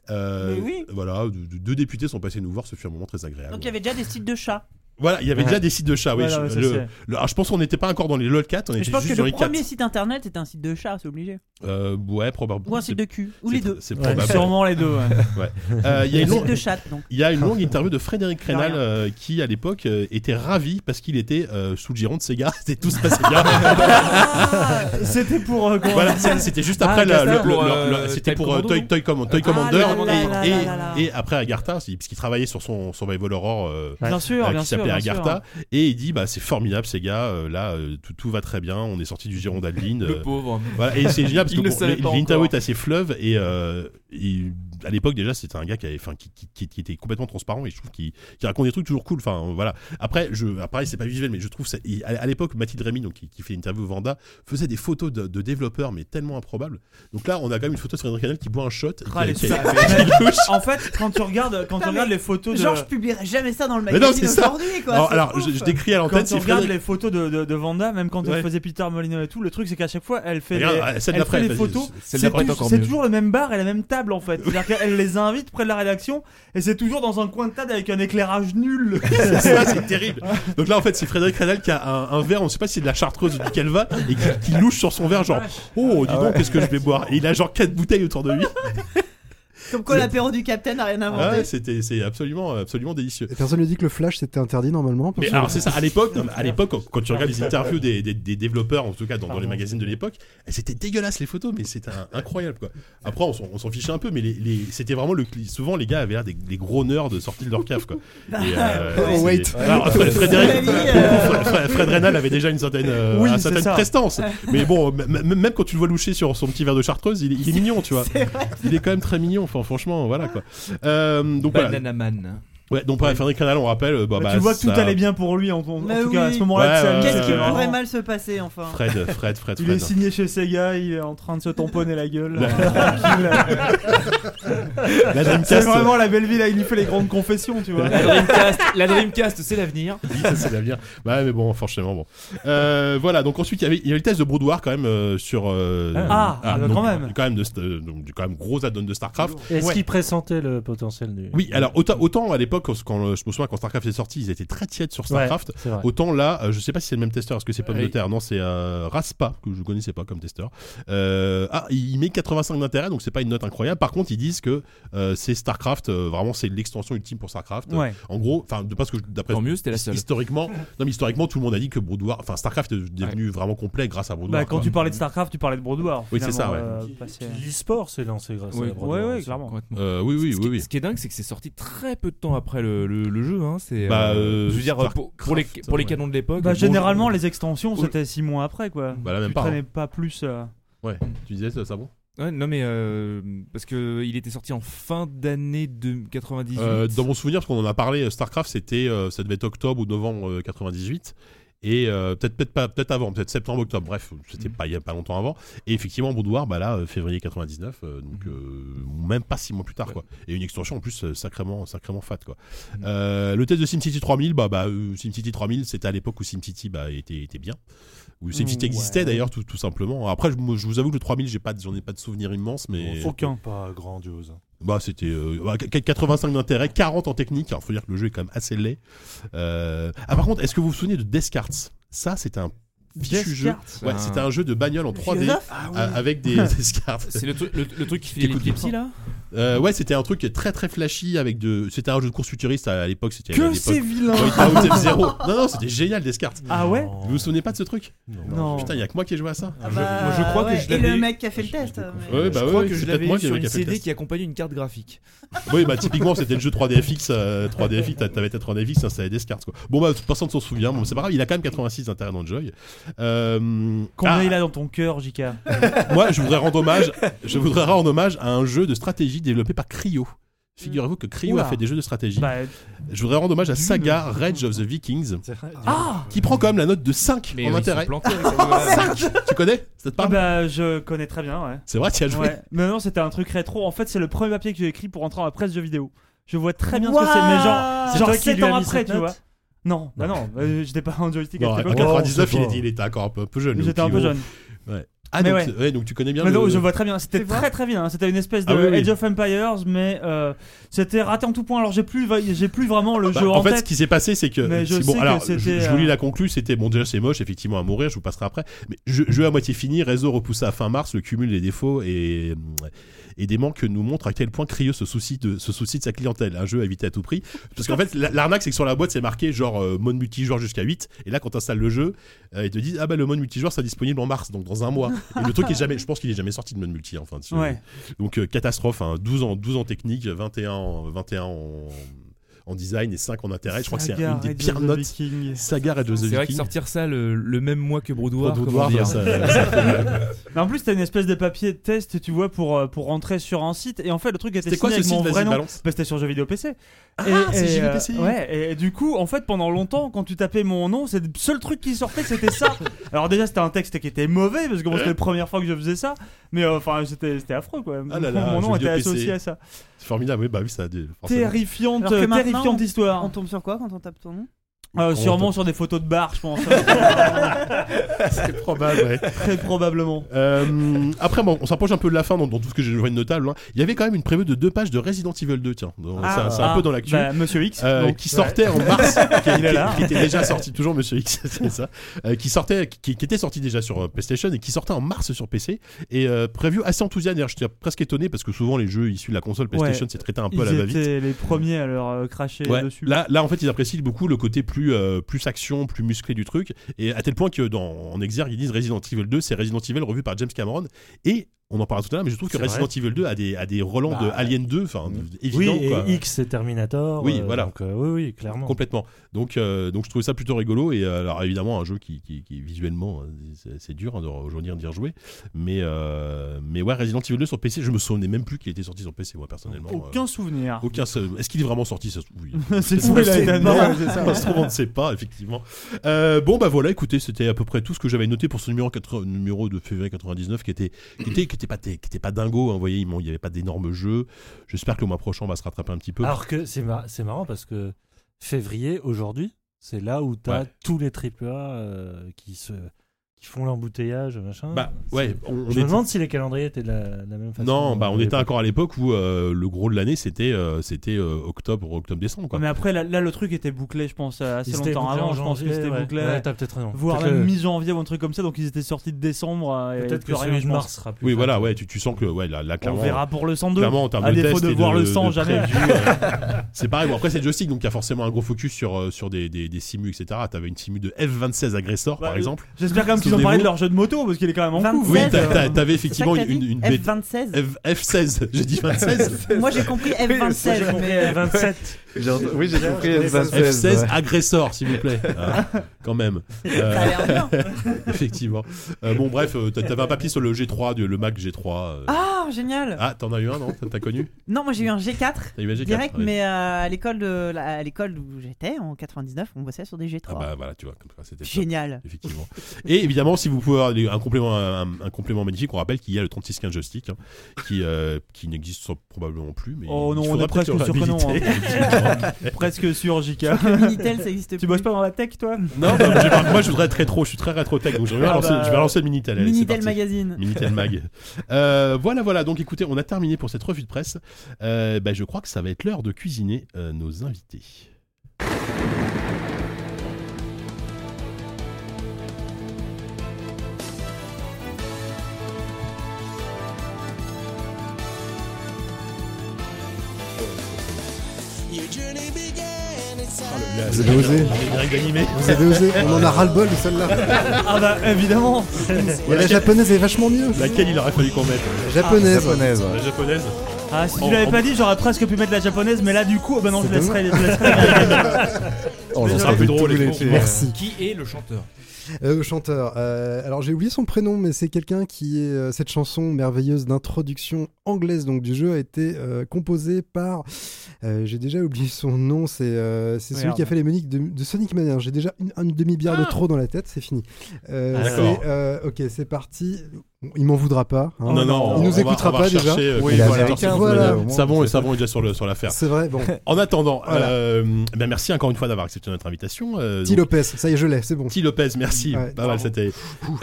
[SPEAKER 2] Euh,
[SPEAKER 3] Mais oui.
[SPEAKER 2] Voilà, de- de- deux députés sont passés nous voir, ce fut un moment très agréable.
[SPEAKER 3] Donc il y avait déjà des sites de chats.
[SPEAKER 2] Voilà, il y avait
[SPEAKER 7] Ouais.
[SPEAKER 2] déjà des sites de chats, oui.
[SPEAKER 6] Voilà,
[SPEAKER 2] Je-
[SPEAKER 6] ouais, ça,
[SPEAKER 2] le-
[SPEAKER 6] c'est-
[SPEAKER 2] le- alors, je pense qu'on n'était pas encore dans les LOL 4, on
[SPEAKER 3] Mais
[SPEAKER 2] était
[SPEAKER 3] je pense
[SPEAKER 2] juste
[SPEAKER 3] que
[SPEAKER 2] dans
[SPEAKER 3] le
[SPEAKER 2] les 4.
[SPEAKER 3] premier site internet est un site de chat, c'est obligé.
[SPEAKER 2] Euh, ouais, probablement.
[SPEAKER 3] Ou un
[SPEAKER 2] C'est-
[SPEAKER 3] site de cul. Ou
[SPEAKER 2] c'est
[SPEAKER 3] les
[SPEAKER 2] pro-
[SPEAKER 3] deux.
[SPEAKER 2] C'est
[SPEAKER 5] Ouais.
[SPEAKER 2] probable.
[SPEAKER 6] Sûrement les deux. ouais.
[SPEAKER 2] Euh, Il y, a
[SPEAKER 3] Un
[SPEAKER 2] une
[SPEAKER 3] site
[SPEAKER 2] longue-
[SPEAKER 3] de chat, donc.
[SPEAKER 2] il y a une longue interview de Frédéric
[SPEAKER 3] De rien.
[SPEAKER 2] Rénal euh, qui, à l'époque, euh, était ravi parce qu'il était euh, sous le giron de Sega. C'était tout se passait bien.
[SPEAKER 6] C'était pour. euh, qu'on-
[SPEAKER 2] voilà, ça, c'était juste après
[SPEAKER 5] Ah,
[SPEAKER 2] la- le-
[SPEAKER 5] Castor.
[SPEAKER 2] le- le-
[SPEAKER 7] Euh,
[SPEAKER 2] le- C'était
[SPEAKER 7] Type
[SPEAKER 2] pour euh,
[SPEAKER 7] Commando,
[SPEAKER 2] Toy,
[SPEAKER 7] non
[SPEAKER 2] Toy Com- Toy
[SPEAKER 5] Ah
[SPEAKER 2] Commander
[SPEAKER 3] là là
[SPEAKER 2] et-
[SPEAKER 3] là
[SPEAKER 2] et,
[SPEAKER 3] là là là.
[SPEAKER 2] et après Agartha, c'est- puisqu'il travaillait sur son Survival Horror. euh,
[SPEAKER 6] Bien sûr,
[SPEAKER 2] euh,
[SPEAKER 6] bien
[SPEAKER 2] qui
[SPEAKER 6] sûr.
[SPEAKER 2] s'appelait
[SPEAKER 6] bien sûr. hein.
[SPEAKER 2] Agartha et il dit bah c'est formidable ces gars euh, là euh, tout, tout va très bien on est sorti du giron d'Adeline
[SPEAKER 7] Le
[SPEAKER 2] euh,
[SPEAKER 7] pauvre.
[SPEAKER 2] Voilà, et c'est génial parce
[SPEAKER 7] Il
[SPEAKER 2] que
[SPEAKER 7] le
[SPEAKER 2] bon,
[SPEAKER 7] savait
[SPEAKER 2] les-
[SPEAKER 7] pas
[SPEAKER 2] l'Intao
[SPEAKER 7] encore.
[SPEAKER 2] est assez fleuve et euh, il- à l'époque déjà c'était un gars qui, avait, enfin, qui, qui- qui- qui était complètement transparent et je trouve qu'il qu'il raconte des trucs toujours cool. Enfin voilà. Après, je, après c'est pas visuel mais je trouve ça, il- à, à l'époque Mathilde Rémy donc qui, qui fait l'interview Vanda faisait des photos de, de développeurs mais tellement improbables. Donc là on a quand même une photo de Frédéric Canal qui boit un shot. et qui-
[SPEAKER 6] Ah, les
[SPEAKER 2] qui-
[SPEAKER 6] sous-
[SPEAKER 2] qui louche.
[SPEAKER 6] En fait, quand tu regardes, quand tu
[SPEAKER 3] Putain,
[SPEAKER 6] regardes
[SPEAKER 3] mais
[SPEAKER 6] les photos de.
[SPEAKER 3] Genre, je publierai jamais ça dans le
[SPEAKER 2] euh, Mais non,
[SPEAKER 3] magazine
[SPEAKER 2] c'est ça.
[SPEAKER 3] aujourd'hui, quoi.
[SPEAKER 2] Alors,
[SPEAKER 3] c'est
[SPEAKER 2] alors,
[SPEAKER 3] ouf.
[SPEAKER 2] je, je décris à
[SPEAKER 6] Quand
[SPEAKER 2] l'antenne
[SPEAKER 6] tu
[SPEAKER 2] c'est
[SPEAKER 6] regardes
[SPEAKER 2] Frédéric.
[SPEAKER 6] les photos de, de, de Vanda, même quand
[SPEAKER 2] Ouais.
[SPEAKER 6] elle faisait Peter Molino et tout, le truc c'est qu'à chaque fois elle fait,
[SPEAKER 2] Regarde,
[SPEAKER 6] les,
[SPEAKER 2] ah, celle
[SPEAKER 6] elle
[SPEAKER 2] d'après,
[SPEAKER 6] fait les
[SPEAKER 2] vas-y,
[SPEAKER 6] photos,
[SPEAKER 7] celle
[SPEAKER 6] c'est
[SPEAKER 7] d'après est
[SPEAKER 6] tou-
[SPEAKER 7] encore
[SPEAKER 6] c'est
[SPEAKER 7] mieux.
[SPEAKER 6] toujours le même bar et la même table en fait. C'est-à-dire qu'elle les invite près de la rédaction et c'est toujours dans un coin de table avec un éclairage nul.
[SPEAKER 2] C'est ça, c'est terrible. Donc là, en fait, c'est Frédéric Ranal qui a un, un verre, on ne sait pas si c'est de la chartreuse ou du calva, et qui, qui louche sur son verre, genre, oh, dis donc, qu'est-ce que je vais boire Et il a genre quatre bouteilles autour de lui.
[SPEAKER 3] Comme quoi, l'apéro du Capitaine n'a rien
[SPEAKER 2] Ah
[SPEAKER 3] inventé.
[SPEAKER 2] ouais, c'était, c'est absolument, absolument délicieux.
[SPEAKER 4] Et personne ne dit que le flash c'était interdit normalement. parce
[SPEAKER 2] Mais
[SPEAKER 4] que-
[SPEAKER 2] alors c'est ça, à l'époque, non, euh, mais à l'époque, quand- quand tu regardes les interviews des, des- des développeurs, en tout cas dans, dans les magazines de l'époque, c'était dégueulasse les photos, mais c'était un- incroyable quoi. Après on s'en, on s'en fichait un peu, mais les, les- c'était vraiment le cli- souvent les gars avaient l'air des, des gros nerds sortis de leur cave quoi. Et, euh,
[SPEAKER 4] Oh,
[SPEAKER 2] c'est-
[SPEAKER 4] wait.
[SPEAKER 2] Alors, Fred- Frédéric,
[SPEAKER 3] Cela dit, euh,
[SPEAKER 2] Fred- Fred, Fred Reynal avait déjà une certaine, euh,
[SPEAKER 6] Oui,
[SPEAKER 2] un
[SPEAKER 6] c'est
[SPEAKER 2] certaine
[SPEAKER 6] ça.
[SPEAKER 2] prestance, mais bon, m- m- même quand tu le vois loucher sur son petit verre de chartreuse, il, est- il est mignon tu vois.
[SPEAKER 3] C'est vrai.
[SPEAKER 2] Il est quand même très mignon, enfin franchement voilà quoi. Euh, donc voilà.
[SPEAKER 7] Banana Man.
[SPEAKER 2] Ouais, donc ouais, Frédéric Canal, on rappelle. euh, Bah,
[SPEAKER 6] Bah,
[SPEAKER 2] bah,
[SPEAKER 6] tu vois que
[SPEAKER 2] ça-
[SPEAKER 6] tout allait bien pour lui en, en- en
[SPEAKER 3] Mais
[SPEAKER 6] tout cas à
[SPEAKER 3] oui.
[SPEAKER 6] ce moment-là.
[SPEAKER 2] Ouais,
[SPEAKER 6] de sa
[SPEAKER 2] ouais,
[SPEAKER 6] vie,
[SPEAKER 2] ouais,
[SPEAKER 3] Qu'est-ce
[SPEAKER 6] c'est
[SPEAKER 3] qui
[SPEAKER 2] Euh,
[SPEAKER 3] pourrait
[SPEAKER 6] vraiment-
[SPEAKER 3] mal se passer, enfin
[SPEAKER 2] Fred, Fred, Fred,
[SPEAKER 6] Il est
[SPEAKER 2] Fred.
[SPEAKER 6] signé chez Sega, il est en train de se tamponner la gueule.
[SPEAKER 2] La-
[SPEAKER 6] tranquille.
[SPEAKER 2] La
[SPEAKER 6] C'est
[SPEAKER 2] Dreamcast,
[SPEAKER 6] vraiment la belle ville, il lui fait les grandes confessions, tu vois.
[SPEAKER 7] La Dreamcast, la Dreamcast, c'est l'avenir.
[SPEAKER 2] oui, ça, c'est l'avenir. Ouais, mais bon, forcément, bon. Euh, voilà, donc ensuite, il y avait, il y avait le test de Boudoir quand même euh, sur. euh,
[SPEAKER 6] Ah, ah, bah,
[SPEAKER 2] donc,
[SPEAKER 6] quand même.
[SPEAKER 2] Quand même, de, st- euh, donc, du- quand même gros add-on de StarCraft.
[SPEAKER 5] Est-ce
[SPEAKER 6] Ouais.
[SPEAKER 5] qu'il pressentait le potentiel du.
[SPEAKER 2] Oui, alors autant, autant à l'époque, quand, quand, euh, je me souviens, quand StarCraft est sorti, ils étaient très tièdes sur
[SPEAKER 5] Ouais,
[SPEAKER 2] StarCraft.
[SPEAKER 5] c'est vrai.
[SPEAKER 2] Autant là, euh, je sais pas si c'est le même testeur, est-ce que c'est Pomme de
[SPEAKER 7] Oui.
[SPEAKER 2] Terre Non, c'est euh, Raspa, que je connaissais pas comme testeur. Euh, ah, il met 85 d'intérêt, donc c'est pas une note incroyable. Par contre, ils disent que euh, c'est StarCraft, euh, vraiment, c'est l'extension ultime pour StarCraft.
[SPEAKER 6] Ouais.
[SPEAKER 2] En gros, enfin, de parce que je- d'après
[SPEAKER 7] Tant mieux, c'était la seule.
[SPEAKER 2] historiquement, non mais historiquement, tout le monde a dit que Broodwar, enfin StarCraft est devenu vraiment complet grâce à Broodwar.
[SPEAKER 6] Bah, quand
[SPEAKER 2] quoi.
[SPEAKER 6] tu parlais de StarCraft, tu parlais de euh, Broadwar.
[SPEAKER 2] Oui, c'est ça, ouais.
[SPEAKER 5] L'e-sport s'est lancé grâce à
[SPEAKER 7] Oui.
[SPEAKER 5] la
[SPEAKER 6] ouais, ouais, clairement.
[SPEAKER 7] Complètement.
[SPEAKER 2] Euh, oui, oui,
[SPEAKER 7] Ce
[SPEAKER 2] oui,
[SPEAKER 7] qui-
[SPEAKER 2] oui.
[SPEAKER 7] Ce qui est dingue, c'est que c'est sorti très peu de temps après le, le- le jeu. Hein. C'est,
[SPEAKER 2] Bah, euh,
[SPEAKER 7] je veux dire,
[SPEAKER 2] Starcraft,
[SPEAKER 7] pour, pour les, pour les
[SPEAKER 2] ouais.
[SPEAKER 7] canons de l'époque.
[SPEAKER 6] Bah,
[SPEAKER 7] bon,
[SPEAKER 6] généralement, les extensions, c'était 6 mois après, quoi.
[SPEAKER 2] Bah là
[SPEAKER 6] tu
[SPEAKER 2] même pas.
[SPEAKER 6] traînais pas plus. euh,
[SPEAKER 2] hein. Tu disais ça, ça bon
[SPEAKER 7] Ouais, non mais euh, parce que il était sorti en fin d'année de 98.
[SPEAKER 2] Euh, Dans mon souvenir, parce qu'on en a parlé, euh, StarCraft c'était, euh, ça devait être octobre ou novembre euh, 98. euh, Et euh, peut-être peut-être pas peut-être avant, peut-être septembre octobre. Bref, c'était pas il y a pas longtemps avant. Et effectivement, Boudoir, bah là, euh, février 99, euh, donc euh, même pas six mois plus tard, quoi. Et une extension en plus euh, sacrément sacrément fat, quoi. Euh, le test de SimCity 3000, bah bah euh, SimCity 3000, c'était à l'époque où SimCity bah était était bien. Où SimCity
[SPEAKER 6] Ouais.
[SPEAKER 2] existait d'ailleurs tout, tout simplement. Après, je, moi, je vous avoue que le 3000, j'ai pas de- j'en ai pas de souvenir immense, mais
[SPEAKER 5] Aucun pas grandiose.
[SPEAKER 2] bah c'était euh, bah, qu- 85 d'intérêt, 40 en technique. Alors faut dire que le jeu est quand même assez laid. Euh, Ah par contre, est-ce que vous vous souvenez de Descartes Ça c'était un fichu jeu. Ouais,
[SPEAKER 7] Ah.
[SPEAKER 2] c'était un jeu de bagnole en 3D
[SPEAKER 3] Philosophe
[SPEAKER 2] a- avec des Descartes.
[SPEAKER 7] C'est le, truc- le- le truc qui fait
[SPEAKER 2] T'écoutes
[SPEAKER 7] l'épilepsie là
[SPEAKER 2] Euh, ouais, c'était un truc qui est très très flashy avec de. C'était un jeu de course futuriste à, à l'époque. C'était à
[SPEAKER 6] Que
[SPEAKER 2] l'époque-
[SPEAKER 6] c'est vilain
[SPEAKER 2] Wipeout F0. Non, non, c'était génial Descartes.
[SPEAKER 6] Ah ouais
[SPEAKER 2] Vous vous souvenez pas de ce truc
[SPEAKER 6] Non.
[SPEAKER 2] Putain, il y a que moi qui ai joué à ça.
[SPEAKER 3] Ah
[SPEAKER 7] je-
[SPEAKER 3] bah,
[SPEAKER 7] moi, je crois que
[SPEAKER 3] ouais,
[SPEAKER 7] je
[SPEAKER 3] Et le
[SPEAKER 7] l'avais-
[SPEAKER 3] mec qui a fait le test. mais-
[SPEAKER 2] Ouais, bah
[SPEAKER 7] je crois
[SPEAKER 2] ouais,
[SPEAKER 7] que
[SPEAKER 2] c'est
[SPEAKER 7] je
[SPEAKER 2] peut-être
[SPEAKER 7] l'avais
[SPEAKER 2] moi
[SPEAKER 7] eu
[SPEAKER 2] qui
[SPEAKER 7] sur
[SPEAKER 2] avais
[SPEAKER 7] une
[SPEAKER 2] capté le
[SPEAKER 7] CD
[SPEAKER 2] test.
[SPEAKER 7] qui accompagnait une carte graphique.
[SPEAKER 2] Oui, bah typiquement, c'était le jeu 3DFX. euh, 3DFX, t'as- t'avais ta 3DFX, hein, ça c'était Descartes. Quoi. Bon, bah personne s'en souvient. Bon, c'est pas grave, il a quand même 86 d'intérêt dans le Joy. Euh,
[SPEAKER 6] Combien
[SPEAKER 2] ah,
[SPEAKER 6] il a dans ton cœur, JK
[SPEAKER 2] Moi, je voudrais rendre hommage. Je voudrais rendre hommage à un jeu de stratégie développé par Cryo. Figurez-vous que Cryo
[SPEAKER 6] Oula.
[SPEAKER 2] a fait des jeux de stratégie.
[SPEAKER 6] Bah,
[SPEAKER 2] je voudrais rendre hommage à Saga Rage of the Vikings,
[SPEAKER 6] Ah
[SPEAKER 2] qui prend quand même la note de 5 en
[SPEAKER 7] ils
[SPEAKER 2] intérêt.
[SPEAKER 7] sont plantés avec ça.
[SPEAKER 2] 5 Tu connais Ça te
[SPEAKER 6] Ah
[SPEAKER 2] parle
[SPEAKER 6] bah, je connais très bien, ouais.
[SPEAKER 2] C'est vrai, tu as joué.
[SPEAKER 6] Ouais. Mais non, c'était un truc rétro. En fait, c'est le premier papier que j'ai écrit pour entrer dans la presse de vidéo. Je vois très bien ce que c'est, mais genre,
[SPEAKER 5] C'est
[SPEAKER 6] genre
[SPEAKER 5] toi qui
[SPEAKER 6] 7
[SPEAKER 5] lui as
[SPEAKER 6] ans
[SPEAKER 5] mis
[SPEAKER 6] après,
[SPEAKER 5] cette
[SPEAKER 6] tu
[SPEAKER 5] note
[SPEAKER 6] vois. Non, bah non, euh, j'étais pas en joystick
[SPEAKER 2] Non,
[SPEAKER 6] à
[SPEAKER 2] en
[SPEAKER 6] cette époque.
[SPEAKER 2] 99,
[SPEAKER 5] on sait
[SPEAKER 2] il,
[SPEAKER 5] pas.
[SPEAKER 2] était- il était encore un peu, un peu jeune. le
[SPEAKER 6] J'étais un
[SPEAKER 2] petit
[SPEAKER 6] peu
[SPEAKER 2] gros.
[SPEAKER 6] jeune.
[SPEAKER 2] Ah,
[SPEAKER 6] Mais
[SPEAKER 2] donc,
[SPEAKER 6] ouais.
[SPEAKER 2] ouais, donc tu connais bien
[SPEAKER 6] Mais
[SPEAKER 2] le...
[SPEAKER 6] non, je vois très bien. C'était
[SPEAKER 3] Tu vois
[SPEAKER 6] très très bien. hein. C'était une espèce de
[SPEAKER 2] Ah oui, oui.
[SPEAKER 6] Age of Empires, mais euh, c'était raté en tout point. Alors j'ai plus, va- j'ai plus vraiment le
[SPEAKER 2] Bah,
[SPEAKER 6] jeu en,
[SPEAKER 2] en fait, ce
[SPEAKER 6] tête.
[SPEAKER 2] qui s'est passé, c'est que.
[SPEAKER 6] Mais je
[SPEAKER 2] c'est- bon,
[SPEAKER 6] sais que
[SPEAKER 2] alors, je,
[SPEAKER 6] c'était,
[SPEAKER 2] je vous lis
[SPEAKER 6] euh,
[SPEAKER 2] la conclue, c'était bon, déjà c'est moche, effectivement, à mourir, je vous passerai après. Mais jeu, jeu à moitié fini, réseau repoussé à fin mars, le cumul des défauts et, et des manques nous montre à quel point Cryo se soucie, de, se soucie de sa clientèle. Un jeu à éviter à tout prix. Parce qu'en fait, la- l'arnaque, c'est que sur la boîte, c'est marqué genre euh, mode multijoueur jusqu'à 8. Et là, quand t'installes le jeu, euh, ils te disent, ah bah le mode multijoueur sera disponible en mars, donc dans un mois. Et le truc est jamais, je pense qu'il est jamais sorti de mode multi, enfin. tu-
[SPEAKER 6] Ouais.
[SPEAKER 2] donc euh, catastrophe, hein. 12 en 12 en technique, 21 en, 21 en, en design et 5 en intérêt. Je crois que c'est
[SPEAKER 6] Saga
[SPEAKER 2] une des
[SPEAKER 6] Red
[SPEAKER 2] pires
[SPEAKER 6] of the
[SPEAKER 2] notes.
[SPEAKER 6] Viking.
[SPEAKER 2] Saga Red of the
[SPEAKER 7] C'est vrai que
[SPEAKER 2] Viking.
[SPEAKER 7] sortir ça le, le même mois que Broudoir,
[SPEAKER 2] Pour
[SPEAKER 7] comment
[SPEAKER 2] Woodward,
[SPEAKER 7] dire. Euh,
[SPEAKER 2] ça- ça-
[SPEAKER 6] Mais en plus, t'as une espèce de papier de test, tu vois, pour, euh, pour rentrer sur un site. Et en fait, le truc était
[SPEAKER 2] C'était quoi
[SPEAKER 6] signé
[SPEAKER 2] ce site
[SPEAKER 6] avec mon
[SPEAKER 2] Vas-y,
[SPEAKER 6] vrai nom.
[SPEAKER 2] balance.
[SPEAKER 6] Bah, c'était sur jeux vidéo PC. Ah,
[SPEAKER 2] c'est JVPC.
[SPEAKER 6] ouais, et, du coup, en fait, pendant longtemps, quand tu tapais mon nom, c'est le seul truc qui sortait, c'était ça. Alors, déjà, c'était un texte qui était mauvais, parce que bon, c'était la première fois que je faisais ça. Mais euh, enfin, c'était c'était affreux, quoi.
[SPEAKER 2] Ah là là,
[SPEAKER 6] mon nom
[SPEAKER 2] jeux vidéo
[SPEAKER 6] était
[SPEAKER 2] PC.
[SPEAKER 6] associé à ça.
[SPEAKER 2] C'est formidable, oui, bah oui, ça a des. forcément.
[SPEAKER 6] Terrifiante,
[SPEAKER 3] Alors que maintenant,
[SPEAKER 6] terrifiante histoire.
[SPEAKER 3] On tombe sur quoi quand on tape ton nom
[SPEAKER 6] Euh,
[SPEAKER 2] on-
[SPEAKER 6] sûrement sur des photos de bar, je pense.
[SPEAKER 2] C'est probable, ouais.
[SPEAKER 6] Très probablement.
[SPEAKER 2] Euh, après, bon, on s'approche un peu de la fin dans, dans tout ce que j'ai joué de notable. hein. Il y avait quand même une preview de deux pages de Resident Evil 2, tiens. Donc, ça-
[SPEAKER 6] Ah.
[SPEAKER 2] c'est un peu dans l'actu.
[SPEAKER 6] Bah, Monsieur X.
[SPEAKER 2] Euh,
[SPEAKER 6] donc,
[SPEAKER 2] qui sortait en mars, qui,
[SPEAKER 6] Il est
[SPEAKER 2] qui-
[SPEAKER 6] là.
[SPEAKER 2] qui était déjà sorti, toujours Monsieur X, c'est ça, Euh, qui sortait, qui, qui était sorti déjà sur euh, PlayStation et qui sortait en mars sur PC. Et euh, preview assez enthousiaste, d'ailleurs, j'étais presque étonné parce que souvent les jeux issus de la console PlayStation c'est traité un peu à la
[SPEAKER 6] Ils
[SPEAKER 2] va-vite.
[SPEAKER 6] étaient les premiers à leur euh, cracher
[SPEAKER 2] Ouais.
[SPEAKER 6] dessus.
[SPEAKER 2] Là, là, en fait, ils apprécient beaucoup le côté plus, euh, plus action, plus musclé du truc, et à tel point que dans en exergue ils disent Resident Evil 2, c'est Resident Evil revu par James Cameron. Et on en parlera tout à l'heure, mais je trouve que
[SPEAKER 5] C'est vrai.
[SPEAKER 2] Resident Evil 2 a des, a des relents de
[SPEAKER 5] Bah,
[SPEAKER 2] Alien 2, enfin,
[SPEAKER 5] Oui,
[SPEAKER 2] évident.
[SPEAKER 5] et
[SPEAKER 2] quoi.
[SPEAKER 5] X c'est Terminator.
[SPEAKER 2] Oui,
[SPEAKER 5] euh,
[SPEAKER 2] voilà.
[SPEAKER 5] Donc, euh, oui, oui, clairement.
[SPEAKER 2] Complètement. Donc, euh, donc je trouvais ça plutôt rigolo. Et euh, alors évidemment, un jeu qui, qui, qui, visuellement, euh, c'est- c'est dur hein, de- aujourd'hui d'y rejouer. Mais, euh, mais ouais, Resident Evil 2 sur PC, je me souvenais même plus qu'il était sorti sur PC, moi personnellement. Euh,
[SPEAKER 6] Aucun souvenir.
[SPEAKER 2] aucun seul- Est-ce qu'il est vraiment sorti ça se trouve Oui.
[SPEAKER 6] C'est
[SPEAKER 2] ça,
[SPEAKER 6] où, là,
[SPEAKER 2] c'est
[SPEAKER 6] Dan
[SPEAKER 2] mort.
[SPEAKER 6] Brown, c'est ça.
[SPEAKER 2] Ça se trouve, on ne sait pas, effectivement. Euh, bon, bah voilà, écoutez, c'était à peu près tout ce que j'avais noté pour ce numéro, 80 numéro de février 99 qui était, qui était, qui était, pas, qui était pas dingo. hein, vous voyez, il n'y avait pas d'énormes jeux. J'espère que le mois prochain, on va se rattraper un petit peu.
[SPEAKER 5] Alors que c'est mar- c'est marrant parce que février, aujourd'hui, c'est là où t'as
[SPEAKER 2] Ouais.
[SPEAKER 5] tous les AAA euh, qui, se, qui font l'embouteillage, machin.
[SPEAKER 2] bah ouais, on, on
[SPEAKER 5] Je
[SPEAKER 2] est-
[SPEAKER 5] me demande si les calendriers étaient de la, de la même façon.
[SPEAKER 2] Non, bah on était
[SPEAKER 5] à
[SPEAKER 2] encore à l'époque où euh, le gros de l'année c'était euh, c'était euh, octobre octobre décembre quoi.
[SPEAKER 6] Mais après, là, là, le truc était bouclé, je pense, euh, assez longtemps avant. Je pense que c'était bouclé.
[SPEAKER 5] Ouais, t'as peut-être raison.
[SPEAKER 6] Voire
[SPEAKER 5] Peut-être
[SPEAKER 6] même
[SPEAKER 5] que-
[SPEAKER 6] mi-janvier ou un truc comme ça, donc ils étaient sortis de décembre. euh, et
[SPEAKER 5] Peut-être que
[SPEAKER 6] plus rien,
[SPEAKER 5] celui de
[SPEAKER 6] je pense.
[SPEAKER 5] mars sera plus.
[SPEAKER 2] Oui
[SPEAKER 5] fat.
[SPEAKER 2] voilà ouais tu, tu sens que ouais là, là,
[SPEAKER 6] On
[SPEAKER 2] clairement euh,
[SPEAKER 6] verra pour le 102.
[SPEAKER 2] clairement en termes
[SPEAKER 6] À
[SPEAKER 2] de
[SPEAKER 6] défaut
[SPEAKER 2] test
[SPEAKER 6] de
[SPEAKER 2] et
[SPEAKER 6] voir le sang,
[SPEAKER 2] de
[SPEAKER 6] jamais.
[SPEAKER 2] preview, euh, c'est pareil bon après c'est le joystick donc il y a forcément un gros focus sur euh, sur des des, des simus etc. T'avais une simu de F26 agressor
[SPEAKER 6] Bah,
[SPEAKER 2] par
[SPEAKER 6] euh,
[SPEAKER 2] exemple.
[SPEAKER 6] J'espère quand même qu'ils ont
[SPEAKER 2] Souvenez-vous.
[SPEAKER 6] parlé de leur jeu de moto parce qu'il est quand même en cours.
[SPEAKER 2] Oui
[SPEAKER 3] 26,
[SPEAKER 2] t'a- t'a-
[SPEAKER 3] euh,
[SPEAKER 2] t'avais
[SPEAKER 3] c'est ça
[SPEAKER 2] effectivement
[SPEAKER 3] que t'as
[SPEAKER 2] une,
[SPEAKER 3] dit
[SPEAKER 2] une bête-
[SPEAKER 3] F26
[SPEAKER 2] F- F16 j'ai dit 26
[SPEAKER 3] Moi j'ai compris F27. mais, euh,
[SPEAKER 5] Et 27.
[SPEAKER 8] J'ai ent- Oui, j'ai compris F-16.
[SPEAKER 2] F-16
[SPEAKER 8] ouais.
[SPEAKER 2] agresseur, s'il vous plaît. Hein, quand même.
[SPEAKER 3] Ça a
[SPEAKER 2] Euh,
[SPEAKER 3] l'air bien.
[SPEAKER 2] effectivement. Euh, bon, bref, euh, t'a- t'avais un papier sur le G3, du- le Mac G3. euh.
[SPEAKER 3] Ah, génial.
[SPEAKER 2] Ah, t'en as eu un, non T'as t'as connu
[SPEAKER 3] Non, moi j'ai eu un G4
[SPEAKER 2] T'as eu hein Ah un G4
[SPEAKER 3] direct,
[SPEAKER 2] ouais.
[SPEAKER 3] mais euh, à l'école de, la- à l'école où j'étais en 99, on bossait sur des G3.
[SPEAKER 2] Ah bah voilà, tu vois, comme ça, c'était top.
[SPEAKER 3] Génial.
[SPEAKER 2] Effectivement. Et évidemment, si vous pouvez avoir des- un complément, un, un complément magnifique, on rappelle qu'il y a le 3615 joystick, hein, qui, euh, qui n'existe sans- probablement plus. Mais
[SPEAKER 6] Oh non,
[SPEAKER 2] il
[SPEAKER 6] on
[SPEAKER 2] faudrait
[SPEAKER 6] est presque
[SPEAKER 2] peut-être le
[SPEAKER 6] sûr que non, hein.
[SPEAKER 2] réhabiliter, effectivement.
[SPEAKER 6] Presque sur JK.
[SPEAKER 3] Le Minitel, ça existe
[SPEAKER 6] Tu
[SPEAKER 3] plus.
[SPEAKER 6] bosses pas dans la tech, toi
[SPEAKER 2] non, bah, j'ai pas- moi je voudrais être rétro, je suis très rétro-tech, donc je vais,
[SPEAKER 6] Ah
[SPEAKER 2] lancer,
[SPEAKER 6] bah,
[SPEAKER 2] je vais lancer le Minitel. allez, c'est
[SPEAKER 3] Minitel
[SPEAKER 2] parti.
[SPEAKER 3] Magazine.
[SPEAKER 2] Minitel Mag. Euh, voilà, voilà. Donc écoutez, on a terminé pour cette revue de presse. Euh, bah, je crois que ça va être l'heure de cuisiner euh, nos invités. Ah,
[SPEAKER 4] Vous avez osé. Vous avez osé. On en a ras-le-bol de celle-là.
[SPEAKER 6] Ah bah évidemment
[SPEAKER 4] Et la japonaise est vachement mieux.
[SPEAKER 2] Laquelle il aurait fallu qu'on mette
[SPEAKER 4] La japonaise.
[SPEAKER 8] Japonaise. ouais.
[SPEAKER 2] Ah, La japonaise
[SPEAKER 6] Ah si
[SPEAKER 2] On-
[SPEAKER 6] tu l'avais
[SPEAKER 2] on-
[SPEAKER 6] pas dit, j'aurais presque pu mettre la japonaise, mais là du coup, oh, bah non, je
[SPEAKER 4] C'est
[SPEAKER 6] laisserai, je laisserai.
[SPEAKER 8] Oh,
[SPEAKER 2] Ça sera
[SPEAKER 8] j'en savais
[SPEAKER 2] plus
[SPEAKER 8] tout,
[SPEAKER 2] drôle,
[SPEAKER 8] les-
[SPEAKER 2] effectivement.
[SPEAKER 4] Merci.
[SPEAKER 7] Qui est le chanteur
[SPEAKER 4] Euh, chanteur. euh, alors j'ai oublié son prénom, mais c'est quelqu'un qui est euh, cette chanson merveilleuse d'introduction anglaise donc du jeu a été euh, composée par. euh, j'ai déjà oublié son nom. C'est euh, c'est celui
[SPEAKER 6] Merde.
[SPEAKER 4] qui a fait les musiques de, de Sonic Mania. J'ai déjà une, une demi bière de trop dans la tête. C'est fini. Euh,
[SPEAKER 2] Ah,
[SPEAKER 4] c'est,
[SPEAKER 2] d'accord.
[SPEAKER 4] euh, ok, c'est parti. Il m'en voudra pas. hein.
[SPEAKER 2] Non, non,
[SPEAKER 4] Il
[SPEAKER 2] on
[SPEAKER 4] nous
[SPEAKER 2] va-
[SPEAKER 4] écoutera
[SPEAKER 2] on va
[SPEAKER 4] pas déjà.
[SPEAKER 2] rechercher, euh,
[SPEAKER 8] Oui,
[SPEAKER 2] Colin
[SPEAKER 8] les
[SPEAKER 2] Waters,
[SPEAKER 8] Américains,
[SPEAKER 2] si
[SPEAKER 4] voilà.
[SPEAKER 2] vous voulez,
[SPEAKER 8] au moins,
[SPEAKER 2] Savon,
[SPEAKER 8] on
[SPEAKER 2] et
[SPEAKER 8] sait
[SPEAKER 2] Savon est déjà sur le- sur l'affaire.
[SPEAKER 4] C'est vrai. Bon,
[SPEAKER 2] En attendant,
[SPEAKER 4] Voilà.
[SPEAKER 2] euh, ben merci encore une fois d'avoir accepté notre invitation. euh,
[SPEAKER 4] T.
[SPEAKER 2] donc-
[SPEAKER 4] Lopez. Ça y est, je l'ai. C'est bon.
[SPEAKER 2] Ti Lopez, merci.
[SPEAKER 4] Ouais,
[SPEAKER 2] pas mal,
[SPEAKER 4] bravo.
[SPEAKER 2] c'était.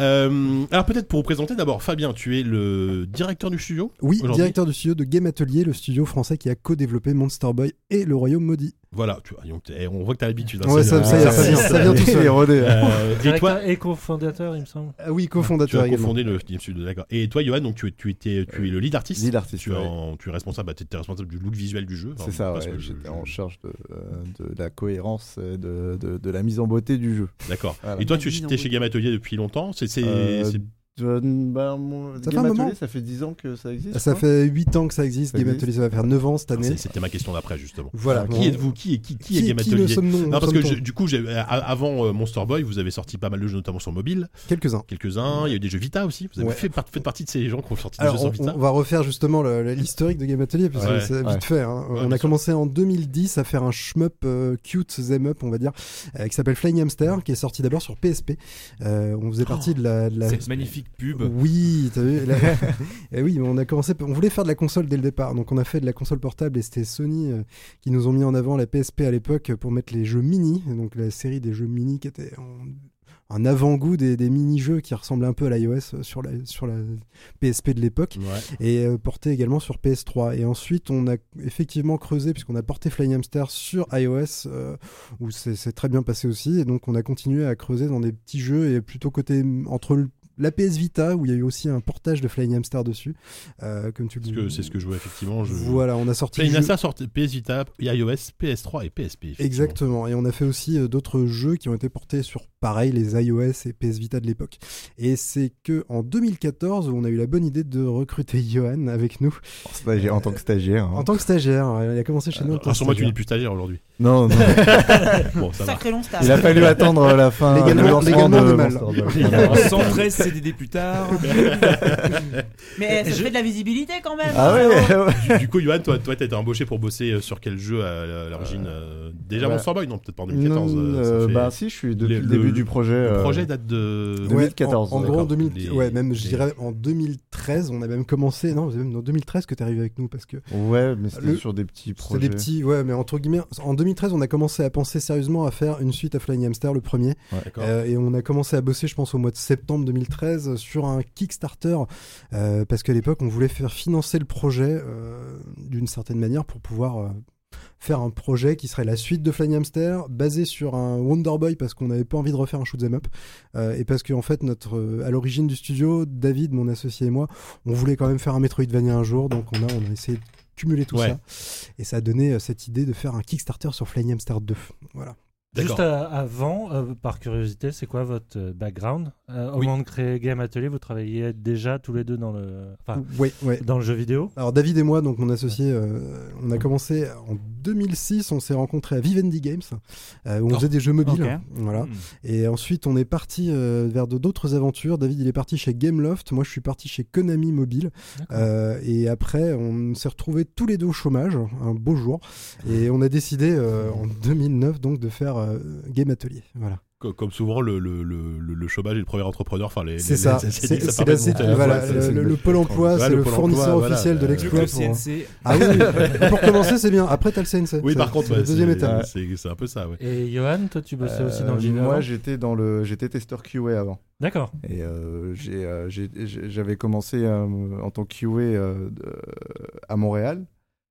[SPEAKER 2] Euh, alors peut-être pour vous présenter d'abord, Fabien, tu es le directeur du studio.
[SPEAKER 4] Oui,
[SPEAKER 2] Aujourd'hui-
[SPEAKER 4] directeur du studio de Game Atelier, le studio français qui a co-développé Monster Boy et le Royaume maudit.
[SPEAKER 2] Voilà, tu vois, donc, eh, on voit que t'as l'habitude. hein,
[SPEAKER 4] Ouais,
[SPEAKER 2] c'est-
[SPEAKER 4] ça, ça, y est,
[SPEAKER 2] euh,
[SPEAKER 4] ça vient, ça vient tout
[SPEAKER 8] Il est
[SPEAKER 4] seul.
[SPEAKER 8] rodé.
[SPEAKER 2] euh, et toi,
[SPEAKER 5] Directeur et cofondateur, il me semble.
[SPEAKER 4] Ah oui,
[SPEAKER 2] tu
[SPEAKER 4] cofondateur
[SPEAKER 2] as
[SPEAKER 4] également.
[SPEAKER 2] confondé le team studio, d'accord. Et toi, Johan, donc tu, es- tu étais, tu es le lead artiste.
[SPEAKER 8] Lead artist,
[SPEAKER 2] Tu es,
[SPEAKER 8] ouais.
[SPEAKER 2] en- tu es responsable, bah, t'étais responsable du look visuel du jeu. Enfin,
[SPEAKER 8] C'est ça,
[SPEAKER 2] parce
[SPEAKER 8] ouais,
[SPEAKER 2] que je-
[SPEAKER 8] j'étais
[SPEAKER 2] je-
[SPEAKER 8] en charge de, euh, de la cohérence, euh, de, de, de la mise en beauté du jeu.
[SPEAKER 2] D'accord.
[SPEAKER 8] Voilà.
[SPEAKER 2] Et toi, tu
[SPEAKER 3] Dis
[SPEAKER 2] étais chez
[SPEAKER 3] donc.
[SPEAKER 2] Game Atelier depuis longtemps. C'est, c'est,
[SPEAKER 8] Euh,
[SPEAKER 2] c'est-
[SPEAKER 8] Je- bah, mon-
[SPEAKER 4] Ça fait un
[SPEAKER 8] Game Atelier,
[SPEAKER 4] moment.
[SPEAKER 8] ça fait 10 ans que ça existe.
[SPEAKER 4] Ça
[SPEAKER 8] quoi.
[SPEAKER 4] fait 8 ans que ça existe,
[SPEAKER 8] Ça
[SPEAKER 4] Game
[SPEAKER 8] existe.
[SPEAKER 4] Atelier, ça va faire 9 ans cette année.
[SPEAKER 2] c'est- c'était ma question d'après justement. Qui
[SPEAKER 4] Voilà. bon.
[SPEAKER 2] êtes-vous Qui est qui, qui, est
[SPEAKER 4] Qui-
[SPEAKER 2] Game
[SPEAKER 4] qui
[SPEAKER 2] Atelier
[SPEAKER 4] le sommes-nous
[SPEAKER 2] Non, parce que je-
[SPEAKER 4] sommes-t-on
[SPEAKER 2] du coup, j'ai- a- avant euh, Monster Boy, vous avez sorti pas mal de jeux, notamment sur mobile,
[SPEAKER 4] Quelques-uns.
[SPEAKER 2] quelques-uns. Il y a eu des jeux Vita aussi. Vous avez
[SPEAKER 4] Ouais.
[SPEAKER 2] fait par- faites partie de ces gens qui ont sorti des jeux
[SPEAKER 4] Alors,
[SPEAKER 2] sur
[SPEAKER 4] on,
[SPEAKER 2] Vita.
[SPEAKER 4] on va refaire justement le- le- l'historique de Game Atelier, parce
[SPEAKER 2] Ouais.
[SPEAKER 4] que c'est vite
[SPEAKER 8] Ouais.
[SPEAKER 4] fait. hein. on
[SPEAKER 2] bien
[SPEAKER 4] a
[SPEAKER 2] sûr.
[SPEAKER 4] commencé en 2010 à faire un shmup euh, cute them up, on va dire, euh, qui s'appelle Flying Hamster, qui est sorti d'abord sur PSP. Euh, on
[SPEAKER 2] Oh.
[SPEAKER 4] faisait partie de la- de la
[SPEAKER 7] Cette magnifique pub.
[SPEAKER 4] Oui, t'as vu la- Eh oui, on a commencé, on voulait faire de la console dès le départ, donc on a fait de la console portable et c'était Sony euh, qui nous ont mis en avant la PSP à l'époque pour mettre les jeux mini, donc la série des jeux mini qui était en- un avant-goût des, des mini-jeux qui ressemblaient un peu à l'iOS euh, sur la, sur la PSP de l'époque et euh, porté également sur PS3. Et ensuite, on a effectivement creusé, puisqu'on a porté Flying Hamster sur iOS, euh, où c'est c'est très bien passé aussi. Et donc, on a continué à creuser dans des petits jeux, et plutôt côté entre le- la PS Vita, où il y a eu aussi un portage de Flying Hamster dessus, euh, comme tu le
[SPEAKER 2] Parce
[SPEAKER 4] dis.
[SPEAKER 2] que c'est ce que je vois effectivement. Je...
[SPEAKER 4] Voilà, on a sorti.
[SPEAKER 2] Play
[SPEAKER 4] le jeu-
[SPEAKER 2] Nasa sort PS Vita, iOS, PS3 et PSP. effectivement.
[SPEAKER 4] Exactement, et on a fait aussi euh, d'autres jeux qui ont été portés sur pareil les iOS et PS Vita de l'époque. Et c'est que en 2014 où on a eu la bonne idée de recruter Johan avec nous
[SPEAKER 8] En, stagiaire- en tant que stagiaire. hein.
[SPEAKER 4] en tant que stagiaire. Il a commencé chez nous. en tant
[SPEAKER 2] Euh,
[SPEAKER 4] que
[SPEAKER 2] Rassure-moi, tu
[SPEAKER 4] stagiaire.
[SPEAKER 2] n'es plus stagiaire aujourd'hui.
[SPEAKER 8] Non, non.
[SPEAKER 2] Bon, ça va.
[SPEAKER 3] Sacré long stage.
[SPEAKER 8] Il a fallu attendre la fin
[SPEAKER 4] Légalement-
[SPEAKER 8] du lancement
[SPEAKER 4] légalement, on
[SPEAKER 8] de
[SPEAKER 4] est mal.
[SPEAKER 8] Monster Ball.
[SPEAKER 5] Euh,
[SPEAKER 7] 113 CDD plus tard.
[SPEAKER 3] Mais ça fait de la visibilité quand même.
[SPEAKER 8] Ah ouais, ouais.
[SPEAKER 2] Du- du coup, Johan, toi, toi, t'as été embauché pour bosser euh, sur quel jeu à à l'origine euh, Déjà
[SPEAKER 8] bah,
[SPEAKER 2] Monster Boy Non, peut-être pas en 2014.
[SPEAKER 8] Non,
[SPEAKER 2] euh, ça
[SPEAKER 8] euh,
[SPEAKER 2] fait-
[SPEAKER 8] bah si, je suis depuis
[SPEAKER 2] Le-
[SPEAKER 8] le, début
[SPEAKER 2] le-
[SPEAKER 8] du projet.
[SPEAKER 2] le
[SPEAKER 8] euh,
[SPEAKER 2] projet date de.
[SPEAKER 8] Ouais. 2014,
[SPEAKER 4] en, en gros,
[SPEAKER 2] d'accord.
[SPEAKER 4] en 2000,
[SPEAKER 2] Les-
[SPEAKER 4] ouais, même je
[SPEAKER 2] les-
[SPEAKER 4] dirais en 2013, on a même commencé. Non, c'est même en 2013 que t'es arrivé avec nous parce que
[SPEAKER 8] Ouais, mais c'était
[SPEAKER 4] Le-
[SPEAKER 8] sur des petits
[SPEAKER 4] c'était
[SPEAKER 8] projets.
[SPEAKER 4] des petits. Ouais, mais entre guillemets, en 2013, on a commencé à penser sérieusement à faire une suite à Flying Hamster, le premier.
[SPEAKER 2] D'accord.
[SPEAKER 4] Euh, et on a commencé à bosser, je pense, au mois de septembre 2013 sur un Kickstarter euh, parce qu'à l'époque, on voulait faire financer le projet euh, d'une certaine manière pour pouvoir. euh, faire un projet qui serait la suite de Flying Hamster, basé sur un Wonder Boy parce qu'on n'avait pas envie de refaire un shoot 'em up euh, et parce qu'en fait notre euh, à l'origine du studio, David, mon associé et moi, on voulait quand même faire un Metroidvania un jour, donc on a on a essayé de cumuler tout
[SPEAKER 2] Ouais.
[SPEAKER 4] ça et ça a donné euh, cette idée de faire un Kickstarter sur Flying Hamster 2. Voilà.
[SPEAKER 2] D'accord.
[SPEAKER 5] Juste euh, avant, euh, par curiosité, c'est quoi votre euh, background Euh, Au
[SPEAKER 2] Oui.
[SPEAKER 5] moment de créer Game Atelier, vous travailliez déjà tous les deux dans
[SPEAKER 2] Ah.
[SPEAKER 5] le, enfin,
[SPEAKER 4] Ouais, ouais.
[SPEAKER 5] dans le jeu vidéo
[SPEAKER 4] Alors David et moi, donc mon associé, euh, on a commencé en 2006, on s'est rencontrés à Vivendi Games, euh, où on
[SPEAKER 2] Oh.
[SPEAKER 4] faisait des jeux mobiles.
[SPEAKER 6] Ok.
[SPEAKER 4] Voilà.
[SPEAKER 7] Hmm.
[SPEAKER 4] Et ensuite, on est parti euh, vers de- d'autres aventures. David, il est parti chez Gameloft. Moi, je suis parti chez Konami Mobile. Euh, et après, on s'est retrouvés tous les deux au chômage, un beau jour. Et on a décidé euh, en 2009 donc de faire euh, Game Atelier. Voilà.
[SPEAKER 2] Co- Comme souvent, le, le, le, le- le chômage est le premier entrepreneur. Enfin, les,
[SPEAKER 4] C'est
[SPEAKER 2] les-
[SPEAKER 4] ça.
[SPEAKER 2] les-
[SPEAKER 4] C'est
[SPEAKER 2] dit, ça
[SPEAKER 4] c'est
[SPEAKER 2] paraît
[SPEAKER 4] la- c'est-
[SPEAKER 2] bon, euh,
[SPEAKER 4] voilà,
[SPEAKER 2] ouais, c'est-
[SPEAKER 4] le-
[SPEAKER 2] c'est-
[SPEAKER 4] le, le Pôle Emploi,
[SPEAKER 2] Ouais,
[SPEAKER 4] c'est
[SPEAKER 2] le
[SPEAKER 4] le
[SPEAKER 2] Pôle
[SPEAKER 4] fournisseur
[SPEAKER 2] emploi,
[SPEAKER 4] officiel
[SPEAKER 2] voilà,
[SPEAKER 4] de
[SPEAKER 2] euh,
[SPEAKER 7] Mieux
[SPEAKER 4] l'exploit.
[SPEAKER 7] que le
[SPEAKER 4] pour-
[SPEAKER 7] CNC.
[SPEAKER 4] Ah oui, oui. pour commencer, c'est bien. Après, t'as le CNC.
[SPEAKER 2] Oui,
[SPEAKER 4] C'est-
[SPEAKER 2] par contre,
[SPEAKER 4] c'est
[SPEAKER 2] ouais,
[SPEAKER 4] la deuxième étape.
[SPEAKER 2] C'est c'est un peu ça, ouais.
[SPEAKER 5] Et Johan, toi, tu bossais aussi dans
[SPEAKER 8] Euh,
[SPEAKER 5] le JV
[SPEAKER 8] Moi,
[SPEAKER 5] avant
[SPEAKER 8] j'étais dans le, j'étais testeur QA avant.
[SPEAKER 5] D'accord.
[SPEAKER 8] Et euh, j'ai, euh, j'ai- j'ai- j'avais commencé euh, en tant que QA euh, de- à Montréal.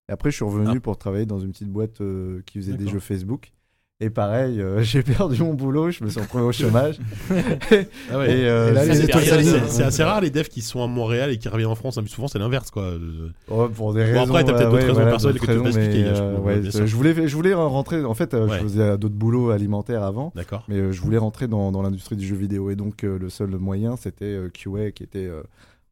[SPEAKER 8] Et après, je suis revenu pour travailler dans une petite boîte euh, qui faisait des
[SPEAKER 5] D'accord.
[SPEAKER 8] jeux Facebook. Et pareil, euh, j'ai perdu mon boulot, je me suis retrouvé au chômage.
[SPEAKER 2] Ah ouais.
[SPEAKER 8] Et, euh,
[SPEAKER 4] Et là, les
[SPEAKER 2] C'est-
[SPEAKER 4] étoiles
[SPEAKER 2] c'est-
[SPEAKER 4] s'alignent.
[SPEAKER 2] c'est- C'est assez rare les devs qui sont à Montréal et qui reviennent en France. hein, Mais souvent, c'est l'inverse, quoi. Euh,
[SPEAKER 8] Oh, pour des
[SPEAKER 2] Bon,
[SPEAKER 8] raisons.
[SPEAKER 2] après, t'as peut-être
[SPEAKER 8] euh,
[SPEAKER 2] d'autres raisons
[SPEAKER 8] voilà,
[SPEAKER 2] personnelles
[SPEAKER 8] d'autres
[SPEAKER 2] que tu peux
[SPEAKER 8] raisons,
[SPEAKER 2] expliquer,
[SPEAKER 8] mais,
[SPEAKER 2] je
[SPEAKER 8] euh,
[SPEAKER 2] comprends,
[SPEAKER 8] ouais,
[SPEAKER 2] bien
[SPEAKER 8] je-
[SPEAKER 2] sûr.
[SPEAKER 8] je voulais, je voulais rentrer. En fait, euh,
[SPEAKER 2] Ouais.
[SPEAKER 8] je faisais d'autres boulots alimentaires avant,
[SPEAKER 2] D'accord.
[SPEAKER 8] mais euh, je voulais rentrer dans, dans l'industrie du jeu vidéo. Et donc, euh, le seul moyen, c'était euh, QA, qui était euh,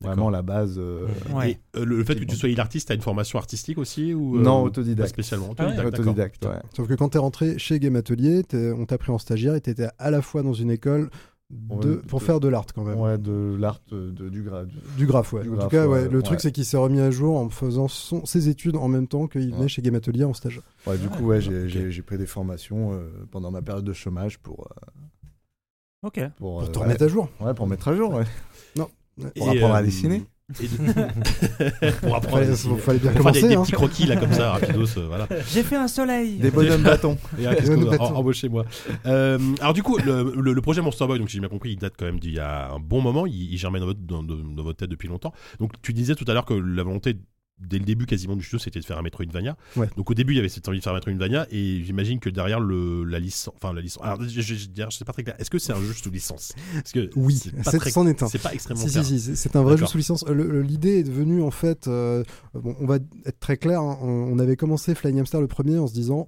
[SPEAKER 8] vraiment la base. euh,
[SPEAKER 3] Ouais.
[SPEAKER 2] Et, euh, le, le fait que tu sois l'artiste, t'as une formation artistique aussi ou euh,
[SPEAKER 8] non,
[SPEAKER 2] pas
[SPEAKER 8] autodidacte.
[SPEAKER 2] spécialement.
[SPEAKER 5] Ah ouais.
[SPEAKER 2] Autodidacte, d'accord.
[SPEAKER 8] Autodidacte, ouais.
[SPEAKER 4] Sauf que quand t'es rentré chez Game Atelier, t'es- on t'a pris en stagiaire et t'étais à la fois dans une école de-
[SPEAKER 8] Ouais,
[SPEAKER 4] pour
[SPEAKER 8] de-
[SPEAKER 4] faire de l'art quand même.
[SPEAKER 8] Ouais, de l'art euh, de- du grade.
[SPEAKER 4] Du graphe, ouais.
[SPEAKER 8] Du
[SPEAKER 4] en
[SPEAKER 8] graphe,
[SPEAKER 4] tout cas, ouais.
[SPEAKER 8] ouais,
[SPEAKER 4] le
[SPEAKER 8] ouais.
[SPEAKER 4] truc, c'est qu'il s'est remis à jour en faisant son- ses études en même temps qu'il venait
[SPEAKER 8] Ouais.
[SPEAKER 4] chez Game Atelier en stage.
[SPEAKER 8] Ouais, du coup, ouais, j'ai- j'ai j'ai pris des formations euh, pendant ma période de chômage pour. euh,
[SPEAKER 6] Ok.
[SPEAKER 8] pour
[SPEAKER 4] Pour
[SPEAKER 8] euh,
[SPEAKER 4] te
[SPEAKER 8] ouais.
[SPEAKER 4] remettre à jour.
[SPEAKER 8] Ouais, pour mettre à jour, ouais. Pour
[SPEAKER 2] Et,
[SPEAKER 8] apprendre à
[SPEAKER 2] euh,
[SPEAKER 8] dessiner.
[SPEAKER 2] et de- pour apprendre à
[SPEAKER 4] Fallait,
[SPEAKER 2] dessiner.
[SPEAKER 4] fallait bien
[SPEAKER 2] Pour faire des,
[SPEAKER 4] commencer.
[SPEAKER 2] des
[SPEAKER 4] hein.
[SPEAKER 2] petits croquis là comme ça, rapidos, euh, voilà.
[SPEAKER 6] J'ai fait un soleil.
[SPEAKER 8] Des bonhommes bâtons.
[SPEAKER 2] Et ah, qu'est-ce
[SPEAKER 4] Ouais,
[SPEAKER 2] qu'on
[SPEAKER 4] nous
[SPEAKER 2] a-
[SPEAKER 4] battons.
[SPEAKER 2] en- embauchez-moi. Euh, alors du coup, le, le- le projet Monster Boy, donc si j'ai bien compris, il date quand même d'il y a un bon moment, il, il germait dans votre, dans- dans- dans votre tête depuis longtemps. Donc tu disais tout à l'heure que la volonté dès le début quasiment du studio c'était de faire un Metroidvania.
[SPEAKER 4] Ouais.
[SPEAKER 2] Donc au début il y avait cette envie de faire un Metroidvania et j'imagine que derrière le, la licence, enfin la licence, alors je, je, je, je sais pas très clair, est-ce que c'est un jeu sous licence Parce que
[SPEAKER 4] Oui,
[SPEAKER 2] c'est pas,
[SPEAKER 4] c'est-
[SPEAKER 2] très,
[SPEAKER 4] c'en est un.
[SPEAKER 2] c'est pas extrêmement
[SPEAKER 4] Si, si,
[SPEAKER 2] clair.
[SPEAKER 4] si, c'est- c'est un vrai jeu
[SPEAKER 2] D'accord.
[SPEAKER 4] sous licence. Euh, le- le- L'idée est devenue en fait, euh, bon, on va être très clair, hein, on, on avait commencé Flying Hamster le premier en se disant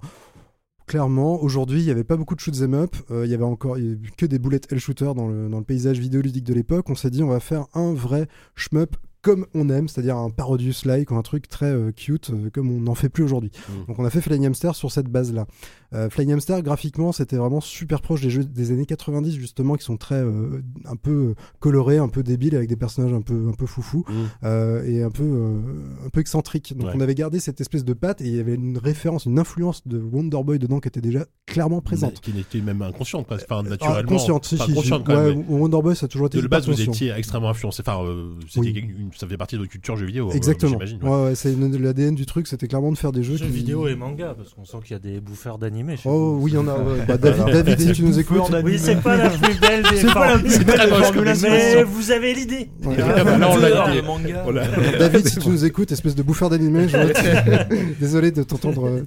[SPEAKER 4] clairement aujourd'hui il n'y avait pas beaucoup de shoot 'em up, euh, il y avait encore il y avait que des bullet hell shooters dans le, dans le paysage vidéoludique de l'époque. On s'est dit on va faire un vrai shmup comme on aime, c'est-à-dire un Parodius like ou un truc très euh, cute euh, comme on n'en fait plus aujourd'hui.
[SPEAKER 2] Mm.
[SPEAKER 4] Donc on a fait Flying Hamster sur cette base-là. Euh, Flying Hamster graphiquement c'était vraiment super proche des jeux des années 90 justement qui sont très euh, un peu euh, coloré, un peu débile, avec des personnages un peu, un peu foufou
[SPEAKER 2] Mm.
[SPEAKER 4] euh, et un peu, euh, un peu excentrique. Donc
[SPEAKER 2] Ouais.
[SPEAKER 4] on avait gardé cette espèce de patte et il y avait une référence, une influence de Wonder Boy dedans qui était déjà clairement présente.
[SPEAKER 2] Qui n'était même inconsciente, parce- enfin
[SPEAKER 4] Ah,
[SPEAKER 2] naturellement.
[SPEAKER 4] consciente, si,
[SPEAKER 2] enfin,
[SPEAKER 4] si, si.
[SPEAKER 2] consciente quand même,
[SPEAKER 4] Ouais, Wonder Boy, ça a toujours été
[SPEAKER 2] De
[SPEAKER 4] hyper
[SPEAKER 2] base, vous
[SPEAKER 4] conscient.
[SPEAKER 2] étiez extrêmement influencé. Enfin, euh, c'était
[SPEAKER 4] Oui.
[SPEAKER 2] une- ça faisait partie de votre culture jeu vidéo. euh,
[SPEAKER 4] Exactement.
[SPEAKER 2] J'imagine. ouais.
[SPEAKER 4] Ouais, ouais, c'est l'ADN du truc, c'était clairement de faire des jeux.
[SPEAKER 5] Jeux
[SPEAKER 4] qui-
[SPEAKER 5] vidéo et manga, parce qu'on sent qu'il y a des bouffeurs d'animés. chez
[SPEAKER 4] Oh
[SPEAKER 5] vous.
[SPEAKER 4] oui, il y en a. ouais. Bah, David, David, si tu nous écoutes.
[SPEAKER 5] Oui, c'est pas la plus belle des
[SPEAKER 4] C'est pas la
[SPEAKER 5] formules,
[SPEAKER 2] plus belle formulation.
[SPEAKER 5] mais vous avez l'idée.
[SPEAKER 4] Ouais.
[SPEAKER 2] bah non, on l'a
[SPEAKER 7] Dehors
[SPEAKER 2] dit.
[SPEAKER 7] le manga.
[SPEAKER 2] On l'a-
[SPEAKER 4] David, si tu nous écoutes, espèce de bouffeur d'animé, je veux- désolé de t'entendre, euh,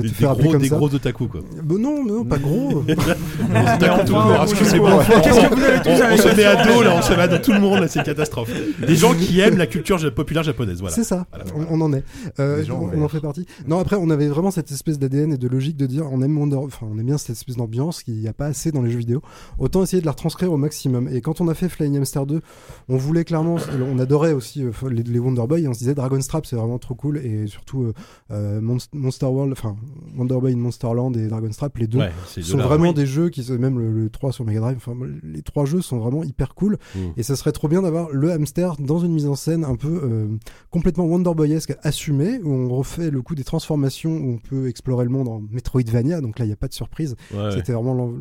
[SPEAKER 2] Des,
[SPEAKER 4] te
[SPEAKER 2] des
[SPEAKER 4] faire appeler
[SPEAKER 2] gros,
[SPEAKER 4] comme
[SPEAKER 2] des
[SPEAKER 4] ça.
[SPEAKER 2] gros otaku, quoi.
[SPEAKER 4] Bah non, non, pas gros.
[SPEAKER 2] Des otaku tout court. Excusez-moi. On, on se met à dos, là, on se met à dos tout le monde, là, c'est une catastrophe. Des gens qui aiment la culture ja- populaire japonaise, voilà.
[SPEAKER 4] C'est ça,
[SPEAKER 2] Voilà.
[SPEAKER 4] On, on en est. Euh,
[SPEAKER 8] Les gens
[SPEAKER 4] on, on
[SPEAKER 8] ont
[SPEAKER 4] en
[SPEAKER 8] l'air.
[SPEAKER 4] fait partie. Non, après, on avait vraiment cette espèce d'ADN et de logique de dire on aime, Wonder- enfin, on aime bien cette espèce d'ambiance qu'il n'y a pas assez dans les jeux vidéo. Autant essayer de la retranscrire au maximum. Et quand on a fait Flying Hamster 2, on voulait clairement, on adorait aussi euh, les, les Wonder Boy et on se disait Dragon Strap, c'est vraiment trop cool. Et surtout, euh, euh, Monst- Monster World, enfin, Wonder Boy in Monsterland et Dragon Strap, les deux
[SPEAKER 2] Ouais, c'est de
[SPEAKER 4] sont
[SPEAKER 2] là.
[SPEAKER 4] vraiment des jeux qui sont- même le, le 3 sur Mega Drive enfin les trois jeux sont vraiment hyper cool
[SPEAKER 2] Mm.
[SPEAKER 4] et ça serait trop bien d'avoir le hamster dans une mise en scène un peu euh, complètement Wonderboyesque assumée où on refait le coup des transformations où on peut explorer le monde en Metroidvania donc là il n'y a pas de surprise
[SPEAKER 2] Ouais.
[SPEAKER 4] c'était vraiment l'en-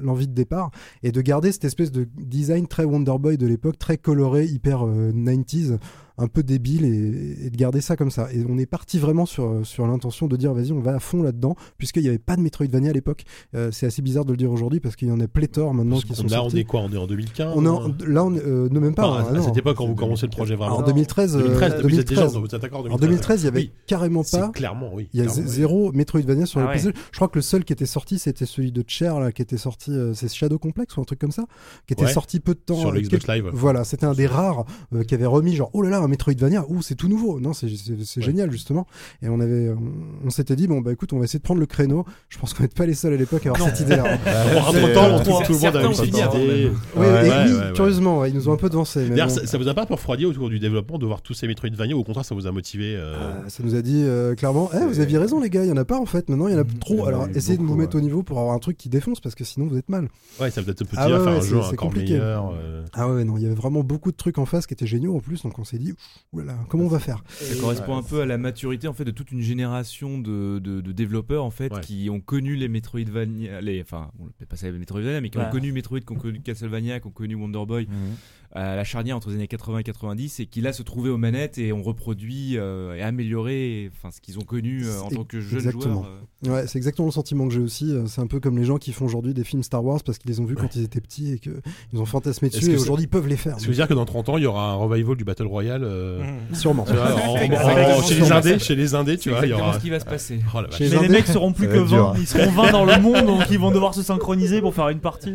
[SPEAKER 4] l'envie de départ et de garder cette espèce de design très Wonderboy de l'époque très coloré hyper euh, 90s un peu débile et, et de garder ça comme ça et on est parti vraiment sur, euh, sur l'intention de dire vas-y on va à fond là-dedans puisqu'il n'y avait pas de Metroidvania à l'époque Euh, c'est assez bizarre de le dire aujourd'hui parce qu'il y en a pléthore maintenant
[SPEAKER 2] Parce
[SPEAKER 4] qui
[SPEAKER 2] qu'on-
[SPEAKER 4] sont
[SPEAKER 2] là, on
[SPEAKER 4] sortis
[SPEAKER 2] est quoi On est en 2015
[SPEAKER 4] on est en- là on est- euh, non même pas
[SPEAKER 2] hein Enfin,
[SPEAKER 4] hein,
[SPEAKER 2] à, à
[SPEAKER 4] non.
[SPEAKER 2] cette époque, quand vous commencez le projet vraiment.
[SPEAKER 4] en 2013 euh,
[SPEAKER 2] 2013, depuis cette
[SPEAKER 4] 2013.
[SPEAKER 2] vous êtes d'accord
[SPEAKER 4] en 2013 il y avait
[SPEAKER 2] Oui,
[SPEAKER 4] carrément pas
[SPEAKER 2] c'est clairement, oui.
[SPEAKER 4] il y a
[SPEAKER 2] clairement,
[SPEAKER 4] zé-
[SPEAKER 2] oui.
[SPEAKER 4] zéro Metroidvania sur
[SPEAKER 6] Ah
[SPEAKER 4] les
[SPEAKER 6] ouais.
[SPEAKER 4] puzzles. Je crois que le seul qui était sorti, c'était celui de Cher, là, qui était sorti, euh, c'est Shadow Complex ou un truc comme ça, qui était
[SPEAKER 2] Ouais.
[SPEAKER 4] sorti peu de temps.
[SPEAKER 2] Sur le
[SPEAKER 4] euh,
[SPEAKER 2] Xbox
[SPEAKER 4] quel-
[SPEAKER 2] Live.
[SPEAKER 4] Voilà, c'était un des rares euh, qui avait remis genre, oh là là, un Metroidvania, ouh, c'est tout nouveau. Non, c'est c'est- c'est génial, justement. Et on avait, on, on s'était dit, bon, bah écoute, on va essayer de prendre le créneau. Je pense qu'on n'est pas les seuls à l'époque à avoir cette idée-là. hein.
[SPEAKER 2] Bon,
[SPEAKER 8] c'est-
[SPEAKER 2] entre-temps,
[SPEAKER 8] euh,
[SPEAKER 2] tout, tout le monde
[SPEAKER 1] certains
[SPEAKER 2] a eu
[SPEAKER 1] ont
[SPEAKER 2] cette
[SPEAKER 1] fini avant
[SPEAKER 8] hein.
[SPEAKER 2] idée.
[SPEAKER 1] même.
[SPEAKER 4] Oui,
[SPEAKER 2] Ouais,
[SPEAKER 4] et
[SPEAKER 2] ouais,
[SPEAKER 4] oui,
[SPEAKER 2] ouais, ouais.
[SPEAKER 4] curieusement, ouais, ils nous ont un peu devancé. mais
[SPEAKER 2] D'ailleurs,
[SPEAKER 4] bon.
[SPEAKER 2] ça, ça vous a pas refroidi autour du développement de voir tous ces Metroidvania ou au contraire ça vous a motivé euh,
[SPEAKER 4] Euh, ça nous a dit euh, clairement, eh, vous aviez raison les gars, il y en a pas en fait, maintenant il y en a
[SPEAKER 8] il y en
[SPEAKER 4] trop.
[SPEAKER 8] a
[SPEAKER 4] Alors
[SPEAKER 8] eu
[SPEAKER 4] essayez de vous
[SPEAKER 8] beaucoup,
[SPEAKER 4] mettre au niveau pour avoir un truc qui défonce parce que sinon vous êtes mal.
[SPEAKER 2] Ouais, ça vous a peut-être petit
[SPEAKER 4] Ah ouais,
[SPEAKER 2] à faire
[SPEAKER 4] ouais,
[SPEAKER 2] un
[SPEAKER 4] c'est-
[SPEAKER 2] jeu
[SPEAKER 4] c'est
[SPEAKER 2] encore
[SPEAKER 4] compliqué.
[SPEAKER 2] meilleur. euh.
[SPEAKER 4] Ah ouais, non, il y avait vraiment beaucoup de trucs en face qui étaient géniaux en plus, donc on s'est dit, oulala, comment on va faire
[SPEAKER 7] Ça correspond un peu à la maturité en fait de toute une génération de, de- de développeurs en fait
[SPEAKER 2] Ouais.
[SPEAKER 7] qui ont connu les Metroidvania, les enfin on peut pas ça les Metroidvania, mais qui
[SPEAKER 6] Ouais.
[SPEAKER 7] ont connu Metroid, qui ont connu Castlevania, qui ont connu Wonder Boy
[SPEAKER 5] Mmh.
[SPEAKER 7] à la charnière entre les années 80 et 90 et qui là se trouvaient aux manettes et ont reproduit euh, et amélioré enfin ce qu'ils ont connu euh, en
[SPEAKER 4] C'est-
[SPEAKER 7] tant que jeunes
[SPEAKER 4] exactement.
[SPEAKER 7] joueurs. euh.
[SPEAKER 4] Ouais, c'est exactement le sentiment que j'ai aussi. euh, C'est un peu comme les gens qui font aujourd'hui des films Star Wars parce qu'ils les ont vus quand ils étaient petits et qu'ils ont fantasmé
[SPEAKER 2] Est-ce
[SPEAKER 4] dessus
[SPEAKER 2] que
[SPEAKER 4] et
[SPEAKER 2] ça-
[SPEAKER 4] aujourd'hui ils peuvent les faire.
[SPEAKER 2] Ce qui veut dire que dans 30 ans il y aura un revival du Battle Royale. euh,
[SPEAKER 4] Mm. Sûrement.
[SPEAKER 2] tu vois, en- en-
[SPEAKER 7] Exactement.
[SPEAKER 2] chez les indés, chez les indés, tu
[SPEAKER 7] C'est
[SPEAKER 2] vois, il y
[SPEAKER 7] exactement
[SPEAKER 2] aura.
[SPEAKER 7] ce qui va se passer.
[SPEAKER 2] Oh la vache.
[SPEAKER 4] Chez
[SPEAKER 6] Mais les
[SPEAKER 4] Indé-
[SPEAKER 6] mecs seront plus
[SPEAKER 8] Ça
[SPEAKER 6] que
[SPEAKER 8] va être
[SPEAKER 6] 20,
[SPEAKER 8] dur, hein.
[SPEAKER 6] ils seront 20 dans le monde donc ils vont devoir se synchroniser pour faire une partie.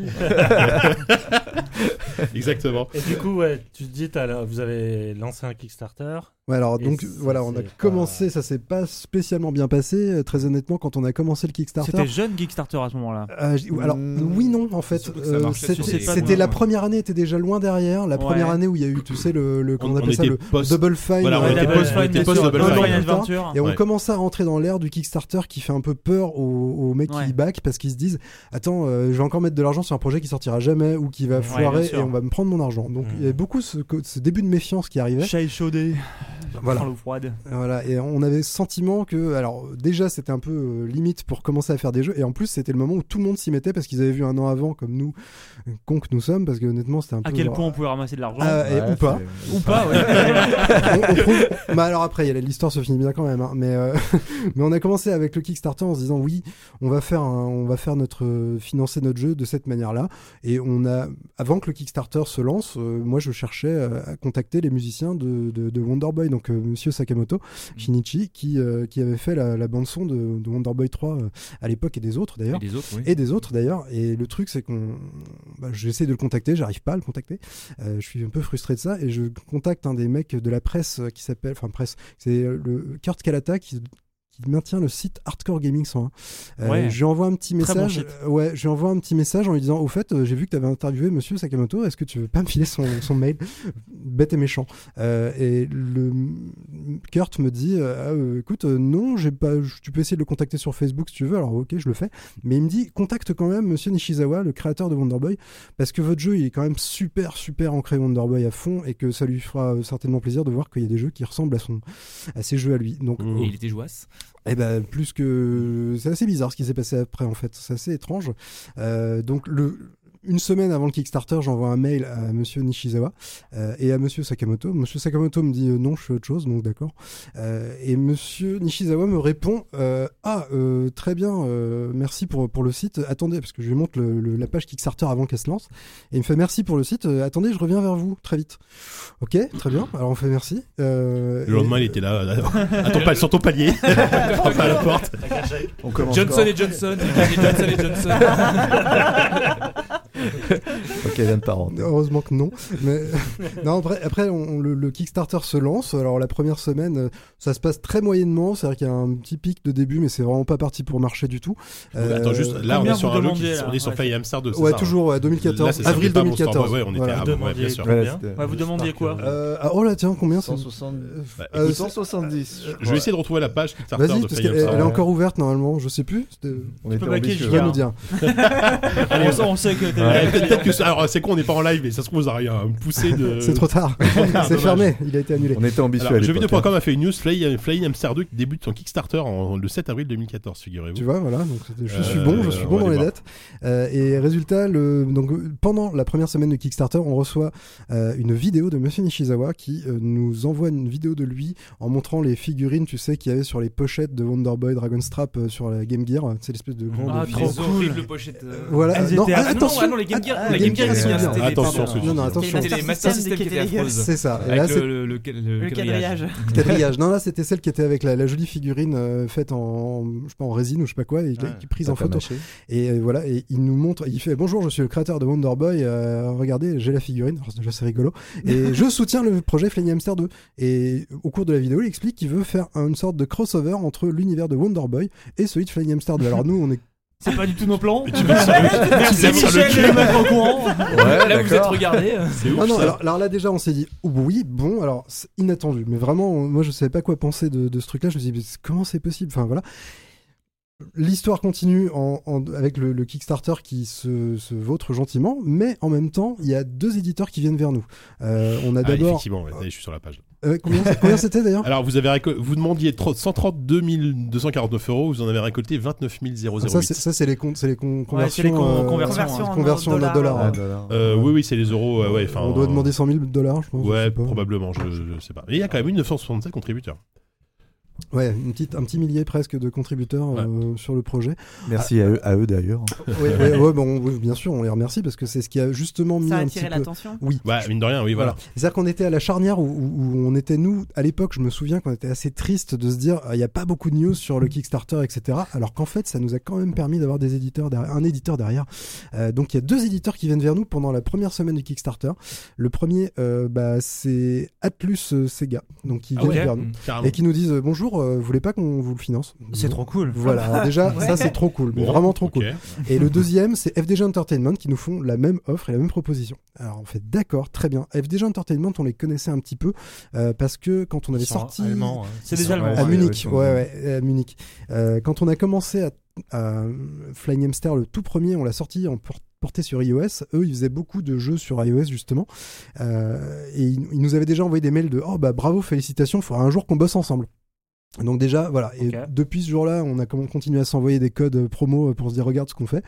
[SPEAKER 2] Exactement.
[SPEAKER 5] Et du coup, ouais, tu te dis, t'as la- vous avez lancé un Kickstarter.
[SPEAKER 4] Ouais, alors
[SPEAKER 5] Et
[SPEAKER 4] donc
[SPEAKER 5] ça,
[SPEAKER 4] voilà, on a
[SPEAKER 5] c'est pas-
[SPEAKER 4] commencé, ça s'est pas spécialement bien passé. euh, Très honnêtement, quand on a commencé le Kickstarter.
[SPEAKER 6] C'était jeune Kickstarter à ce moment-là.
[SPEAKER 4] euh, j'ai- alors
[SPEAKER 8] Mm.
[SPEAKER 4] oui non en fait euh,
[SPEAKER 7] Surtout que ça marchait
[SPEAKER 4] c'était-
[SPEAKER 7] sur
[SPEAKER 6] des-
[SPEAKER 4] c'était la
[SPEAKER 7] Ouais.
[SPEAKER 4] première année était déjà loin derrière la
[SPEAKER 6] Ouais.
[SPEAKER 4] première année où il y a eu tu sais le, le comment on,
[SPEAKER 2] On- on
[SPEAKER 4] appelle ça
[SPEAKER 2] était
[SPEAKER 4] le
[SPEAKER 2] post-
[SPEAKER 4] double fine
[SPEAKER 2] Voilà, on
[SPEAKER 4] euh,
[SPEAKER 2] était
[SPEAKER 4] double-
[SPEAKER 2] post- on était post-
[SPEAKER 6] Double
[SPEAKER 2] Double
[SPEAKER 6] Fine
[SPEAKER 2] Fine.
[SPEAKER 6] Adventure.
[SPEAKER 4] Et on
[SPEAKER 2] Ouais.
[SPEAKER 4] commence à rentrer dans l'ère du Kickstarter qui fait un peu peur aux, aux mecs
[SPEAKER 6] Ouais.
[SPEAKER 4] qui back parce qu'ils se disent Attends, euh, je vais encore mettre de l'argent sur un projet qui sortira jamais ou qui va
[SPEAKER 5] Ouais,
[SPEAKER 4] foirer
[SPEAKER 6] bien sûr.
[SPEAKER 4] et on va me prendre mon argent. Donc
[SPEAKER 5] Mm.
[SPEAKER 4] il y avait beaucoup ce, co- ce début de méfiance qui arrivait.
[SPEAKER 6] Chat échaudé,
[SPEAKER 4] Voilà.
[SPEAKER 6] dans l'eau froide.
[SPEAKER 4] voilà. Et on avait le sentiment que, alors déjà c'était un peu euh, limite pour commencer à faire des jeux et en plus c'était le moment où tout le monde s'y mettait parce qu'ils avaient vu un an avant, comme nous, euh, cons que nous sommes, parce que honnêtement c'était un peu.
[SPEAKER 6] À quel
[SPEAKER 4] genre,
[SPEAKER 6] point on pouvait ramasser de l'argent
[SPEAKER 4] Ah, et-
[SPEAKER 8] Ouais,
[SPEAKER 4] ou pas
[SPEAKER 8] c'est- euh,
[SPEAKER 6] Ou pas, ouais.
[SPEAKER 4] on, on trouve- Bah alors après, il y a- l'histoire se finit bien quand même. hein. Mais euh, mais on a commencé avec le Kickstarter en se disant oui, on va faire un- on va faire notre euh, financer notre jeu de cette manière-là. Et on a avant que le Kickstarter se lance, euh, moi je cherchais euh, à contacter les musiciens de de, de Wonder Boy, donc euh, Monsieur Sakamoto Shinichi, qui euh, qui avait fait la, la bande son de, de Wonder Boy 3 euh, à l'époque et des autres d'ailleurs
[SPEAKER 7] Et les autres, oui.
[SPEAKER 4] et des autres d'ailleurs. Et le truc, c'est qu'on. bah, J'essaie de le contacter, j'arrive pas à le contacter. Euh, je suis un peu frustré de ça et je contacte un des mecs de la presse euh, qui s'appelle. Enfin, presse. C'est euh, le Kurt Kalata qui qui maintient le site Hardcore Gaming 101. Euh,
[SPEAKER 6] Ouais.
[SPEAKER 4] Je lui envoie un petit
[SPEAKER 6] Très bon
[SPEAKER 4] message. euh, ouais, je lui envoie un petit message en lui disant au fait, euh, j'ai vu que tu avais interviewé monsieur Sakamoto, est-ce que tu veux pas me filer son, son mail Bête et méchant. Euh, et le Kurt me dit euh, Ah, euh, écoute, euh, non, j'ai pas tu peux essayer de le contacter sur Facebook si tu veux. Alors OK, je le fais. Mais il me dit contacte quand même monsieur Nishizawa, le créateur de Wonder Boy, parce que votre jeu il est quand même super super ancré Wonder Boy à fond et que ça lui fera euh, certainement plaisir de voir qu'il y a des jeux qui ressemblent à son à ses jeux à lui. Donc
[SPEAKER 2] Mmh.
[SPEAKER 7] Et il était jouasse.
[SPEAKER 4] eh ben plus que c'est assez bizarre ce qui s'est passé après en fait, c'est assez étrange. Euh, donc le une semaine avant le Kickstarter, j'envoie un mail à Monsieur Nishizawa euh, et à Monsieur Sakamoto. Monsieur Sakamoto me dit euh, non, je fais autre chose, donc d'accord. Euh, et Monsieur Nishizawa me répond euh, ah euh, très bien, euh, merci pour pour le site. Attendez parce que je lui montre le- le- la page Kickstarter avant qu'elle se lance et il me fait merci pour le site. Euh, attendez, je reviens vers vous très vite. Ok, très bien. Alors on fait merci. Euh,
[SPEAKER 2] Le lendemain, il
[SPEAKER 4] et-
[SPEAKER 2] était là, euh, à ton pal- sur ton palier, frappe à la porte.
[SPEAKER 8] On commence
[SPEAKER 7] Johnson
[SPEAKER 8] encore.
[SPEAKER 7] et Johnson, Johnson et Johnson.
[SPEAKER 8] Ok, dame parente.
[SPEAKER 4] Heureusement que non. Mais non, après, après on- on- le, le Kickstarter se lance. Alors la première semaine, euh, ça se passe très moyennement. C'est-à-dire qu'il y a un petit pic de début, mais c'est vraiment pas parti pour marcher du tout. Euh,
[SPEAKER 2] Attends, juste, là, on
[SPEAKER 6] combien
[SPEAKER 2] est sur
[SPEAKER 6] vous
[SPEAKER 2] un jeu
[SPEAKER 6] demandiez,
[SPEAKER 2] qui.
[SPEAKER 6] là
[SPEAKER 2] On est sur
[SPEAKER 6] Ouais,
[SPEAKER 2] Fire Hamster 2. c'est
[SPEAKER 4] ouais,
[SPEAKER 2] ça, hein.
[SPEAKER 4] toujours ouais,
[SPEAKER 2] Là,
[SPEAKER 4] 2014,
[SPEAKER 2] c'est ça,
[SPEAKER 4] avril
[SPEAKER 2] c'était pas mon Star Wars.
[SPEAKER 4] 2014.
[SPEAKER 2] Ouais, on était
[SPEAKER 4] Voilà.
[SPEAKER 2] avant, ouais, bien sûr.
[SPEAKER 8] Ouais,
[SPEAKER 5] Combien
[SPEAKER 8] c'était-
[SPEAKER 6] Ouais, vous demandiez quoi
[SPEAKER 4] Euh, ah, oh là, tiens, combien c'est
[SPEAKER 8] 160.
[SPEAKER 2] Bah,
[SPEAKER 4] Euh,
[SPEAKER 2] écoute,
[SPEAKER 8] 170.
[SPEAKER 2] Je vais essayer de retrouver la page Kickstarter
[SPEAKER 4] Vas-y,
[SPEAKER 2] de
[SPEAKER 4] parce
[SPEAKER 2] Fire
[SPEAKER 4] qu'elle elle
[SPEAKER 2] Hamster.
[SPEAKER 4] est
[SPEAKER 8] ouais.
[SPEAKER 4] encore ouverte normalement. Je sais plus. c'était-
[SPEAKER 8] On était
[SPEAKER 6] peux baquer,
[SPEAKER 4] Tu
[SPEAKER 8] ambitieux.
[SPEAKER 6] Julien.
[SPEAKER 4] vas nous
[SPEAKER 8] hein.
[SPEAKER 4] dire.
[SPEAKER 6] Allez, on- on sait que t'es-
[SPEAKER 2] Ouais, peut-être peut-être que ça- alors c'est con, on n'est pas en live, mais ça se trouve, vous aurez un poussé de.
[SPEAKER 4] C'est trop tard.
[SPEAKER 2] tard,
[SPEAKER 4] c'est
[SPEAKER 2] Euh, dommage.
[SPEAKER 4] fermé. Il a été annulé.
[SPEAKER 8] On était ambitieux à
[SPEAKER 2] Alors,
[SPEAKER 8] l'époque. hein.
[SPEAKER 4] hein.
[SPEAKER 2] jeuxvideo.com a fait une news, Fly, Flying Hamster 2 qui débute son Kickstarter en- le 7 avril 2014, figurez-vous.
[SPEAKER 4] Tu vois, voilà. Donc c'était- je
[SPEAKER 2] Euh,
[SPEAKER 4] suis bon, je suis
[SPEAKER 2] on
[SPEAKER 4] bon
[SPEAKER 2] va
[SPEAKER 4] dans les
[SPEAKER 2] aller
[SPEAKER 4] dates. Euh, et résultat, le, donc euh, pendant la première semaine de Kickstarter, on reçoit euh, une vidéo de Monsieur Nishizawa qui euh, nous envoie une vidéo de lui en montrant les figurines, tu sais, qu'il y avait sur les pochettes de Wonder Boy, Dragon Strap euh, sur la Game Gear. C'est l'espèce de grande
[SPEAKER 6] Ah,
[SPEAKER 4] vidéo.
[SPEAKER 7] Les
[SPEAKER 6] trop cool.
[SPEAKER 7] horribles pochettes. euh,
[SPEAKER 4] Voilà.
[SPEAKER 6] Elles
[SPEAKER 4] non,
[SPEAKER 6] étaient à-
[SPEAKER 4] ah, attention,
[SPEAKER 7] Non, non, les Game Gear,
[SPEAKER 3] Ah,
[SPEAKER 7] les
[SPEAKER 4] les
[SPEAKER 7] Game Gear,
[SPEAKER 4] Game
[SPEAKER 7] ils sont-
[SPEAKER 4] Gear, c'est
[SPEAKER 7] c'était-
[SPEAKER 2] bien.
[SPEAKER 7] pardon,
[SPEAKER 2] Attention,
[SPEAKER 4] Non, non,
[SPEAKER 2] euh,
[SPEAKER 4] attention.
[SPEAKER 7] C'était les Master System qui étaient affreuses.
[SPEAKER 4] C'est ça. Et là,
[SPEAKER 7] Avec
[SPEAKER 4] c'est-
[SPEAKER 7] le, le, le- le
[SPEAKER 3] Le quadrillage.
[SPEAKER 4] quadrillage. Non, là, c'était celle qui était avec la, la jolie figurine euh, faite en, je sais pas, en résine ou je sais pas quoi, et qui-
[SPEAKER 7] Ouais.
[SPEAKER 4] qui est prise en photo. Et euh, voilà, et il nous montre, il fait bonjour, je suis le créateur de Wonder Boy. euh, regardez, j'ai la figurine. Alors, déjà, c'est rigolo. Et je soutiens le projet Flying Hamster 2. Et au cours de la vidéo, il explique qu'il veut faire une sorte de crossover entre l'univers de Wonder Boy et celui de Flying Hamster 2. Alors nous, on est
[SPEAKER 6] C'est pas du tout nos plans.
[SPEAKER 2] Tu mets sur le- tu
[SPEAKER 6] Merci
[SPEAKER 2] mets sur le
[SPEAKER 6] Michel
[SPEAKER 2] cul.
[SPEAKER 6] de nous mettre au courant.
[SPEAKER 8] Ouais,
[SPEAKER 7] Là, vous êtes
[SPEAKER 8] d'accord.
[SPEAKER 7] regardé.
[SPEAKER 2] C'est
[SPEAKER 4] Ah
[SPEAKER 2] ouf.
[SPEAKER 4] non,
[SPEAKER 2] ça.
[SPEAKER 4] alors, alors là déjà on s'est dit oh, oui bon alors c'est inattendu mais vraiment on- moi je savais pas quoi penser de, de ce truc là je me suis dit mais c'est- comment c'est possible enfin voilà l'histoire continue en, en- avec le, le Kickstarter qui se, se vautre gentiment mais en même temps il y a deux éditeurs qui viennent vers nous Euh, on a
[SPEAKER 2] Ah,
[SPEAKER 4] d'abord
[SPEAKER 2] effectivement, ouais, ça y est, je suis sur la page.
[SPEAKER 4] Euh, combien, combien c'était d'ailleurs
[SPEAKER 2] Alors, vous, avez récol- vous demandiez tro- 132 249 euros, vous en avez récolté 29 008.
[SPEAKER 4] Ah, ça c'est ça, c'est les comptes c'est les con-
[SPEAKER 6] Ouais, c'est
[SPEAKER 4] conversions
[SPEAKER 6] les con-
[SPEAKER 4] euh,
[SPEAKER 6] conversions,
[SPEAKER 4] conversions
[SPEAKER 6] hein.
[SPEAKER 4] en,
[SPEAKER 3] Conversions en
[SPEAKER 4] dollars, hein.
[SPEAKER 3] dollars.
[SPEAKER 8] Ah, bah, alors.
[SPEAKER 2] Euh, oui, oui, c'est les euros. ouais, ouais, enfin,
[SPEAKER 4] on doit
[SPEAKER 2] euh,
[SPEAKER 4] demander 100 000 dollars je pense je
[SPEAKER 2] Ouais,
[SPEAKER 4] sais pas.
[SPEAKER 2] probablement, je, je sais pas. Mais il y a quand même eu 967 contributeurs.
[SPEAKER 4] ouais une petite un petit millier presque de contributeurs
[SPEAKER 2] Ouais.
[SPEAKER 4] euh, sur le projet
[SPEAKER 8] Merci à eux, à eux d'ailleurs.
[SPEAKER 4] Oui, oui, ouais, bon, oui, bien sûr, on les remercie parce que c'est ce qui a justement mis
[SPEAKER 3] Ça a
[SPEAKER 4] un petit
[SPEAKER 3] attiré
[SPEAKER 4] peu.
[SPEAKER 3] l'attention.
[SPEAKER 4] Oui.
[SPEAKER 2] Ouais, mine de rien, oui, voilà.
[SPEAKER 4] C'est-à-dire qu'on était à la charnière où, où- où on était nous à l'époque. Je me souviens qu'on était assez triste de se dire ah, il n'y a pas beaucoup de news sur le Kickstarter, etc. Alors qu'en fait, ça nous a quand même permis d'avoir des éditeurs derrière, un éditeur derrière. Euh, donc il y a deux éditeurs qui viennent vers nous pendant la première semaine du Kickstarter. Le premier, euh, bah, c'est Atlus euh, Sega, donc qui
[SPEAKER 2] Ah
[SPEAKER 4] vient
[SPEAKER 2] ouais.
[SPEAKER 4] vers nous
[SPEAKER 2] Carrément.
[SPEAKER 4] et qui nous disent euh, bonjour, euh, vous voulez pas qu'on vous le finance
[SPEAKER 5] C'est trop cool.
[SPEAKER 4] Voilà. Alors déjà,
[SPEAKER 3] Ouais.
[SPEAKER 4] ça c'est trop cool, mais
[SPEAKER 2] Bon,
[SPEAKER 4] vraiment trop
[SPEAKER 2] ok.
[SPEAKER 4] cool. Et le deuxième, c'est FDG Entertainment qui nous font la même offre et la même proposition. Alors on fait d'accord, très bien. FDG Entertainment, on les connaissait un petit peu euh, parce que quand on avait sorti
[SPEAKER 5] Allemand,
[SPEAKER 6] C'est
[SPEAKER 8] Ils
[SPEAKER 6] des
[SPEAKER 8] sont-
[SPEAKER 6] Allemands.
[SPEAKER 4] à
[SPEAKER 8] Ouais,
[SPEAKER 4] Munich,
[SPEAKER 8] ouais,
[SPEAKER 4] ouais, ouais, à Munich. Euh, quand on a commencé à, à Flying Hamster, le tout premier, on l'a sorti en por- porté sur iOS. Eux, ils faisaient beaucoup de jeux sur iOS justement, Euh, et ils, ils nous avaient déjà envoyé des mails de oh bah bravo, félicitations, faudra un jour qu'on bosse ensemble. Donc déjà, voilà. Et
[SPEAKER 6] Ok.
[SPEAKER 4] depuis ce jour-là, on a comme- continué à s'envoyer des codes euh, promo pour se dire regarde ce qu'on fait.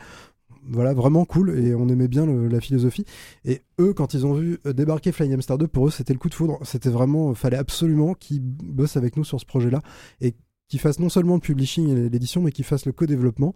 [SPEAKER 4] Voilà, vraiment cool et on aimait bien le- la philosophie. Et eux, quand ils ont vu euh, débarquer Flying Hamster 2, pour eux, c'était le coup de foudre. C'était vraiment, euh, fallait absolument qu'ils bossent avec nous sur ce projet-là et qu'ils fassent non seulement le publishing et l'édition, mais qu'ils fassent le co-développement.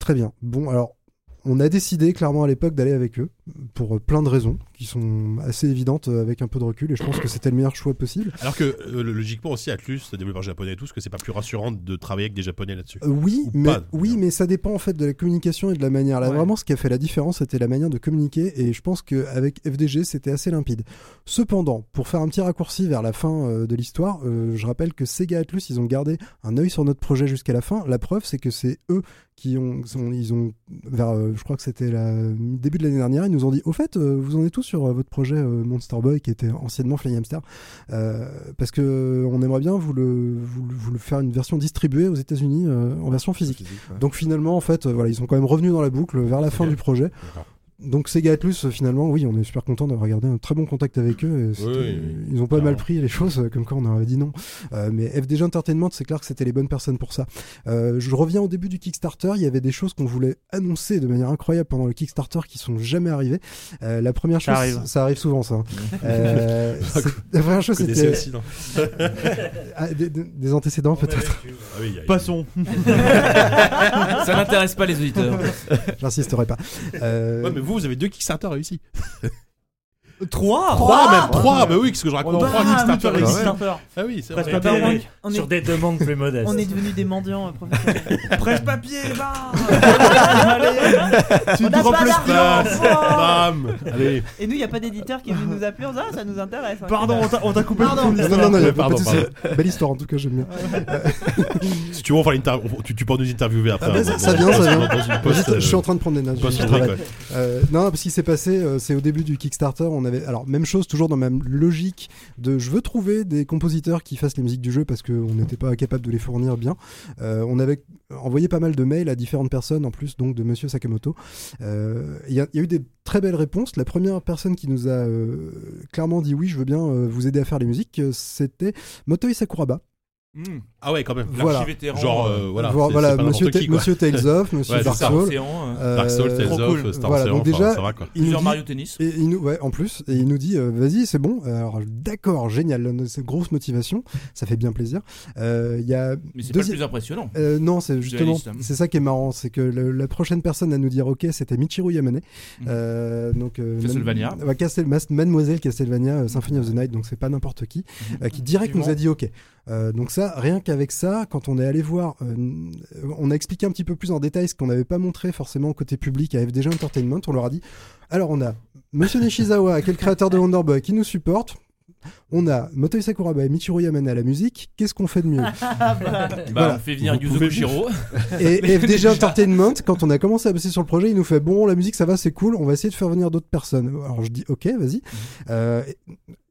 [SPEAKER 4] Très bien. Bon, alors, on a décidé clairement à l'époque d'aller avec eux pour euh, plein de raisons qui sont assez évidentes euh, avec un peu de recul et je pense que c'était le meilleur choix possible.
[SPEAKER 2] Alors que euh, logiquement aussi, Atlus, le développeur japonais et tout, ce que c'est pas plus rassurant de travailler avec des japonais là-dessus.
[SPEAKER 4] Euh, Oui,
[SPEAKER 2] Ou
[SPEAKER 4] mais,
[SPEAKER 2] pas,
[SPEAKER 4] oui
[SPEAKER 2] d'ailleurs.
[SPEAKER 4] mais ça dépend en fait de la communication et de la manière. Là,
[SPEAKER 6] Ouais.
[SPEAKER 4] vraiment, ce qui a fait la différence, c'était la manière de communiquer et je pense qu'avec FDG, c'était assez limpide. Cependant, pour faire un petit raccourci vers la fin euh, de l'histoire, euh, je rappelle que Sega Atlus, ils ont gardé un œil sur notre projet jusqu'à la fin. La preuve, c'est que c'est eux qui ont, sont- ils ont, vers, euh, je crois que c'était la début de l'année dernière, ils nous ont dit, au fait, euh, vous en êtes tous sur euh, votre projet euh, Monster Boy qui était anciennement Flying Hamster, Euh, parce que on aimerait bien vous le, vous, le- vous le faire une version distribuée aux États-Unis euh, en version physique. Donc finalement, en fait, euh, voilà, ils sont quand même revenus dans la boucle vers la fin
[SPEAKER 2] bien.
[SPEAKER 4] du projet.
[SPEAKER 2] D'accord.
[SPEAKER 4] Donc Sega Atlus, euh, finalement, oui, on est super content d'avoir gardé un très bon contact avec eux. et c'était-
[SPEAKER 2] Oui, oui,
[SPEAKER 4] ils ont pas mal
[SPEAKER 2] clairement.
[SPEAKER 4] pris les choses, euh, comme quand on aurait dit non. Euh, mais FDG Entertainment, c'est clair que c'était les bonnes personnes pour ça. Euh, je reviens au début du Kickstarter, il y avait des choses qu'on voulait annoncer de manière incroyable pendant le Kickstarter qui sont jamais arrivées. Euh, la première chose,
[SPEAKER 6] Ça arrive.
[SPEAKER 4] souvent ça. hein. Euh, c'est- la première chose,
[SPEAKER 2] Connaissez
[SPEAKER 4] c'était
[SPEAKER 2] aussi, non
[SPEAKER 4] Ah, des- des- des antécédents peut-être.
[SPEAKER 2] Ah oui, il y a-
[SPEAKER 6] Passons.
[SPEAKER 7] Ça n'intéresse pas les auditeurs.
[SPEAKER 4] J'insisterai pas. Euh,
[SPEAKER 2] Ouais, mais vous, vous avez deux Kickstarter réussis.
[SPEAKER 6] Trois
[SPEAKER 2] Trois, même trois Bah oui, qu'est-ce que je raconte
[SPEAKER 4] Oh,
[SPEAKER 6] Bah,
[SPEAKER 2] Trois
[SPEAKER 6] oui,
[SPEAKER 2] Kickstarter
[SPEAKER 6] t'as
[SPEAKER 2] réussis.
[SPEAKER 6] réussi, Starter.
[SPEAKER 2] Ah oui, c'est
[SPEAKER 6] Presque
[SPEAKER 2] vrai.
[SPEAKER 6] pas
[SPEAKER 5] Ouais.
[SPEAKER 3] On
[SPEAKER 5] Sur
[SPEAKER 3] est,
[SPEAKER 5] des demandes plus modestes.
[SPEAKER 3] on est devenus des mendiants euh, professionnels.
[SPEAKER 6] Presse papier, bah Allez Tu
[SPEAKER 3] On n'a
[SPEAKER 6] droppes
[SPEAKER 3] pas
[SPEAKER 6] le
[SPEAKER 3] d'argent
[SPEAKER 6] stylo.
[SPEAKER 2] Bam Allez,
[SPEAKER 3] Et nous, il n'y a pas d'éditeur qui est venu nous appeler en disant Ah, ça nous intéresse. hein.
[SPEAKER 6] Pardon, on t'a- on t'a coupé
[SPEAKER 3] Pardon.
[SPEAKER 6] ton
[SPEAKER 4] Non,
[SPEAKER 6] histoire.
[SPEAKER 4] non, non, il y a pas
[SPEAKER 2] Pardon,
[SPEAKER 4] de souci. Belle histoire en tout cas, j'aime bien.
[SPEAKER 2] si tu veux, on va l'inter- on- tu, tu peux nous interviewer après.
[SPEAKER 4] Ah, mais
[SPEAKER 2] dans-
[SPEAKER 4] ça- ça
[SPEAKER 2] dans-
[SPEAKER 4] vient, ça
[SPEAKER 2] dans-
[SPEAKER 4] vient.
[SPEAKER 2] dans une
[SPEAKER 4] Juste,
[SPEAKER 2] post- euh,
[SPEAKER 4] je suis en train de prendre des notes.
[SPEAKER 2] post-
[SPEAKER 4] je travaille. Euh, non, parce qu'il s'est passé, euh, c'est au début du Kickstarter, on avait alors même chose, toujours dans la même logique de je veux trouver des compositeurs qui fassent les musiques du jeu parce qu'on n'était pas capable de les fournir bien. Euh, on avait envoyé pas mal de mails à différentes personnes en plus donc de Monsieur Sakamoto. Euh, Il y, a- il y a eu des très belles réponses. La première personne qui nous a euh, clairement dit oui, je veux bien euh, vous aider à faire les musiques, euh, c'était Motoi Sakuraba
[SPEAKER 7] Mmh.
[SPEAKER 2] Ah ouais, quand même.
[SPEAKER 4] Voilà.
[SPEAKER 7] vétéran.
[SPEAKER 2] Genre, euh, voilà.
[SPEAKER 4] Vo-
[SPEAKER 2] c'est-
[SPEAKER 4] voilà,
[SPEAKER 2] c'est pas
[SPEAKER 4] Monsieur,
[SPEAKER 2] n'importe
[SPEAKER 4] Ta-
[SPEAKER 2] qui, quoi.
[SPEAKER 4] Monsieur Tales of, Monsieur
[SPEAKER 2] Ouais,
[SPEAKER 4] Dark
[SPEAKER 2] c'est ça.
[SPEAKER 4] Souls.
[SPEAKER 7] Océan, euh,
[SPEAKER 4] euh,
[SPEAKER 2] Dark Souls, Tales
[SPEAKER 6] trop
[SPEAKER 2] of,
[SPEAKER 6] cool.
[SPEAKER 2] Star
[SPEAKER 4] Voilà,
[SPEAKER 2] Ocean,
[SPEAKER 4] donc
[SPEAKER 2] enfin,
[SPEAKER 4] déjà,
[SPEAKER 2] ça va quoi.
[SPEAKER 4] il nous
[SPEAKER 7] plusieurs
[SPEAKER 4] dit-
[SPEAKER 7] Mario Tennis.
[SPEAKER 4] Et il nous, ouais, en plus, et il nous dit, euh, vas-y, c'est bon. Alors, d'accord, génial, là, cette grosse motivation, ça fait bien plaisir. Euh, Il y a
[SPEAKER 7] Mais c'est pas
[SPEAKER 4] deuxi-
[SPEAKER 7] le plus impressionnant.
[SPEAKER 4] Euh, non, c'est justement,
[SPEAKER 7] liste, hein.
[SPEAKER 4] c'est ça qui est marrant, c'est que le- la prochaine personne à nous dire ok, c'était Michiru Yamane.
[SPEAKER 7] Mhm.
[SPEAKER 4] Euh, donc euh, Mad-
[SPEAKER 7] Castlevania.
[SPEAKER 4] ouais, Castel- Mas- Mademoiselle Castlevania, euh, Symphony of the Night, donc c'est pas n'importe qui,
[SPEAKER 7] Mhm.
[SPEAKER 4] euh, qui direct nous a dit ok. Euh, donc ça, rien qu'avec ça, quand on est allé voir, euh, on a expliqué un petit peu plus en détail ce qu'on n'avait pas montré forcément côté public à FDG Entertainment, on leur a dit. Alors on a Monsieur Nishizawa, qui est le créateur de Wonderboy, qui nous supporte. On a Motoi Sakuraba et Michiru Yamane à la musique. Qu'est-ce qu'on fait de mieux
[SPEAKER 7] Bah,
[SPEAKER 4] voilà.
[SPEAKER 7] on fait venir
[SPEAKER 2] Vous
[SPEAKER 7] Yuzo
[SPEAKER 2] pouvez-
[SPEAKER 7] Koshiro.
[SPEAKER 4] et FDG Entertainment, quand on a commencé à bosser sur le projet, il nous fait bon, la musique ça va, c'est cool, on va essayer de faire venir d'autres personnes. Alors je dis ok,
[SPEAKER 7] Mhm.
[SPEAKER 4] vas-y. Euh,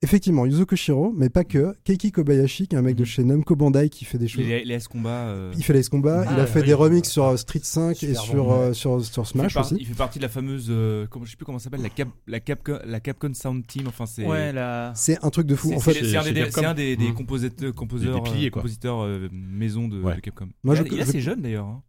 [SPEAKER 4] effectivement, Yuzo Koshiro, mais pas que. Keiki Kobayashi, qui est un mec de chez Namco Bandai qui fait des choses.
[SPEAKER 7] Les, les S-Combat. Mhm. euh,
[SPEAKER 4] Il fait les combats,
[SPEAKER 9] Ah,
[SPEAKER 4] il a fait
[SPEAKER 9] oui.
[SPEAKER 4] des remixes sur euh, Street 5 et
[SPEAKER 9] Super
[SPEAKER 4] sur,
[SPEAKER 9] bon.
[SPEAKER 4] euh, sur, sur
[SPEAKER 7] il fait
[SPEAKER 4] Smash
[SPEAKER 7] par-
[SPEAKER 4] aussi.
[SPEAKER 7] Il fait partie de la fameuse. euh, comment, je sais plus comment ça s'appelle, la, Cap, la, Capcom, la Capcom Sound Team. Enfin, c'est.
[SPEAKER 6] Ouais, là.
[SPEAKER 4] C'est un truc de fou.
[SPEAKER 7] c'est-
[SPEAKER 4] En
[SPEAKER 7] c'est
[SPEAKER 4] fait,
[SPEAKER 7] les-
[SPEAKER 2] chez-
[SPEAKER 7] c'est un des-
[SPEAKER 2] chez
[SPEAKER 7] des-
[SPEAKER 2] Capcom.
[SPEAKER 7] c'est un des, des
[SPEAKER 2] Mhm.
[SPEAKER 7] compositeurs, composeurs,
[SPEAKER 2] Des- des piliers,
[SPEAKER 7] euh,
[SPEAKER 2] quoi.
[SPEAKER 7] compositeurs, euh, maison de,
[SPEAKER 2] Ouais.
[SPEAKER 7] de Capcom.
[SPEAKER 4] Moi,
[SPEAKER 7] il,
[SPEAKER 4] je-
[SPEAKER 7] est- il est
[SPEAKER 4] je-
[SPEAKER 7] assez jeune d'ailleurs. hein.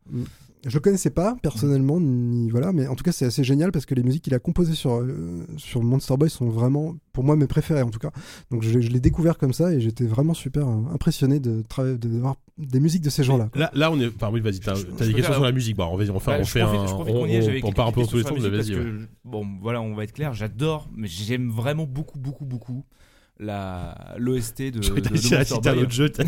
[SPEAKER 4] je le connaissais pas
[SPEAKER 2] Mm.
[SPEAKER 4] personnellement, ni voilà, mais en tout cas c'est assez génial parce que les musiques qu'il a composées sur euh, sur Monster Boy sont vraiment, pour moi, mes préférées en tout cas. Donc je, je l'ai découvert comme ça et j'étais vraiment super euh, impressionné de travailler, de voir des musiques de ces gens-là. quoi.
[SPEAKER 2] Là, là, on est. Enfin, oui, vas-y, t'as
[SPEAKER 7] Je- je
[SPEAKER 2] t'as
[SPEAKER 7] peux
[SPEAKER 2] des
[SPEAKER 7] dire,
[SPEAKER 2] questions sur
[SPEAKER 7] là-
[SPEAKER 2] la musique. Bah, on va on fait,
[SPEAKER 7] Bah,
[SPEAKER 2] on
[SPEAKER 7] je
[SPEAKER 2] fait
[SPEAKER 7] profite-
[SPEAKER 2] un.
[SPEAKER 7] je profite
[SPEAKER 2] on,
[SPEAKER 7] qu'on y est, j'avais
[SPEAKER 2] on part un peu
[SPEAKER 7] quelques
[SPEAKER 2] dans tous les
[SPEAKER 7] questions
[SPEAKER 2] sens,
[SPEAKER 7] sur la
[SPEAKER 2] mais vas-y.
[SPEAKER 7] musique parce
[SPEAKER 2] ouais.
[SPEAKER 7] que, Bon, voilà, on va être clair, j'adore, mais j'aime vraiment beaucoup, beaucoup, beaucoup la l'OST de, de,
[SPEAKER 2] J'aurais
[SPEAKER 7] de
[SPEAKER 2] déjà
[SPEAKER 7] Monster
[SPEAKER 2] cité un
[SPEAKER 7] Boy.
[SPEAKER 2] autre jeu. t'as-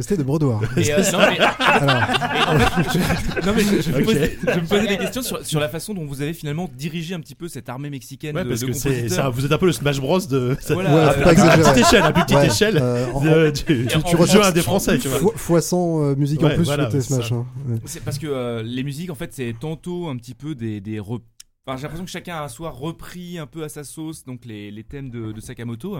[SPEAKER 4] C'était de Brodoir.
[SPEAKER 7] Et, euh, non, mais-
[SPEAKER 2] Ah,
[SPEAKER 4] Alors,
[SPEAKER 7] Non mais je, je me
[SPEAKER 2] Ok.
[SPEAKER 7] posais, je me posais des questions sur, sur la façon dont vous avez finalement dirigé un petit peu cette armée mexicaine
[SPEAKER 2] Ouais,
[SPEAKER 7] de,
[SPEAKER 2] parce
[SPEAKER 7] de
[SPEAKER 2] que c'est,
[SPEAKER 7] compositeurs.
[SPEAKER 2] ça- vous êtes un peu le Smash Bros de.
[SPEAKER 7] Voilà,
[SPEAKER 4] Ouais,
[SPEAKER 7] euh,
[SPEAKER 4] faut pas
[SPEAKER 2] à plus petite
[SPEAKER 4] exagérer.
[SPEAKER 2] échelle, à plus petite
[SPEAKER 4] ouais,
[SPEAKER 2] échelle.
[SPEAKER 4] euh, en-
[SPEAKER 2] de- du,
[SPEAKER 7] tu- tu
[SPEAKER 2] du jeu
[SPEAKER 7] ressens-
[SPEAKER 2] indé français, tu vois.
[SPEAKER 4] fois- fois 100 euh, musiques
[SPEAKER 2] Ouais,
[SPEAKER 4] en plus
[SPEAKER 2] voilà,
[SPEAKER 4] sur tes
[SPEAKER 2] c'est
[SPEAKER 4] Smash.
[SPEAKER 2] ça.
[SPEAKER 4] hein. Ouais.
[SPEAKER 7] c'est parce que euh, les musiques en fait c'est tantôt un petit peu des, des re- enfin, j'ai l'impression que chacun a soit repris un peu à sa sauce donc les, les thèmes de, de Sakamoto,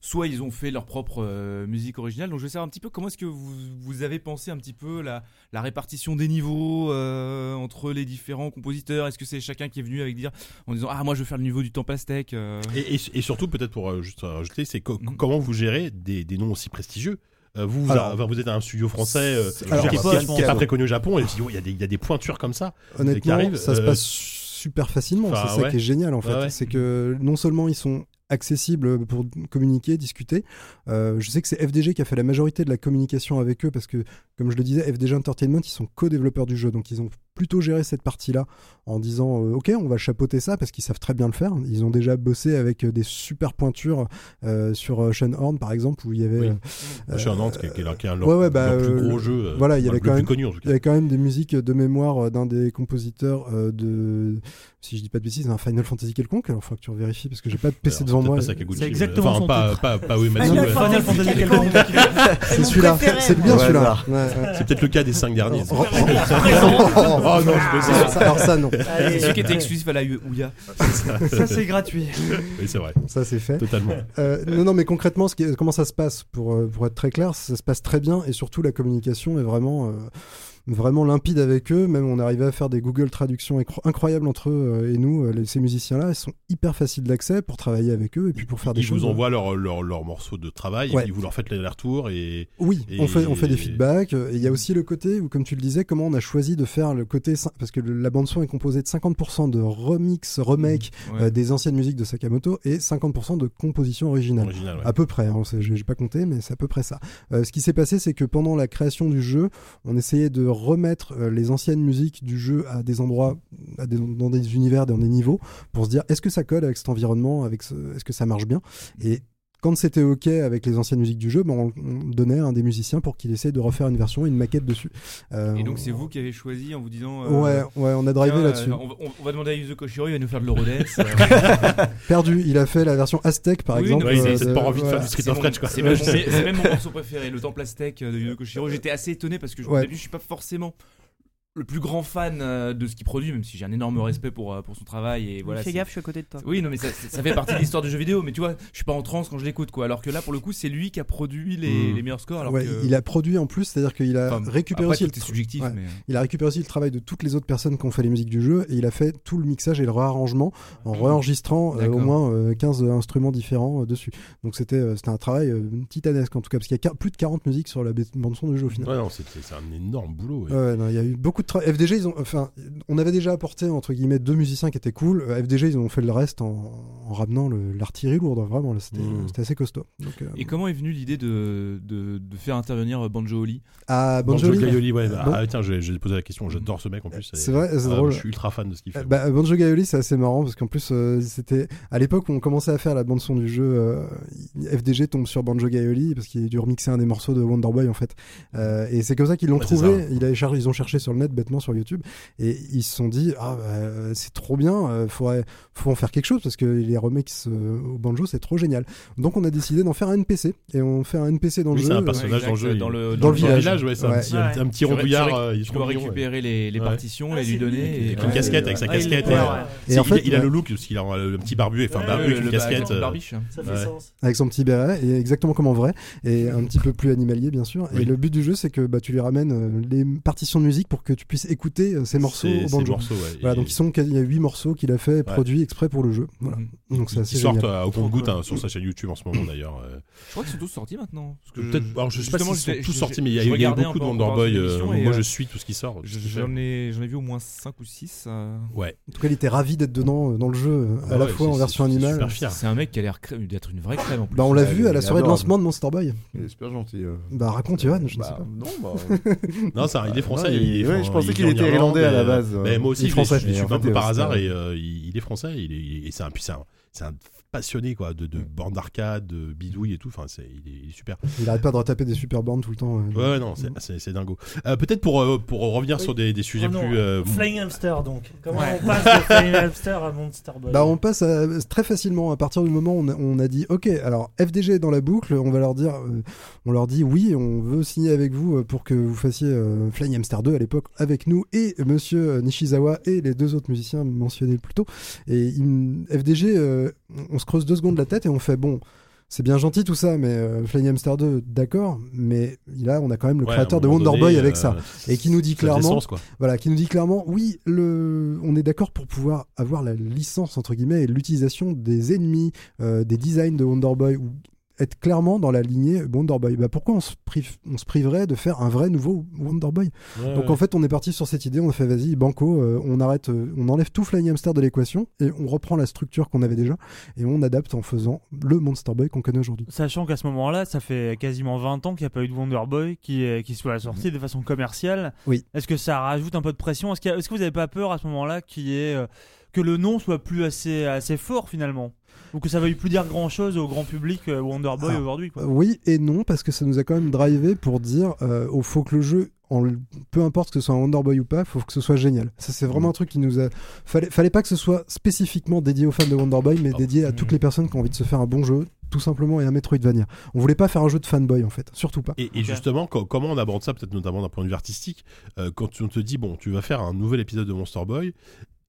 [SPEAKER 7] soit ils ont fait leur propre euh, musique originale. Donc je veux savoir un petit peu comment est-ce que vous, vous avez pensé un petit peu la, la répartition des niveaux euh, entre les différents compositeurs. Est-ce que c'est chacun qui est venu avec dire en disant ah moi je veux faire le niveau du temps pastèque. euh.
[SPEAKER 2] Et, et- et surtout, peut-être pour euh, juste rajouter, c'est co-
[SPEAKER 7] Mhm.
[SPEAKER 2] comment vous gérez des, des noms aussi prestigieux Euh, vous, vous,
[SPEAKER 4] Alors-
[SPEAKER 2] enfin, vous êtes un studio français euh,
[SPEAKER 4] C'est-
[SPEAKER 2] je veux dire,
[SPEAKER 4] alors,
[SPEAKER 2] qui
[SPEAKER 4] pas-
[SPEAKER 2] qui- qui est pas très connu au Japon, et puis, oh, il y, a des- il y a des pointures comme ça. qui
[SPEAKER 4] Honnêtement,
[SPEAKER 2] arrive,
[SPEAKER 4] ça se
[SPEAKER 2] euh,
[SPEAKER 4] passe super facilement.
[SPEAKER 2] enfin,
[SPEAKER 4] c'est ça
[SPEAKER 2] ouais.
[SPEAKER 4] qui est génial en fait.
[SPEAKER 2] Ouais, ouais.
[SPEAKER 4] C'est que non seulement ils sont accessibles pour communiquer, discuter. euh, je sais que c'est FDG qui a fait la majorité de la communication avec eux parce que, comme je le disais, FDG Entertainment, ils sont co-développeurs du jeu. Donc ils ont plutôt géré cette partie-là en disant euh, OK, on va chapeauter ça parce qu'ils savent très bien le faire. Ils ont déjà bossé avec euh, des super pointures euh, sur euh, Sean Horn par exemple où il y avait...
[SPEAKER 2] Oui.
[SPEAKER 4] euh,
[SPEAKER 2] Je suis un Nantes qui est, qui est leur, qui est un de leurs-
[SPEAKER 4] ouais, ouais, bah,
[SPEAKER 2] leurs plus
[SPEAKER 4] euh,
[SPEAKER 2] gros jeu. euh,
[SPEAKER 4] voilà, il y
[SPEAKER 2] enfin,
[SPEAKER 4] avait
[SPEAKER 2] le
[SPEAKER 4] quand
[SPEAKER 2] plus
[SPEAKER 4] même-
[SPEAKER 2] connu en tout
[SPEAKER 4] il
[SPEAKER 2] cas.
[SPEAKER 4] y avait quand même des musiques de mémoire euh, d'un des compositeurs euh, de, si je dis pas de bêtises, un Final Fantasy quelconque. Alors, faut que tu vérifies parce que j'ai pas de PC
[SPEAKER 2] Alors,
[SPEAKER 4] devant
[SPEAKER 2] peut-être
[SPEAKER 4] moi.
[SPEAKER 2] pas Sakaguchi,
[SPEAKER 6] C'est
[SPEAKER 2] mais-
[SPEAKER 6] exactement
[SPEAKER 2] enfin,
[SPEAKER 6] son
[SPEAKER 2] pas,
[SPEAKER 6] titre.
[SPEAKER 2] Pas, pas, oui, mais
[SPEAKER 3] Ah,
[SPEAKER 2] non,
[SPEAKER 3] il a
[SPEAKER 2] mais-
[SPEAKER 3] pas-
[SPEAKER 6] Final Fantasy quelconque.
[SPEAKER 4] C'est celui-là.
[SPEAKER 3] préféré,
[SPEAKER 4] C'est bien
[SPEAKER 8] moi.
[SPEAKER 4] celui-là. Ouais, ouais.
[SPEAKER 2] C'est peut-être le cas des cinq derniers.
[SPEAKER 4] Alors, oh, oh, oh, non, je peux ça, ça- Alors ça non,
[SPEAKER 7] C'est celui qui était exclusif à la Ouya.
[SPEAKER 6] Ça, c'est gratuit.
[SPEAKER 2] Oui, c'est vrai,
[SPEAKER 4] ça c'est fait.
[SPEAKER 2] totalement.
[SPEAKER 4] Euh, non, non, mais concrètement, ce qui est- comment ça se passe pour, euh, pour être très clair, ça se passe très bien et surtout la communication est vraiment, euh, vraiment limpide avec eux. Même on arrivait à faire des Google traductions incro- incroyables entre eux euh, et nous, euh, les- ces musiciens-là, ils sont hyper faciles d'accès pour travailler avec eux et puis pour faire des
[SPEAKER 2] Ils
[SPEAKER 4] choses. hein.
[SPEAKER 2] vous envoient leurs leur, leur morceaux de travail,
[SPEAKER 4] Ouais.
[SPEAKER 2] et puis vous leur faites l'aller-retour, et
[SPEAKER 4] Oui,
[SPEAKER 2] Et-
[SPEAKER 4] on fait, on fait des feedbacks. euh, Et il y a aussi le côté où, comme tu le disais, comment on a choisi de faire le côté. cin- Parce que le- la bande-son est composée de 50% de remix, remake euh, des anciennes musiques de Sakamoto et 50% de compositions originales.
[SPEAKER 2] original. ouais.
[SPEAKER 4] À peu près, hein, c'est- j'ai j'ai pas compté, mais c'est à peu près ça. Euh, ce qui s'est passé, c'est que pendant la création du jeu, on essayait de remettre euh, les anciennes musiques du jeu à des endroits, à des, dans des univers, dans des niveaux, pour se dire est-ce que ça colle avec cet environnement, avec ce- est-ce que ça marche bien Et quand c'était ok avec les anciennes musiques du jeu, ben, on, on donnait à un des musiciens pour qu'il essaye de refaire une version, une maquette dessus. Euh,
[SPEAKER 7] Et donc
[SPEAKER 4] on-
[SPEAKER 7] c'est vous qui avez choisi en vous disant. euh,
[SPEAKER 4] Ouais, ouais, on a drivé
[SPEAKER 7] Tiens,
[SPEAKER 4] là-dessus.
[SPEAKER 7] euh, on, va- on va demander à Yuzo Koshiro, il va nous faire de l'Eurodex. euh,
[SPEAKER 4] Perdu, il a fait la version aztèque par
[SPEAKER 7] Oui,
[SPEAKER 4] exemple.
[SPEAKER 7] non,
[SPEAKER 2] Ouais, ils
[SPEAKER 7] euh,
[SPEAKER 2] n'avaient
[SPEAKER 4] de-
[SPEAKER 2] pas envie de faire
[SPEAKER 4] voilà.
[SPEAKER 2] du Street
[SPEAKER 7] c'est
[SPEAKER 2] of
[SPEAKER 7] mon-
[SPEAKER 2] Rage, quoi.
[SPEAKER 7] C'est même, mon- c'est euh, même mon morceau préféré, le temps plastique de Yuzo Koshiro. J'étais assez étonné parce que je, au
[SPEAKER 4] Ouais.
[SPEAKER 7] début, je suis pas forcément le plus grand fan euh, de ce qu'il produit, même si j'ai un énorme respect pour, euh, pour son travail. Et voilà,
[SPEAKER 3] Fais
[SPEAKER 7] c'est-
[SPEAKER 3] gaffe, je suis à côté de toi.
[SPEAKER 7] Oui, non, mais ça, ça- ça fait partie de l'histoire du jeu vidéo. Mais tu vois, je suis pas en transe quand je l'écoute, quoi. Alors que là, pour le coup, c'est lui qui a produit les,
[SPEAKER 2] Mm.
[SPEAKER 7] les meilleurs scores. Alors
[SPEAKER 4] Hmm. Ouais,
[SPEAKER 7] que-
[SPEAKER 4] Il a produit en plus, c'est-à-dire qu'il a
[SPEAKER 7] Enfin,
[SPEAKER 4] récupéré
[SPEAKER 7] Après,
[SPEAKER 4] aussi le
[SPEAKER 7] tout est
[SPEAKER 4] tra-
[SPEAKER 7] subjectif,
[SPEAKER 4] ouais.
[SPEAKER 7] mais. euh,
[SPEAKER 4] Il a récupéré aussi le travail de toutes les autres personnes qui ont fait les musiques du jeu et il a fait tout le mixage et le réarrangement en réenregistrant euh,
[SPEAKER 7] Ah. D'accord.
[SPEAKER 4] au moins euh, 15 instruments différents euh, dessus. Donc c'était euh, c'était un travail euh, titanesque en tout cas, parce qu'il y a quar- plus de 40 musiques sur la bande-son du jeu au final.
[SPEAKER 2] Ouais, non, c'est- c'est c'est un énorme boulot. ouais.
[SPEAKER 4] Ouais, non, il y a eu beaucoup de travail. FDG, ils ont, enfin, on avait déjà apporté entre guillemets deux musiciens qui étaient cool. Euh, FDG, ils ont fait le reste en, en ramenant le- l'artillerie lourde. hein, Vraiment, là, c'était
[SPEAKER 2] Mm.
[SPEAKER 4] c'était assez costaud. Donc, euh,
[SPEAKER 7] Mmh. Et comment est venue l'idée de, de, de faire intervenir euh, Banjo Oli
[SPEAKER 4] ah, Banjo
[SPEAKER 2] Banjo
[SPEAKER 4] Lee.
[SPEAKER 2] Gaioli, ouais. bah,
[SPEAKER 4] Bon.
[SPEAKER 2] ah, tiens, j'ai j'ai posé la question. J'adore ce mec en plus.
[SPEAKER 4] C'est vrai, c'est
[SPEAKER 2] Ah,
[SPEAKER 4] drôle.
[SPEAKER 2] Je suis ultra fan de ce qu'il fait.
[SPEAKER 4] Euh, Bah, Banjo Gaioli, c'est assez marrant parce qu'en plus, euh, c'était à l'époque où on commençait à faire la bande son du jeu. euh, FDG tombe sur Banjo Gaioli parce qu'il a dû remixer un des morceaux de Wonderboy en fait. Euh, et c'est comme ça qu'ils l'ont
[SPEAKER 2] Ouais, c'est
[SPEAKER 4] trouvé.
[SPEAKER 2] ça.
[SPEAKER 4] Il avait char- ils ont cherché sur le net, bêtement sur YouTube, et ils se sont dit ah bah, euh, c'est trop bien, euh, faudrait, faut en faire quelque chose parce que les remixes euh, au banjo c'est trop génial. Donc on a décidé d'en faire un NPC et on fait un NPC dans
[SPEAKER 2] Oui,
[SPEAKER 4] le
[SPEAKER 2] c'est
[SPEAKER 4] jeu.
[SPEAKER 2] un
[SPEAKER 4] euh,
[SPEAKER 2] personnage
[SPEAKER 7] Ouais,
[SPEAKER 2] dans le
[SPEAKER 7] exact,
[SPEAKER 2] jeu.
[SPEAKER 7] dans
[SPEAKER 2] il-
[SPEAKER 7] le-
[SPEAKER 4] dans le
[SPEAKER 2] dans le
[SPEAKER 4] village.
[SPEAKER 2] village, ouais, c'est un
[SPEAKER 4] Ouais.
[SPEAKER 2] petit- un
[SPEAKER 6] Ouais.
[SPEAKER 2] un petit
[SPEAKER 7] Tu ré-
[SPEAKER 2] rondouillard.
[SPEAKER 7] tu ré-
[SPEAKER 2] euh, il est
[SPEAKER 7] Tu
[SPEAKER 2] trop
[SPEAKER 7] dois
[SPEAKER 2] mignon, ouais.
[SPEAKER 7] récupérer les, les
[SPEAKER 2] Ouais.
[SPEAKER 7] partitions
[SPEAKER 3] Ah,
[SPEAKER 7] et
[SPEAKER 3] c'est
[SPEAKER 7] lui donner.
[SPEAKER 3] lui.
[SPEAKER 7] et-
[SPEAKER 2] Avec
[SPEAKER 7] Ouais,
[SPEAKER 2] une casquette,
[SPEAKER 7] ouais.
[SPEAKER 2] avec sa
[SPEAKER 3] Ah, il est
[SPEAKER 2] casquette.
[SPEAKER 3] père,
[SPEAKER 2] ouais.
[SPEAKER 3] ouais.
[SPEAKER 4] Et
[SPEAKER 2] C'est-
[SPEAKER 4] en fait, euh,
[SPEAKER 2] il, a, il a
[SPEAKER 4] ouais.
[SPEAKER 2] le look, parce qu'il a un petit barbu, enfin,
[SPEAKER 7] Ouais,
[SPEAKER 2] barbu avec
[SPEAKER 7] le- bah,
[SPEAKER 2] une
[SPEAKER 7] le-
[SPEAKER 2] casquette.
[SPEAKER 7] le
[SPEAKER 2] euh,
[SPEAKER 7] barbiche.
[SPEAKER 9] Ça fait
[SPEAKER 2] Ouais.
[SPEAKER 9] sens.
[SPEAKER 4] avec son petit béret, et exactement comme en vrai, et un petit peu plus animalier bien sûr. Et
[SPEAKER 2] Oui.
[SPEAKER 4] le but du jeu, c'est que bah, tu lui ramènes euh, les partitions de musique pour que tu puisses écouter euh, ces morceaux
[SPEAKER 2] ces-
[SPEAKER 4] au
[SPEAKER 2] ces
[SPEAKER 4] banjo.
[SPEAKER 2] morceaux, ouais.
[SPEAKER 4] Voilà,
[SPEAKER 2] Et-
[SPEAKER 4] donc ils sont, quasi- il y a huit morceaux qu'il a fait produits exprès pour le jeu. Voilà.
[SPEAKER 7] Mhm.
[SPEAKER 4] Donc c'est assez
[SPEAKER 2] qui sortent
[SPEAKER 4] génial.
[SPEAKER 2] euh, au compte-goutte hein, sur sa chaîne YouTube en ce moment d'ailleurs. euh.
[SPEAKER 7] Je crois qu'ils sont tous sortis maintenant. Parce que
[SPEAKER 2] Peut-être, alors je sais pas
[SPEAKER 7] justement,
[SPEAKER 2] s'ils sont
[SPEAKER 7] j'étais-
[SPEAKER 2] tous
[SPEAKER 7] je-
[SPEAKER 2] sortis, mais il y a,
[SPEAKER 7] je
[SPEAKER 2] il y a eu
[SPEAKER 7] regardais
[SPEAKER 2] beaucoup
[SPEAKER 7] un peu
[SPEAKER 2] de
[SPEAKER 7] en-
[SPEAKER 2] Wonderboy.
[SPEAKER 7] en
[SPEAKER 2] euh,
[SPEAKER 7] émission et,
[SPEAKER 2] moi,
[SPEAKER 7] euh,
[SPEAKER 2] je suis tout ce qui sort. tout ce
[SPEAKER 7] je-
[SPEAKER 2] qui fait.
[SPEAKER 7] J'en ai, j'en ai vu au moins 5 ou euh. 6.
[SPEAKER 2] Ouais.
[SPEAKER 4] En tout cas, il était ravi d'être dedans euh, dans le jeu, euh,
[SPEAKER 2] Ah
[SPEAKER 4] à la
[SPEAKER 2] ouais,
[SPEAKER 4] fois
[SPEAKER 2] c'est-
[SPEAKER 4] en
[SPEAKER 2] c'est-
[SPEAKER 4] version
[SPEAKER 2] c'est
[SPEAKER 4] animale.
[SPEAKER 2] super fier.
[SPEAKER 7] C'est un mec qui a l'air crème- d'être une vraie crème en plus.
[SPEAKER 4] Bah, on l'a
[SPEAKER 8] Ah,
[SPEAKER 4] vu à
[SPEAKER 8] il
[SPEAKER 4] la
[SPEAKER 8] est
[SPEAKER 4] soirée de
[SPEAKER 8] adorable.
[SPEAKER 4] lancement de Monster Boy.
[SPEAKER 8] Il est super gentil. euh.
[SPEAKER 4] Bah raconte Johan, je ne
[SPEAKER 8] Bah,
[SPEAKER 4] sais pas.
[SPEAKER 8] Non, bah,
[SPEAKER 2] Non, c'est un- il est français.
[SPEAKER 8] Non,
[SPEAKER 2] il
[SPEAKER 8] il-
[SPEAKER 2] est
[SPEAKER 8] ouais,
[SPEAKER 2] fran-
[SPEAKER 8] je pensais
[SPEAKER 2] il est
[SPEAKER 8] qu'il
[SPEAKER 2] en
[SPEAKER 8] était
[SPEAKER 2] Irlande,
[SPEAKER 8] irlandais à la
[SPEAKER 2] euh,
[SPEAKER 8] base.
[SPEAKER 2] Mais moi aussi,
[SPEAKER 4] Il est
[SPEAKER 2] je l'ai-
[SPEAKER 4] français.
[SPEAKER 2] je l'ai
[SPEAKER 8] Et en
[SPEAKER 2] suivi un
[SPEAKER 8] fait,
[SPEAKER 2] peu
[SPEAKER 8] il est
[SPEAKER 2] par hasard
[SPEAKER 8] australien.
[SPEAKER 2] et euh, il il est français. Il est, et c'est un, puis c'est un, c'est un passionné quoi, de, de bande arcade, de bidouille et tout. Enfin, c'est, il, est, il est super.
[SPEAKER 4] Il arrête pas de retaper des super bornes tout le temps. euh.
[SPEAKER 2] Ouais, ouais, non, c'est, c'est, c'est dingo. Euh, peut-être pour, euh, pour revenir sur des, des sujets
[SPEAKER 9] Oh non,
[SPEAKER 2] plus. euh,
[SPEAKER 9] Flying Hamster donc. Comment
[SPEAKER 6] Ouais.
[SPEAKER 9] on passe de Flying Hamster à Monster Boy
[SPEAKER 4] Bah on passe à- très facilement à partir du moment où on a, on a dit ok alors FDG est dans la boucle on va leur dire euh, on leur dit oui on veut signer avec vous euh, pour que vous fassiez euh, Flying Hamster 2 à l'époque avec nous et monsieur euh, Nishizawa et les deux autres musiciens mentionnés plus tôt et il m- FDG euh, on se creuse deux secondes la tête et on fait bon c'est bien gentil tout ça mais euh, Flying Hamster 2 d'accord mais là on a quand même le
[SPEAKER 2] ouais, à
[SPEAKER 4] créateur
[SPEAKER 2] un
[SPEAKER 4] de
[SPEAKER 2] moment donné,
[SPEAKER 4] Wonderboy avec
[SPEAKER 2] euh,
[SPEAKER 4] ça Et qui nous dit
[SPEAKER 2] ça fait
[SPEAKER 4] clairement-
[SPEAKER 2] sens, quoi.
[SPEAKER 4] voilà, qui nous dit clairement, oui, le, on est d'accord pour pouvoir avoir la licence, entre guillemets, et l'utilisation des ennemis, euh, des designs de Wonderboy, ou être clairement dans la lignée Wonderboy. Bah, pourquoi on se, prive- on se priverait de faire un vrai nouveau Wonderboy Donc en fait, on est parti sur cette idée, on a fait, vas-y, banco, euh, on arrête, euh, on enlève tout Flying Hamster de l'équation, et on reprend la structure qu'on avait déjà, et on adapte en faisant le Monster Boy qu'on connaît aujourd'hui.
[SPEAKER 6] Sachant qu'à ce moment-là, ça fait quasiment 20 ans qu'il n'y a pas eu de Wonder Boy qui, euh, qui soit sorti de façon commerciale.
[SPEAKER 4] Oui.
[SPEAKER 6] Est-ce que ça rajoute un peu de pression Est-ce qu'il y a- est-ce que vous n'avez pas peur à ce moment-là qu'il y ait, euh, que le nom soit plus assez, assez fort finalement Ou que ça ne veuille plus dire grand-chose au grand public euh, Wonder Boy
[SPEAKER 4] Ah.
[SPEAKER 6] aujourd'hui quoi
[SPEAKER 4] Euh, Oui et non, parce que ça nous a quand même drivé pour dire euh, au faut que le jeu, en, le- peu importe que ce soit un Wonderboy ou pas, faut que ce soit génial. Ça, c'est vraiment un truc qui nous a. Fallait, fallait pas que ce soit spécifiquement dédié aux fans de Wonderboy, mais
[SPEAKER 2] Pardon.
[SPEAKER 4] dédié à
[SPEAKER 7] Mhm.
[SPEAKER 4] toutes les personnes qui ont envie de se faire un bon jeu, tout simplement, et un Metroidvania. On voulait pas faire un jeu de fanboy, en fait, surtout pas.
[SPEAKER 2] Et, et
[SPEAKER 6] Ok.
[SPEAKER 2] justement, co- comment on aborde ça, peut-être notamment d'un point de vue artistique, euh, quand on te dit, bon, tu vas faire un nouvel épisode de Monster Boy,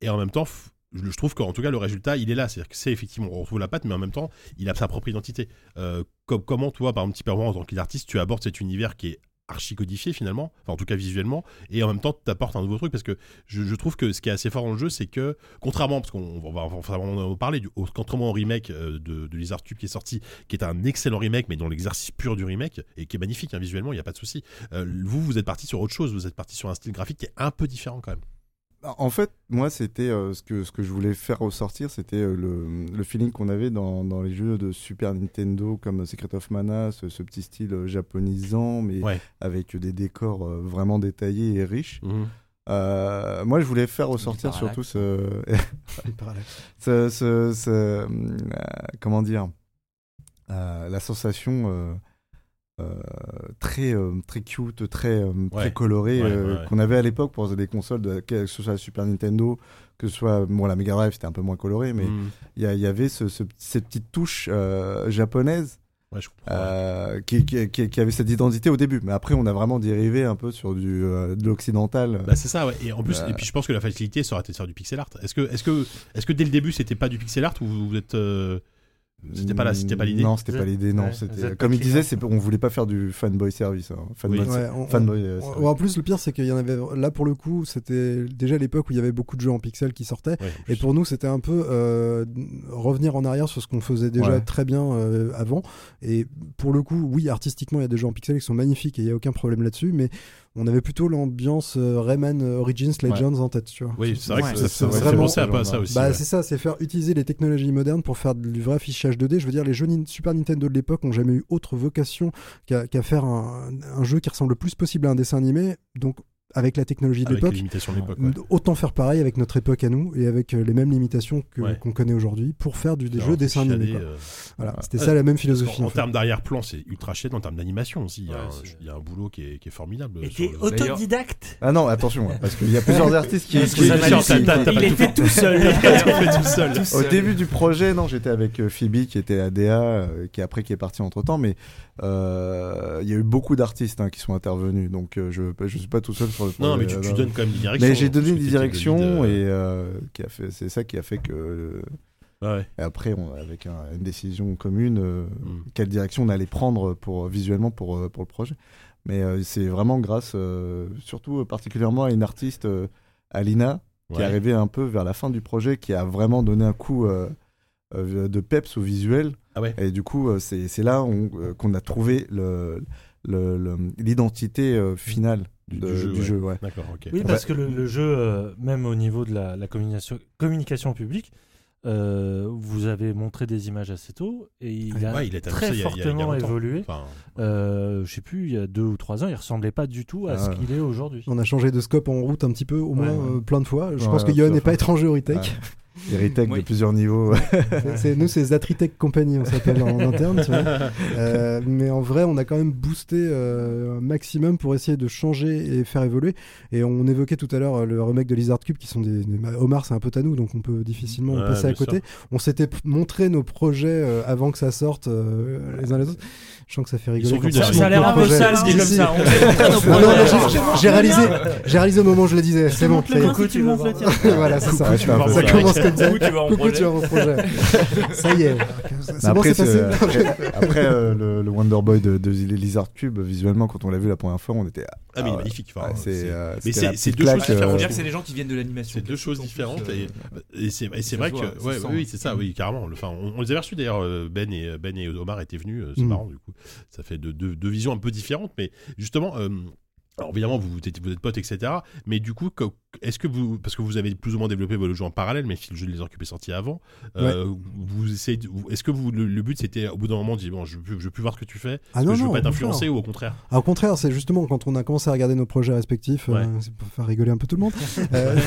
[SPEAKER 2] et en même temps, f- je je trouve qu'en tout cas, le résultat, il est là. C'est-à-dire que c'est effectivement, on retrouve la patte, mais en même temps, il a sa propre identité. Euh, com- comment toi, par un petit peu en tant qu'artiste, tu abordes cet univers qui est archi codifié finalement, enfin en tout cas visuellement, et en même temps t'apportes un nouveau truc parce que je, je trouve que ce qui est assez fort dans le jeu, c'est que contrairement, parce qu'on on va, on va en en parler, du, au- contrairement au remake euh, de, de Lizard Cube qui est sorti, qui est un excellent remake, mais dans l'exercice pur du remake, et qui est magnifique hein, visuellement, il n'y a pas de souci. Euh, vous, vous êtes parti sur autre chose, vous êtes parti sur un style graphique qui est un peu différent quand même.
[SPEAKER 8] Bah, En fait, moi, c'était euh, ce que ce que je voulais faire ressortir, c'était euh, le, le feeling qu'on avait dans, dans les jeux de Super Nintendo comme Secret of Mana, ce, ce petit style euh, japonisant, mais
[SPEAKER 2] Ouais.
[SPEAKER 8] avec des décors euh, vraiment détaillés et riches. Euh, moi, je voulais faire ressortir
[SPEAKER 7] parallaxe.
[SPEAKER 8] surtout ce, ce, ce- ce, euh, comment dire, euh, la sensation euh, euh, très euh, très cute, très euh,
[SPEAKER 2] Ouais.
[SPEAKER 8] très colorée
[SPEAKER 2] Ouais,
[SPEAKER 8] euh,
[SPEAKER 2] ouais, ouais.
[SPEAKER 8] qu'on avait à l'époque pour des consoles, de, que ce soit la Super Nintendo, que ce soit bon la Mega
[SPEAKER 2] Mm.
[SPEAKER 8] Drive, c'était un peu moins coloré, mais
[SPEAKER 2] Mhm.
[SPEAKER 8] il y, a- il y avait ce, ce- cette petite touche euh, japonaise
[SPEAKER 2] Ouais, je comprends.
[SPEAKER 8] euh, qui, qui- qui- qui avait cette identité au début. Mais après, on a vraiment dérivé un peu sur du, euh, de l'occidental.
[SPEAKER 2] Bah c'est ça, ouais. et en plus,
[SPEAKER 4] euh,
[SPEAKER 8] Bah.
[SPEAKER 2] et puis je pense que la facilité, ça aurait été de faire du pixel art. Est-ce que, est-ce que, est-ce que dès le début, c'était pas du pixel art ou vous, vous êtes, euh, c'était pas la- c'était pas l'idée
[SPEAKER 8] Non, c'était
[SPEAKER 9] Vous
[SPEAKER 8] pas
[SPEAKER 9] êtes-
[SPEAKER 8] l'idée, non.
[SPEAKER 9] ouais,
[SPEAKER 8] c'était-
[SPEAKER 9] vous êtes
[SPEAKER 8] comme il
[SPEAKER 9] patriote.
[SPEAKER 8] disait, c'est, on voulait pas faire du fanboy service. hein. Fanboy,
[SPEAKER 2] Oui.
[SPEAKER 4] Ouais, on-
[SPEAKER 8] fanboy, euh,
[SPEAKER 4] En-
[SPEAKER 8] service.
[SPEAKER 4] en plus, le pire, c'est qu'il y en avait là pour le coup, c'était déjà à l'époque où il y avait beaucoup de jeux en pixels qui sortaient.
[SPEAKER 2] ouais,
[SPEAKER 4] Et pour nous, c'était un peu euh, revenir en arrière sur ce qu'on faisait déjà
[SPEAKER 8] Ouais.
[SPEAKER 4] très bien euh, avant. Et pour le coup, oui, artistiquement, il y a des jeux en pixels qui sont magnifiques et il n'y a aucun problème là-dessus. Mais on avait plutôt l'ambiance euh, Rayman Origins Legends en tête, tu vois.
[SPEAKER 2] Oui, c'est vrai
[SPEAKER 6] Ouais,
[SPEAKER 2] que ça,
[SPEAKER 8] c'est
[SPEAKER 2] ça, ça fait
[SPEAKER 4] vraiment-
[SPEAKER 2] penser un peu à ça aussi.
[SPEAKER 4] Bah,
[SPEAKER 2] ouais.
[SPEAKER 4] c'est ça, c'est faire utiliser les technologies modernes pour faire du vrai affichage 2D. Je veux dire, les jeux Nin- Super Nintendo de l'époque n'ont jamais eu autre vocation qu'à qu'à faire un, un jeu qui ressemble le plus possible à un dessin animé. Donc, avec la technologie de
[SPEAKER 2] Avec les
[SPEAKER 4] l'époque,
[SPEAKER 2] limitations de l'époque. ouais.
[SPEAKER 4] m- autant faire pareil avec notre époque à nous et avec euh, les mêmes limitations que- qu'on
[SPEAKER 2] Ouais.
[SPEAKER 4] connaît aujourd'hui pour faire du, des
[SPEAKER 2] Alors,
[SPEAKER 4] jeux dessins
[SPEAKER 2] chiadé,
[SPEAKER 4] animés. quoi.
[SPEAKER 2] euh,
[SPEAKER 4] Voilà,
[SPEAKER 8] ouais.
[SPEAKER 4] c'était
[SPEAKER 2] Euh,
[SPEAKER 4] ça la même
[SPEAKER 2] parce qu'en-
[SPEAKER 4] philosophie.
[SPEAKER 2] En,
[SPEAKER 4] en fait.
[SPEAKER 2] termes d'arrière-plan, c'est ultra chiadé en termes d'animation aussi. Il y a,
[SPEAKER 9] Ouais,
[SPEAKER 2] un,
[SPEAKER 9] c'est-
[SPEAKER 2] il y a un boulot qui est, qui est formidable.
[SPEAKER 9] Et
[SPEAKER 2] sur
[SPEAKER 9] t'es
[SPEAKER 2] le-
[SPEAKER 9] autodidacte
[SPEAKER 8] Ah non, attention, hein, parce qu'il y a plusieurs artistes qui.
[SPEAKER 9] Parce
[SPEAKER 2] que ça
[SPEAKER 8] qui-
[SPEAKER 2] m'a
[SPEAKER 8] qui-
[SPEAKER 2] dit,
[SPEAKER 8] qui-
[SPEAKER 2] t'as- t'as
[SPEAKER 9] Il
[SPEAKER 2] pas
[SPEAKER 9] est
[SPEAKER 2] tout
[SPEAKER 9] fait tout seul.
[SPEAKER 2] fait tout seul. Oh,
[SPEAKER 8] Au début du projet, non, j'étais avec euh, Phoebe qui était ADA, euh, qui après qui est partie entre temps, mais euh, il y a eu beaucoup d'artistes hein, qui sont intervenus, donc euh, je je suis pas tout seul sur le projet.
[SPEAKER 2] Non, mais tu, tu
[SPEAKER 8] euh,
[SPEAKER 2] donnes quand même des directions.
[SPEAKER 8] Mais j'ai donné
[SPEAKER 2] parce que
[SPEAKER 8] des
[SPEAKER 2] t'étais le lead,
[SPEAKER 8] directions
[SPEAKER 2] euh,
[SPEAKER 8] et euh, qui a fait, c'est ça qui a fait que euh,
[SPEAKER 2] ouais.
[SPEAKER 8] et après on, avec un- une décision commune, euh,
[SPEAKER 2] Mm.
[SPEAKER 8] quelle direction on allait prendre pour visuellement pour euh, pour le projet. Mais euh, c'est vraiment grâce, euh, surtout euh, particulièrement à une artiste, euh, Alina, qui est
[SPEAKER 2] Ouais.
[SPEAKER 8] arrivée un peu vers la fin du projet, qui a vraiment donné un coup euh, euh, de peps au visuel.
[SPEAKER 2] Ah ouais.
[SPEAKER 8] Et du coup, euh, c'est c'est là on- euh, qu'on a trouvé le- le- le- l'identité euh, finale
[SPEAKER 2] Du-
[SPEAKER 8] de-
[SPEAKER 2] du jeu, ouais.
[SPEAKER 8] ouais.
[SPEAKER 2] D'accord, ok.
[SPEAKER 5] Oui, parce que le, le jeu, euh, même au niveau de la, la communication, communication publique, euh, vous avez montré des images assez tôt et il a
[SPEAKER 2] Ouais, il est annoncé
[SPEAKER 5] très
[SPEAKER 2] il y a- il y a- il y a
[SPEAKER 5] fortement
[SPEAKER 2] longtemps.
[SPEAKER 5] évolué.
[SPEAKER 2] Enfin,
[SPEAKER 5] Euh, je sais plus, il y a deux ou trois ans, il ressemblait pas du tout à
[SPEAKER 8] Ah
[SPEAKER 5] ce
[SPEAKER 8] ouais.
[SPEAKER 5] qu'il est aujourd'hui.
[SPEAKER 4] On a changé de scope en route un petit peu, au moins
[SPEAKER 8] ouais.
[SPEAKER 4] euh, plein de fois. Je
[SPEAKER 8] Ouais,
[SPEAKER 4] pense que
[SPEAKER 8] ouais,
[SPEAKER 4] Yohan
[SPEAKER 8] tout à
[SPEAKER 4] n'est pas
[SPEAKER 8] fait.
[SPEAKER 4] étranger au Ritech.
[SPEAKER 8] Ouais. Il retech
[SPEAKER 7] Oui.
[SPEAKER 8] de plusieurs niveaux.
[SPEAKER 4] C'est- c'est- nous, c'est Zatritech Company, on s'appelle en interne. tu vois. Euh, mais en vrai, on a quand même boosté euh, un maximum pour essayer de changer et faire évoluer. Et on évoquait tout à l'heure euh, le remake de Lizard Cube, qui sont des. des- bah, Omar, c'est un peu à nous, donc on peut difficilement
[SPEAKER 2] Ouais,
[SPEAKER 4] passer à
[SPEAKER 2] bien
[SPEAKER 4] côté. On s'était p- montré nos projets euh, avant que ça sorte euh, les uns les autres. Je sens que ça fait
[SPEAKER 2] sont
[SPEAKER 4] rigoler.
[SPEAKER 2] venus
[SPEAKER 4] quand
[SPEAKER 2] derrière.
[SPEAKER 6] Ça,
[SPEAKER 4] on
[SPEAKER 6] ça a l'air un peu
[SPEAKER 4] projet.
[SPEAKER 6] sale dit
[SPEAKER 4] Je
[SPEAKER 6] comme
[SPEAKER 4] sais.
[SPEAKER 6] ça. On fait montrer nos
[SPEAKER 4] Non, non,
[SPEAKER 6] projets.
[SPEAKER 4] mais j'ai- j'ai réalisé, j'ai réalisé au moment où je le disais.
[SPEAKER 3] Je te
[SPEAKER 4] C'est bon,
[SPEAKER 3] montre
[SPEAKER 4] ça y
[SPEAKER 3] le
[SPEAKER 4] est.
[SPEAKER 3] mien si
[SPEAKER 9] Coucou,
[SPEAKER 3] tu
[SPEAKER 9] tu
[SPEAKER 3] me
[SPEAKER 9] vas
[SPEAKER 3] montres le
[SPEAKER 9] voir.
[SPEAKER 3] tien.
[SPEAKER 4] voilà, c'est ça.
[SPEAKER 8] Ouais, je suis un peu
[SPEAKER 4] Ça
[SPEAKER 8] sale.
[SPEAKER 4] commence comme ça.
[SPEAKER 9] Coucou, tu vas en
[SPEAKER 4] Coucou,
[SPEAKER 9] projet.
[SPEAKER 4] tu vas en projet. Ça y est. C'est bon,
[SPEAKER 8] après,
[SPEAKER 4] c'est passé.
[SPEAKER 8] c'est- après, après, euh, le, le Wonder Boy de, de Lizard Cube, visuellement, quand on l'a vu la première fois, on était.
[SPEAKER 2] Ah, mais il est
[SPEAKER 8] ouais.
[SPEAKER 2] magnifique. enfin,
[SPEAKER 8] ah, c'est,
[SPEAKER 2] c'est-
[SPEAKER 8] euh,
[SPEAKER 2] mais
[SPEAKER 8] c'était
[SPEAKER 2] c'est-
[SPEAKER 8] la
[SPEAKER 2] c'est
[SPEAKER 8] petite
[SPEAKER 2] deux choses
[SPEAKER 8] claque, euh,
[SPEAKER 2] différentes.
[SPEAKER 7] On dirait que c'est des gens qui viennent de l'animation.
[SPEAKER 2] C'est deux choses différentes
[SPEAKER 4] euh,
[SPEAKER 2] et, et c'est et c'est
[SPEAKER 7] ça
[SPEAKER 2] vrai
[SPEAKER 7] se
[SPEAKER 2] que
[SPEAKER 7] voit, ça se
[SPEAKER 2] ouais, ouais,
[SPEAKER 7] sent.
[SPEAKER 2] oui c'est ça oui carrément Le- enfin on, on les avait reçus d'ailleurs euh, Ben et Ben et Omar étaient venus euh, c'est
[SPEAKER 4] Mm.
[SPEAKER 2] marrant du coup ça fait deux, deux- deux visions un peu différentes mais justement euh, alors évidemment vous, vous êtes, vous êtes potes etc mais du coup co- est-ce que vous parce que vous avez plus ou moins développé vos jeux en parallèle mais si le jeu de les occupés sorti avant euh, vous essayez de- vous- est-ce que vous le, le but c'était au bout d'un moment de dire bon je veux plus- je veux plus voir ce que tu fais
[SPEAKER 4] Ah
[SPEAKER 2] parce que
[SPEAKER 4] non,
[SPEAKER 2] je veux
[SPEAKER 4] non,
[SPEAKER 2] pas
[SPEAKER 4] au
[SPEAKER 2] être
[SPEAKER 4] contraire.
[SPEAKER 2] influencé ou au contraire
[SPEAKER 4] Ah, Au contraire, c'est justement quand on a commencé à regarder nos projets respectifs, euh,
[SPEAKER 2] Ouais.
[SPEAKER 4] c'est pour faire rigoler un peu tout le monde. Euh,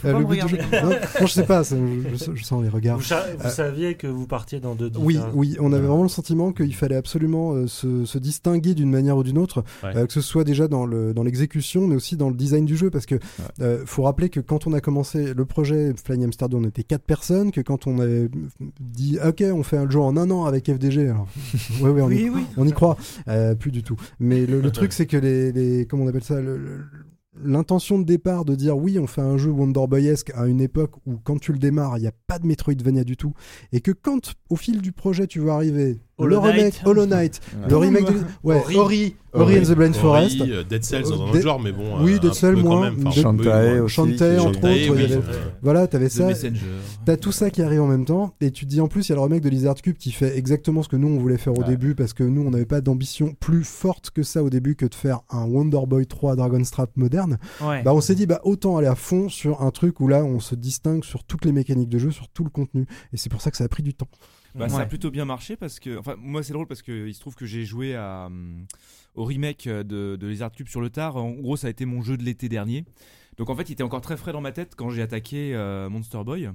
[SPEAKER 3] pas me
[SPEAKER 4] but du
[SPEAKER 3] regarder
[SPEAKER 4] jeu-
[SPEAKER 3] comme ça.
[SPEAKER 4] Non, non, je sais pas, c'est- je, je- je sens les regards.
[SPEAKER 5] Vous, sa- vous saviez que vous partiez dans deux.
[SPEAKER 4] Oui,
[SPEAKER 5] différents-
[SPEAKER 4] oui, on avait vraiment le sentiment qu'il fallait absolument euh, se, se distinguer d'une manière ou d'une autre,
[SPEAKER 2] Ouais.
[SPEAKER 4] euh, que ce soit déjà dans le dans l'exécution, mais aussi dans le design du jeu, parce que euh, faut rappeler que quand on a commencé le projet Flying Amsterdam, on était quatre personnes, que quand on avait dit ok, on fait un jeu en un an avec FDG, alors ouais, ouais, on, y,
[SPEAKER 3] Oui, oui.
[SPEAKER 4] on y croit, Euh, plus du tout. Mais le, le truc c'est que les, les comment on appelle ça le- le- L'intention de départ de dire oui, on fait un jeu Wonder Boyesque à une époque où quand tu le démarres, il n'y a pas de Metroidvania du tout, et que quand au fil du projet tu vois arriver
[SPEAKER 9] Hollow
[SPEAKER 4] le remake
[SPEAKER 9] Knight.
[SPEAKER 4] Hollow Knight,
[SPEAKER 8] Ouais.
[SPEAKER 4] le remake de ouais,
[SPEAKER 9] Ori.
[SPEAKER 4] Ori, Ori, and the Blind Forest,
[SPEAKER 2] Ori, euh, Dead Cells dans un
[SPEAKER 4] Dead-
[SPEAKER 2] autre genre mais bon
[SPEAKER 4] oui,
[SPEAKER 2] euh,
[SPEAKER 4] Dead
[SPEAKER 2] un
[SPEAKER 4] Cells,
[SPEAKER 2] peu quand
[SPEAKER 4] moins,
[SPEAKER 2] même, enfin,
[SPEAKER 4] Dead-
[SPEAKER 2] un peu,
[SPEAKER 8] Shantae
[SPEAKER 2] ouais.
[SPEAKER 8] aussi.
[SPEAKER 4] Shantae,
[SPEAKER 8] qui-
[SPEAKER 4] entre
[SPEAKER 2] Shantae,
[SPEAKER 4] autres,
[SPEAKER 2] oui,
[SPEAKER 4] il y avait-
[SPEAKER 2] euh,
[SPEAKER 4] voilà, t'avais
[SPEAKER 7] The
[SPEAKER 4] ça.
[SPEAKER 7] Messenger.
[SPEAKER 4] T'as tout ça qui arrive en même temps, et tu te dis en plus, il y a le remake de Lizard Cube qui fait exactement ce que nous on voulait faire au
[SPEAKER 8] Ouais.
[SPEAKER 4] début, parce que nous on n'avait pas d'ambition plus forte que ça au début que de faire un Wonder Boy 3 Dragonstrap moderne.
[SPEAKER 6] Ouais.
[SPEAKER 4] Bah on s'est dit, bah autant aller à fond sur un truc où là on se distingue sur toutes les mécaniques de jeu, sur tout le contenu, et c'est pour ça que ça a pris du temps.
[SPEAKER 7] Bah, Ça a
[SPEAKER 6] Ouais.
[SPEAKER 7] plutôt bien marché parce que. Enfin, moi, c'est drôle parce qu'il se trouve que j'ai joué à, hum, au remake de, de Lizard Cube sur le tard. En gros, ça a été mon jeu de l'été dernier. Donc, en fait, il était encore très frais dans ma tête quand j'ai attaqué euh, Monster Boy.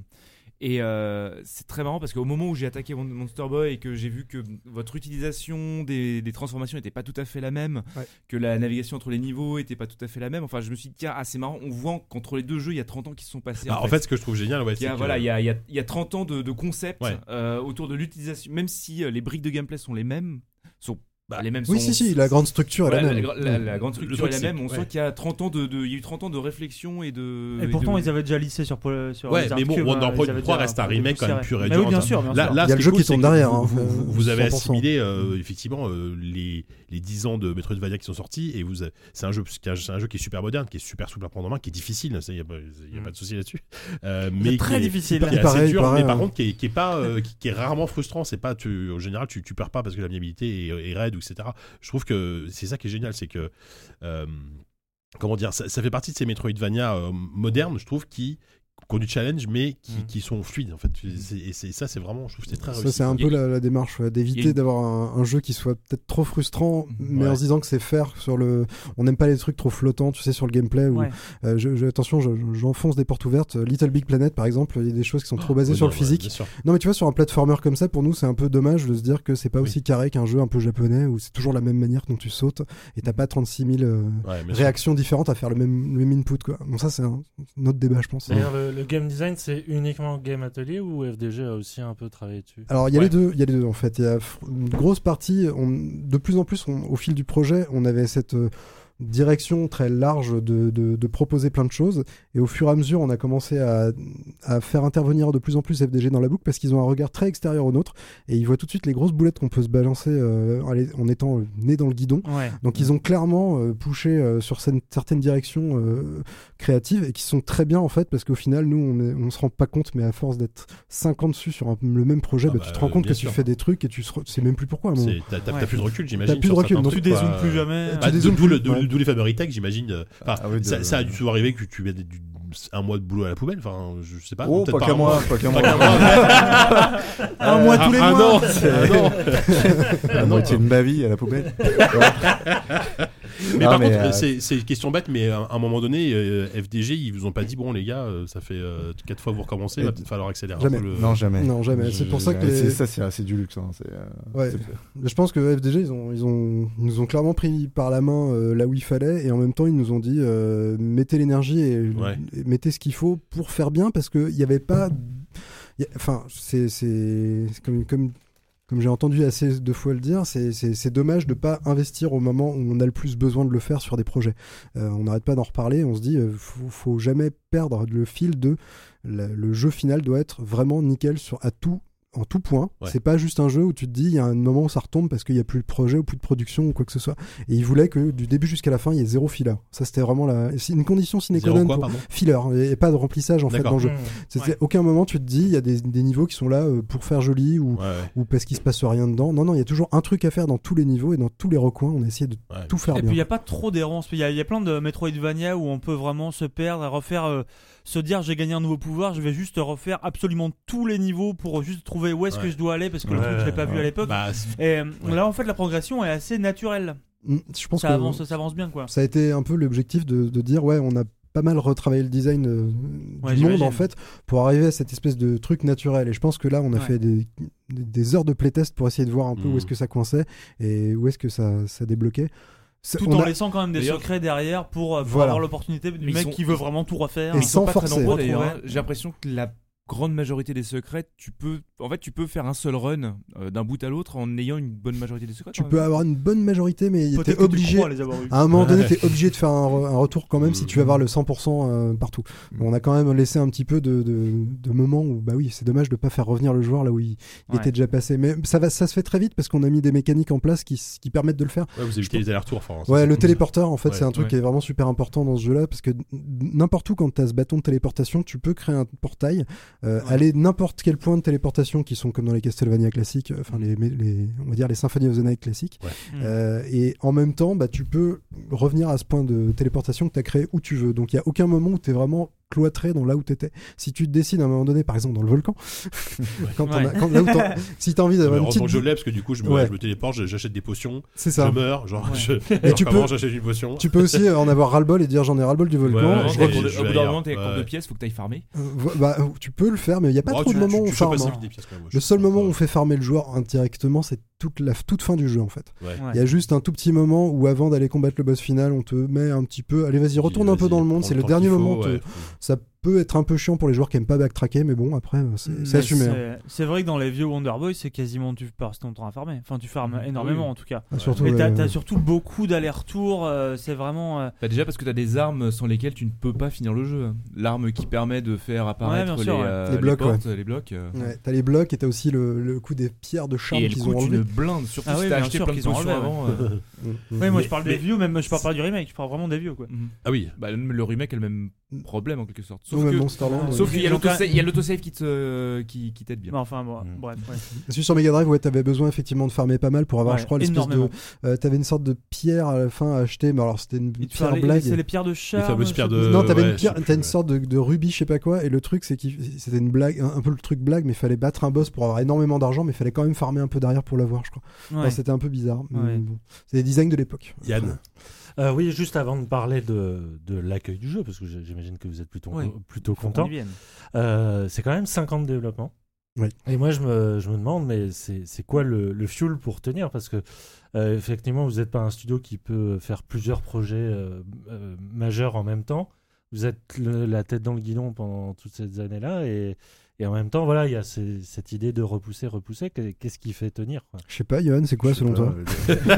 [SPEAKER 7] Et euh, c'est très marrant parce qu'au moment où j'ai attaqué Mon- Monster Boy et que j'ai vu que votre utilisation des, des transformations n'était pas tout à fait la même,
[SPEAKER 4] Ouais.
[SPEAKER 7] que la navigation entre les niveaux n'était pas tout à fait la même, enfin je me suis dit, tiens, ah, c'est marrant, on voit qu'entre les deux jeux, il y a 30 ans qui se sont passés.
[SPEAKER 2] Bah, en fait, ce que je trouve génial, ouais,
[SPEAKER 7] Il y
[SPEAKER 2] c'est
[SPEAKER 7] a,
[SPEAKER 2] que-
[SPEAKER 7] voilà, il y, a, il y a- il y a 30 ans de, de concept
[SPEAKER 2] Ouais.
[SPEAKER 7] euh, autour de l'utilisation, même si euh, les briques de gameplay sont les mêmes, sont
[SPEAKER 2] Bah,
[SPEAKER 7] les mêmes.
[SPEAKER 4] Oui,
[SPEAKER 7] sont-
[SPEAKER 4] si, si, la grande structure
[SPEAKER 7] voilà,
[SPEAKER 4] est la
[SPEAKER 7] la,
[SPEAKER 4] même.
[SPEAKER 7] la- la grande
[SPEAKER 2] Le
[SPEAKER 7] structure
[SPEAKER 2] truc,
[SPEAKER 7] est la
[SPEAKER 2] c'est-
[SPEAKER 7] même. On
[SPEAKER 2] ouais.
[SPEAKER 7] sent qu'il y a 30 ans de, de- il y a eu 30 ans de réflexion et de.
[SPEAKER 6] Et
[SPEAKER 7] de-
[SPEAKER 6] pourtant, ils avaient déjà lissé sur, Pol- sur
[SPEAKER 2] Ouais,
[SPEAKER 6] Lizard
[SPEAKER 2] mais bon,
[SPEAKER 6] Cube,
[SPEAKER 2] Wonder
[SPEAKER 6] hein,
[SPEAKER 2] Boy
[SPEAKER 6] ils avaient
[SPEAKER 2] 3
[SPEAKER 6] déjà
[SPEAKER 2] reste un remake quand même
[SPEAKER 6] poussé.
[SPEAKER 2] pur et
[SPEAKER 6] Mais
[SPEAKER 2] dur,
[SPEAKER 6] oui, bien
[SPEAKER 2] hein.
[SPEAKER 6] sûr. bien
[SPEAKER 2] Là,
[SPEAKER 6] sûr.
[SPEAKER 2] là,
[SPEAKER 4] Il y
[SPEAKER 2] ce
[SPEAKER 4] a le
[SPEAKER 2] est
[SPEAKER 4] jeu
[SPEAKER 2] cool,
[SPEAKER 4] qui tourne
[SPEAKER 2] c'est que
[SPEAKER 4] derrière,
[SPEAKER 2] Vous,
[SPEAKER 4] hein.
[SPEAKER 2] vous- vous avez
[SPEAKER 4] 100%.
[SPEAKER 2] assimilé euh, effectivement euh, les, les 10 ans de Metroidvania qui sont sortis et vous avez- c'est un jeu c'est un, c'est un jeu qui est super moderne, qui est super souple à prendre en main, qui est difficile, il y a, pas- y a
[SPEAKER 7] Mm.
[SPEAKER 2] pas de souci là-dessus. Euh, mais qui
[SPEAKER 6] très
[SPEAKER 2] est-
[SPEAKER 6] difficile.
[SPEAKER 2] qui est
[SPEAKER 4] Il paraît,
[SPEAKER 2] assez
[SPEAKER 4] il
[SPEAKER 2] dur,
[SPEAKER 4] paraît,
[SPEAKER 2] mais par
[SPEAKER 4] euh.
[SPEAKER 2] contre qui est, qui est pas euh, qui, qui est rarement frustrant. C'est pas tu, en général tu, tu perds pas parce que la viabilité est, est raide ou etc. Je trouve que c'est ça qui est génial, c'est que euh, comment dire, ça, ça fait partie de ces Metroidvania euh, modernes, je trouve, qui qui ont du challenge mais qui,
[SPEAKER 7] Mm.
[SPEAKER 2] qui sont fluides en fait. C'est- Et c'est ça, c'est vraiment, je trouve, que c'est très
[SPEAKER 4] Ça,
[SPEAKER 2] réussi.
[SPEAKER 4] c'est un peu la, la démarche, ouais,
[SPEAKER 7] il y a
[SPEAKER 4] d'éviter
[SPEAKER 7] une-
[SPEAKER 4] d'avoir un, un jeu qui soit peut-être trop frustrant, mais
[SPEAKER 2] Ouais.
[SPEAKER 4] en se disant que c'est faire sur le. On n'aime pas les trucs trop flottants, tu sais, sur le gameplay. Où,
[SPEAKER 6] Ouais.
[SPEAKER 4] euh, je- je- attention, je- je- j'enfonce des portes ouvertes. Euh, Little Big Planet, par exemple, il y a des choses qui sont trop basées
[SPEAKER 2] Ouais,
[SPEAKER 4] sur
[SPEAKER 2] non,
[SPEAKER 4] le
[SPEAKER 2] ouais,
[SPEAKER 4] physique.
[SPEAKER 2] bien sûr.
[SPEAKER 4] Non, mais tu vois, sur un platformer comme ça, pour nous, c'est un peu dommage de se dire que c'est pas
[SPEAKER 2] Oui.
[SPEAKER 4] aussi carré qu'un jeu un peu japonais où c'est toujours la même manière dont tu sautes et t'as pas 36 000 euh,
[SPEAKER 2] Ouais, bien sûr.
[SPEAKER 4] réactions différentes à faire le même, le même input, quoi. Bon, ça, c'est un, un autre débat, je pense.
[SPEAKER 2] Mmh.
[SPEAKER 9] D'ailleurs,
[SPEAKER 5] Mm.
[SPEAKER 9] le, le game design, c'est uniquement Game Atelier ou FDG a aussi un peu travaillé dessus
[SPEAKER 5] Ah,
[SPEAKER 4] Alors il y a
[SPEAKER 2] Ouais.
[SPEAKER 4] les deux, il y a les deux en fait. Il y a fr- une grosse partie, on, de plus en plus, on- au fil du projet, on avait cette euh, direction très large de, de- de proposer plein de choses. Et au fur et à mesure, on a commencé à, à faire intervenir de plus en plus FDG dans la boucle parce qu'ils ont un regard très extérieur au nôtre et ils voient tout de suite les grosses boulettes qu'on peut se balancer euh, en les- en étant euh, né dans le guidon.
[SPEAKER 6] Ouais.
[SPEAKER 4] Donc ils ont clairement euh, poussé euh, sur certaines- certaines directions euh, créatives et qui sont très bien en fait parce qu'au final nous on, est- on se rend pas compte mais à force d'être 50 dessus sur un- le même projet
[SPEAKER 2] Ah
[SPEAKER 4] bah,
[SPEAKER 2] bah,
[SPEAKER 4] tu te rends compte
[SPEAKER 2] bien
[SPEAKER 4] que
[SPEAKER 2] sûr.
[SPEAKER 4] tu fais des trucs et tu, se re- tu sais même plus pourquoi. à un moment.
[SPEAKER 2] C'est- T'as t'as-
[SPEAKER 6] Ouais.
[SPEAKER 2] t'as plus de recul, j'imagine.
[SPEAKER 4] T'as plus de
[SPEAKER 2] sur
[SPEAKER 4] recul,
[SPEAKER 2] certains
[SPEAKER 4] donc
[SPEAKER 6] Tu
[SPEAKER 2] trucs,
[SPEAKER 6] dézoomes
[SPEAKER 2] quoi.
[SPEAKER 6] plus jamais.
[SPEAKER 4] tu
[SPEAKER 2] Bah, d'où-
[SPEAKER 4] dézoomes
[SPEAKER 2] D'où le-
[SPEAKER 4] plus, ouais.
[SPEAKER 2] d'où- d'où les Favoritech, j'imagine. euh, enfin,
[SPEAKER 8] Ah oui, de-
[SPEAKER 2] ça, ça a dû souvent arriver que tu mets du- un mois de boulot à la poubelle. Enfin, je sais pas.
[SPEAKER 8] Oh,
[SPEAKER 2] peut-être
[SPEAKER 8] pas qu'à
[SPEAKER 2] un
[SPEAKER 8] moi,
[SPEAKER 2] mois.
[SPEAKER 8] pas qu'à
[SPEAKER 2] Pas
[SPEAKER 8] moi.
[SPEAKER 2] qu'un mois.
[SPEAKER 6] Un
[SPEAKER 2] Euh,
[SPEAKER 6] mois tous les
[SPEAKER 2] un
[SPEAKER 6] mois.
[SPEAKER 2] an, c'est- un an.
[SPEAKER 8] La moitié de ma vie à la poubelle.
[SPEAKER 2] Mais
[SPEAKER 8] Non,
[SPEAKER 2] par
[SPEAKER 8] mais,
[SPEAKER 2] contre,
[SPEAKER 8] euh,
[SPEAKER 2] c'est c'est une question bête, mais à un moment donné, euh, FDG, ils vous ont pas dit bon, les gars, euh, ça fait 4 fois que vous recommencez, il va peut-être falloir accélérer un
[SPEAKER 4] Jamais.
[SPEAKER 2] peu le.
[SPEAKER 8] Non, jamais.
[SPEAKER 4] Non, jamais. C'est pour ça que
[SPEAKER 8] Et
[SPEAKER 4] les-
[SPEAKER 8] c'est- Ça, c'est assez du luxe. hein, c'est, euh,
[SPEAKER 4] Ouais.
[SPEAKER 8] c'est-
[SPEAKER 4] Je pense que FDG ils ont ils ont ils nous ont clairement pris par la main euh, là où il fallait et en même temps ils nous ont dit euh, mettez l'énergie et,
[SPEAKER 2] Ouais.
[SPEAKER 4] et mettez ce qu'il faut pour faire bien parce que il n'y avait pas il y a- enfin c'est c'est c'est comme comme comme j'ai entendu assez de fois le dire, c'est- c'est c'est dommage de pas investir au moment où on a le plus besoin de le faire sur des projets. Euh, on n'arrête pas d'en reparler, on se dit, euh, faut, faut jamais perdre le fil de la- le jeu final doit être vraiment nickel sur, à tout, en tout point.
[SPEAKER 2] Ouais.
[SPEAKER 4] C'est pas juste un jeu où tu te dis, il y a un moment où ça retombe parce qu'il n'y a plus de projet ou plus de production ou quoi que ce soit. Et il voulait que du début jusqu'à la fin, il y ait zéro filler. Ça, c'était vraiment la, c'est une condition sine qua
[SPEAKER 2] Zéro
[SPEAKER 4] non
[SPEAKER 2] quoi,
[SPEAKER 4] pour
[SPEAKER 2] pardon
[SPEAKER 4] filler hein, et, et pas de remplissage en fait
[SPEAKER 2] D'accord. Mmh,
[SPEAKER 4] dans le jeu.
[SPEAKER 9] Hmm.
[SPEAKER 4] C'est-à-dire,
[SPEAKER 6] Ouais.
[SPEAKER 4] à aucun moment tu te dis, il y a des, des niveaux qui sont là euh, pour faire joli ou
[SPEAKER 2] Ouais, ouais.
[SPEAKER 4] ou parce qu'il se passe rien dedans. Non, non, il y a toujours un truc à faire dans tous les niveaux et dans tous les recoins. On a essayé de
[SPEAKER 2] Ouais.
[SPEAKER 4] tout faire
[SPEAKER 6] Et
[SPEAKER 4] bien.
[SPEAKER 6] puis il n'y a pas trop d'errance. Il y, a- il y a plein de Metroidvania où on peut vraiment se perdre et refaire, euh, se dire j'ai gagné un nouveau pouvoir, je vais juste refaire absolument tous les niveaux pour juste trouver où est-ce
[SPEAKER 2] Ouais.
[SPEAKER 6] que je dois aller parce que le
[SPEAKER 5] Ouais,
[SPEAKER 6] truc je l'ai pas vu à l'époque.
[SPEAKER 2] Bah, c'est-
[SPEAKER 6] et euh,
[SPEAKER 2] ouais.
[SPEAKER 6] là en fait la progression est assez naturelle.
[SPEAKER 4] Mm, Je pense
[SPEAKER 6] Ça
[SPEAKER 4] que
[SPEAKER 6] avance, ça avance bien quoi.
[SPEAKER 4] ça a été un peu l'objectif de, de dire ouais, on a pas mal retravaillé le design euh,
[SPEAKER 6] Ouais,
[SPEAKER 4] du monde
[SPEAKER 6] j'imagine.
[SPEAKER 4] en fait pour arriver à cette espèce de truc naturel. Et je pense que là, on a
[SPEAKER 6] Ouais. Mmh.
[SPEAKER 4] fait des, des- des heures de playtest pour essayer de voir un peu
[SPEAKER 2] Mm.
[SPEAKER 4] où est-ce que ça coinçait et où est-ce que ça, ça débloquait. C'est-
[SPEAKER 6] Tout
[SPEAKER 4] on
[SPEAKER 6] en
[SPEAKER 4] a-
[SPEAKER 6] laissant quand même des
[SPEAKER 7] D'ailleurs-
[SPEAKER 6] secrets derrière pour, euh, pour
[SPEAKER 4] Voilà.
[SPEAKER 6] avoir l'opportunité du
[SPEAKER 7] Mais ils
[SPEAKER 6] mec
[SPEAKER 7] sont-
[SPEAKER 6] qui veut vraiment tout refaire.
[SPEAKER 4] Et
[SPEAKER 7] Ils sont
[SPEAKER 4] sans
[SPEAKER 7] pas très
[SPEAKER 4] forcer.
[SPEAKER 7] nombreux, d'ailleurs,
[SPEAKER 6] Ouais.
[SPEAKER 7] hein. J'ai l'impression que la grande majorité des secrets, tu peux, en fait, tu peux faire un seul run euh, d'un bout à l'autre en ayant une bonne majorité des secrets.
[SPEAKER 4] tu
[SPEAKER 7] quand
[SPEAKER 4] peux
[SPEAKER 6] euh,
[SPEAKER 7] même.
[SPEAKER 4] avoir une bonne majorité, mais il était obligé. Ah,
[SPEAKER 6] les avoir eus.
[SPEAKER 4] À un moment donné, t'es obligé de faire un, re- un retour quand même si
[SPEAKER 2] Mm.
[SPEAKER 4] tu veux avoir le 100% euh, partout.
[SPEAKER 8] Mm.
[SPEAKER 4] On a quand même laissé un petit peu de, de, de moments où, bah oui, c'est dommage de pas faire revenir le joueur là où il, il
[SPEAKER 7] Ouais.
[SPEAKER 4] était déjà passé. Mais ça, va, ça se fait très vite parce qu'on a mis des mécaniques en place qui, s- qui permettent de le faire.
[SPEAKER 2] ouais, vous évitez les allers-retours. enfin, ça,
[SPEAKER 4] Ouais,
[SPEAKER 2] c'est
[SPEAKER 4] le
[SPEAKER 2] cool, ça.
[SPEAKER 4] téléporteur, en fait,
[SPEAKER 2] Ouais,
[SPEAKER 4] c'est un truc
[SPEAKER 7] ouais.
[SPEAKER 4] qui est vraiment super important dans ce jeu-là parce que n- n'importe où, quand t'as ce bâton de téléportation, tu peux créer un portail, euh, aller n'importe quel point de téléportation qui sont comme dans les Castlevania classiques, euh,
[SPEAKER 2] Mm.
[SPEAKER 4] enfin, les, les, on va dire les Symphony of the Night classiques.
[SPEAKER 6] Mm.
[SPEAKER 4] Euh, et en même temps, bah, tu peux revenir à ce point de téléportation que tu as créé où tu veux. Donc il n'y a aucun moment où tu es vraiment cloîtré dans là où t'étais. Si tu te décides à un moment donné, par exemple dans le volcan, quand on a- quand- là où t'en- si t'as
[SPEAKER 2] Mais
[SPEAKER 4] envie d'avoir une
[SPEAKER 2] heureusement
[SPEAKER 4] petite,
[SPEAKER 2] que je l'ai parce que du coup je me,
[SPEAKER 4] Ouais.
[SPEAKER 2] je me téléporte, je- j'achète des potions,
[SPEAKER 4] c'est ça.
[SPEAKER 2] je meurs, genre
[SPEAKER 6] Ouais.
[SPEAKER 2] je,
[SPEAKER 4] Mais
[SPEAKER 2] genre,
[SPEAKER 4] tu
[SPEAKER 2] comment
[SPEAKER 4] peux-
[SPEAKER 2] j'achète une potion.
[SPEAKER 4] Tu peux aussi euh, en avoir ras-le-bol et dire j'en ai ras-le-bol du
[SPEAKER 2] Ouais,
[SPEAKER 4] volcan.
[SPEAKER 2] ouais,
[SPEAKER 7] Au
[SPEAKER 4] je
[SPEAKER 2] ouais.
[SPEAKER 4] re-
[SPEAKER 7] bout d'un-
[SPEAKER 2] je
[SPEAKER 7] au bout
[SPEAKER 2] vais
[SPEAKER 7] d'un
[SPEAKER 2] ailleurs.
[SPEAKER 7] moment, t'as les cours de
[SPEAKER 2] Ouais.
[SPEAKER 7] pièces, faut que t'ailles farmer.
[SPEAKER 4] euh, vo- bah, tu peux le faire, mais il n'y a pas
[SPEAKER 2] Oh,
[SPEAKER 4] trop
[SPEAKER 2] tu-
[SPEAKER 4] de moments
[SPEAKER 2] tu-
[SPEAKER 4] où on
[SPEAKER 2] tu fais
[SPEAKER 4] farme.
[SPEAKER 2] passer
[SPEAKER 4] hein.
[SPEAKER 2] des pièces, quand même, ouais, je
[SPEAKER 4] Le seul
[SPEAKER 2] sais pas.
[SPEAKER 4] moment où on fait farmer le joueur indirectement, c'est toute la toute fin du jeu en fait.
[SPEAKER 2] Ouais.
[SPEAKER 4] Il y a juste un tout petit moment où avant d'aller combattre le boss final, on te met un petit peu. Allez, vas-y, retourne un peu
[SPEAKER 2] Vas-y,
[SPEAKER 4] dans le monde.
[SPEAKER 2] prends
[SPEAKER 4] C'est le
[SPEAKER 2] temps
[SPEAKER 4] dernier
[SPEAKER 2] qu'il faut,
[SPEAKER 4] moment. te-
[SPEAKER 2] ouais.
[SPEAKER 4] Ça peut être un peu chiant pour les joueurs qui aiment pas backtracker, mais bon, après, c'est- c'est
[SPEAKER 6] Mais
[SPEAKER 4] assumé. hein.
[SPEAKER 6] Mm. c'est- C'est vrai que dans les vieux Wonder Boy, c'est quasiment tu passes ton temps à farmer. Enfin, tu farmes énormément en tout cas.
[SPEAKER 4] Ah, Mm. surtout,
[SPEAKER 6] Et t'as
[SPEAKER 4] euh,
[SPEAKER 6] t'as surtout beaucoup d'allers-retours. euh, c'est vraiment.
[SPEAKER 4] Mm.
[SPEAKER 6] euh,
[SPEAKER 7] Bah, déjà parce que t'as des armes sans lesquelles tu ne peux pas finir le jeu. L'arme qui permet de faire apparaître
[SPEAKER 6] bien sûr,
[SPEAKER 7] les,
[SPEAKER 6] ouais.
[SPEAKER 7] euh,
[SPEAKER 4] Les blocs,
[SPEAKER 7] portes, les blocs. euh.
[SPEAKER 4] ouais, t'as les blocs et t'as aussi le, le coup des pierres de charme
[SPEAKER 7] Et le
[SPEAKER 4] qu'ils
[SPEAKER 7] coup,
[SPEAKER 4] ont
[SPEAKER 7] tu
[SPEAKER 4] enlevé. Mm,
[SPEAKER 7] le blindes, surtout
[SPEAKER 6] Ah oui,
[SPEAKER 7] si t'as
[SPEAKER 6] bien
[SPEAKER 7] acheté
[SPEAKER 6] sûr
[SPEAKER 7] plein de
[SPEAKER 6] qu'ils ont
[SPEAKER 7] potions
[SPEAKER 6] enlevé,
[SPEAKER 7] avant.
[SPEAKER 6] ouais.
[SPEAKER 7] euh.
[SPEAKER 6] Oui, moi je parle des vieux, même je parle pas du remake, je parle vraiment des vieux quoi.
[SPEAKER 7] Mhm.
[SPEAKER 2] Ah oui,
[SPEAKER 7] Bah, le- le remake a le même problème en quelque sorte. Sauf
[SPEAKER 4] Sauf
[SPEAKER 7] que-
[SPEAKER 4] Monsterland.
[SPEAKER 7] sauf qu'il y a
[SPEAKER 6] Ils ont
[SPEAKER 7] l'autosave-
[SPEAKER 6] quand même-
[SPEAKER 7] il y a l'autosave qui te- euh, qui qui t'aide bien.
[SPEAKER 6] Mais enfin, bon,
[SPEAKER 4] Mm.
[SPEAKER 5] Mhm.
[SPEAKER 6] bref. ouais.
[SPEAKER 4] Parce que sur Mega Drive, ouais, t'avais besoin effectivement de farmer pas mal pour avoir,
[SPEAKER 6] Ouais,
[SPEAKER 4] bah, je crois, l'espèce de.
[SPEAKER 6] énormément.
[SPEAKER 4] euh, t'avais une sorte de pierre à la fin à acheter, mais alors c'était une
[SPEAKER 6] Il te
[SPEAKER 4] pierre
[SPEAKER 6] fallait-
[SPEAKER 4] blague. Euh,
[SPEAKER 6] C'est les pierres de
[SPEAKER 2] les
[SPEAKER 6] charme.
[SPEAKER 2] fameuses
[SPEAKER 6] je
[SPEAKER 2] pierres
[SPEAKER 6] sais
[SPEAKER 2] de.
[SPEAKER 4] non, t'avais
[SPEAKER 2] ouais,
[SPEAKER 4] une, pierre,
[SPEAKER 2] je sais
[SPEAKER 4] t'as
[SPEAKER 2] plus,
[SPEAKER 4] une
[SPEAKER 2] ouais.
[SPEAKER 4] sorte de, de rubis, je sais pas quoi, et le truc c'est que c'était une blague, un, un peu le truc blague, mais il fallait battre un boss pour avoir énormément d'argent, mais il fallait quand même farmer un peu derrière pour l'avoir, je crois.
[SPEAKER 6] plus. Ouais.
[SPEAKER 4] Enfin, c'était un peu bizarre, mais
[SPEAKER 6] Ouais.
[SPEAKER 4] bon. C'est les designs de l'époque.
[SPEAKER 2] Yann,
[SPEAKER 5] Euh, oui, juste avant de parler de, de l'accueil du jeu, parce que j'ai- j'imagine que vous êtes plutôt,
[SPEAKER 6] Ouais.
[SPEAKER 5] plutôt
[SPEAKER 6] Faut qu'on y
[SPEAKER 5] content.
[SPEAKER 6] vienne.
[SPEAKER 5] Euh, c'est quand même 5 ans de développement.
[SPEAKER 4] Oui.
[SPEAKER 5] Et moi, je me, je me demande, mais c'est c'est quoi le, le fuel pour tenir Parce que, euh, effectivement, vous n'êtes pas un studio qui peut faire plusieurs projets euh, euh, majeurs en même temps. Vous êtes le- la tête dans le guidon pendant toutes ces années-là. Et, et en même temps, voilà, il y a ces- cette idée de repousser, repousser. Que- Qu'est-ce qui fait tenir quoi
[SPEAKER 4] Je sais pas, Johan, Bah, c'est quoi
[SPEAKER 8] Je sais
[SPEAKER 4] selon
[SPEAKER 8] pas,
[SPEAKER 4] toi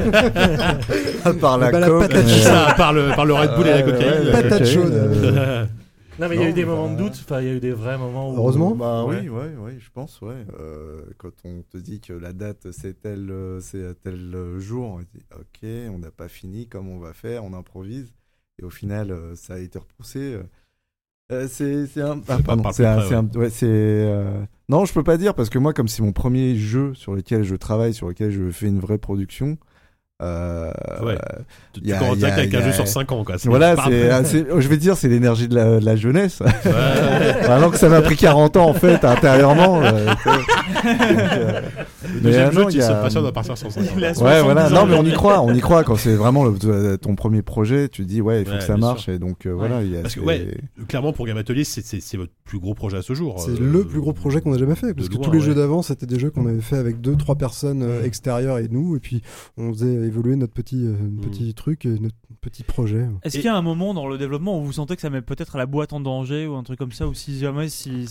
[SPEAKER 8] euh, À part la
[SPEAKER 4] Bah, la
[SPEAKER 8] coke,
[SPEAKER 4] patate
[SPEAKER 8] euh,
[SPEAKER 2] ça, par le, par le Red Bull et la
[SPEAKER 8] ouais, ouais,
[SPEAKER 2] cocaïne.
[SPEAKER 8] la
[SPEAKER 4] Patate
[SPEAKER 8] cocaïne,
[SPEAKER 4] chaude.
[SPEAKER 8] euh,
[SPEAKER 5] Non, mais il y a
[SPEAKER 8] Non,
[SPEAKER 5] eu des
[SPEAKER 8] bah,
[SPEAKER 5] moments de doute. Enfin, il y a eu des vrais moments où.
[SPEAKER 4] Heureusement.
[SPEAKER 8] Bah
[SPEAKER 5] Ouais.
[SPEAKER 8] oui, ouais, ouais, je pense, ouais. Euh, quand on te dit que la date c'est tel, euh, c'est à tel euh, jour, on dit ok, on n'a pas fini, comment on va faire, on improvise. Et au final, euh, ça a été repoussé. Euh, c'est c'est un, ah,
[SPEAKER 2] pas
[SPEAKER 8] pardon,
[SPEAKER 2] par
[SPEAKER 8] c'est un,
[SPEAKER 2] contrat,
[SPEAKER 8] c'est un- ouais, c'est, euh, non, je peux pas dire parce que moi, comme c'est mon premier jeu sur lequel je travaille, sur lequel je fais une vraie production. Euh,
[SPEAKER 2] Ouais. Tu
[SPEAKER 8] y
[SPEAKER 2] tu
[SPEAKER 8] a-
[SPEAKER 2] commences
[SPEAKER 8] y a-
[SPEAKER 2] direct avec
[SPEAKER 8] y
[SPEAKER 2] un
[SPEAKER 8] a-
[SPEAKER 2] jeu sur 5 ans, quoi. C'est-
[SPEAKER 8] Voilà,
[SPEAKER 2] par-
[SPEAKER 8] c'est, c'est- je vais dire, c'est l'énergie de la, de la jeunesse.
[SPEAKER 2] Ouais.
[SPEAKER 8] Alors que ça m'a pris 40 ans en fait intérieurement. euh, tu sais. Donc, euh,
[SPEAKER 2] Le
[SPEAKER 8] mais, euh,
[SPEAKER 2] deuxième jeu,
[SPEAKER 8] non,
[SPEAKER 2] tu
[SPEAKER 8] il y a-
[SPEAKER 2] se passionnes à partir sur 5 ans.
[SPEAKER 6] La
[SPEAKER 8] Ouais,
[SPEAKER 6] 70
[SPEAKER 8] voilà.
[SPEAKER 6] ans,
[SPEAKER 8] Non,
[SPEAKER 6] le-
[SPEAKER 8] mais on y croit, on y croit quand c'est vraiment le- euh, ton premier projet. Tu dis, ouais, il faut
[SPEAKER 2] Ouais,
[SPEAKER 8] que ça
[SPEAKER 2] bien
[SPEAKER 8] marche. Et donc, euh, voilà, il y a.
[SPEAKER 2] Parce que,
[SPEAKER 8] c'est-
[SPEAKER 2] ouais, Euh, Clairement, pour Game Atelier, c'est- c'est c'est votre plus gros projet à ce jour.
[SPEAKER 4] C'est
[SPEAKER 2] euh,
[SPEAKER 4] le plus gros projet qu'on a jamais fait,
[SPEAKER 2] de
[SPEAKER 4] parce que
[SPEAKER 2] loin,
[SPEAKER 4] tous les jeux
[SPEAKER 2] ouais.
[SPEAKER 4] d'avant, c'était des jeux qu'on avait fait avec deux, trois personnes euh, extérieures et nous, et puis on faisait évoluer notre petit, euh, petit truc, et notre petit projet.
[SPEAKER 6] Est-ce
[SPEAKER 2] Et-
[SPEAKER 6] qu'il y a un moment dans le développement où vous sentez que ça met peut-être la boîte en danger ou un truc comme ça, ou si jamais si,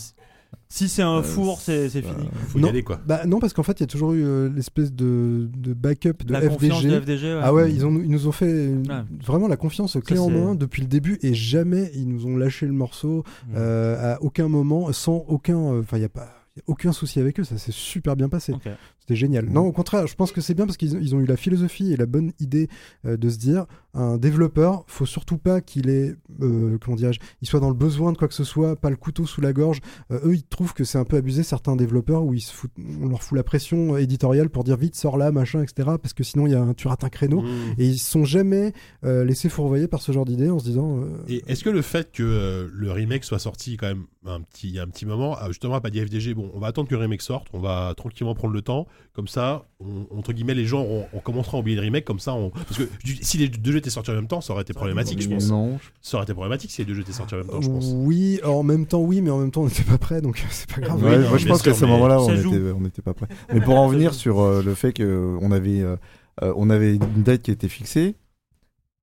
[SPEAKER 6] si c'est un
[SPEAKER 8] Euh,
[SPEAKER 6] four, c'est c'est fini
[SPEAKER 2] Faut y
[SPEAKER 4] Non.
[SPEAKER 2] aller, quoi.
[SPEAKER 4] Bah non, parce qu'en fait, il y a toujours eu euh, l'espèce de, de backup de
[SPEAKER 6] La confiance
[SPEAKER 4] FDG.
[SPEAKER 6] de FDG, ouais.
[SPEAKER 4] Ah ouais, ils, ont, ils nous ont fait euh,
[SPEAKER 6] Ouais.
[SPEAKER 4] vraiment la confiance clé en
[SPEAKER 6] c'est-
[SPEAKER 4] main depuis le début et jamais ils nous ont lâché le morceau
[SPEAKER 6] Mm.
[SPEAKER 5] Mhm.
[SPEAKER 4] euh, à aucun moment, sans aucun. euh, Enfin, il n'y a pas. y a Aucun souci avec eux, ça s'est super bien passé.
[SPEAKER 6] Ok. Mm.
[SPEAKER 4] C'était génial.
[SPEAKER 8] Mhm.
[SPEAKER 4] Non, au contraire, je pense que c'est bien parce qu'ils ont- ils ont eu la philosophie et la bonne idée euh, de se dire un développeur, faut surtout pas qu'il ait, euh, comment dirais-je, il soit dans le besoin de quoi que ce soit, pas le couteau sous la gorge. Euh, eux, ils trouvent que c'est un peu abusé certains développeurs où ils se foutent, on leur fout la pression euh, éditoriale pour dire vite sors là, machin, etc. Parce que sinon, il y a un, tu rates un créneau.
[SPEAKER 2] Mm.
[SPEAKER 4] Et ils se sont jamais euh, laissés fourvoyer par ce genre d'idée en se disant. euh,
[SPEAKER 2] Et est-ce que le fait que euh, le remake soit sorti quand même un petit, il y a un petit moment, ah, justement, a pas dit FDG, bon, on va attendre que le remake sorte, on va tranquillement prendre le temps, comme ça, on- entre guillemets, les gens, auront- on, commencera à oublier le remake, comme ça, on... parce que du- si les deux jeux étaient sortis en même temps, ça aurait été problématique, je pense. Ah
[SPEAKER 8] Non, je-
[SPEAKER 2] Ça aurait été problématique si les deux jeux étaient sortis en même
[SPEAKER 4] Euh,
[SPEAKER 2] temps, je pense.
[SPEAKER 4] Oui, en même temps, oui, mais en même temps, on n'était pas prêts, donc c'est pas grave.
[SPEAKER 2] oui,
[SPEAKER 8] Ouais,
[SPEAKER 2] non,
[SPEAKER 8] moi, je
[SPEAKER 2] bien
[SPEAKER 8] pense qu'à
[SPEAKER 2] sûr,
[SPEAKER 8] ce
[SPEAKER 2] mais
[SPEAKER 8] moment-là, on
[SPEAKER 6] ça joue.
[SPEAKER 8] était, on n'était pas prêt. Mais pour en venir sur euh, le fait que euh, on avait, euh, euh, on avait une date qui était fixée.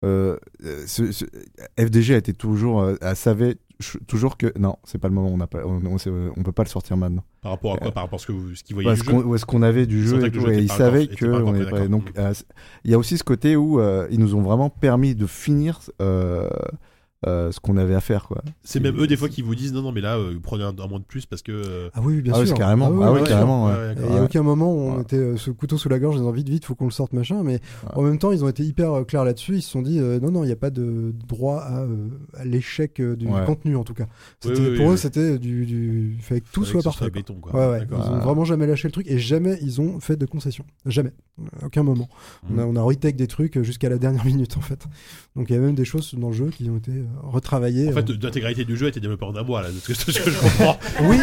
[SPEAKER 8] euh, euh, ce- ce- FDG a été toujours, euh, elle savait ch- toujours que non, c'est pas le moment. On n'a pas, on, on, c'est- on peut pas le sortir maintenant.
[SPEAKER 2] Par rapport à quoi
[SPEAKER 8] Euh,
[SPEAKER 2] Par rapport à ce que vous- ce qu'ils voyaient
[SPEAKER 8] parce
[SPEAKER 2] du
[SPEAKER 8] qu'on,
[SPEAKER 2] jeu
[SPEAKER 8] où est-ce qu'on avait du
[SPEAKER 2] Ils
[SPEAKER 8] jeu
[SPEAKER 2] sentaient
[SPEAKER 8] et
[SPEAKER 2] que le
[SPEAKER 8] tout,
[SPEAKER 2] jeu
[SPEAKER 8] et
[SPEAKER 2] était
[SPEAKER 8] ils
[SPEAKER 2] pas
[SPEAKER 8] savaient
[SPEAKER 2] encore-
[SPEAKER 8] que
[SPEAKER 2] était pas
[SPEAKER 8] on
[SPEAKER 2] encore
[SPEAKER 8] est
[SPEAKER 2] fait,
[SPEAKER 8] pas-
[SPEAKER 2] d'accord.
[SPEAKER 8] donc
[SPEAKER 2] Mm.
[SPEAKER 8] euh, il y a aussi ce côté où euh, ils nous ont vraiment permis de finir euh, euh, ce qu'on avait à faire quoi.
[SPEAKER 2] C'est même eux des fois qui vous disent non non mais là euh, prenez un, un mois de plus parce que euh,
[SPEAKER 4] Ah oui, oui, bien
[SPEAKER 8] ah oui,
[SPEAKER 4] sûr.
[SPEAKER 8] c'est carrément, ah oui,
[SPEAKER 4] bien sûr.
[SPEAKER 8] carrément. ouais.
[SPEAKER 2] Ouais, ouais,
[SPEAKER 4] Et
[SPEAKER 2] d'accord.
[SPEAKER 4] à aucun moment où on
[SPEAKER 8] Ouais.
[SPEAKER 4] était euh, ce couteau sous la gorge, en disant vite, vite, faut qu'on le sorte, machin. Mais en même temps, ils ont été hyper euh, clairs là-dessus. Ils se sont dit, euh, non, non, il n'y a pas de droit à, euh, à l'échec euh, du
[SPEAKER 8] Ouais.
[SPEAKER 4] contenu, en tout cas.
[SPEAKER 2] Oui,
[SPEAKER 4] C'était-
[SPEAKER 2] oui,
[SPEAKER 4] pour
[SPEAKER 2] oui,
[SPEAKER 4] eux,
[SPEAKER 2] oui.
[SPEAKER 4] c'était du, du. fallait que tout
[SPEAKER 2] fallait
[SPEAKER 4] soit
[SPEAKER 2] que ce
[SPEAKER 4] parfait. quoi.
[SPEAKER 2] béton quoi.
[SPEAKER 4] Ouais, ouais. Ils
[SPEAKER 2] D'accord. Ah.
[SPEAKER 4] ont vraiment jamais lâché le truc et jamais ils ont fait de concession. Jamais. À aucun
[SPEAKER 2] Mhm.
[SPEAKER 4] moment. On, a, on a retake des trucs jusqu'à la dernière minute en fait. Donc il y a même des choses dans le jeu qui ont été euh, retravaillé.
[SPEAKER 2] En fait,
[SPEAKER 4] euh,
[SPEAKER 2] l'intégralité du jeu était développeur d'un mois, là, de ce que, de ce que je comprends.
[SPEAKER 4] Oui,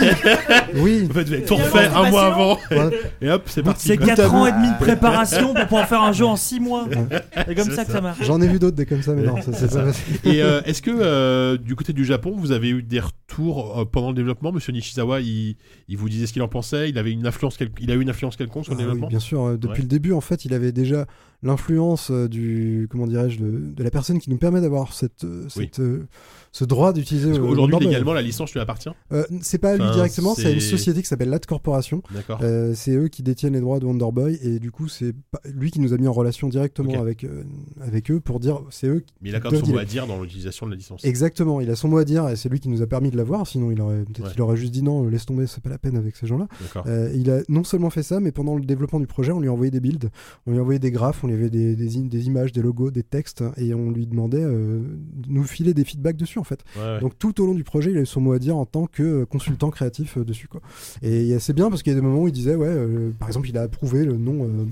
[SPEAKER 4] oui.
[SPEAKER 2] En fait, vous avez tout
[SPEAKER 3] Il y a
[SPEAKER 2] refait
[SPEAKER 3] vraiment
[SPEAKER 2] un mois avant,
[SPEAKER 4] Voilà.
[SPEAKER 2] et hop, c'est parti.
[SPEAKER 6] C'est
[SPEAKER 2] quoi.
[SPEAKER 6] 4 ans et demi de préparation pour pouvoir faire un jeu en 6 mois. C'est comme
[SPEAKER 2] C'est
[SPEAKER 6] ça que ça marche.
[SPEAKER 4] J'en ai vu d'autres des comme ça, mais non, ça, c'est pas facile.
[SPEAKER 2] Et euh, est-ce que euh, du côté du Japon, vous avez eu des retours euh, pendant le développement Monsieur Nishizawa, il, il vous disait ce qu'il en pensait. Il avait une influence, quel- il a eu une influence quelconque sur le
[SPEAKER 4] Ah oui,
[SPEAKER 2] développement.
[SPEAKER 4] bien sûr, euh, depuis
[SPEAKER 2] Ouais.
[SPEAKER 4] le début, en fait, il avait déjà l'influence euh, du, comment dirais-je, de, de la personne qui nous permet d'avoir cette, euh, cette, euh, ce droit d'utiliser.
[SPEAKER 2] Parce
[SPEAKER 4] euh,
[SPEAKER 2] qu'aujourd'hui,
[SPEAKER 4] non, mais,
[SPEAKER 2] légalement, la licence lui appartient.
[SPEAKER 4] euh, c'est pas à lui
[SPEAKER 2] Enfin,
[SPEAKER 4] directement, c'est à une
[SPEAKER 2] c'est- Ah.
[SPEAKER 4] société qui s'appelle Lat Corporation.
[SPEAKER 2] D'accord.
[SPEAKER 4] Euh, c'est eux qui détiennent les droits de Wonderboy et du coup, c'est pas- lui qui nous a mis en relation directement
[SPEAKER 2] Ok.
[SPEAKER 4] avec euh, avec eux pour dire, c'est eux. qui-
[SPEAKER 2] Mais il a quand même
[SPEAKER 4] doivent
[SPEAKER 2] son mot
[SPEAKER 4] dire-
[SPEAKER 2] à dire dans l'utilisation de la licence.
[SPEAKER 4] Exactement, il a son mot à dire et c'est lui qui nous a permis de l'avoir. Sinon, il aurait peut-être
[SPEAKER 2] Ouais.
[SPEAKER 4] il aurait juste dit non, euh, laisse tomber, c'est pas la peine avec ces gens-là.
[SPEAKER 2] D'accord.
[SPEAKER 4] Euh, il a non seulement fait ça, mais pendant le développement du projet, on lui envoyait des builds, on lui envoyait des graphes, on lui avait des, des, im- des images, des logos, des textes, et on lui demandait euh, de nous filer des feedbacks dessus en fait.
[SPEAKER 2] Ouais, ouais.
[SPEAKER 4] Donc tout au long du projet, il a eu son mot à dire en tant que euh, consultant créatif euh, dessus quoi. Et euh, c'est bien parce qu'il y a des moments où il disait ouais, euh, par exemple, il a approuvé le nom. euh,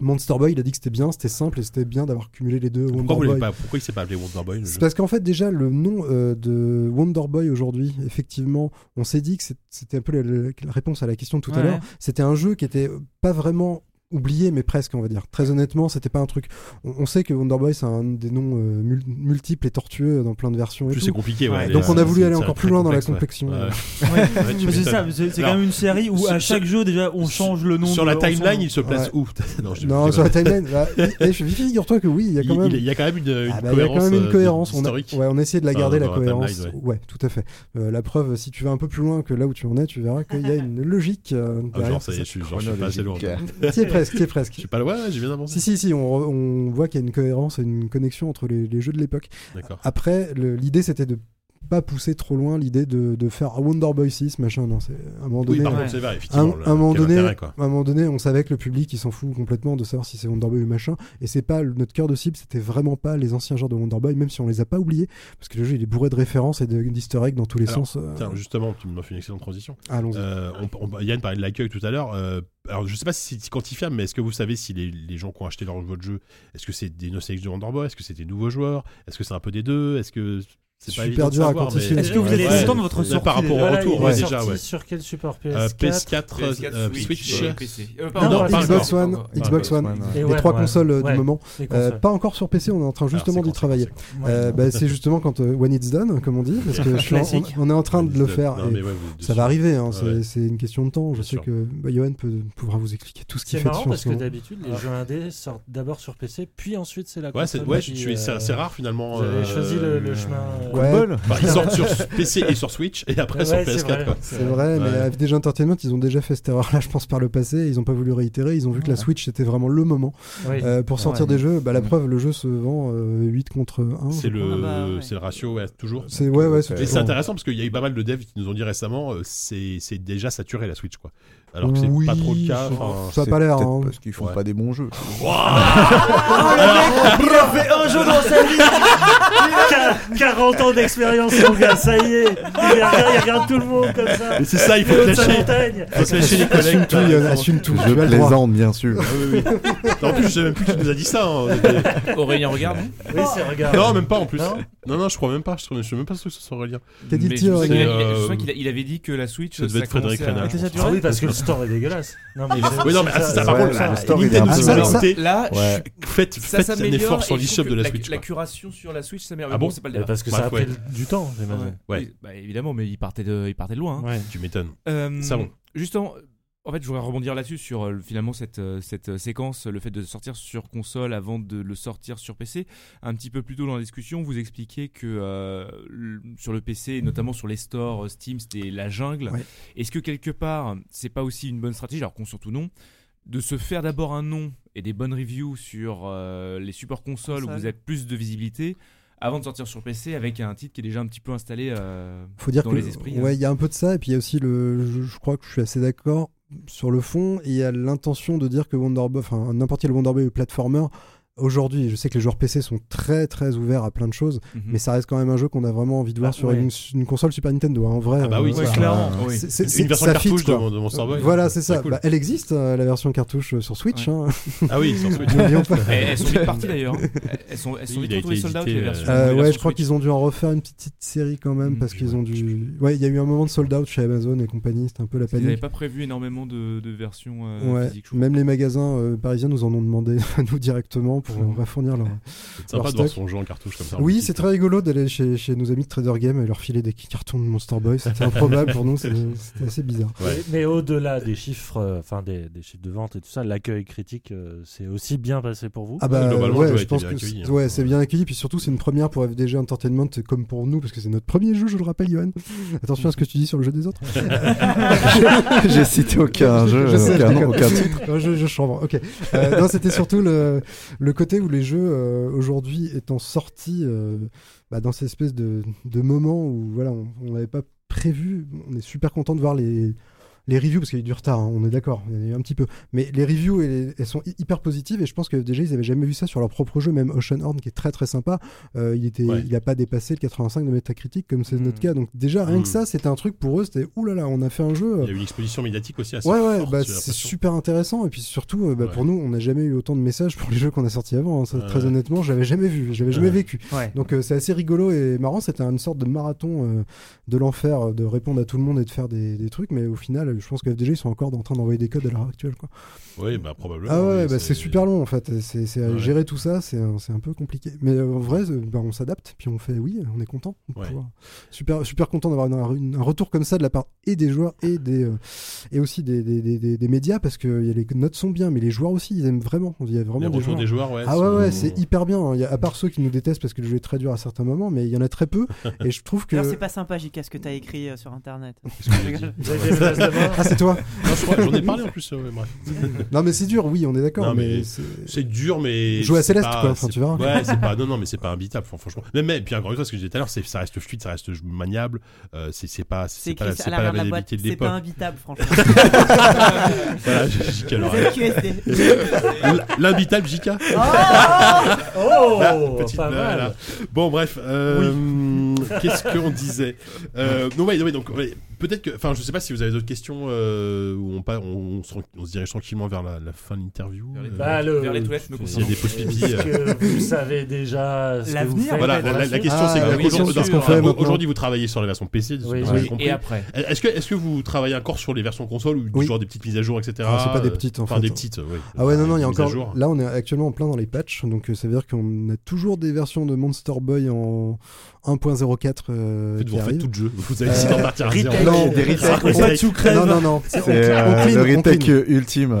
[SPEAKER 4] Monster Boy, il a dit que c'était bien, c'était simple et c'était bien d'avoir cumulé les deux. Wonder
[SPEAKER 2] Pourquoi, vous l'avez
[SPEAKER 4] Boy.
[SPEAKER 2] pas, pourquoi il s'est pas appelé Wonder Boy le
[SPEAKER 4] C'est
[SPEAKER 2] jeu
[SPEAKER 4] parce qu'en fait déjà le nom euh, de Wonder Boy aujourd'hui, effectivement, on s'est dit que c'est- c'était un peu la, la- la réponse à la question de tout à
[SPEAKER 6] Ouais.
[SPEAKER 4] l'heure. C'était un jeu qui était pas vraiment oublié, mais presque, on va dire. Très honnêtement, c'était pas un truc. On, on sait que Wonder Boy c'est un des noms euh, mul- multiples et tortueux dans plein de versions.
[SPEAKER 2] En
[SPEAKER 4] et
[SPEAKER 2] plus,
[SPEAKER 4] tout.
[SPEAKER 2] c'est compliqué. ouais,
[SPEAKER 6] Ouais.
[SPEAKER 2] les-
[SPEAKER 4] Donc on a
[SPEAKER 2] c'est-
[SPEAKER 4] voulu aller
[SPEAKER 2] c'est
[SPEAKER 4] encore
[SPEAKER 2] très
[SPEAKER 4] plus loin dans la
[SPEAKER 2] complexe, ouais.
[SPEAKER 4] complexion.
[SPEAKER 2] Ouais. Ouais, tu
[SPEAKER 6] Mais C'est
[SPEAKER 2] m'étonnes.
[SPEAKER 6] ça, c'est c'est
[SPEAKER 2] Alors,
[SPEAKER 6] quand même une série où à
[SPEAKER 2] sur-
[SPEAKER 6] chaque jeu, déjà, on change le nom.
[SPEAKER 2] Sur
[SPEAKER 6] de-
[SPEAKER 2] la
[SPEAKER 6] on change-
[SPEAKER 2] timeline, il se place
[SPEAKER 4] Ouais.
[SPEAKER 2] où Non, je-
[SPEAKER 4] Non,
[SPEAKER 2] je-
[SPEAKER 4] sur la timeline. là, et- et je- Figure-toi que oui, il y a
[SPEAKER 2] Il
[SPEAKER 4] quand même.
[SPEAKER 2] il- il y a quand même une, une
[SPEAKER 4] Ah bah, Il y a
[SPEAKER 2] cohérence.
[SPEAKER 4] quand même une
[SPEAKER 2] euh,
[SPEAKER 4] cohérence. On a,
[SPEAKER 2] historique.
[SPEAKER 4] ouais, on a essayé de la
[SPEAKER 2] Enfin,
[SPEAKER 4] garder,
[SPEAKER 2] dans
[SPEAKER 4] la
[SPEAKER 2] la timeline,
[SPEAKER 4] cohérence. ouais. tout à fait. Euh, la preuve, si tu vas un peu plus loin que là où tu en es, tu verras qu'il y a une logique euh,
[SPEAKER 2] Ah,
[SPEAKER 4] derrière.
[SPEAKER 2] genre, ça y est, je suis genre, je suis pas assez lourd.
[SPEAKER 8] Chronologique.
[SPEAKER 4] T'y es presque, t'y es
[SPEAKER 2] Je
[SPEAKER 4] presque.
[SPEAKER 2] suis pas loin, j'ai bien avancé.
[SPEAKER 4] Si, si, si, on, re- on voit qu'il y a une cohérence et une connexion entre les, les jeux de l'époque.
[SPEAKER 2] D'accord.
[SPEAKER 4] Après, le- l'idée, c'était de pas pousser trop loin l'idée de, de faire Wonder Boy 6, machin. Non, c'est à un moment
[SPEAKER 2] Oui,
[SPEAKER 4] donné.
[SPEAKER 2] par
[SPEAKER 4] on-
[SPEAKER 2] contre, c'est vrai,
[SPEAKER 4] à un,
[SPEAKER 2] effectivement. le-
[SPEAKER 4] à un moment
[SPEAKER 2] quel
[SPEAKER 4] donné,
[SPEAKER 2] intérêt, quoi.
[SPEAKER 4] à un moment donné, on savait que le public il s'en fout complètement de savoir si c'est Wonderboy ou machin. Et c'est pas le- notre cœur de cible, c'était vraiment pas les anciens joueurs de Wonderboy, même si on les a pas oubliés, parce que le jeu il est bourré de références et de- d'easter eggs dans tous les
[SPEAKER 2] Alors,
[SPEAKER 4] sens. euh, ah,
[SPEAKER 2] Tiens, justement, tu m'as fait une excellente transition.
[SPEAKER 4] Allons-y.
[SPEAKER 2] Euh, on- on- Yann parlait de l'accueil tout à l'heure. euh, alors, je sais pas si c'est quantifiable, mais est-ce que vous savez si les, les gens qui ont acheté leur votre jeu, est-ce que c'est des nostalgiques de Wonderboy Est-ce que c'est des nouveaux joueurs Est-ce que c'est un peu des deux Est-ce que c'est pas
[SPEAKER 4] Super
[SPEAKER 2] évident de
[SPEAKER 4] dur à
[SPEAKER 2] savoir, mais-
[SPEAKER 4] quantifier.
[SPEAKER 6] Est-ce que vous
[SPEAKER 2] Ouais,
[SPEAKER 6] êtes
[SPEAKER 2] ouais.
[SPEAKER 6] content de votre
[SPEAKER 2] Ouais,
[SPEAKER 6] sortie
[SPEAKER 2] par rapport au
[SPEAKER 9] Voilà,
[SPEAKER 2] retour,
[SPEAKER 9] il
[SPEAKER 2] ouais,
[SPEAKER 9] est
[SPEAKER 2] déjà,
[SPEAKER 9] sorti
[SPEAKER 2] ouais.
[SPEAKER 9] sur quel support
[SPEAKER 2] Euh,
[SPEAKER 9] PS4
[SPEAKER 2] PS4, euh, Switch.
[SPEAKER 7] euh, PC. Euh,
[SPEAKER 2] Non,
[SPEAKER 9] pas
[SPEAKER 4] Xbox
[SPEAKER 7] encore.
[SPEAKER 4] One,
[SPEAKER 7] Pas encore.
[SPEAKER 4] Xbox One,
[SPEAKER 9] Et
[SPEAKER 4] les
[SPEAKER 9] ouais,
[SPEAKER 4] trois
[SPEAKER 9] ouais.
[SPEAKER 4] consoles euh,
[SPEAKER 9] Ouais.
[SPEAKER 4] du moment.
[SPEAKER 9] les
[SPEAKER 4] Euh,
[SPEAKER 9] consoles.
[SPEAKER 4] pas encore sur PC, on est en train
[SPEAKER 2] Alors,
[SPEAKER 4] justement
[SPEAKER 2] Ah, c'est
[SPEAKER 4] d'y
[SPEAKER 2] conséquent,
[SPEAKER 4] travailler.
[SPEAKER 9] Ouais.
[SPEAKER 4] Euh, bah, c'est justement quand euh, When It's Done, comme on dit, parce que je suis en- on,
[SPEAKER 6] Classique.
[SPEAKER 4] on est en train de le faire.
[SPEAKER 2] Non,
[SPEAKER 4] et
[SPEAKER 2] mais ouais, vous-
[SPEAKER 4] ça va arriver, hein,
[SPEAKER 2] Ouais.
[SPEAKER 4] c'est- c'est une question de temps. Je
[SPEAKER 2] Bien
[SPEAKER 4] sais
[SPEAKER 2] sûr.
[SPEAKER 4] que bah, Johan peut, pourra vous expliquer tout ce qu'il
[SPEAKER 9] C'est
[SPEAKER 4] fait
[SPEAKER 9] marrant
[SPEAKER 4] dessus. en
[SPEAKER 9] parce
[SPEAKER 4] ce
[SPEAKER 9] que
[SPEAKER 4] moment.
[SPEAKER 9] d'habitude, les jeux indés sortent d'abord sur PC, puis ensuite c'est la
[SPEAKER 2] Ouais,
[SPEAKER 9] console.
[SPEAKER 2] c'est ouais,
[SPEAKER 9] qui,
[SPEAKER 2] je- je suis-
[SPEAKER 9] euh,
[SPEAKER 2] c'est c'est rare finalement.
[SPEAKER 9] Vous avez
[SPEAKER 2] euh,
[SPEAKER 9] choisi le, le chemin. euh,
[SPEAKER 4] Ouais,
[SPEAKER 2] bah, ils sortent sur PC et sur Switch et après
[SPEAKER 9] ouais,
[SPEAKER 2] sur
[SPEAKER 9] c'est
[SPEAKER 2] PS4.
[SPEAKER 9] vrai,
[SPEAKER 2] quoi.
[SPEAKER 4] C'est vrai, mais
[SPEAKER 2] Ouais.
[SPEAKER 4] FDG Entertainment, ils ont déjà fait cette erreur-là, je pense, par le passé. Ils n'ont pas voulu réitérer. Ils ont vu que la Switch, c'était vraiment le moment
[SPEAKER 9] Oui.
[SPEAKER 4] euh, pour sortir
[SPEAKER 7] Ouais,
[SPEAKER 4] des jeux. Bah, la
[SPEAKER 7] Mm.
[SPEAKER 4] preuve, le jeu se vend euh, 8 contre 1.
[SPEAKER 2] C'est
[SPEAKER 3] Ah bah,
[SPEAKER 2] le
[SPEAKER 3] ouais.
[SPEAKER 2] c'est le ratio ouais, toujours.
[SPEAKER 4] C'est ouais, ouais, c'est
[SPEAKER 2] Et c'est
[SPEAKER 4] toujours-
[SPEAKER 2] intéressant parce qu'il y a eu pas mal de devs qui nous ont dit récemment euh, c'est c'est déjà saturé la Switch quoi. Alors que c'est
[SPEAKER 4] Oui,
[SPEAKER 2] pas trop le cas.
[SPEAKER 4] ça-
[SPEAKER 2] enfin,
[SPEAKER 4] ça a pas l'air. hein.
[SPEAKER 8] Parce qu'ils font
[SPEAKER 2] Ouais.
[SPEAKER 8] pas des bons jeux.
[SPEAKER 6] Il a fait un jeu dans sa vie
[SPEAKER 5] 40 ans d'expérience, mon gars, ça y est. Il regarde, il regarde tout le monde comme ça.
[SPEAKER 2] Mais c'est ça, il faut
[SPEAKER 5] L'autre, sa
[SPEAKER 2] lâcher.
[SPEAKER 5] montagne.
[SPEAKER 2] Faut se lâcher les
[SPEAKER 4] Assume
[SPEAKER 2] collègues.
[SPEAKER 4] tout, Yann, assume euh, tout.
[SPEAKER 8] Je
[SPEAKER 4] Tu as le droit.
[SPEAKER 8] plaisante, bien sûr.
[SPEAKER 2] Ah oui, oui. En plus, je sais même plus qui nous a dit ça. hein. On était-
[SPEAKER 7] Aurélien, regarde.
[SPEAKER 5] Oui, c'est regarde.
[SPEAKER 2] Non, même pas en plus.
[SPEAKER 5] Non
[SPEAKER 2] Non, non, je crois même pas. Je, trouve- je suis même pas sûr que ce soit relié.
[SPEAKER 4] Qu'a dit
[SPEAKER 7] Mais
[SPEAKER 4] le
[SPEAKER 7] je
[SPEAKER 4] tir
[SPEAKER 7] sais
[SPEAKER 2] C'est,
[SPEAKER 7] qu'il
[SPEAKER 4] Aurélien
[SPEAKER 7] a- je
[SPEAKER 2] euh,
[SPEAKER 7] crois qu'il a- il avait dit que la Switch.
[SPEAKER 2] ça devait être Frédéric
[SPEAKER 7] commençait à-
[SPEAKER 2] Renard,
[SPEAKER 7] à-
[SPEAKER 2] je
[SPEAKER 7] à-
[SPEAKER 5] Ah oui, parce que le store est dégueulasse. Non, mais
[SPEAKER 2] Oui, non, mais ah, c'est ça, par
[SPEAKER 8] Ouais,
[SPEAKER 2] contre,
[SPEAKER 8] le
[SPEAKER 2] là,
[SPEAKER 8] store, il est
[SPEAKER 2] Nintendo,
[SPEAKER 8] un peu
[SPEAKER 2] si vous
[SPEAKER 8] lent.
[SPEAKER 2] l'écoutez,
[SPEAKER 7] Là, je
[SPEAKER 8] Ouais.
[SPEAKER 7] suis-
[SPEAKER 2] faites,
[SPEAKER 7] ça
[SPEAKER 2] faites un
[SPEAKER 7] s'améliore
[SPEAKER 2] effort sur
[SPEAKER 7] et je trouve
[SPEAKER 2] l'e-shop
[SPEAKER 7] que
[SPEAKER 2] de la
[SPEAKER 7] la,
[SPEAKER 2] Switch.
[SPEAKER 7] La
[SPEAKER 2] quoi.
[SPEAKER 7] curation sur la Switch, ça m'énerve.
[SPEAKER 2] Ah
[SPEAKER 7] Mais
[SPEAKER 2] bon
[SPEAKER 7] c'est pas le
[SPEAKER 5] Et
[SPEAKER 7] débat.
[SPEAKER 5] parce que
[SPEAKER 2] Bah,
[SPEAKER 5] ça a
[SPEAKER 2] ouais.
[SPEAKER 5] pris le- du temps, j'imagine.
[SPEAKER 2] Ouais.
[SPEAKER 7] Oui, bah, évidemment, mais il partait de, il partait de loin. hein.
[SPEAKER 5] Ouais.
[SPEAKER 2] Tu m'étonnes.
[SPEAKER 7] Euh,
[SPEAKER 2] Ça, bon.
[SPEAKER 7] Justement, en fait, je voudrais rebondir là-dessus sur euh, finalement cette, euh, cette euh, séquence, le fait de sortir sur console avant de le sortir sur PC. Un petit peu plus tôt dans la discussion, vous expliquiez que euh, le- sur le PC, et notamment sur les stores euh, Steam, c'était la jungle.
[SPEAKER 4] Ouais.
[SPEAKER 7] Est-ce que quelque part, c'est pas aussi une bonne stratégie, alors conscient ou non, de se faire d'abord un nom et des bonnes reviews sur euh, les supports consoles où
[SPEAKER 3] Console.
[SPEAKER 7] vous avez plus de visibilité avant de sortir sur PC avec un titre qui est déjà un petit peu installé euh,
[SPEAKER 4] faut dire
[SPEAKER 7] dans
[SPEAKER 4] que
[SPEAKER 7] les esprits hein.
[SPEAKER 4] ouais, il y a un peu de ça et puis il y a aussi le je, je crois que je suis assez d'accord sur le fond et il y a l'intention de dire que Wonderboy enfin n'importe quel Wonderboy ou platformer Aujourd'hui, je sais que les joueurs PC sont très très ouverts à plein de choses,
[SPEAKER 7] Mm. Mhm.
[SPEAKER 4] mais ça reste quand même un jeu qu'on a vraiment envie de voir
[SPEAKER 6] Ah,
[SPEAKER 4] sur
[SPEAKER 6] ouais.
[SPEAKER 4] une, une console Super Nintendo, hein, en vrai.
[SPEAKER 2] Ah bah oui,
[SPEAKER 4] euh,
[SPEAKER 2] ouais,
[SPEAKER 4] ça-
[SPEAKER 6] clairement,
[SPEAKER 4] c'est-
[SPEAKER 6] oui.
[SPEAKER 4] c'est-
[SPEAKER 2] Une
[SPEAKER 4] c'est-
[SPEAKER 2] version
[SPEAKER 4] ça fit,
[SPEAKER 2] cartouche de
[SPEAKER 4] quoi.
[SPEAKER 2] mon- de Monster Boy.
[SPEAKER 4] Voilà, c'est ça.
[SPEAKER 2] cool.
[SPEAKER 4] Bah, elle existe, euh, la version cartouche euh, sur Switch. hein.
[SPEAKER 2] Ah oui, sur Switch.
[SPEAKER 4] N'oublions pas.
[SPEAKER 7] Elles, Eh, elles sont vite parties d'ailleurs. hein. Elles sont, elles sont
[SPEAKER 2] Oui,
[SPEAKER 7] vite
[SPEAKER 2] il a
[SPEAKER 7] retournées
[SPEAKER 2] été
[SPEAKER 7] sold out
[SPEAKER 2] édité,
[SPEAKER 7] les versions.
[SPEAKER 4] Euh,
[SPEAKER 7] les
[SPEAKER 4] ouais,
[SPEAKER 7] versions
[SPEAKER 4] je crois
[SPEAKER 7] Switch.
[SPEAKER 4] qu'ils ont dû en refaire une petite série quand même
[SPEAKER 7] Mm,
[SPEAKER 4] parce
[SPEAKER 7] puis
[SPEAKER 4] qu'ils
[SPEAKER 7] ouais,
[SPEAKER 4] ont dû. Ouais, il y a eu un moment de sold out chez Amazon et compagnie, c'était un peu la
[SPEAKER 7] Ils n'avaient
[SPEAKER 4] panique.
[SPEAKER 7] pas prévu énormément de, de versions euh,
[SPEAKER 4] Ouais,
[SPEAKER 7] physiques. je crois.
[SPEAKER 4] même les magasins euh, parisiens nous en ont demandé à nous directement pour
[SPEAKER 7] Mm.
[SPEAKER 4] fournir leur.
[SPEAKER 2] C'est sympa
[SPEAKER 4] Leur
[SPEAKER 2] de voir
[SPEAKER 4] stock.
[SPEAKER 2] son jeu en cartouche comme ça. en
[SPEAKER 4] Oui,
[SPEAKER 2] boutique.
[SPEAKER 4] c'est très rigolo d'aller chez, chez nos amis de Trader Game et leur filer des cartons de Monster Boy. C'était improbable pour nous, c'est- c'était assez bizarre.
[SPEAKER 2] Ouais.
[SPEAKER 5] Mais, mais au-delà des chiffres, euh, enfin des, des chiffres de vente et tout ça, l'accueil critique, euh, c'est aussi bien passé pour vous.
[SPEAKER 4] Ah bah
[SPEAKER 2] Euh, globalement, le jeu
[SPEAKER 4] ouais,
[SPEAKER 2] a
[SPEAKER 4] je
[SPEAKER 2] été
[SPEAKER 4] pense
[SPEAKER 2] bien
[SPEAKER 4] que
[SPEAKER 2] accueilli,
[SPEAKER 4] c'est-
[SPEAKER 2] hein.
[SPEAKER 4] ouais, c'est bien accueilli. Puis surtout, c'est une première pour FDG Entertainment, comme pour nous, parce que c'est notre premier jeu, je le rappelle, Johan. Attention à ce que tu dis sur le jeu des autres.
[SPEAKER 8] J'ai cité aucun
[SPEAKER 4] Je-
[SPEAKER 8] jeu,
[SPEAKER 4] je sais,
[SPEAKER 8] aucun,
[SPEAKER 4] je
[SPEAKER 8] nom,
[SPEAKER 4] déconne.
[SPEAKER 8] aucun titre.
[SPEAKER 4] Non, Oh, je, je chambre, ok. Euh, non, c'était surtout le, le côté où les jeux, euh, aujourd'hui, étant sortis euh, bah, dans cette espèce de, de moment où voilà, on on n'avait pas prévu, on est super content de voir les, les reviews, parce qu'il y a eu du retard, hein, on est d'accord, il y en a eu un petit peu. Mais les reviews, elles, elles sont hy- hyper positives, et je pense que déjà, ils n'avaient jamais vu ça sur leur propre jeu, même Ocean Horn, qui est très très sympa, euh, il était
[SPEAKER 2] Ouais.
[SPEAKER 4] il n'a pas dépassé le 85 de Metacritic, comme c'est
[SPEAKER 5] Mm.
[SPEAKER 4] notre cas. Donc déjà, rien
[SPEAKER 2] Mm.
[SPEAKER 4] que ça, c'était un truc pour eux, c'était, oulala, on a fait un jeu. euh,
[SPEAKER 2] Il y a eu une exposition médiatique aussi assez
[SPEAKER 4] Ouais, ouais,
[SPEAKER 2] forte,
[SPEAKER 4] bah,
[SPEAKER 2] j'ai
[SPEAKER 4] c'est
[SPEAKER 2] l'impression.
[SPEAKER 4] super intéressant. Et puis surtout, euh, bah,
[SPEAKER 2] Ouais.
[SPEAKER 4] pour nous, on n'a jamais eu autant de messages pour les jeux qu'on a sortis avant. hein. Ça,
[SPEAKER 2] Ouais.
[SPEAKER 4] Très honnêtement, je l'avais jamais vu, je l'avais jamais
[SPEAKER 2] Ouais.
[SPEAKER 4] vécu.
[SPEAKER 6] Ouais.
[SPEAKER 4] Donc euh, c'est assez rigolo et marrant. C'était une sorte de marathon euh, de l'enfer euh, de répondre à tout le monde et de faire des, des trucs. Mais au final, je pense que FDG, ils sont encore en train d'envoyer des codes à l'heure actuelle. Quoi.
[SPEAKER 2] Oui, bah probablement.
[SPEAKER 4] ah ouais,
[SPEAKER 2] oui,
[SPEAKER 4] bah, c'est super long en fait. C'est, c'est, euh,
[SPEAKER 2] Ouais.
[SPEAKER 4] Gérer tout ça, c'est, un- c'est un peu compliqué. Mais euh, en vrai, euh, bah, on s'adapte. Puis on fait, oui, on est content. de
[SPEAKER 2] Ouais.
[SPEAKER 4] pouvoir- Super, super content d'avoir une- une- un retour comme ça de la part et des joueurs et, des, euh, et aussi des, des, des, des- des médias parce que y a les notes sont bien, mais les joueurs aussi, ils aiment vraiment. Il y
[SPEAKER 2] Les
[SPEAKER 4] a vraiment des
[SPEAKER 2] retours
[SPEAKER 4] joueurs.
[SPEAKER 2] des joueurs, ouais.
[SPEAKER 4] Ah ouais, ouais,
[SPEAKER 2] sont-
[SPEAKER 4] c'est hyper bien. Il y a- à part ceux qui nous détestent parce que le jeu est très dur à certains moments, mais il y en a très peu. Et je trouve que.
[SPEAKER 3] D'ailleurs, c'est pas sympa, JK, ce que t'as écrit euh, sur internet.
[SPEAKER 2] Qu'est-ce que j'ai dit
[SPEAKER 4] Ah, c'est toi
[SPEAKER 2] Non, je crois- J'en ai parlé en plus. euh, ouais, bref.
[SPEAKER 4] Non, mais c'est dur, oui, on est d'accord.
[SPEAKER 2] Non, mais
[SPEAKER 4] mais c'est-
[SPEAKER 2] C'est dur, mais.
[SPEAKER 4] Joue à
[SPEAKER 2] c'est
[SPEAKER 4] Céleste,
[SPEAKER 2] pas-
[SPEAKER 4] quoi, enfin,
[SPEAKER 2] c'est-
[SPEAKER 4] tu verras.
[SPEAKER 2] Ouais, c'est pas. Non, non, mais c'est pas imbitable, fran- franchement. Même, même, puis encore une fois, ce que je disais tout à l'heure, c'est- ça reste fluide, ça reste maniable. euh, c'est c'est pas, c'est
[SPEAKER 3] C'est
[SPEAKER 2] pas,
[SPEAKER 3] écrit
[SPEAKER 2] c'est
[SPEAKER 3] à
[SPEAKER 2] pas la
[SPEAKER 3] l'arrière de la boîte,
[SPEAKER 2] maniabilité de
[SPEAKER 3] c'est pas
[SPEAKER 2] l'époque.
[SPEAKER 3] invitable, franchement.
[SPEAKER 2] Voilà, j'ai- j'ai qu'à l'oreille.
[SPEAKER 3] C'est QSD.
[SPEAKER 2] euh, L- L'imbitable JK.
[SPEAKER 5] Oh,
[SPEAKER 2] Ah, petite
[SPEAKER 5] pas
[SPEAKER 2] blague,
[SPEAKER 5] mal.
[SPEAKER 2] là. Bon, bref. euh, Qu'est-ce qu'on disait euh, Non, ouais, ouais, donc ouais, peut-être que. Enfin, je sais pas si vous avez d'autres questions euh, où on, pa- on, on se, on se dirige tranquillement vers la, la fin de l'interview.
[SPEAKER 7] Vers les-
[SPEAKER 2] euh,
[SPEAKER 5] Bah, le-
[SPEAKER 7] Vers les toilettes, me
[SPEAKER 2] S'il y a
[SPEAKER 7] concernant.
[SPEAKER 2] des pauses pipi.
[SPEAKER 5] Est-ce
[SPEAKER 2] euh,
[SPEAKER 5] que vous savez déjà ce que
[SPEAKER 6] L'avenir,
[SPEAKER 5] vous faites
[SPEAKER 2] Voilà,
[SPEAKER 5] pour
[SPEAKER 2] la, la- la
[SPEAKER 5] suite
[SPEAKER 2] question
[SPEAKER 4] Ah,
[SPEAKER 2] c'est
[SPEAKER 4] la
[SPEAKER 2] que-
[SPEAKER 7] question,
[SPEAKER 2] aujourd'hui-
[SPEAKER 7] c'est ce qu'on
[SPEAKER 2] aujourd'hui-
[SPEAKER 4] fait maintenant.
[SPEAKER 2] aujourd'hui vous travaillez sur les versions PC, de ce
[SPEAKER 5] Oui,
[SPEAKER 2] que j'ai
[SPEAKER 5] oui.
[SPEAKER 2] compris.
[SPEAKER 7] Et après.
[SPEAKER 2] Est-ce que est-ce que vous travaillez encore sur les versions consoles ou du
[SPEAKER 4] Oui.
[SPEAKER 2] genre des petites mises à jour, etc.
[SPEAKER 4] Ah, c'est pas des
[SPEAKER 2] euh,
[SPEAKER 4] petites, en
[SPEAKER 2] Enfin
[SPEAKER 4] fait.
[SPEAKER 2] des petites. oui.
[SPEAKER 4] Ah ouais, non, non, il y a
[SPEAKER 2] Des mises à
[SPEAKER 4] encore.
[SPEAKER 2] jour.
[SPEAKER 4] Là, on est actuellement en plein dans les patchs, donc euh, ça veut dire qu'on a toujours des versions de Monster Boy en 1.04 euh,
[SPEAKER 2] En fait,
[SPEAKER 4] qui
[SPEAKER 2] vous refaites
[SPEAKER 4] arrivent.
[SPEAKER 2] tout le jeu. Vous avez décidé d'en partir à zéro.
[SPEAKER 4] retail. Non,
[SPEAKER 8] des retakes.
[SPEAKER 2] Ah,
[SPEAKER 6] Pourquoi
[SPEAKER 2] retail.
[SPEAKER 6] tu crèves
[SPEAKER 4] Non, non, non.
[SPEAKER 8] C'est euh,
[SPEAKER 4] clean,
[SPEAKER 8] le
[SPEAKER 4] on
[SPEAKER 8] retech
[SPEAKER 4] clean.
[SPEAKER 8] ultime.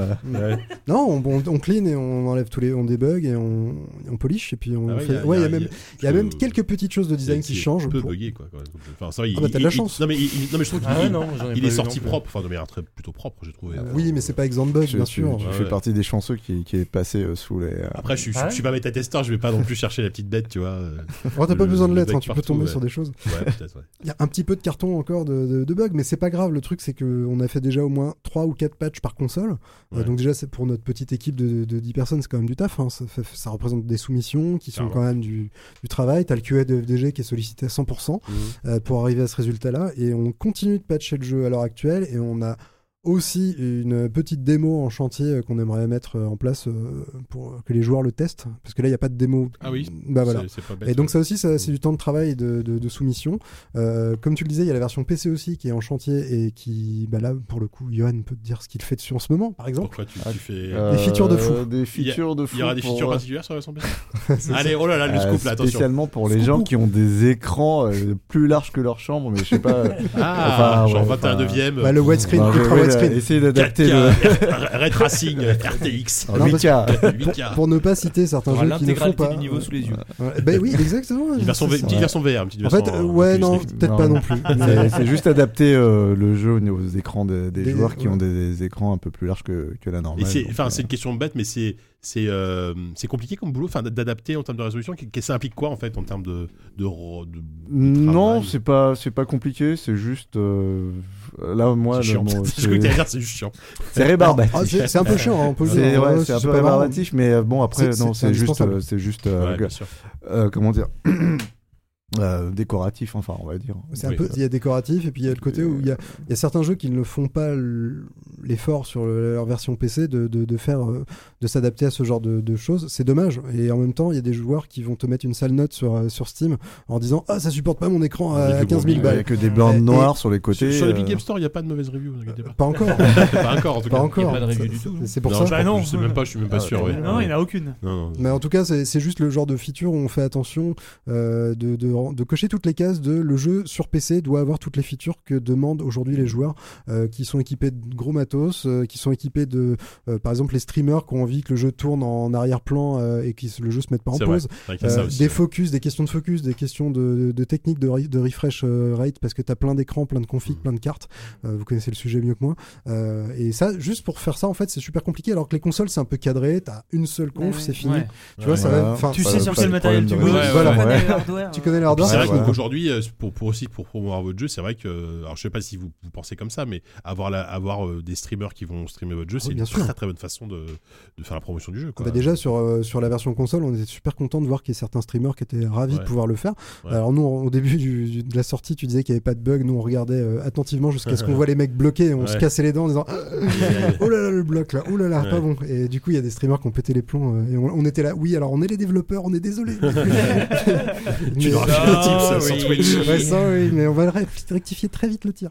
[SPEAKER 4] Non, on, on- on clean et on enlève tous les, on débug et on, on polish et puis on.
[SPEAKER 2] Ah ouais,
[SPEAKER 4] fait- ouais, il y a même, il y a même
[SPEAKER 2] parce que-
[SPEAKER 4] quelques petites choses de design qui
[SPEAKER 2] c'est
[SPEAKER 4] changent.
[SPEAKER 2] Un peu
[SPEAKER 4] pour-
[SPEAKER 2] buggé quoi. quand même. Enfin ça, il,
[SPEAKER 4] Ah bah, t'as de la
[SPEAKER 2] il- il-
[SPEAKER 4] chance.
[SPEAKER 2] Non mais il- il- non mais je trouve qu'il
[SPEAKER 5] Ah ouais, non, j'en ai
[SPEAKER 2] il
[SPEAKER 5] pas
[SPEAKER 2] est
[SPEAKER 5] vu
[SPEAKER 2] sorti
[SPEAKER 5] non plus.
[SPEAKER 2] propre, enfin de manière très plutôt propre, j'ai trouvé.
[SPEAKER 4] Euh, Oui, mais c'est
[SPEAKER 2] euh,
[SPEAKER 4] pas exempt de bugs,
[SPEAKER 8] Tu,
[SPEAKER 4] bien
[SPEAKER 8] tu-
[SPEAKER 4] sûr.
[SPEAKER 8] tu
[SPEAKER 2] Ouais,
[SPEAKER 8] fais
[SPEAKER 2] ouais.
[SPEAKER 8] partie des chanceux qui, qui est passé euh, sous les. euh,
[SPEAKER 2] Après, je, suis- je,
[SPEAKER 5] Ah ouais
[SPEAKER 2] suis pas métatesteur, je vais pas non plus chercher la petite bête, tu vois. euh,
[SPEAKER 4] Oh, T'as pas
[SPEAKER 2] le-
[SPEAKER 4] besoin de
[SPEAKER 2] le
[SPEAKER 4] l'être,
[SPEAKER 2] bug
[SPEAKER 4] hein, tu peux
[SPEAKER 2] partout,
[SPEAKER 4] tomber
[SPEAKER 2] ouais.
[SPEAKER 4] sur des choses.
[SPEAKER 2] Ouais, peut-être. ouais.
[SPEAKER 4] Il y a un petit peu de carton encore de, de, de bugs, mais c'est pas grave. Le truc, c'est qu'on a fait déjà au moins 3 ou 4 patchs par console. Euh,
[SPEAKER 2] Ouais.
[SPEAKER 4] donc, déjà, c'est pour notre petite équipe de, de 10 personnes, c'est quand même du taf. hein. Ça, fait- ça représente des soumissions qui sont
[SPEAKER 2] Clairement.
[SPEAKER 4] quand même du, du travail. T'as le QA de FDG qui est sollicité à 100% euh, pour arriver à ce résultat-là. Et on continue de patcher le jeu à l'heure actuelle. Et on a aussi une petite démo en chantier euh, qu'on aimerait mettre euh, en place euh, pour que les joueurs le testent. Parce que là, il n'y a pas de démo.
[SPEAKER 2] Ah oui.
[SPEAKER 4] Bah voilà.
[SPEAKER 2] C'est- c'est pas bête,
[SPEAKER 4] Et donc
[SPEAKER 2] ouais.
[SPEAKER 4] ça aussi, ça, c'est du temps de travail et de, de- de soumission. Euh, comme tu le disais, il y a la version PC aussi qui est en chantier et qui, bah là, pour le coup, Johan peut te dire ce qu'il fait dessus en ce moment, par exemple.
[SPEAKER 2] Pourquoi tu,
[SPEAKER 8] Ah,
[SPEAKER 2] tu fais
[SPEAKER 8] euh,
[SPEAKER 4] features de fou.
[SPEAKER 8] Des features de fou.
[SPEAKER 2] Il y aura des
[SPEAKER 8] pour,
[SPEAKER 2] features
[SPEAKER 8] euh,
[SPEAKER 2] particulières sur la version PC Allez, oh là là, le
[SPEAKER 8] euh,
[SPEAKER 2] scoop là, attention.
[SPEAKER 8] Spécialement pour les
[SPEAKER 4] Scoop.
[SPEAKER 8] gens qui ont des écrans euh, plus larges que leur chambre, mais je sais pas. euh,
[SPEAKER 2] Ah,
[SPEAKER 8] Enfin,
[SPEAKER 2] genre
[SPEAKER 8] ouais,
[SPEAKER 2] 21
[SPEAKER 8] enfin,
[SPEAKER 2] neuvième.
[SPEAKER 4] Bah, le widescreen
[SPEAKER 8] enfin, je-
[SPEAKER 4] contre
[SPEAKER 8] oui,
[SPEAKER 4] widescreen.
[SPEAKER 8] euh, Essayer d'adapter
[SPEAKER 2] 4K,
[SPEAKER 8] le.
[SPEAKER 2] Ray Tracing, RTX,
[SPEAKER 8] en
[SPEAKER 4] Non, parce
[SPEAKER 8] 8K.
[SPEAKER 2] 8K.
[SPEAKER 4] Pour ne pas citer certains
[SPEAKER 7] On aura
[SPEAKER 4] jeux qui ne font
[SPEAKER 7] l'intégralité
[SPEAKER 4] pas.
[SPEAKER 7] du niveau sous les yeux.
[SPEAKER 4] Ouais, bah oui, exactement.
[SPEAKER 2] Une version,
[SPEAKER 4] c'est
[SPEAKER 2] V-
[SPEAKER 4] ça.
[SPEAKER 2] petite version VR, une petite
[SPEAKER 4] En
[SPEAKER 2] version.
[SPEAKER 4] fait, euh,
[SPEAKER 2] euh,
[SPEAKER 4] ouais,
[SPEAKER 2] Oculus
[SPEAKER 4] non,
[SPEAKER 2] Rift.
[SPEAKER 4] peut-être pas non plus.
[SPEAKER 8] C'est- C'est juste adapter euh, le jeu aux aux écrans de- des,
[SPEAKER 4] Des-
[SPEAKER 8] joueurs qui
[SPEAKER 4] ouais.
[SPEAKER 8] ont des, des écrans un peu plus larges que, que la
[SPEAKER 2] Et
[SPEAKER 8] normale.
[SPEAKER 2] c'est,
[SPEAKER 8] donc,
[SPEAKER 2] enfin,
[SPEAKER 8] euh,
[SPEAKER 2] c'est une question bête, mais c'est, c'est euh, c'est compliqué comme boulot, enfin d- d'adapter en termes de résolution. Qu'est- qu'est- Ça implique quoi en fait en termes de de, ro- de- de
[SPEAKER 8] Non,
[SPEAKER 2] travail
[SPEAKER 8] c'est pas, c'est pas compliqué, c'est juste. euh, là, moi,
[SPEAKER 2] C'est chiant.
[SPEAKER 8] le mot,
[SPEAKER 2] C'est ce que t'allais dire, c'est juste chiant.
[SPEAKER 8] c'est rébarbatif.
[SPEAKER 4] Ah, c'est c'est un peu chiant, hein, on peut le
[SPEAKER 8] C'est
[SPEAKER 4] dire.
[SPEAKER 8] ouais,
[SPEAKER 4] Ouais,
[SPEAKER 8] c'est un peu
[SPEAKER 4] pas marrant.
[SPEAKER 8] rébarbatif, mais euh, bon, après,
[SPEAKER 4] C'est-
[SPEAKER 8] non,
[SPEAKER 4] c'est
[SPEAKER 8] c'est juste.
[SPEAKER 4] indispensable.
[SPEAKER 8] euh, C'est juste. euh,
[SPEAKER 2] Ouais,
[SPEAKER 8] que-
[SPEAKER 2] bien sûr.
[SPEAKER 8] euh, comment dire euh, Décoratif, enfin, on va dire.
[SPEAKER 4] C'est un
[SPEAKER 2] Oui.
[SPEAKER 4] peu, il y a décoratif et puis il y a le côté où il y a, il y a certains jeux qui ne font pas l- l'effort sur le- leur version PC de, de, de faire, euh, de s'adapter à ce genre de, de choses. C'est dommage. Et en même temps, il y a des joueurs qui vont te mettre une sale note sur, euh, sur Steam en disant ah ça supporte pas mon écran
[SPEAKER 2] Il y a
[SPEAKER 4] à,
[SPEAKER 2] du
[SPEAKER 4] 15 000
[SPEAKER 2] gros-
[SPEAKER 8] Il n'y
[SPEAKER 4] balles.
[SPEAKER 8] a que des blancs
[SPEAKER 4] Et-
[SPEAKER 8] noirs sur les côtés.
[SPEAKER 2] Sur, sur l'Epic
[SPEAKER 8] euh,
[SPEAKER 2] Game Store, il n'y a pas de mauvaise review, ne vous inquiétez pas.
[SPEAKER 4] Pas encore.
[SPEAKER 2] pas encore en tout cas.
[SPEAKER 4] pas encore.
[SPEAKER 7] pas de review
[SPEAKER 4] Ça-
[SPEAKER 7] du
[SPEAKER 4] ça-
[SPEAKER 7] tout,
[SPEAKER 4] C'est pour
[SPEAKER 2] Non,
[SPEAKER 4] ça.
[SPEAKER 2] je,
[SPEAKER 6] Bah
[SPEAKER 2] crois-
[SPEAKER 6] non.
[SPEAKER 2] je sais même pas, je suis même pas
[SPEAKER 8] Ah,
[SPEAKER 2] sûr.
[SPEAKER 8] ouais.
[SPEAKER 2] ouais.
[SPEAKER 6] Non, il n'y en a aucune.
[SPEAKER 2] Non, non.
[SPEAKER 4] Mais en tout cas, c'est c'est juste le genre de feature où on fait attention euh, de, de- de cocher toutes les cases de le jeu sur PC doit avoir toutes les features que demandent aujourd'hui les joueurs euh, qui sont équipés de gros matos, euh, qui sont équipés de, euh, par exemple, les streamers qui ont envie que le jeu tourne en arrière-plan euh, et que le jeu se mette pas en
[SPEAKER 2] C'est vrai.
[SPEAKER 4] pause.
[SPEAKER 2] C'est vrai qu'il y a ça
[SPEAKER 4] Euh,
[SPEAKER 2] aussi,
[SPEAKER 4] des
[SPEAKER 2] ouais.
[SPEAKER 4] focus, des questions de focus, des questions de, de technique de, re- de refresh euh, rate parce que t'as plein d'écrans, plein de configs,
[SPEAKER 2] Mhm.
[SPEAKER 4] plein de cartes. Euh, vous connaissez le sujet mieux que moi. Euh, et ça, juste pour faire ça, en fait, c'est super compliqué. Alors que les consoles, c'est un peu cadré. T'as une seule conf,
[SPEAKER 3] Ouais,
[SPEAKER 4] c'est fini.
[SPEAKER 6] Ouais.
[SPEAKER 4] Tu vois, ça va.
[SPEAKER 8] voilà.
[SPEAKER 4] enfin,
[SPEAKER 6] Tu
[SPEAKER 8] Pas-
[SPEAKER 6] sais sur
[SPEAKER 8] pas
[SPEAKER 6] quel
[SPEAKER 8] de
[SPEAKER 6] matériel
[SPEAKER 8] problème
[SPEAKER 6] tu
[SPEAKER 8] de
[SPEAKER 6] bosses.
[SPEAKER 8] résolution.
[SPEAKER 4] Voilà,
[SPEAKER 3] Tu connais
[SPEAKER 8] ouais.
[SPEAKER 3] le hardware,
[SPEAKER 4] Tu
[SPEAKER 3] euh.
[SPEAKER 4] connais
[SPEAKER 8] Puis
[SPEAKER 4] l'hardware
[SPEAKER 2] C'est
[SPEAKER 8] Ouais,
[SPEAKER 2] vrai
[SPEAKER 8] voilà.
[SPEAKER 2] qu'aujourd'hui, euh, pour, pour aussi pour promouvoir votre jeu, c'est vrai que, alors je sais pas si vous, vous pensez comme ça, mais avoir, la, avoir euh, des streamers qui vont streamer votre jeu, c'est
[SPEAKER 4] bien
[SPEAKER 2] une
[SPEAKER 4] sûr.
[SPEAKER 2] très très bonne façon de, de faire la promotion du jeu. Quoi.
[SPEAKER 4] Bah déjà sur, euh, sur la version console, on était super content de voir qu'il y a certains streamers qui étaient ravis
[SPEAKER 2] Ouais.
[SPEAKER 4] de pouvoir le faire.
[SPEAKER 2] Ouais.
[SPEAKER 4] Alors nous, on- au début du- du- de la sortie, tu disais qu'il n'y avait pas de bug. Nous, on regardait euh, attentivement jusqu'à ce qu'on voit les mecs bloqués. On se
[SPEAKER 2] Ouais.
[SPEAKER 4] cassait les dents en disant oh là là le bloc là, oh là là,
[SPEAKER 2] Ouais.
[SPEAKER 4] pas bon. Et du coup, il y a des streamers qui ont pété les plombs. euh, et on, on était là, oui, alors on est les développeurs, on est désolé.
[SPEAKER 2] tu dois
[SPEAKER 1] Ah,
[SPEAKER 2] rajouter un tip, ça, sur
[SPEAKER 1] oui.
[SPEAKER 2] Twitch.
[SPEAKER 4] Ouais, ça, oui, mais on va le ré- rectifier très vite le tir.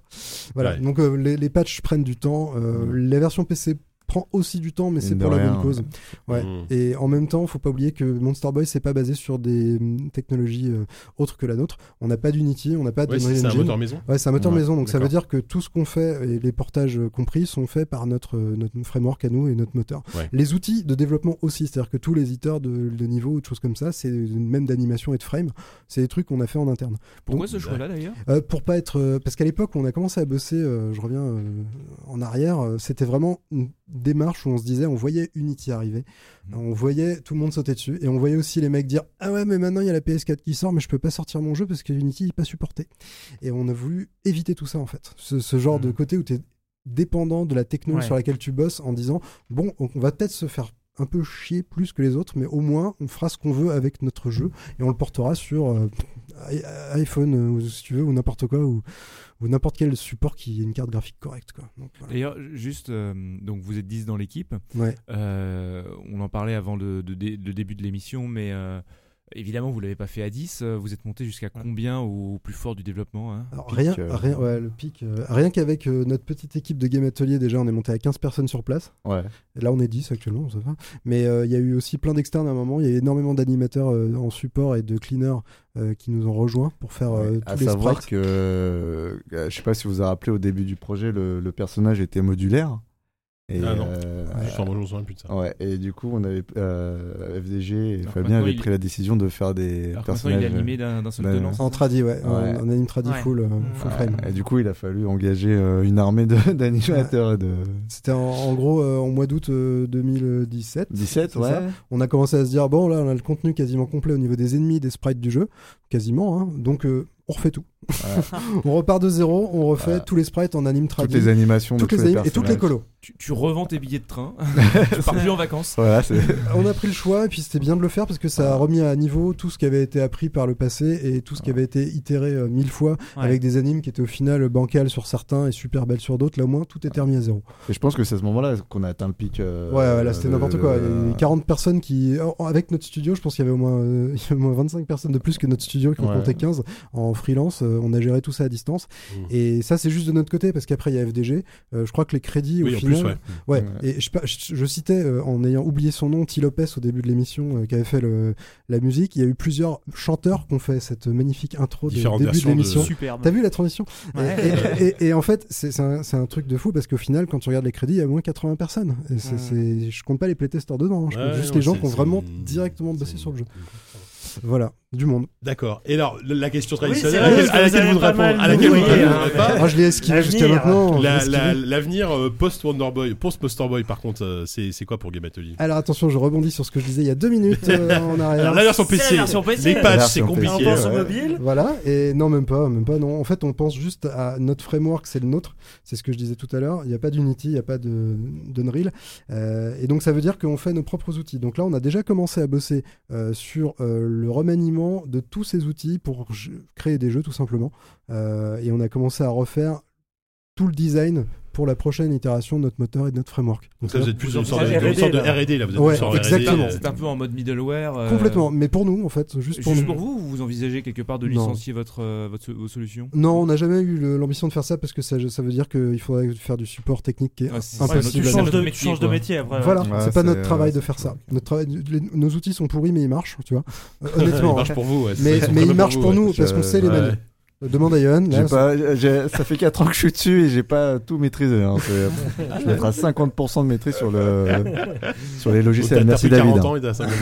[SPEAKER 4] Voilà.
[SPEAKER 2] Ouais.
[SPEAKER 4] Donc euh, les, les patchs prennent du temps. euh, La version PC prend aussi du temps, mais
[SPEAKER 8] Mine
[SPEAKER 4] c'est
[SPEAKER 8] de
[SPEAKER 4] pour la
[SPEAKER 8] rien.
[SPEAKER 4] bonne cause. Ouais.
[SPEAKER 2] Mm.
[SPEAKER 4] Et en même temps, faut pas oublier que Monster Boy, c'est pas basé sur des mm, technologies euh, autres que la nôtre. On n'a pas d'Unity, on n'a pas
[SPEAKER 2] Ouais,
[SPEAKER 4] d'Unreal
[SPEAKER 2] c'est c'est un
[SPEAKER 4] Engine.
[SPEAKER 2] moteur maison.
[SPEAKER 4] Ouais, c'est un moteur
[SPEAKER 8] Ouais,
[SPEAKER 4] maison, donc ça veut
[SPEAKER 2] d'accord.
[SPEAKER 4] dire que tout ce qu'on fait, et les portages euh, compris, sont faits par notre, euh, notre framework à nous et notre moteur.
[SPEAKER 2] Ouais.
[SPEAKER 4] Les outils de développement aussi, c'est-à-dire que tous les éditeurs de, de niveau ou de choses comme ça, c'est même d'animation et de frame, c'est des trucs qu'on a fait en interne.
[SPEAKER 7] Pourquoi
[SPEAKER 4] Donc,
[SPEAKER 7] ce choix-là d'ailleurs
[SPEAKER 4] euh, pour pas être euh, parce qu'à l'époque on a commencé à bosser euh, je reviens euh, en arrière euh, c'était vraiment une démarche où on se disait on voyait Unity arriver
[SPEAKER 7] Mhm.
[SPEAKER 4] on voyait tout le monde sauter dessus et on voyait aussi les mecs dire ah ouais mais maintenant il y a la PS4 qui sort mais je peux pas sortir mon jeu parce que Unity n'est pas supporté et on a voulu éviter tout ça en fait ce, ce genre de côté où tu es dépendant de la techno
[SPEAKER 6] Ouais.
[SPEAKER 4] sur laquelle tu bosses en disant bon on on va peut-être se faire un peu chier plus que les autres mais au moins on fera ce qu'on veut avec notre jeu et on le portera sur euh, i- iPhone euh, ou si tu veux ou n'importe quoi ou, ou n'importe quel support qui ait une carte graphique correcte quoi. Donc, voilà.
[SPEAKER 7] D'ailleurs, juste, euh, donc vous êtes 10 dans l'équipe.
[SPEAKER 4] Ouais.
[SPEAKER 7] Euh, on en parlait avant le, de- de- le début de l'émission, mais euh, évidemment, vous l'avez pas fait à 10. euh, Vous êtes monté jusqu'à combien au plus fort du développement hein
[SPEAKER 4] Alors,
[SPEAKER 8] pic,
[SPEAKER 4] rien,
[SPEAKER 8] euh,
[SPEAKER 4] rien, ouais, le pic, euh, rien qu'avec euh, notre petite équipe de Game Atelier déjà on est monté à 15 personnes sur place.
[SPEAKER 8] Ouais.
[SPEAKER 4] Là, on est 10 actuellement, ça va. Mais euh, il y a eu aussi plein d'externes à un moment. Il y a énormément d'animateurs euh, en support et de cleaners euh, qui nous ont rejoints pour faire euh,
[SPEAKER 8] à
[SPEAKER 4] tous les
[SPEAKER 8] savoir
[SPEAKER 4] sprites.
[SPEAKER 8] que, euh, je sais pas si vous vous rappelez au début du projet, le, le personnage était modulaire. Et,
[SPEAKER 2] Ah non.
[SPEAKER 8] euh,
[SPEAKER 2] Juste en mangeant un
[SPEAKER 4] Ah
[SPEAKER 2] putain.
[SPEAKER 8] ouais, et du coup, on avait euh, FDG et
[SPEAKER 7] Alors
[SPEAKER 8] Fabien
[SPEAKER 7] maintenant,
[SPEAKER 8] avaient
[SPEAKER 7] il-
[SPEAKER 8] pris la décision de faire des
[SPEAKER 7] Alors que maintenant,
[SPEAKER 8] personnages.
[SPEAKER 7] il est animé d'un d'un seul
[SPEAKER 8] ben,
[SPEAKER 7] tenant.
[SPEAKER 4] En tradi, ouais. En,
[SPEAKER 8] Ouais.
[SPEAKER 4] en anime tradi
[SPEAKER 6] Ouais.
[SPEAKER 4] full, euh,
[SPEAKER 6] Mm.
[SPEAKER 4] full
[SPEAKER 8] Ouais,
[SPEAKER 4] frame.
[SPEAKER 8] Et du coup, il a fallu engager euh, une armée de- d'animateurs et de
[SPEAKER 4] C'était en, en gros euh, en mois d'août euh, 2017.
[SPEAKER 8] 17,
[SPEAKER 4] C'est
[SPEAKER 8] ouais.
[SPEAKER 4] ça. On a commencé à se dire bon là on a le contenu quasiment complet au niveau des ennemis, des sprites du jeu, quasiment. hein. Donc euh, on refait tout. on repart de zéro, on refait
[SPEAKER 8] Voilà.
[SPEAKER 4] tous les sprites en anime
[SPEAKER 8] Toutes
[SPEAKER 4] tradi,
[SPEAKER 8] les animations
[SPEAKER 4] toutes
[SPEAKER 8] de tous
[SPEAKER 4] les
[SPEAKER 8] les
[SPEAKER 4] anim- et toutes les
[SPEAKER 8] personnages.
[SPEAKER 4] colos.
[SPEAKER 7] Tu, tu revends tes billets de train. tu pars plus en vacances.
[SPEAKER 8] Voilà, c'est
[SPEAKER 4] on a pris le choix et puis c'était bien de le faire parce que ça a remis à niveau tout ce qui avait été appris par le passé et tout ce qui avait été itéré euh, mille fois
[SPEAKER 6] Ouais.
[SPEAKER 4] avec des animes qui étaient au final bancales sur certains et super belles sur d'autres. Là au moins tout était remis à zéro.
[SPEAKER 8] Et je pense que c'est à ce moment-là qu'on a atteint le pic. euh,
[SPEAKER 4] ouais, ouais, là c'était
[SPEAKER 8] de-
[SPEAKER 4] n'importe quoi. Il y a eu
[SPEAKER 2] euh,
[SPEAKER 8] de-
[SPEAKER 4] 40 personnes qui, en- en- avec notre studio, je pense qu'il y avait au moins, euh, il y avait au moins 25 personnes de plus que notre studio qui en
[SPEAKER 8] Ouais.
[SPEAKER 4] comptait 15 en freelance. euh, on a géré tout ça à distance
[SPEAKER 2] Mmh.
[SPEAKER 4] et ça c'est juste de notre côté parce qu'après il y a FDG. Euh, je crois que les crédits
[SPEAKER 2] Oui,
[SPEAKER 4] au
[SPEAKER 2] en
[SPEAKER 4] final.
[SPEAKER 2] plus, ouais.
[SPEAKER 4] Ouais,
[SPEAKER 8] Ouais.
[SPEAKER 4] et je, pa- je- je citais euh, en ayant oublié son nom, T. Lopez au début de l'émission euh, qui avait fait le- la musique. Il y a eu plusieurs chanteurs qui ont fait cette magnifique intro du
[SPEAKER 2] Différentes
[SPEAKER 4] début de
[SPEAKER 2] versions de-
[SPEAKER 4] l'émission.
[SPEAKER 6] Superbe.
[SPEAKER 4] T'as vu la transition Et-
[SPEAKER 6] Ouais.
[SPEAKER 4] et, et- et en fait, c'est c'est un, c'est un truc de fou parce qu'au final, quand tu regardes les crédits, il y a au moins 80 personnes. Et c'est-
[SPEAKER 6] Ouais.
[SPEAKER 4] c'est- je compte pas les playtesters dedans, hein. je compte
[SPEAKER 2] Ouais,
[SPEAKER 4] juste
[SPEAKER 2] non,
[SPEAKER 4] les gens
[SPEAKER 2] c'est-
[SPEAKER 4] qui ont
[SPEAKER 2] c'est-
[SPEAKER 4] vraiment
[SPEAKER 2] c'est-
[SPEAKER 4] directement bossé
[SPEAKER 2] c'est-
[SPEAKER 4] sur le jeu. Voilà. du monde.
[SPEAKER 2] D'accord. Et alors, la- la question
[SPEAKER 5] Oui, c'est
[SPEAKER 2] traditionnelle,
[SPEAKER 5] vrai,
[SPEAKER 2] à laquelle
[SPEAKER 5] vous
[SPEAKER 2] vous ne
[SPEAKER 5] avez pas
[SPEAKER 2] répondez
[SPEAKER 5] mal
[SPEAKER 2] à laquelle vous ne
[SPEAKER 5] douillé, hein,
[SPEAKER 2] répondez pas,
[SPEAKER 4] Ah, je l'ai esquivé
[SPEAKER 5] L'avenir.
[SPEAKER 4] jusqu'à maintenant. je l'ai
[SPEAKER 2] la-
[SPEAKER 4] esquivé.
[SPEAKER 2] la- l'avenir post Wonderboy, post Posterboy par contre, euh, c'est c'est quoi pour Game Atelier
[SPEAKER 4] Alors attention, je rebondis sur ce que je disais il y a deux minutes euh, en arrière.
[SPEAKER 2] Alors la version
[SPEAKER 6] C'est la
[SPEAKER 2] PC,
[SPEAKER 6] version PC.
[SPEAKER 2] les
[SPEAKER 8] La
[SPEAKER 2] patchs, c'est
[SPEAKER 8] version
[SPEAKER 2] compliqué.
[SPEAKER 8] PC,
[SPEAKER 6] On pense au
[SPEAKER 8] ouais.
[SPEAKER 6] mobile.
[SPEAKER 4] Voilà, et non, même pas, même pas, non. En fait, on pense juste à notre framework, c'est le nôtre. C'est ce que je disais tout à l'heure. Il n'y a pas d'Unity, il n'y a pas de- d'Unreal. Euh, et donc, ça veut dire qu'on fait nos propres outils. Donc là, on a déjà commencé à bosser euh, sur euh, le remaniement de tous ces outils pour j- créer des jeux, tout simplement. Euh, et on a commencé à refaire tout le design pour la prochaine itération de notre moteur et de notre framework.
[SPEAKER 2] Donc là, vous êtes plus dans une
[SPEAKER 9] Vous
[SPEAKER 2] sorte
[SPEAKER 9] êtes
[SPEAKER 2] de, dans une sorte de
[SPEAKER 9] R&D, là.
[SPEAKER 2] R&D là, vous êtes
[SPEAKER 4] Ouais,
[SPEAKER 2] plus sur R&D,
[SPEAKER 4] exactement.
[SPEAKER 2] euh,
[SPEAKER 7] C'est un peu en mode middleware. euh,
[SPEAKER 4] Complètement, mais pour nous, en fait, juste pour
[SPEAKER 7] Juste
[SPEAKER 4] nous.
[SPEAKER 7] pour vous, ou vous envisagez quelque part de
[SPEAKER 4] Non.
[SPEAKER 7] licencier votre, euh, votre so- vos solutions
[SPEAKER 4] Non, on n'a jamais eu le- l'ambition de faire ça parce que ça, ça veut dire qu'il faudrait faire du support technique qui est
[SPEAKER 7] Ouais, c'est-
[SPEAKER 6] Ouais,
[SPEAKER 7] c'est
[SPEAKER 4] impossible.
[SPEAKER 6] tu
[SPEAKER 4] à
[SPEAKER 7] notre
[SPEAKER 6] changes
[SPEAKER 4] faire.
[SPEAKER 6] de,
[SPEAKER 7] métier,
[SPEAKER 6] tu changes de
[SPEAKER 7] quoi.
[SPEAKER 6] métier après. ouais.
[SPEAKER 4] Voilà,
[SPEAKER 8] Ouais,
[SPEAKER 4] c'est pas
[SPEAKER 8] c'est-
[SPEAKER 4] notre
[SPEAKER 2] euh,
[SPEAKER 4] travail
[SPEAKER 8] ouais,
[SPEAKER 4] de faire
[SPEAKER 8] c'est
[SPEAKER 4] ça.
[SPEAKER 8] compliqué.
[SPEAKER 4] Notre travail, les- nos outils sont pourris mais ils marchent, tu vois. Euh,
[SPEAKER 2] Ils
[SPEAKER 4] honnêtement. hein.
[SPEAKER 2] marchent pour vous, ouais, c'est
[SPEAKER 4] mais
[SPEAKER 2] ça, sont
[SPEAKER 4] mais
[SPEAKER 2] très
[SPEAKER 4] ils
[SPEAKER 2] bons
[SPEAKER 4] marchent
[SPEAKER 2] vous,
[SPEAKER 4] pour
[SPEAKER 2] ouais.
[SPEAKER 4] nous parce qu'on
[SPEAKER 8] Je-
[SPEAKER 4] sait les
[SPEAKER 2] Ouais.
[SPEAKER 4] mêmes. Demande à Johan. là, ça-
[SPEAKER 8] J'ai pas- j'ai- ça fait 4 ans que je suis dessus et j'ai pas tout maîtrisé. hein. C'est- Je vais être à 50% de maîtrise sur, le, sur les
[SPEAKER 2] Donc,
[SPEAKER 8] logiciels.
[SPEAKER 2] t'as- T'as
[SPEAKER 8] Merci
[SPEAKER 2] plus
[SPEAKER 8] David.
[SPEAKER 2] 40 ans et t'as 50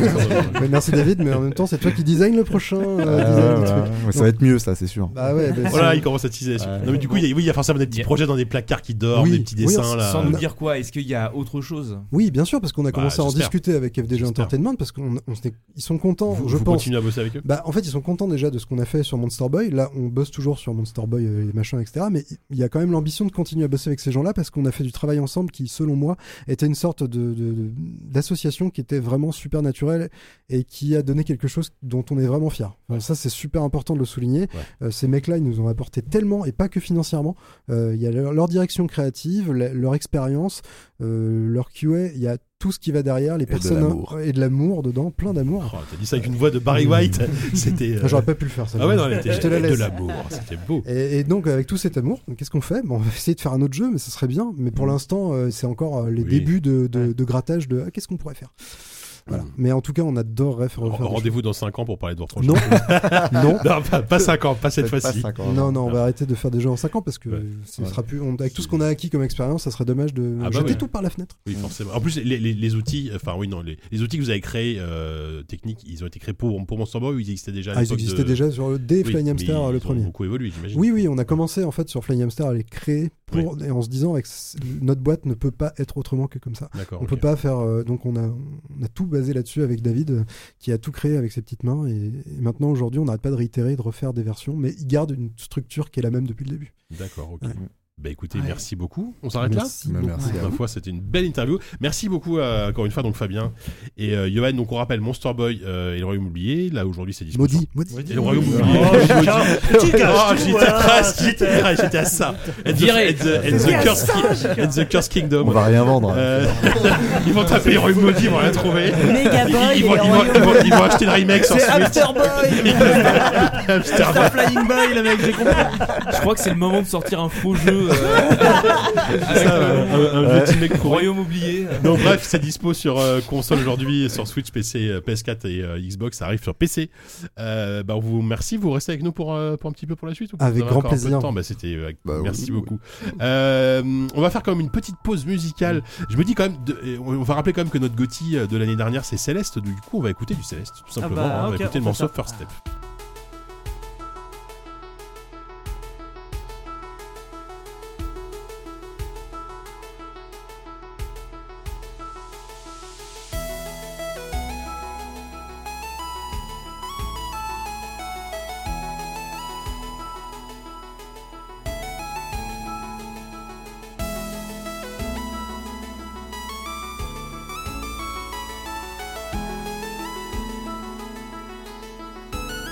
[SPEAKER 4] Ouais, merci David, mais en même temps c'est toi qui design le prochain euh,
[SPEAKER 8] Ah,
[SPEAKER 4] design du
[SPEAKER 8] voilà.
[SPEAKER 4] truc.
[SPEAKER 8] Mais ça va être mieux, ça, c'est sûr.
[SPEAKER 4] Bah ouais, bah,
[SPEAKER 2] Voilà,
[SPEAKER 4] c'est-
[SPEAKER 2] Oh il commence à teaser. là-dessus.
[SPEAKER 8] Ouais.
[SPEAKER 2] Non mais du coup, il y a, oui, il y a forcément des petits
[SPEAKER 7] Yeah.
[SPEAKER 2] projets dans des placards qui dorment,
[SPEAKER 4] Oui,
[SPEAKER 2] des petits
[SPEAKER 4] oui,
[SPEAKER 2] dessins là.
[SPEAKER 7] Sans nous
[SPEAKER 4] Euh,
[SPEAKER 7] dire quoi, est-ce qu'il y a autre chose
[SPEAKER 4] oui, bien sûr, parce qu'on a
[SPEAKER 2] Bah,
[SPEAKER 4] commencé à en
[SPEAKER 2] j'espère.
[SPEAKER 4] discuter avec FDG
[SPEAKER 2] J'espère.
[SPEAKER 4] Entertainment parce qu'on on s'était- ils sont contents,
[SPEAKER 2] Vous,
[SPEAKER 4] je
[SPEAKER 2] vous
[SPEAKER 4] pense.
[SPEAKER 2] continuez à bosser avec eux
[SPEAKER 4] Bah, en fait, ils sont contents déjà de ce qu'on a fait sur Monster Boy. Là, on bosse toujours sur Monster Boy euh, et machin, etc. Mais il y a quand même l'ambition de continuer à bosser avec ces gens-là parce qu'on a fait du travail ensemble qui, selon moi, était une sorte de- de- de- d'association qui était vraiment super naturelle et qui a donné quelque chose dont on est vraiment fier. Ça, c'est super important de le souligner. Euh, ces mecs-là, ils nous ont apporté tellement et pas que financièrement. Euh, Il y a leur, leur direction créative, la- leur expérience, euh, leur QA. Il y a tout ce qui va derrière, les
[SPEAKER 8] de
[SPEAKER 4] personnes
[SPEAKER 8] l'amour.
[SPEAKER 4] et de l'amour dedans, plein d'amour.
[SPEAKER 2] Oh, T'as dit ça avec une voix de Barry White. C'était. euh,
[SPEAKER 4] Mm. J'aurais pas pu le faire, ça.
[SPEAKER 2] Ah ouais, non, elle était
[SPEAKER 4] Je te la
[SPEAKER 2] de
[SPEAKER 4] laisse.
[SPEAKER 2] l'amour. C'était beau.
[SPEAKER 4] Et, et donc, avec tout cet amour, qu'est-ce qu'on fait Bon, On va essayer de faire un autre jeu, mais ça serait bien. Mais pour l'instant, euh, c'est encore euh, les
[SPEAKER 2] Mm. Oui.
[SPEAKER 4] débuts de, de- de grattage de ah, qu'est-ce qu'on pourrait faire Voilà. Mais en tout cas, on adorerait faire.
[SPEAKER 2] Mm. Re-
[SPEAKER 4] faire des
[SPEAKER 2] Rendez-vous dans 5 ans pour parler de votre
[SPEAKER 4] choses. Non, non,
[SPEAKER 2] Non, pas, pas 5 ans, pas cette
[SPEAKER 8] Peut-être pas
[SPEAKER 2] fois-ci.
[SPEAKER 8] cinq ans.
[SPEAKER 4] non, non, on va arrêter de faire des jeux en 5 ans parce que
[SPEAKER 2] Ah. Ouais.
[SPEAKER 4] ce
[SPEAKER 8] Ouais.
[SPEAKER 4] sera plus. on- avec tout ce qu'on a acquis comme expérience, ça serait dommage de
[SPEAKER 2] Ah bah
[SPEAKER 4] jeter
[SPEAKER 2] ouais.
[SPEAKER 4] tout par la fenêtre.
[SPEAKER 2] Oui, forcément. En plus, les, les- les outils, enfin oui, non, les, les outils que vous avez créés euh, techniques, ils ont été créés pour, pour Monster Boy ou ils existaient déjà à
[SPEAKER 4] Ah, ils
[SPEAKER 2] l'époque de-
[SPEAKER 4] existaient déjà sur le dès
[SPEAKER 2] Oui,
[SPEAKER 4] Flying
[SPEAKER 2] mais
[SPEAKER 4] Hamster,
[SPEAKER 2] ils
[SPEAKER 4] le
[SPEAKER 2] ont
[SPEAKER 4] premier.
[SPEAKER 2] beaucoup évolué, j'imagine.
[SPEAKER 4] Oui, oui, on a commencé en fait sur Flying Hamster à les créer pour, et en se disant avec c- notre boîte ne peut pas être autrement que comme ça.
[SPEAKER 2] D'accord.
[SPEAKER 4] On
[SPEAKER 2] ok.
[SPEAKER 4] peut pas faire. euh, donc on a, on a tout basé là-dessus avec David, euh, qui a tout créé avec ses petites mains. Et, et maintenant, aujourd'hui, on n'arrête pas de réitérer, de refaire des versions, mais il garde une structure qui est la même depuis le début.
[SPEAKER 2] D'accord, ok.
[SPEAKER 4] Ouais.
[SPEAKER 2] Bah écoutez,
[SPEAKER 4] Ouais.
[SPEAKER 2] merci beaucoup. On s'arrête là
[SPEAKER 4] Merci.
[SPEAKER 8] Bah, merci.
[SPEAKER 2] Ma foi, c'était une belle interview. Merci beaucoup, euh, encore une fois, donc Fabien et euh, Johan. Donc, on rappelle Monster Boy euh, et le Royaume oublié. Là, aujourd'hui, c'est disponible.
[SPEAKER 4] Maudit, maudit.
[SPEAKER 2] Et le Royaume oublié.
[SPEAKER 6] Oh, putain, tu
[SPEAKER 2] Oh,
[SPEAKER 6] caches tout,
[SPEAKER 2] j'étais
[SPEAKER 6] voilà.
[SPEAKER 2] presque, j'étais presque, j'étais à ça. And the,
[SPEAKER 7] Viré.
[SPEAKER 2] and the- and the Curse, Ki- and the Curse Kingdom.
[SPEAKER 8] On va rien vendre.
[SPEAKER 2] Euh, ils vont taper les Royaumes maudits, ils vont rien trouver. Ils,
[SPEAKER 3] Megaboy
[SPEAKER 2] ils
[SPEAKER 3] euh,
[SPEAKER 2] vont,
[SPEAKER 3] et le
[SPEAKER 2] ils vont-
[SPEAKER 3] Royaume-
[SPEAKER 2] ils vont- ils vont acheter le remake sur
[SPEAKER 6] C'est
[SPEAKER 2] Switch.
[SPEAKER 6] Afterboy,
[SPEAKER 2] Hamster Boy.
[SPEAKER 6] After Flying Boy, le mec, j'ai compris.
[SPEAKER 7] Je crois que c'est le moment de sortir un faux jeu. euh, avec
[SPEAKER 2] Ça,
[SPEAKER 7] le
[SPEAKER 2] euh, un, un vieux petit mec pourri.
[SPEAKER 7] Royaume oublié.
[SPEAKER 2] Donc bref, c'est dispo sur euh, console aujourd'hui, sur Switch, PC, euh, PS4 et euh, Xbox. Ça arrive sur PC. Euh, bah, on vous remercie. Vous restez avec nous pour, euh, pour un petit peu pour la suite. Ou
[SPEAKER 4] Avec
[SPEAKER 2] vous avez
[SPEAKER 4] grand
[SPEAKER 2] encore un peu de
[SPEAKER 4] plaisir.
[SPEAKER 2] temps Bah, c'était. euh,
[SPEAKER 8] Bah, oui,
[SPEAKER 2] merci
[SPEAKER 8] oui.
[SPEAKER 2] beaucoup. Euh, on va faire quand même une petite pause musicale. Je me dis quand même, de- et on on va rappeler quand même que notre Gotti euh, de l'année dernière, c'est Céleste. Du coup, on va écouter du Céleste, tout simplement.
[SPEAKER 6] bah,
[SPEAKER 2] hein. on va
[SPEAKER 6] ok,
[SPEAKER 2] écouter le
[SPEAKER 6] on fait
[SPEAKER 2] morceau
[SPEAKER 6] ça.
[SPEAKER 2] First Step.
[SPEAKER 10] Thank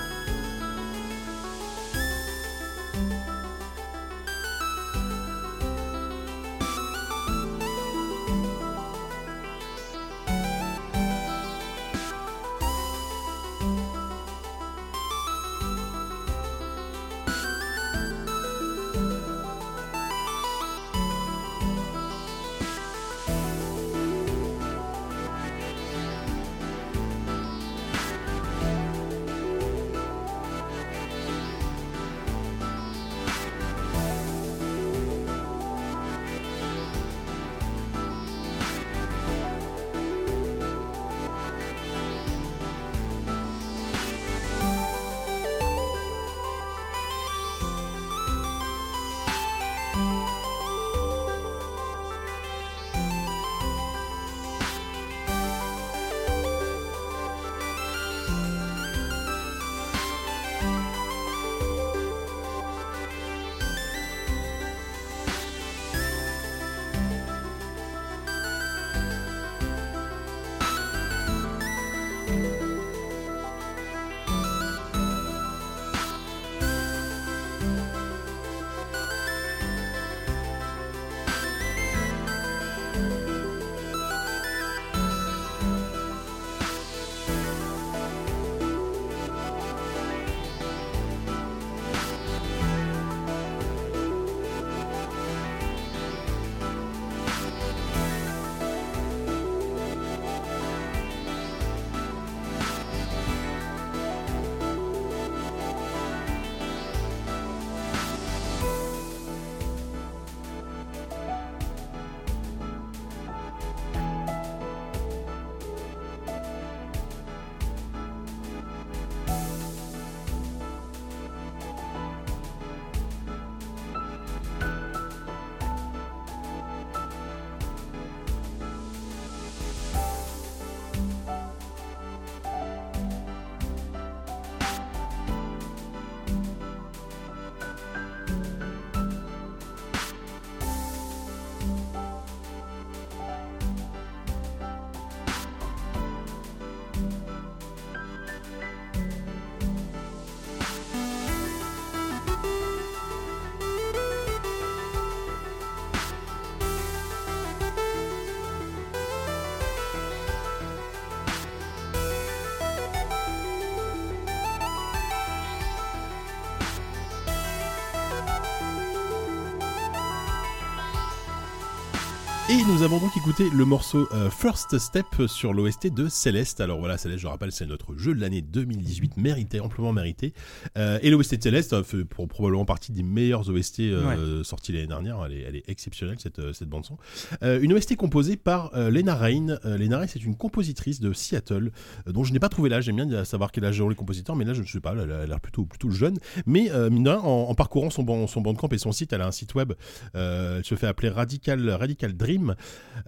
[SPEAKER 2] Et nous avons donc écouté le morceau euh, First Step sur l'OST de Céleste. Alors voilà, Céleste, je rappelle, c'est notre jeu de l'année 2018, mérité, amplement mérité. Euh, et l'OST de Céleste euh, fait pour- probablement partie des meilleures OST euh, sorties l'année dernière. Elle est, elle est exceptionnelle, cette, euh, cette bande-son. Euh, une OST composée par euh, Lena Rain. Euh, Lena Rain, c'est une compositrice de Seattle, euh, dont je n'ai pas trouvé l'âge. J'aime bien euh, savoir quel âge ont les compositeurs, mais là, je ne sais pas. Elle a l'air plutôt, plutôt jeune. Mais euh, mine de rien, en, en parcourant son, ban- son bandcamp et son site, elle a un site web euh, elle se fait appeler Radical, Radical Dream.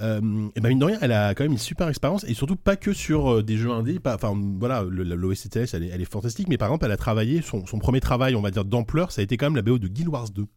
[SPEAKER 2] Euh, et ben mine de rien, elle a quand même une super expérience et surtout pas que sur euh, des jeux indés. pas- Enfin voilà, le- le- l'OSTS elle est, elle est fantastique, mais par exemple, elle a travaillé son, son premier travail, on va dire d'ampleur, ça a été quand même la BO de Guild Wars 2.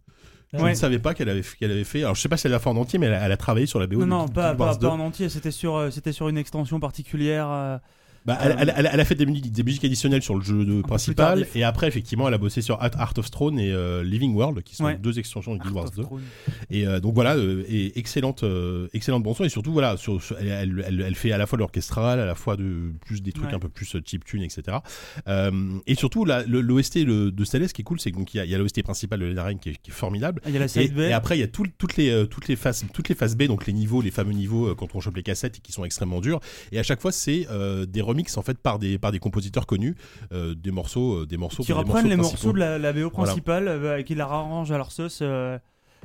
[SPEAKER 2] Je
[SPEAKER 6] Ouais.
[SPEAKER 2] ne savais pas qu'elle avait, qu'elle avait fait. Alors je sais pas si elle l'a fait en entier, mais elle a, elle a travaillé sur la BO
[SPEAKER 6] Non,
[SPEAKER 2] de
[SPEAKER 6] non,
[SPEAKER 2] Guild
[SPEAKER 6] pas,
[SPEAKER 2] Wars
[SPEAKER 6] pas,
[SPEAKER 2] 2.
[SPEAKER 6] pas en entier, c'était sur, euh, c'était sur une extension particulière. euh,
[SPEAKER 2] Bah, elle,
[SPEAKER 6] Euh,
[SPEAKER 2] elle- elle- elle a fait des, mu- des musiques additionnelles sur le jeu de- principal
[SPEAKER 6] tardif.
[SPEAKER 2] et après effectivement elle a bossé sur Art of Throne et euh, Living World qui sont
[SPEAKER 6] Ouais.
[SPEAKER 2] deux extensions de Guild Wars
[SPEAKER 6] Art of
[SPEAKER 2] 2
[SPEAKER 6] Throne.
[SPEAKER 2] Et euh, donc voilà, euh, et excellente, euh, excellente bande son et surtout voilà, sur, sur- elle, elle- elle- elle fait à la fois de l'orchestral, à la fois de plus des trucs
[SPEAKER 6] Ouais.
[SPEAKER 2] un peu plus cheap tune, etc. Euh, et surtout là, l'OST de Céleste qui est cool, c'est que donc il y a, il y a l'OST principal de Lenaren qui, est- qui est formidable.
[SPEAKER 6] Ah, Il y a la
[SPEAKER 2] Et,
[SPEAKER 6] side B.
[SPEAKER 2] et après, il y a tout- toutes, les, euh, toutes, les faces, toutes les faces B, donc les niveaux, les fameux niveaux euh, quand on chope les cassettes et qui sont extrêmement durs. Et à chaque fois, c'est euh, des remixes en fait par des, par des compositeurs connus, euh, des morceaux, euh, des morceaux
[SPEAKER 6] qui
[SPEAKER 2] des
[SPEAKER 6] reprennent les
[SPEAKER 2] principaux.
[SPEAKER 6] morceaux de la, la
[SPEAKER 2] Voilà.
[SPEAKER 6] BO principale euh, et qui la réarrangent à leur sauce. euh,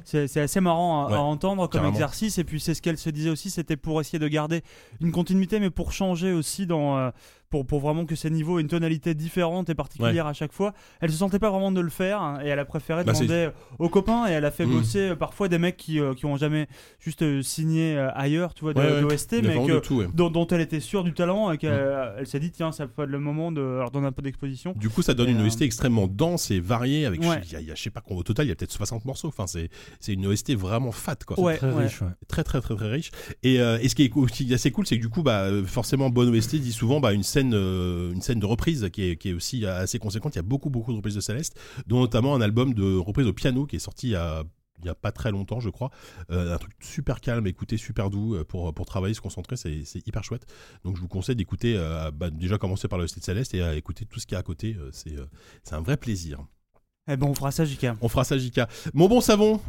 [SPEAKER 6] c'est c'est assez marrant à, à
[SPEAKER 2] Ouais,
[SPEAKER 6] entendre comme
[SPEAKER 2] carrément.
[SPEAKER 6] exercice. Et puis c'est ce qu'elle se disait aussi, c'était pour essayer de garder une continuité, mais pour changer aussi dans. euh, pour, pour vraiment que ces niveaux aient une tonalité différente et particulière à chaque fois. Elle se sentait pas vraiment de le faire hein, et elle a préféré
[SPEAKER 2] Bah, c'est-
[SPEAKER 6] demander aux copains et elle a fait
[SPEAKER 2] Mm.
[SPEAKER 6] bosser euh, parfois des mecs qui, euh, qui ont jamais juste euh, signé euh, ailleurs, tu vois, de,
[SPEAKER 2] Ouais, ouais.
[SPEAKER 6] d'OST,
[SPEAKER 2] Il y a
[SPEAKER 6] mais
[SPEAKER 2] vraiment
[SPEAKER 6] que-
[SPEAKER 2] de tout, Mm. ouais.
[SPEAKER 6] dont, dont elle était sûre du talent et qu'elle euh, elle s'est dit tiens ça peut être le moment de leur donner un peu d'exposition
[SPEAKER 2] Du coup, ça donne
[SPEAKER 6] Et,
[SPEAKER 2] une
[SPEAKER 6] euh,
[SPEAKER 2] OST extrêmement dense et variée. Avec,
[SPEAKER 6] Ouais.
[SPEAKER 2] il y a- il y a, je sais pas, au total, il y a peut-être 60 morceaux. Enfin, c'est, c'est une OST vraiment fat, quoi.
[SPEAKER 6] Ouais,
[SPEAKER 5] Très
[SPEAKER 6] ouais.
[SPEAKER 5] riche, ouais.
[SPEAKER 2] Très, très, très, très riche. Et, euh, et ce qui est, cou- ce qui est assez cool, c'est que du coup, bah, euh, forcément, bonne OST dit souvent bah, une scène, euh, une scène de reprise qui est, qui est aussi assez conséquente. Il y a beaucoup, beaucoup de reprises de Céleste, dont notamment un album de reprise au piano qui est sorti il y a il y a pas très longtemps, je crois. Euh, un truc super calme, écouté, super doux euh, pour, pour travailler, se concentrer, c'est c'est hyper chouette. Donc je vous conseille d'écouter, euh, bah, déjà commencer par le Style Céleste et à écouter tout ce qu'il y a à côté. euh, c'est euh, c'est un vrai plaisir.
[SPEAKER 6] Eh ben on fera ça JK.
[SPEAKER 2] On fera ça, Jika. Mon bon savon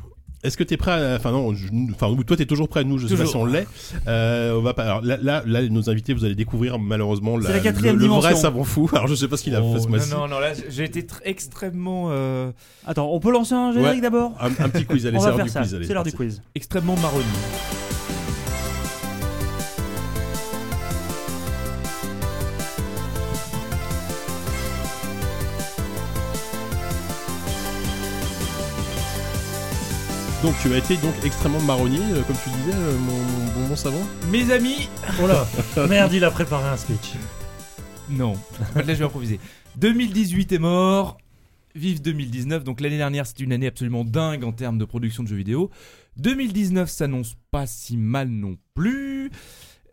[SPEAKER 2] est-ce que t'es prêt à... Enfin non, je- enfin toi t'es toujours prêt à nous, je sais pas
[SPEAKER 6] Toujours.
[SPEAKER 2] si on l'est. Euh, on va pas... Alors là, là, là, nos invités, vous allez découvrir malheureusement
[SPEAKER 6] C'est
[SPEAKER 2] la-
[SPEAKER 6] la quatrième
[SPEAKER 2] le, le vrai
[SPEAKER 6] dimension.
[SPEAKER 2] savon fou. Alors je sais pas ce qu'il a
[SPEAKER 7] Oh,
[SPEAKER 2] fait ce
[SPEAKER 7] non,
[SPEAKER 2] mois-ci.
[SPEAKER 7] non, non, là, j'ai été tr- extrêmement, euh,
[SPEAKER 6] Attends, on peut lancer un générique
[SPEAKER 2] Ouais.
[SPEAKER 6] d'abord
[SPEAKER 2] Un, un petit quiz, allez,
[SPEAKER 6] On
[SPEAKER 2] c'est
[SPEAKER 6] va
[SPEAKER 2] l'heure
[SPEAKER 6] faire
[SPEAKER 2] du
[SPEAKER 6] ça.
[SPEAKER 2] quiz. allez,
[SPEAKER 6] C'est l'heure
[SPEAKER 2] parti.
[SPEAKER 6] du quiz.
[SPEAKER 7] extrêmement marronnier.
[SPEAKER 2] Donc tu as été donc extrêmement marronnier, euh, comme tu disais, euh, mon, mon bon, bon savon.
[SPEAKER 7] Mes amis,
[SPEAKER 5] Oh là Merde, il a préparé un speech.
[SPEAKER 7] Non. Là, je vais improviser. 2018 est mort. Vive 2019. Donc l'année dernière, c'était une année absolument dingue en termes de production de jeux vidéo. 2019 s'annonce pas si mal non plus.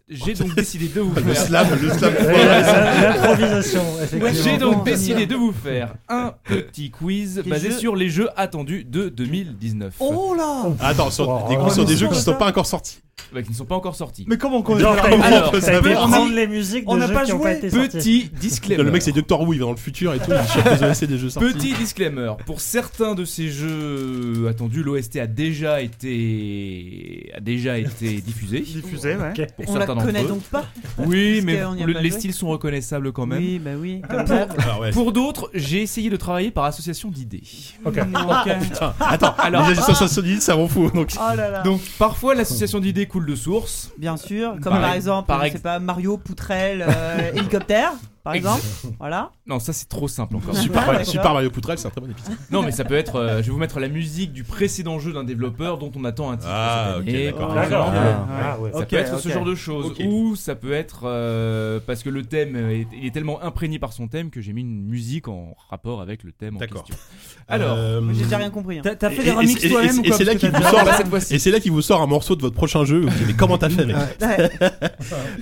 [SPEAKER 7] J'ai donc décidé de vous
[SPEAKER 2] Le
[SPEAKER 7] faire.
[SPEAKER 2] slam, le slam.
[SPEAKER 5] Et la- L'improvisation, effectivement.
[SPEAKER 7] J'ai
[SPEAKER 3] Bon,
[SPEAKER 7] donc
[SPEAKER 3] Anthony.
[SPEAKER 7] décidé de vous faire un petit quiz
[SPEAKER 6] Les
[SPEAKER 7] basé
[SPEAKER 6] jeux-
[SPEAKER 7] sur les jeux attendus de 2019,
[SPEAKER 3] Oh là
[SPEAKER 2] Attends, sur,
[SPEAKER 5] Oh,
[SPEAKER 2] des
[SPEAKER 5] ouais,
[SPEAKER 2] coups sur
[SPEAKER 6] mais
[SPEAKER 2] des
[SPEAKER 6] c'est
[SPEAKER 2] jeux qui
[SPEAKER 6] pas
[SPEAKER 2] ne sont
[SPEAKER 6] ça.
[SPEAKER 2] pas encore sortis.
[SPEAKER 7] Bah, qui ne sont pas encore sortis.
[SPEAKER 6] Mais comment qu'on
[SPEAKER 5] Genre, t'as
[SPEAKER 7] Alors,
[SPEAKER 5] été- t'as
[SPEAKER 6] ça
[SPEAKER 5] été
[SPEAKER 6] peut-
[SPEAKER 5] prendre les musiques de
[SPEAKER 6] on n'a
[SPEAKER 5] jeux
[SPEAKER 6] pas
[SPEAKER 5] qui ont
[SPEAKER 6] joué.
[SPEAKER 5] pas été sortis.
[SPEAKER 7] Petit disclaimer.
[SPEAKER 2] le mec, c'est Doctor Who, il va dans le futur et tout. Il cherche des OST des jeux sortis.
[SPEAKER 7] Petit disclaimer, pour certains de ces jeux attendus, l'OST a déjà été a déjà été diffusé.
[SPEAKER 6] diffusé, ouais.
[SPEAKER 7] Pour
[SPEAKER 3] On la
[SPEAKER 7] certains d'entre
[SPEAKER 3] connaît
[SPEAKER 7] eux.
[SPEAKER 3] donc pas
[SPEAKER 7] Oui,
[SPEAKER 3] parce
[SPEAKER 7] mais
[SPEAKER 3] qu'on y a
[SPEAKER 7] le-
[SPEAKER 3] pas
[SPEAKER 7] les
[SPEAKER 3] joué.
[SPEAKER 7] styles sont reconnaissables quand même.
[SPEAKER 3] Oui, bah oui. Comme d'hab.
[SPEAKER 2] Alors, ouais.
[SPEAKER 7] Pour d'autres, j'ai essayé de travailler par association d'idées.
[SPEAKER 5] Ok.
[SPEAKER 3] Mm,
[SPEAKER 2] Putain, attends,
[SPEAKER 7] Alors-
[SPEAKER 2] les
[SPEAKER 6] ah.
[SPEAKER 2] agissants socialistes, ça m'en fout. Donc,
[SPEAKER 3] Oh là là.
[SPEAKER 7] Donc parfois l'association d'idées coule de source.
[SPEAKER 3] Bien sûr, comme
[SPEAKER 7] Par
[SPEAKER 3] par,
[SPEAKER 7] ex-
[SPEAKER 3] exemple,
[SPEAKER 7] par
[SPEAKER 3] je
[SPEAKER 7] ex-
[SPEAKER 3] sais pas, Mario, Poutrelle, euh, hélicoptère, par exemple. Voilà.
[SPEAKER 7] Non, ça c'est trop simple encore.
[SPEAKER 2] Super,
[SPEAKER 3] Ouais,
[SPEAKER 2] Super Mario Poutrelle, c'est un très bon épisode.
[SPEAKER 7] non, mais ça peut être. euh, je vais vous mettre la musique du précédent jeu d'un développeur dont on attend un titre.
[SPEAKER 2] Ah,
[SPEAKER 7] cette
[SPEAKER 2] ok,
[SPEAKER 7] année.
[SPEAKER 2] d'accord.
[SPEAKER 7] Par
[SPEAKER 5] D'accord.
[SPEAKER 7] exemple.
[SPEAKER 5] Ah, ouais.
[SPEAKER 7] Ça
[SPEAKER 6] Ok,
[SPEAKER 7] peut être ce
[SPEAKER 6] ok.
[SPEAKER 7] genre de choses.
[SPEAKER 2] Ok.
[SPEAKER 7] Ou ça peut être euh, parce que le thème est, il est tellement imprégné par son thème que j'ai mis une musique en rapport avec le thème en
[SPEAKER 2] D'accord.
[SPEAKER 7] question. Alors,
[SPEAKER 2] Euh,
[SPEAKER 3] J'ai déjà rien compris. hein.
[SPEAKER 6] T'as t'as fait
[SPEAKER 2] et-
[SPEAKER 6] des
[SPEAKER 2] et-
[SPEAKER 6] remixes
[SPEAKER 2] et-
[SPEAKER 6] toi-même
[SPEAKER 2] et-
[SPEAKER 6] ou quoi
[SPEAKER 2] et c'est là
[SPEAKER 6] Parce que
[SPEAKER 2] qu'il
[SPEAKER 6] t'as
[SPEAKER 2] vous
[SPEAKER 6] déjà-
[SPEAKER 2] sort
[SPEAKER 7] pas
[SPEAKER 2] la-
[SPEAKER 7] Ah, cette fois-ci.
[SPEAKER 2] Et c'est là qu'il vous sort un morceau de votre prochain jeu. Vous dites, mais comment t'as fait, mec
[SPEAKER 3] Ouais.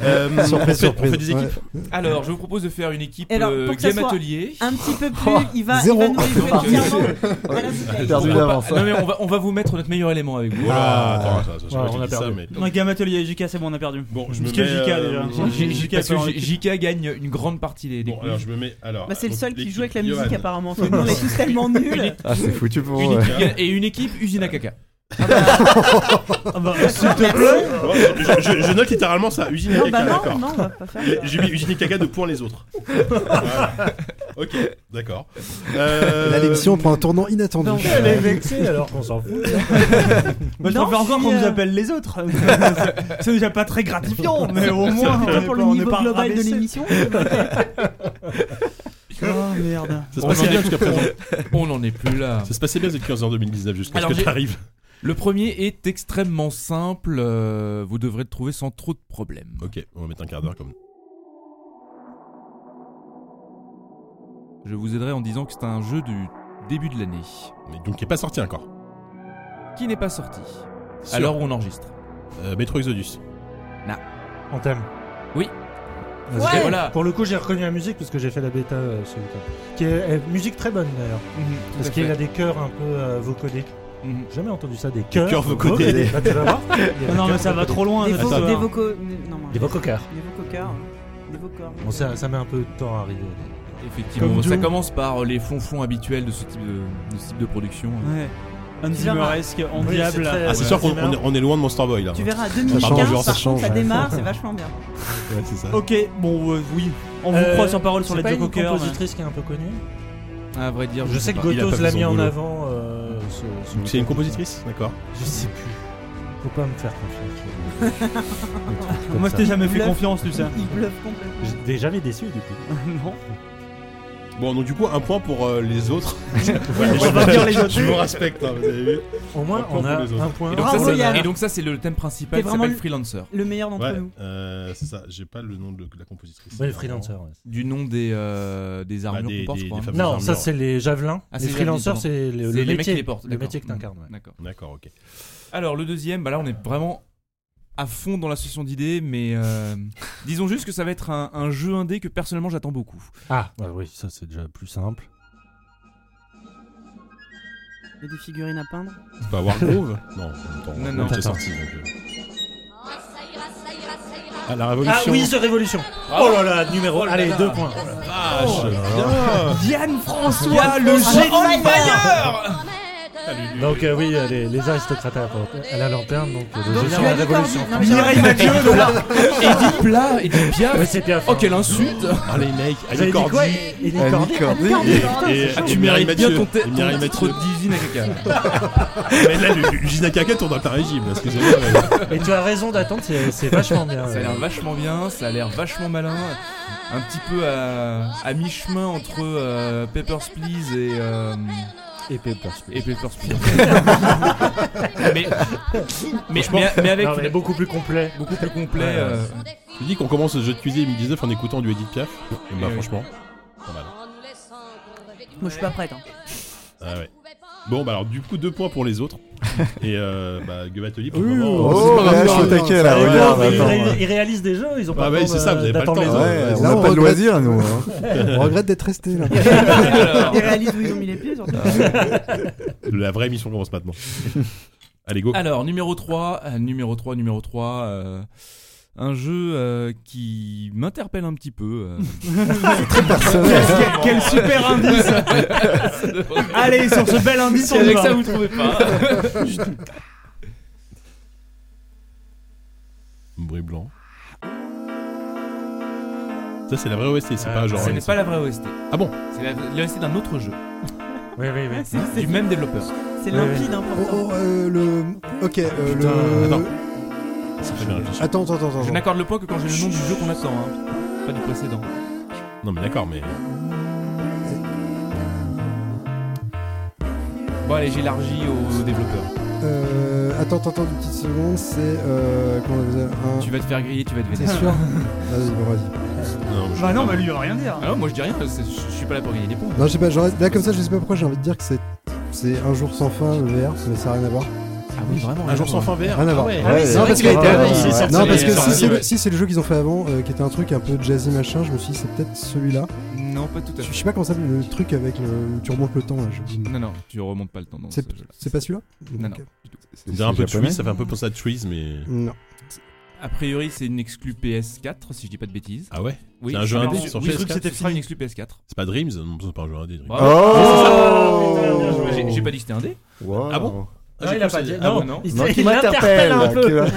[SPEAKER 2] Euh, on, fait,
[SPEAKER 4] Surprise,
[SPEAKER 2] on fait des équipes.
[SPEAKER 4] surprise. Ouais.
[SPEAKER 7] Alors, je vous propose de faire une équipe
[SPEAKER 3] Et alors,
[SPEAKER 7] euh,
[SPEAKER 3] pour que ça
[SPEAKER 7] Game
[SPEAKER 3] soit
[SPEAKER 7] Atelier.
[SPEAKER 3] Un petit
[SPEAKER 2] Oh,
[SPEAKER 3] peu plus, il va, il
[SPEAKER 4] Zéro.
[SPEAKER 3] va nous les jouer
[SPEAKER 7] Donc, euh,
[SPEAKER 3] entièrement. Voilà, c'est
[SPEAKER 8] Perdu
[SPEAKER 7] Pourquoi
[SPEAKER 8] d'avance.
[SPEAKER 7] pas- Non, mais on va, on va vous mettre notre meilleur élément avec vous.
[SPEAKER 2] Voilà, attends, attends, attends, je sais
[SPEAKER 9] Ouais,
[SPEAKER 2] pas
[SPEAKER 9] on
[SPEAKER 2] qui
[SPEAKER 9] a
[SPEAKER 2] dit ça,
[SPEAKER 9] perdu.
[SPEAKER 2] mais-
[SPEAKER 6] On a Game Atelier JK, c'est bon, on a perdu.
[SPEAKER 2] Bon, je me
[SPEAKER 6] Parce
[SPEAKER 2] mets.
[SPEAKER 6] que JK
[SPEAKER 2] euh,
[SPEAKER 6] déjà.
[SPEAKER 7] J- J-
[SPEAKER 6] JK,
[SPEAKER 7] parce
[SPEAKER 6] pas en
[SPEAKER 7] que J-
[SPEAKER 6] équipe.
[SPEAKER 7] JK gagne une grande partie des, des
[SPEAKER 2] Bon,
[SPEAKER 7] quiz.
[SPEAKER 2] alors je me mets. Alors,
[SPEAKER 3] Bah, c'est le
[SPEAKER 2] donc,
[SPEAKER 3] seul qui
[SPEAKER 2] l'équipe
[SPEAKER 3] joue avec la musique
[SPEAKER 2] Johan.
[SPEAKER 3] apparemment. parce que Nous on est tous tellement nuls.
[SPEAKER 8] Ah, c'est foutu pour
[SPEAKER 7] Une
[SPEAKER 8] moi.
[SPEAKER 7] équipe- et une équipe usine à caca.
[SPEAKER 2] S'il te plaît je, je- je note littéralement ça, usine à
[SPEAKER 3] Non,
[SPEAKER 2] caca,
[SPEAKER 3] bah non,
[SPEAKER 2] d'accord.
[SPEAKER 3] non, on va pas faire
[SPEAKER 2] Les-
[SPEAKER 3] ça.
[SPEAKER 2] J'ai mis usine et caca de points les autres. Voilà. Ok, d'accord. Euh,
[SPEAKER 4] La lecture prend un tournant inattendu.
[SPEAKER 3] Non.
[SPEAKER 5] Elle est vexée alors qu'on s'en fout.
[SPEAKER 6] Moi, je
[SPEAKER 3] Non,
[SPEAKER 6] préfère encore
[SPEAKER 3] si,
[SPEAKER 6] qu'on nous
[SPEAKER 3] euh,
[SPEAKER 6] appelle les autres. c'est déjà pas très gratifiant, mais au moins, on
[SPEAKER 3] Plutôt
[SPEAKER 6] est
[SPEAKER 3] pour
[SPEAKER 6] pas-
[SPEAKER 3] le
[SPEAKER 6] on est
[SPEAKER 3] niveau
[SPEAKER 6] pas
[SPEAKER 3] global de
[SPEAKER 6] rabaissé.
[SPEAKER 3] l'émission.
[SPEAKER 6] Oh merde.
[SPEAKER 2] Euh, Ça se passait bien jusqu'à présent.
[SPEAKER 7] On n'en est plus là.
[SPEAKER 2] Ça se passait bien cette 15 en 2019 jusqu'à ce
[SPEAKER 7] Alors,
[SPEAKER 2] que
[SPEAKER 7] j'ai-
[SPEAKER 2] t'arrives.
[SPEAKER 7] Le premier est extrêmement simple. euh, vous devrez le trouver sans trop de problèmes.
[SPEAKER 2] Ok, on va mettre un quart d'heure comme.
[SPEAKER 7] Je vous aiderai en disant que c'est un jeu du début de l'année
[SPEAKER 2] Mais donc qui est pas sorti encore.
[SPEAKER 7] qui n'est pas sorti.
[SPEAKER 2] Sûr.
[SPEAKER 7] Alors on enregistre.
[SPEAKER 2] Euh, Metro Exodus.
[SPEAKER 5] On t'aime.
[SPEAKER 7] Oui.
[SPEAKER 5] Vas-y.
[SPEAKER 7] Ouais. Et voilà.
[SPEAKER 5] Pour le coup, j'ai reconnu la musique parce que j'ai fait la bêta euh, ce week-end. Qui est euh, musique très bonne d'ailleurs. Parce qu'il a des chœurs un peu euh, vocodés.
[SPEAKER 7] Mhm.
[SPEAKER 5] J'ai Jamais entendu ça, des chœurs.
[SPEAKER 2] chœurs vocodés.
[SPEAKER 5] Bah, tu vas voir. Il y a des
[SPEAKER 6] Non, non,
[SPEAKER 5] chœurs
[SPEAKER 6] mais ça va
[SPEAKER 5] vocodés.
[SPEAKER 6] trop loin.
[SPEAKER 3] Des
[SPEAKER 6] notre
[SPEAKER 3] vocaux-
[SPEAKER 6] histoire.
[SPEAKER 3] des vocaux. euh, Non, non.
[SPEAKER 5] Des vococars.
[SPEAKER 3] Des vococars. Des vocors.
[SPEAKER 5] Bon, ça, ça met un peu de temps à arriver.
[SPEAKER 7] Effectivement,
[SPEAKER 5] Comme
[SPEAKER 7] ça
[SPEAKER 5] Doom.
[SPEAKER 7] commence par euh, les fonds-fonds habituels de ce type de, de ce type de production.
[SPEAKER 6] Ouais. Un
[SPEAKER 3] Tu verras.
[SPEAKER 6] Zimmeresque, en
[SPEAKER 5] Oui,
[SPEAKER 6] diable.
[SPEAKER 5] c'est très-
[SPEAKER 2] Ah, c'est sûr qu'on on est,
[SPEAKER 5] Zimmer.
[SPEAKER 2] on est loin de Monster Boy là.
[SPEAKER 3] Tu verras,
[SPEAKER 4] change,
[SPEAKER 3] 2015,
[SPEAKER 4] genre, ça
[SPEAKER 3] par contre, ça
[SPEAKER 4] change.
[SPEAKER 3] démarre, c'est vachement bien.
[SPEAKER 2] Ouais, c'est ça.
[SPEAKER 6] Ok, bon, euh, oui. On vous
[SPEAKER 5] Euh,
[SPEAKER 6] croit sur parole sur
[SPEAKER 5] c'est
[SPEAKER 6] les
[SPEAKER 5] pas
[SPEAKER 6] deux
[SPEAKER 5] une
[SPEAKER 6] coqueurs.
[SPEAKER 5] compositrice qui est un peu connue.
[SPEAKER 7] À vrai dire,
[SPEAKER 5] Je sais que
[SPEAKER 7] pas.
[SPEAKER 2] il a pas
[SPEAKER 5] Gotos
[SPEAKER 2] fait
[SPEAKER 5] l'a
[SPEAKER 2] son
[SPEAKER 5] mis en
[SPEAKER 2] boulot.
[SPEAKER 5] avant. euh, ce- ce
[SPEAKER 2] Donc c'est une
[SPEAKER 5] week-end.
[SPEAKER 2] compositrice, d'accord.
[SPEAKER 5] Je sais plus. Faut pas me faire confiance. Des trucs comme
[SPEAKER 6] Moi, je
[SPEAKER 5] ça.
[SPEAKER 6] t'ai jamais fait
[SPEAKER 3] Bluff.
[SPEAKER 6] confiance, tu sais.
[SPEAKER 3] Il bluffe complètement.
[SPEAKER 5] J'ai déjà les déçu du coup.
[SPEAKER 6] non.
[SPEAKER 2] Bon, donc du coup, un point pour euh, les autres.
[SPEAKER 6] on va dire les autres.
[SPEAKER 2] Je vous respecte, hein, vous avez vu.
[SPEAKER 5] Au moins,
[SPEAKER 2] Un point
[SPEAKER 5] on a
[SPEAKER 2] pour les autres.
[SPEAKER 5] un point.
[SPEAKER 7] Et donc,
[SPEAKER 3] Bravo,
[SPEAKER 7] ça, c'est-
[SPEAKER 3] Yann.
[SPEAKER 7] et donc ça, c'est le thème principal
[SPEAKER 3] T'es
[SPEAKER 7] qui
[SPEAKER 3] vraiment
[SPEAKER 7] s'appelle
[SPEAKER 3] le-
[SPEAKER 7] Freelancer.
[SPEAKER 3] Le meilleur d'entre
[SPEAKER 2] Ouais,
[SPEAKER 3] nous.
[SPEAKER 2] euh, c'est ça, j'ai pas le nom de la compositrice. Bah,
[SPEAKER 5] Ouais, le freelancer. ouais.
[SPEAKER 7] Du nom des, euh, des armures
[SPEAKER 2] des-
[SPEAKER 7] qu'on porte,
[SPEAKER 2] des-
[SPEAKER 7] je crois,
[SPEAKER 2] des
[SPEAKER 7] hein.
[SPEAKER 2] fameux-
[SPEAKER 5] Non,
[SPEAKER 2] armures.
[SPEAKER 5] ça c'est les javelins.
[SPEAKER 7] Ah, c'est
[SPEAKER 5] les
[SPEAKER 7] les
[SPEAKER 5] freelancers,
[SPEAKER 7] javelins,
[SPEAKER 5] c'est le, le
[SPEAKER 7] C'est les mecs
[SPEAKER 5] métier.
[SPEAKER 7] qui les portent.
[SPEAKER 5] le
[SPEAKER 7] d'accord. Mhm,
[SPEAKER 5] métier que t'incarnes. ouais.
[SPEAKER 7] D'accord.
[SPEAKER 2] D'accord, ok.
[SPEAKER 7] Alors, le deuxième, bah là, on est vraiment à fond dans l'association d'idées, mais euh, disons juste que ça va être un, un jeu indé que personnellement j'attends beaucoup.
[SPEAKER 5] Ah, bah oui, ça c'est déjà plus simple.
[SPEAKER 3] Il y a des figurines à peindre.
[SPEAKER 2] C'est pas Wargroove Non, en même temps,
[SPEAKER 7] Non, non.
[SPEAKER 2] Wargroove, c'est
[SPEAKER 5] Attends.
[SPEAKER 2] sorti. donc, euh. Ah, la révolution.
[SPEAKER 5] The Révolution. Oh là là, numéro. Allez, deux points.
[SPEAKER 2] Ah, je- Ah.
[SPEAKER 6] Yann François,
[SPEAKER 7] Yann
[SPEAKER 6] le
[SPEAKER 7] François
[SPEAKER 6] génie
[SPEAKER 5] Donc euh, oui, euh, les, les aristocrates à la, porte- à la lanterne, donc euh, le jeu sur
[SPEAKER 3] tu
[SPEAKER 5] la
[SPEAKER 3] as dit
[SPEAKER 5] Révolution.
[SPEAKER 3] Cordy. Non, mais
[SPEAKER 6] Mireille Mathieu,
[SPEAKER 7] Edith Plat, Edith Piaf.
[SPEAKER 5] Ouais, c'est bien.
[SPEAKER 7] Oh, quelle insulte
[SPEAKER 2] Ah, les mecs,
[SPEAKER 5] Vous avez
[SPEAKER 2] Ali
[SPEAKER 5] dit quoi
[SPEAKER 2] Cordy.
[SPEAKER 5] Et
[SPEAKER 8] Annie
[SPEAKER 5] Cordy
[SPEAKER 8] Cordy.
[SPEAKER 3] Cordy.
[SPEAKER 2] Et,
[SPEAKER 3] Putain,
[SPEAKER 2] et-
[SPEAKER 3] c'est chaud.
[SPEAKER 2] et Mireille
[SPEAKER 7] bien
[SPEAKER 2] Mathieu.
[SPEAKER 7] ton thé-
[SPEAKER 2] Et Mireille
[SPEAKER 7] ton
[SPEAKER 2] Mathieu.
[SPEAKER 7] titre d'usine à caca.
[SPEAKER 2] Mais là, le- l'usine à caca tourne à ta régime, excusez-moi. mais-
[SPEAKER 5] Et tu as raison d'attendre, c'est c'est vachement bien.
[SPEAKER 7] Ça a l'air vachement bien, ça a l'air vachement malin. Un petit peu à, à mi-chemin entre euh, Papers, Please et, euh,
[SPEAKER 5] Et Papers,
[SPEAKER 7] et Papers, Please. mais, mais, mais, mais avec
[SPEAKER 5] Non, mais beaucoup plus complet.
[SPEAKER 7] beaucoup plus complet.
[SPEAKER 5] Ouais, ouais.
[SPEAKER 7] euh,
[SPEAKER 2] Tu dis qu'on commence le jeu de cuisine 2019 en écoutant du Edith Piaf Eh ben,
[SPEAKER 7] oui.
[SPEAKER 2] franchement, pas mal.
[SPEAKER 3] Moi, je suis pas prête. hein.
[SPEAKER 2] Ah ouais. Bon, bah alors, du coup, deux points pour les autres. Et euh, bah, Gubatoli pour le moment.
[SPEAKER 8] Oh,
[SPEAKER 2] c'est pas
[SPEAKER 8] là,
[SPEAKER 2] grave.
[SPEAKER 8] je suis au taquet là,
[SPEAKER 5] Ah, ouais,
[SPEAKER 8] regarde.
[SPEAKER 5] mais ils,
[SPEAKER 8] attends.
[SPEAKER 5] ré- ils réalisent des jeux, ils ont pas
[SPEAKER 2] Ah
[SPEAKER 5] le
[SPEAKER 2] ouais,
[SPEAKER 5] temps
[SPEAKER 2] c'est ça, vous avez
[SPEAKER 5] de-
[SPEAKER 2] pas le
[SPEAKER 5] d'attendre les
[SPEAKER 2] temps.
[SPEAKER 5] autres.
[SPEAKER 8] Ouais,
[SPEAKER 2] Ouais,
[SPEAKER 8] on n'a
[SPEAKER 4] on
[SPEAKER 8] pas de
[SPEAKER 4] regrette.
[SPEAKER 8] loisirs, nous. hein.
[SPEAKER 4] On regrette d'être resté là.
[SPEAKER 7] euh. alors,
[SPEAKER 3] Ils réalisent où ils ont mis les pieds, surtout.
[SPEAKER 2] La vraie émission commence maintenant. Allez, go.
[SPEAKER 7] alors, numéro 3, euh, numéro 3, numéro 3. euh, un jeu euh, qui m'interpelle un petit peu. euh.
[SPEAKER 6] quel, quel super indice Allez, sur ce bel indice,
[SPEAKER 7] Si
[SPEAKER 6] on y
[SPEAKER 7] avec
[SPEAKER 6] va.
[SPEAKER 7] ça vous trouvez pas.
[SPEAKER 2] Bruit blanc. Ça, c'est la vraie OST, c'est
[SPEAKER 5] Ah,
[SPEAKER 2] pas genre.
[SPEAKER 7] Ce n'est pas la vraie OST.
[SPEAKER 2] Ah bon
[SPEAKER 7] C'est la- l'OST d'un autre jeu,
[SPEAKER 2] hein.
[SPEAKER 5] Oui, oui, oui.
[SPEAKER 3] C'est-
[SPEAKER 7] du
[SPEAKER 3] C'est
[SPEAKER 7] même développeur.
[SPEAKER 3] c'est
[SPEAKER 5] Ouais.
[SPEAKER 3] limpide, hein,
[SPEAKER 4] Oh,
[SPEAKER 3] pourtant.
[SPEAKER 4] oh, euh, le. Ok, euh,
[SPEAKER 2] Putain,
[SPEAKER 4] le.
[SPEAKER 2] Ça fait bien réfléchir.
[SPEAKER 4] Attends, attends, attends.
[SPEAKER 7] Je
[SPEAKER 4] attends.
[SPEAKER 7] n'accorde le point que quand j'ai le nom du jeu qu'on attend, hein. pas du précédent.
[SPEAKER 2] Non, mais d'accord, mais. euh,
[SPEAKER 7] Bon allez, j'élargis au développeur.
[SPEAKER 4] Euh, attends, attends, attends, une petite seconde. C'est. Euh, comment on faisait un...
[SPEAKER 7] Tu vas te faire griller, tu vas te
[SPEAKER 4] T'es
[SPEAKER 7] vénérer.
[SPEAKER 4] sûr Vas-y, bon, vas-y.
[SPEAKER 2] Non, je-
[SPEAKER 6] Bah non, bah lui, il va rien dire.
[SPEAKER 7] Ah non, moi je dis rien, c'est- je je suis pas là pour gagner des points.
[SPEAKER 4] Non, je sais pas, genre, là comme ça, je sais pas pourquoi j'ai envie de dire que c'est. C'est un jour sans fin, le VR, mais ça n'a rien à voir.
[SPEAKER 7] Ah oui, vraiment.
[SPEAKER 2] Un jour sans fin
[SPEAKER 4] Rien
[SPEAKER 2] vert.
[SPEAKER 4] à voir.
[SPEAKER 2] ouais.
[SPEAKER 4] Ah oui,
[SPEAKER 8] Ouais,
[SPEAKER 4] c'est
[SPEAKER 8] ouais.
[SPEAKER 4] vrai
[SPEAKER 2] parce
[SPEAKER 4] qu'il a été
[SPEAKER 2] Ouais,
[SPEAKER 4] avant,
[SPEAKER 2] il est
[SPEAKER 4] ouais.
[SPEAKER 2] sorti,
[SPEAKER 4] Non,
[SPEAKER 2] il
[SPEAKER 4] parce
[SPEAKER 2] est
[SPEAKER 4] que si
[SPEAKER 2] sorti,
[SPEAKER 4] c'est
[SPEAKER 2] ouais.
[SPEAKER 4] le, si c'est le jeu qu'ils ont fait avant, euh, qui était un truc un peu jazzy machin, je me suis dit c'est peut-être celui-là.
[SPEAKER 7] Non, pas tout à
[SPEAKER 4] Je je
[SPEAKER 7] fait.
[SPEAKER 4] sais pas comment ça s'appelle, le truc avec le, où tu remontes le temps là. je-
[SPEAKER 7] Non, non, tu remontes pas le temps dans ce
[SPEAKER 4] C'est
[SPEAKER 7] jeu-là.
[SPEAKER 4] c'est pas euh. celui-là
[SPEAKER 7] Non,
[SPEAKER 4] Ok.
[SPEAKER 2] On dirait un peu
[SPEAKER 8] japonais
[SPEAKER 2] Trees, ça fait un peu penser à Trees, mais.
[SPEAKER 4] Non.
[SPEAKER 7] A priori, c'est une exclue PS4, si je dis pas de bêtises.
[SPEAKER 2] Ah ouais
[SPEAKER 7] Oui,
[SPEAKER 2] C'est un jeu
[SPEAKER 7] alors,
[SPEAKER 2] indé
[SPEAKER 7] oui,
[SPEAKER 2] sur
[SPEAKER 7] oui, je
[SPEAKER 2] PS4,
[SPEAKER 7] crois que c'était
[SPEAKER 2] c'est
[SPEAKER 7] fini une exclue PS4.
[SPEAKER 2] C'est pas
[SPEAKER 8] Bah,
[SPEAKER 2] Dreams Non, c'est pas un jeu indé. Dreams.
[SPEAKER 7] Bravo.
[SPEAKER 8] Oh
[SPEAKER 5] putain, bien
[SPEAKER 7] J'ai- J'ai pas dit que c'était indé.
[SPEAKER 8] Wow.
[SPEAKER 2] Ah bon Ah,
[SPEAKER 9] Non,
[SPEAKER 2] j'ai
[SPEAKER 9] Ah, il a
[SPEAKER 2] cru
[SPEAKER 9] pas
[SPEAKER 2] que
[SPEAKER 9] dit.
[SPEAKER 2] c'était-
[SPEAKER 9] Non,
[SPEAKER 8] ouais, non.
[SPEAKER 9] il,
[SPEAKER 8] Non,
[SPEAKER 9] il
[SPEAKER 8] qui
[SPEAKER 9] l'interpelle un
[SPEAKER 8] m'interpelle,
[SPEAKER 9] peu.
[SPEAKER 8] Mais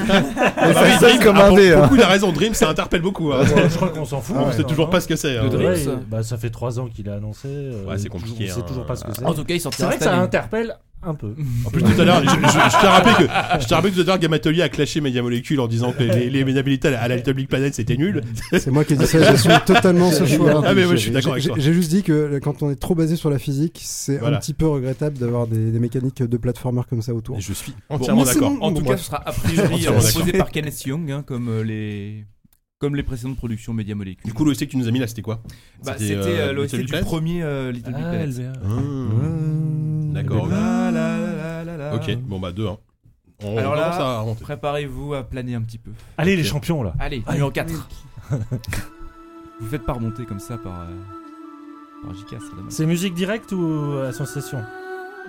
[SPEAKER 2] Ah oui,
[SPEAKER 8] ça sonne
[SPEAKER 2] Dream,
[SPEAKER 8] comme
[SPEAKER 2] ah,
[SPEAKER 8] un
[SPEAKER 2] pour-
[SPEAKER 8] dé.
[SPEAKER 2] Pour
[SPEAKER 8] hein.
[SPEAKER 2] le coup, il a raison, Dream, ça interpelle beaucoup. hein.
[SPEAKER 5] Ouais, je crois qu'on s'en fout.
[SPEAKER 2] On
[SPEAKER 5] ouais,
[SPEAKER 2] sait
[SPEAKER 5] non,
[SPEAKER 2] toujours
[SPEAKER 5] non.
[SPEAKER 2] pas ce que c'est. hein.
[SPEAKER 7] De Dream.
[SPEAKER 5] Ouais,
[SPEAKER 7] Dreams.
[SPEAKER 5] bah, ça fait 3 ans qu'il a annoncé. euh,
[SPEAKER 2] Ouais, c'est compliqué,
[SPEAKER 5] On sait
[SPEAKER 2] hein.
[SPEAKER 5] toujours pas ce que c'est.
[SPEAKER 7] En tout cas, il
[SPEAKER 5] C'est
[SPEAKER 7] sortira
[SPEAKER 5] vrai
[SPEAKER 7] cette
[SPEAKER 5] que ça
[SPEAKER 7] année.
[SPEAKER 5] interpelle un peu.
[SPEAKER 2] En plus, tout à l'heure, je, je, je t'ai rappelé que je t'ai rappelé que tout à l'heure, Game Atelier a clashé Media Molecule en disant que les, les ménabilités à la- à la Little Big Planet c'était nul.
[SPEAKER 4] C'est moi qui ai dit ça, j'assume totalement ce choix.
[SPEAKER 2] Ah, mais ouais, je suis d'accord avec
[SPEAKER 4] J'ai
[SPEAKER 2] toi.
[SPEAKER 4] j'ai juste dit que euh, quand on est trop basé sur la physique, c'est
[SPEAKER 2] Voilà.
[SPEAKER 4] un petit peu regrettable d'avoir des, des mécaniques de platformer comme ça autour.
[SPEAKER 2] Et Je suis
[SPEAKER 4] Bon,
[SPEAKER 2] entièrement
[SPEAKER 4] mais c'est
[SPEAKER 2] d'accord.
[SPEAKER 4] bon,
[SPEAKER 7] En
[SPEAKER 4] bon,
[SPEAKER 7] tout cas,
[SPEAKER 4] bref.
[SPEAKER 7] ce sera a priori
[SPEAKER 2] Entièrement d'accord.
[SPEAKER 7] proposé par Kenneth Young, hein, comme euh, les comme les précédentes productions Media Molecule.
[SPEAKER 2] Du coup, l'OST que tu nous as mis là, c'était quoi
[SPEAKER 7] Bah,
[SPEAKER 2] c'était,
[SPEAKER 7] c'était
[SPEAKER 2] euh,
[SPEAKER 7] euh, l'OST
[SPEAKER 2] Little Big
[SPEAKER 7] du
[SPEAKER 2] Planet
[SPEAKER 7] premier euh,
[SPEAKER 5] Ah,
[SPEAKER 7] Little Big Oh Planet.
[SPEAKER 2] D'accord.
[SPEAKER 7] La, la, la, la, la.
[SPEAKER 2] Ok, bon bah 2-1. On
[SPEAKER 7] Alors là-
[SPEAKER 2] commence à remonter.
[SPEAKER 7] Préparez-vous à planer un petit peu.
[SPEAKER 5] Allez, les champions là.
[SPEAKER 7] Allez, numéro 4. Vous faites pas remonter comme ça par, euh, par JK, c'est dommage.
[SPEAKER 5] C'est musique directe ou euh, association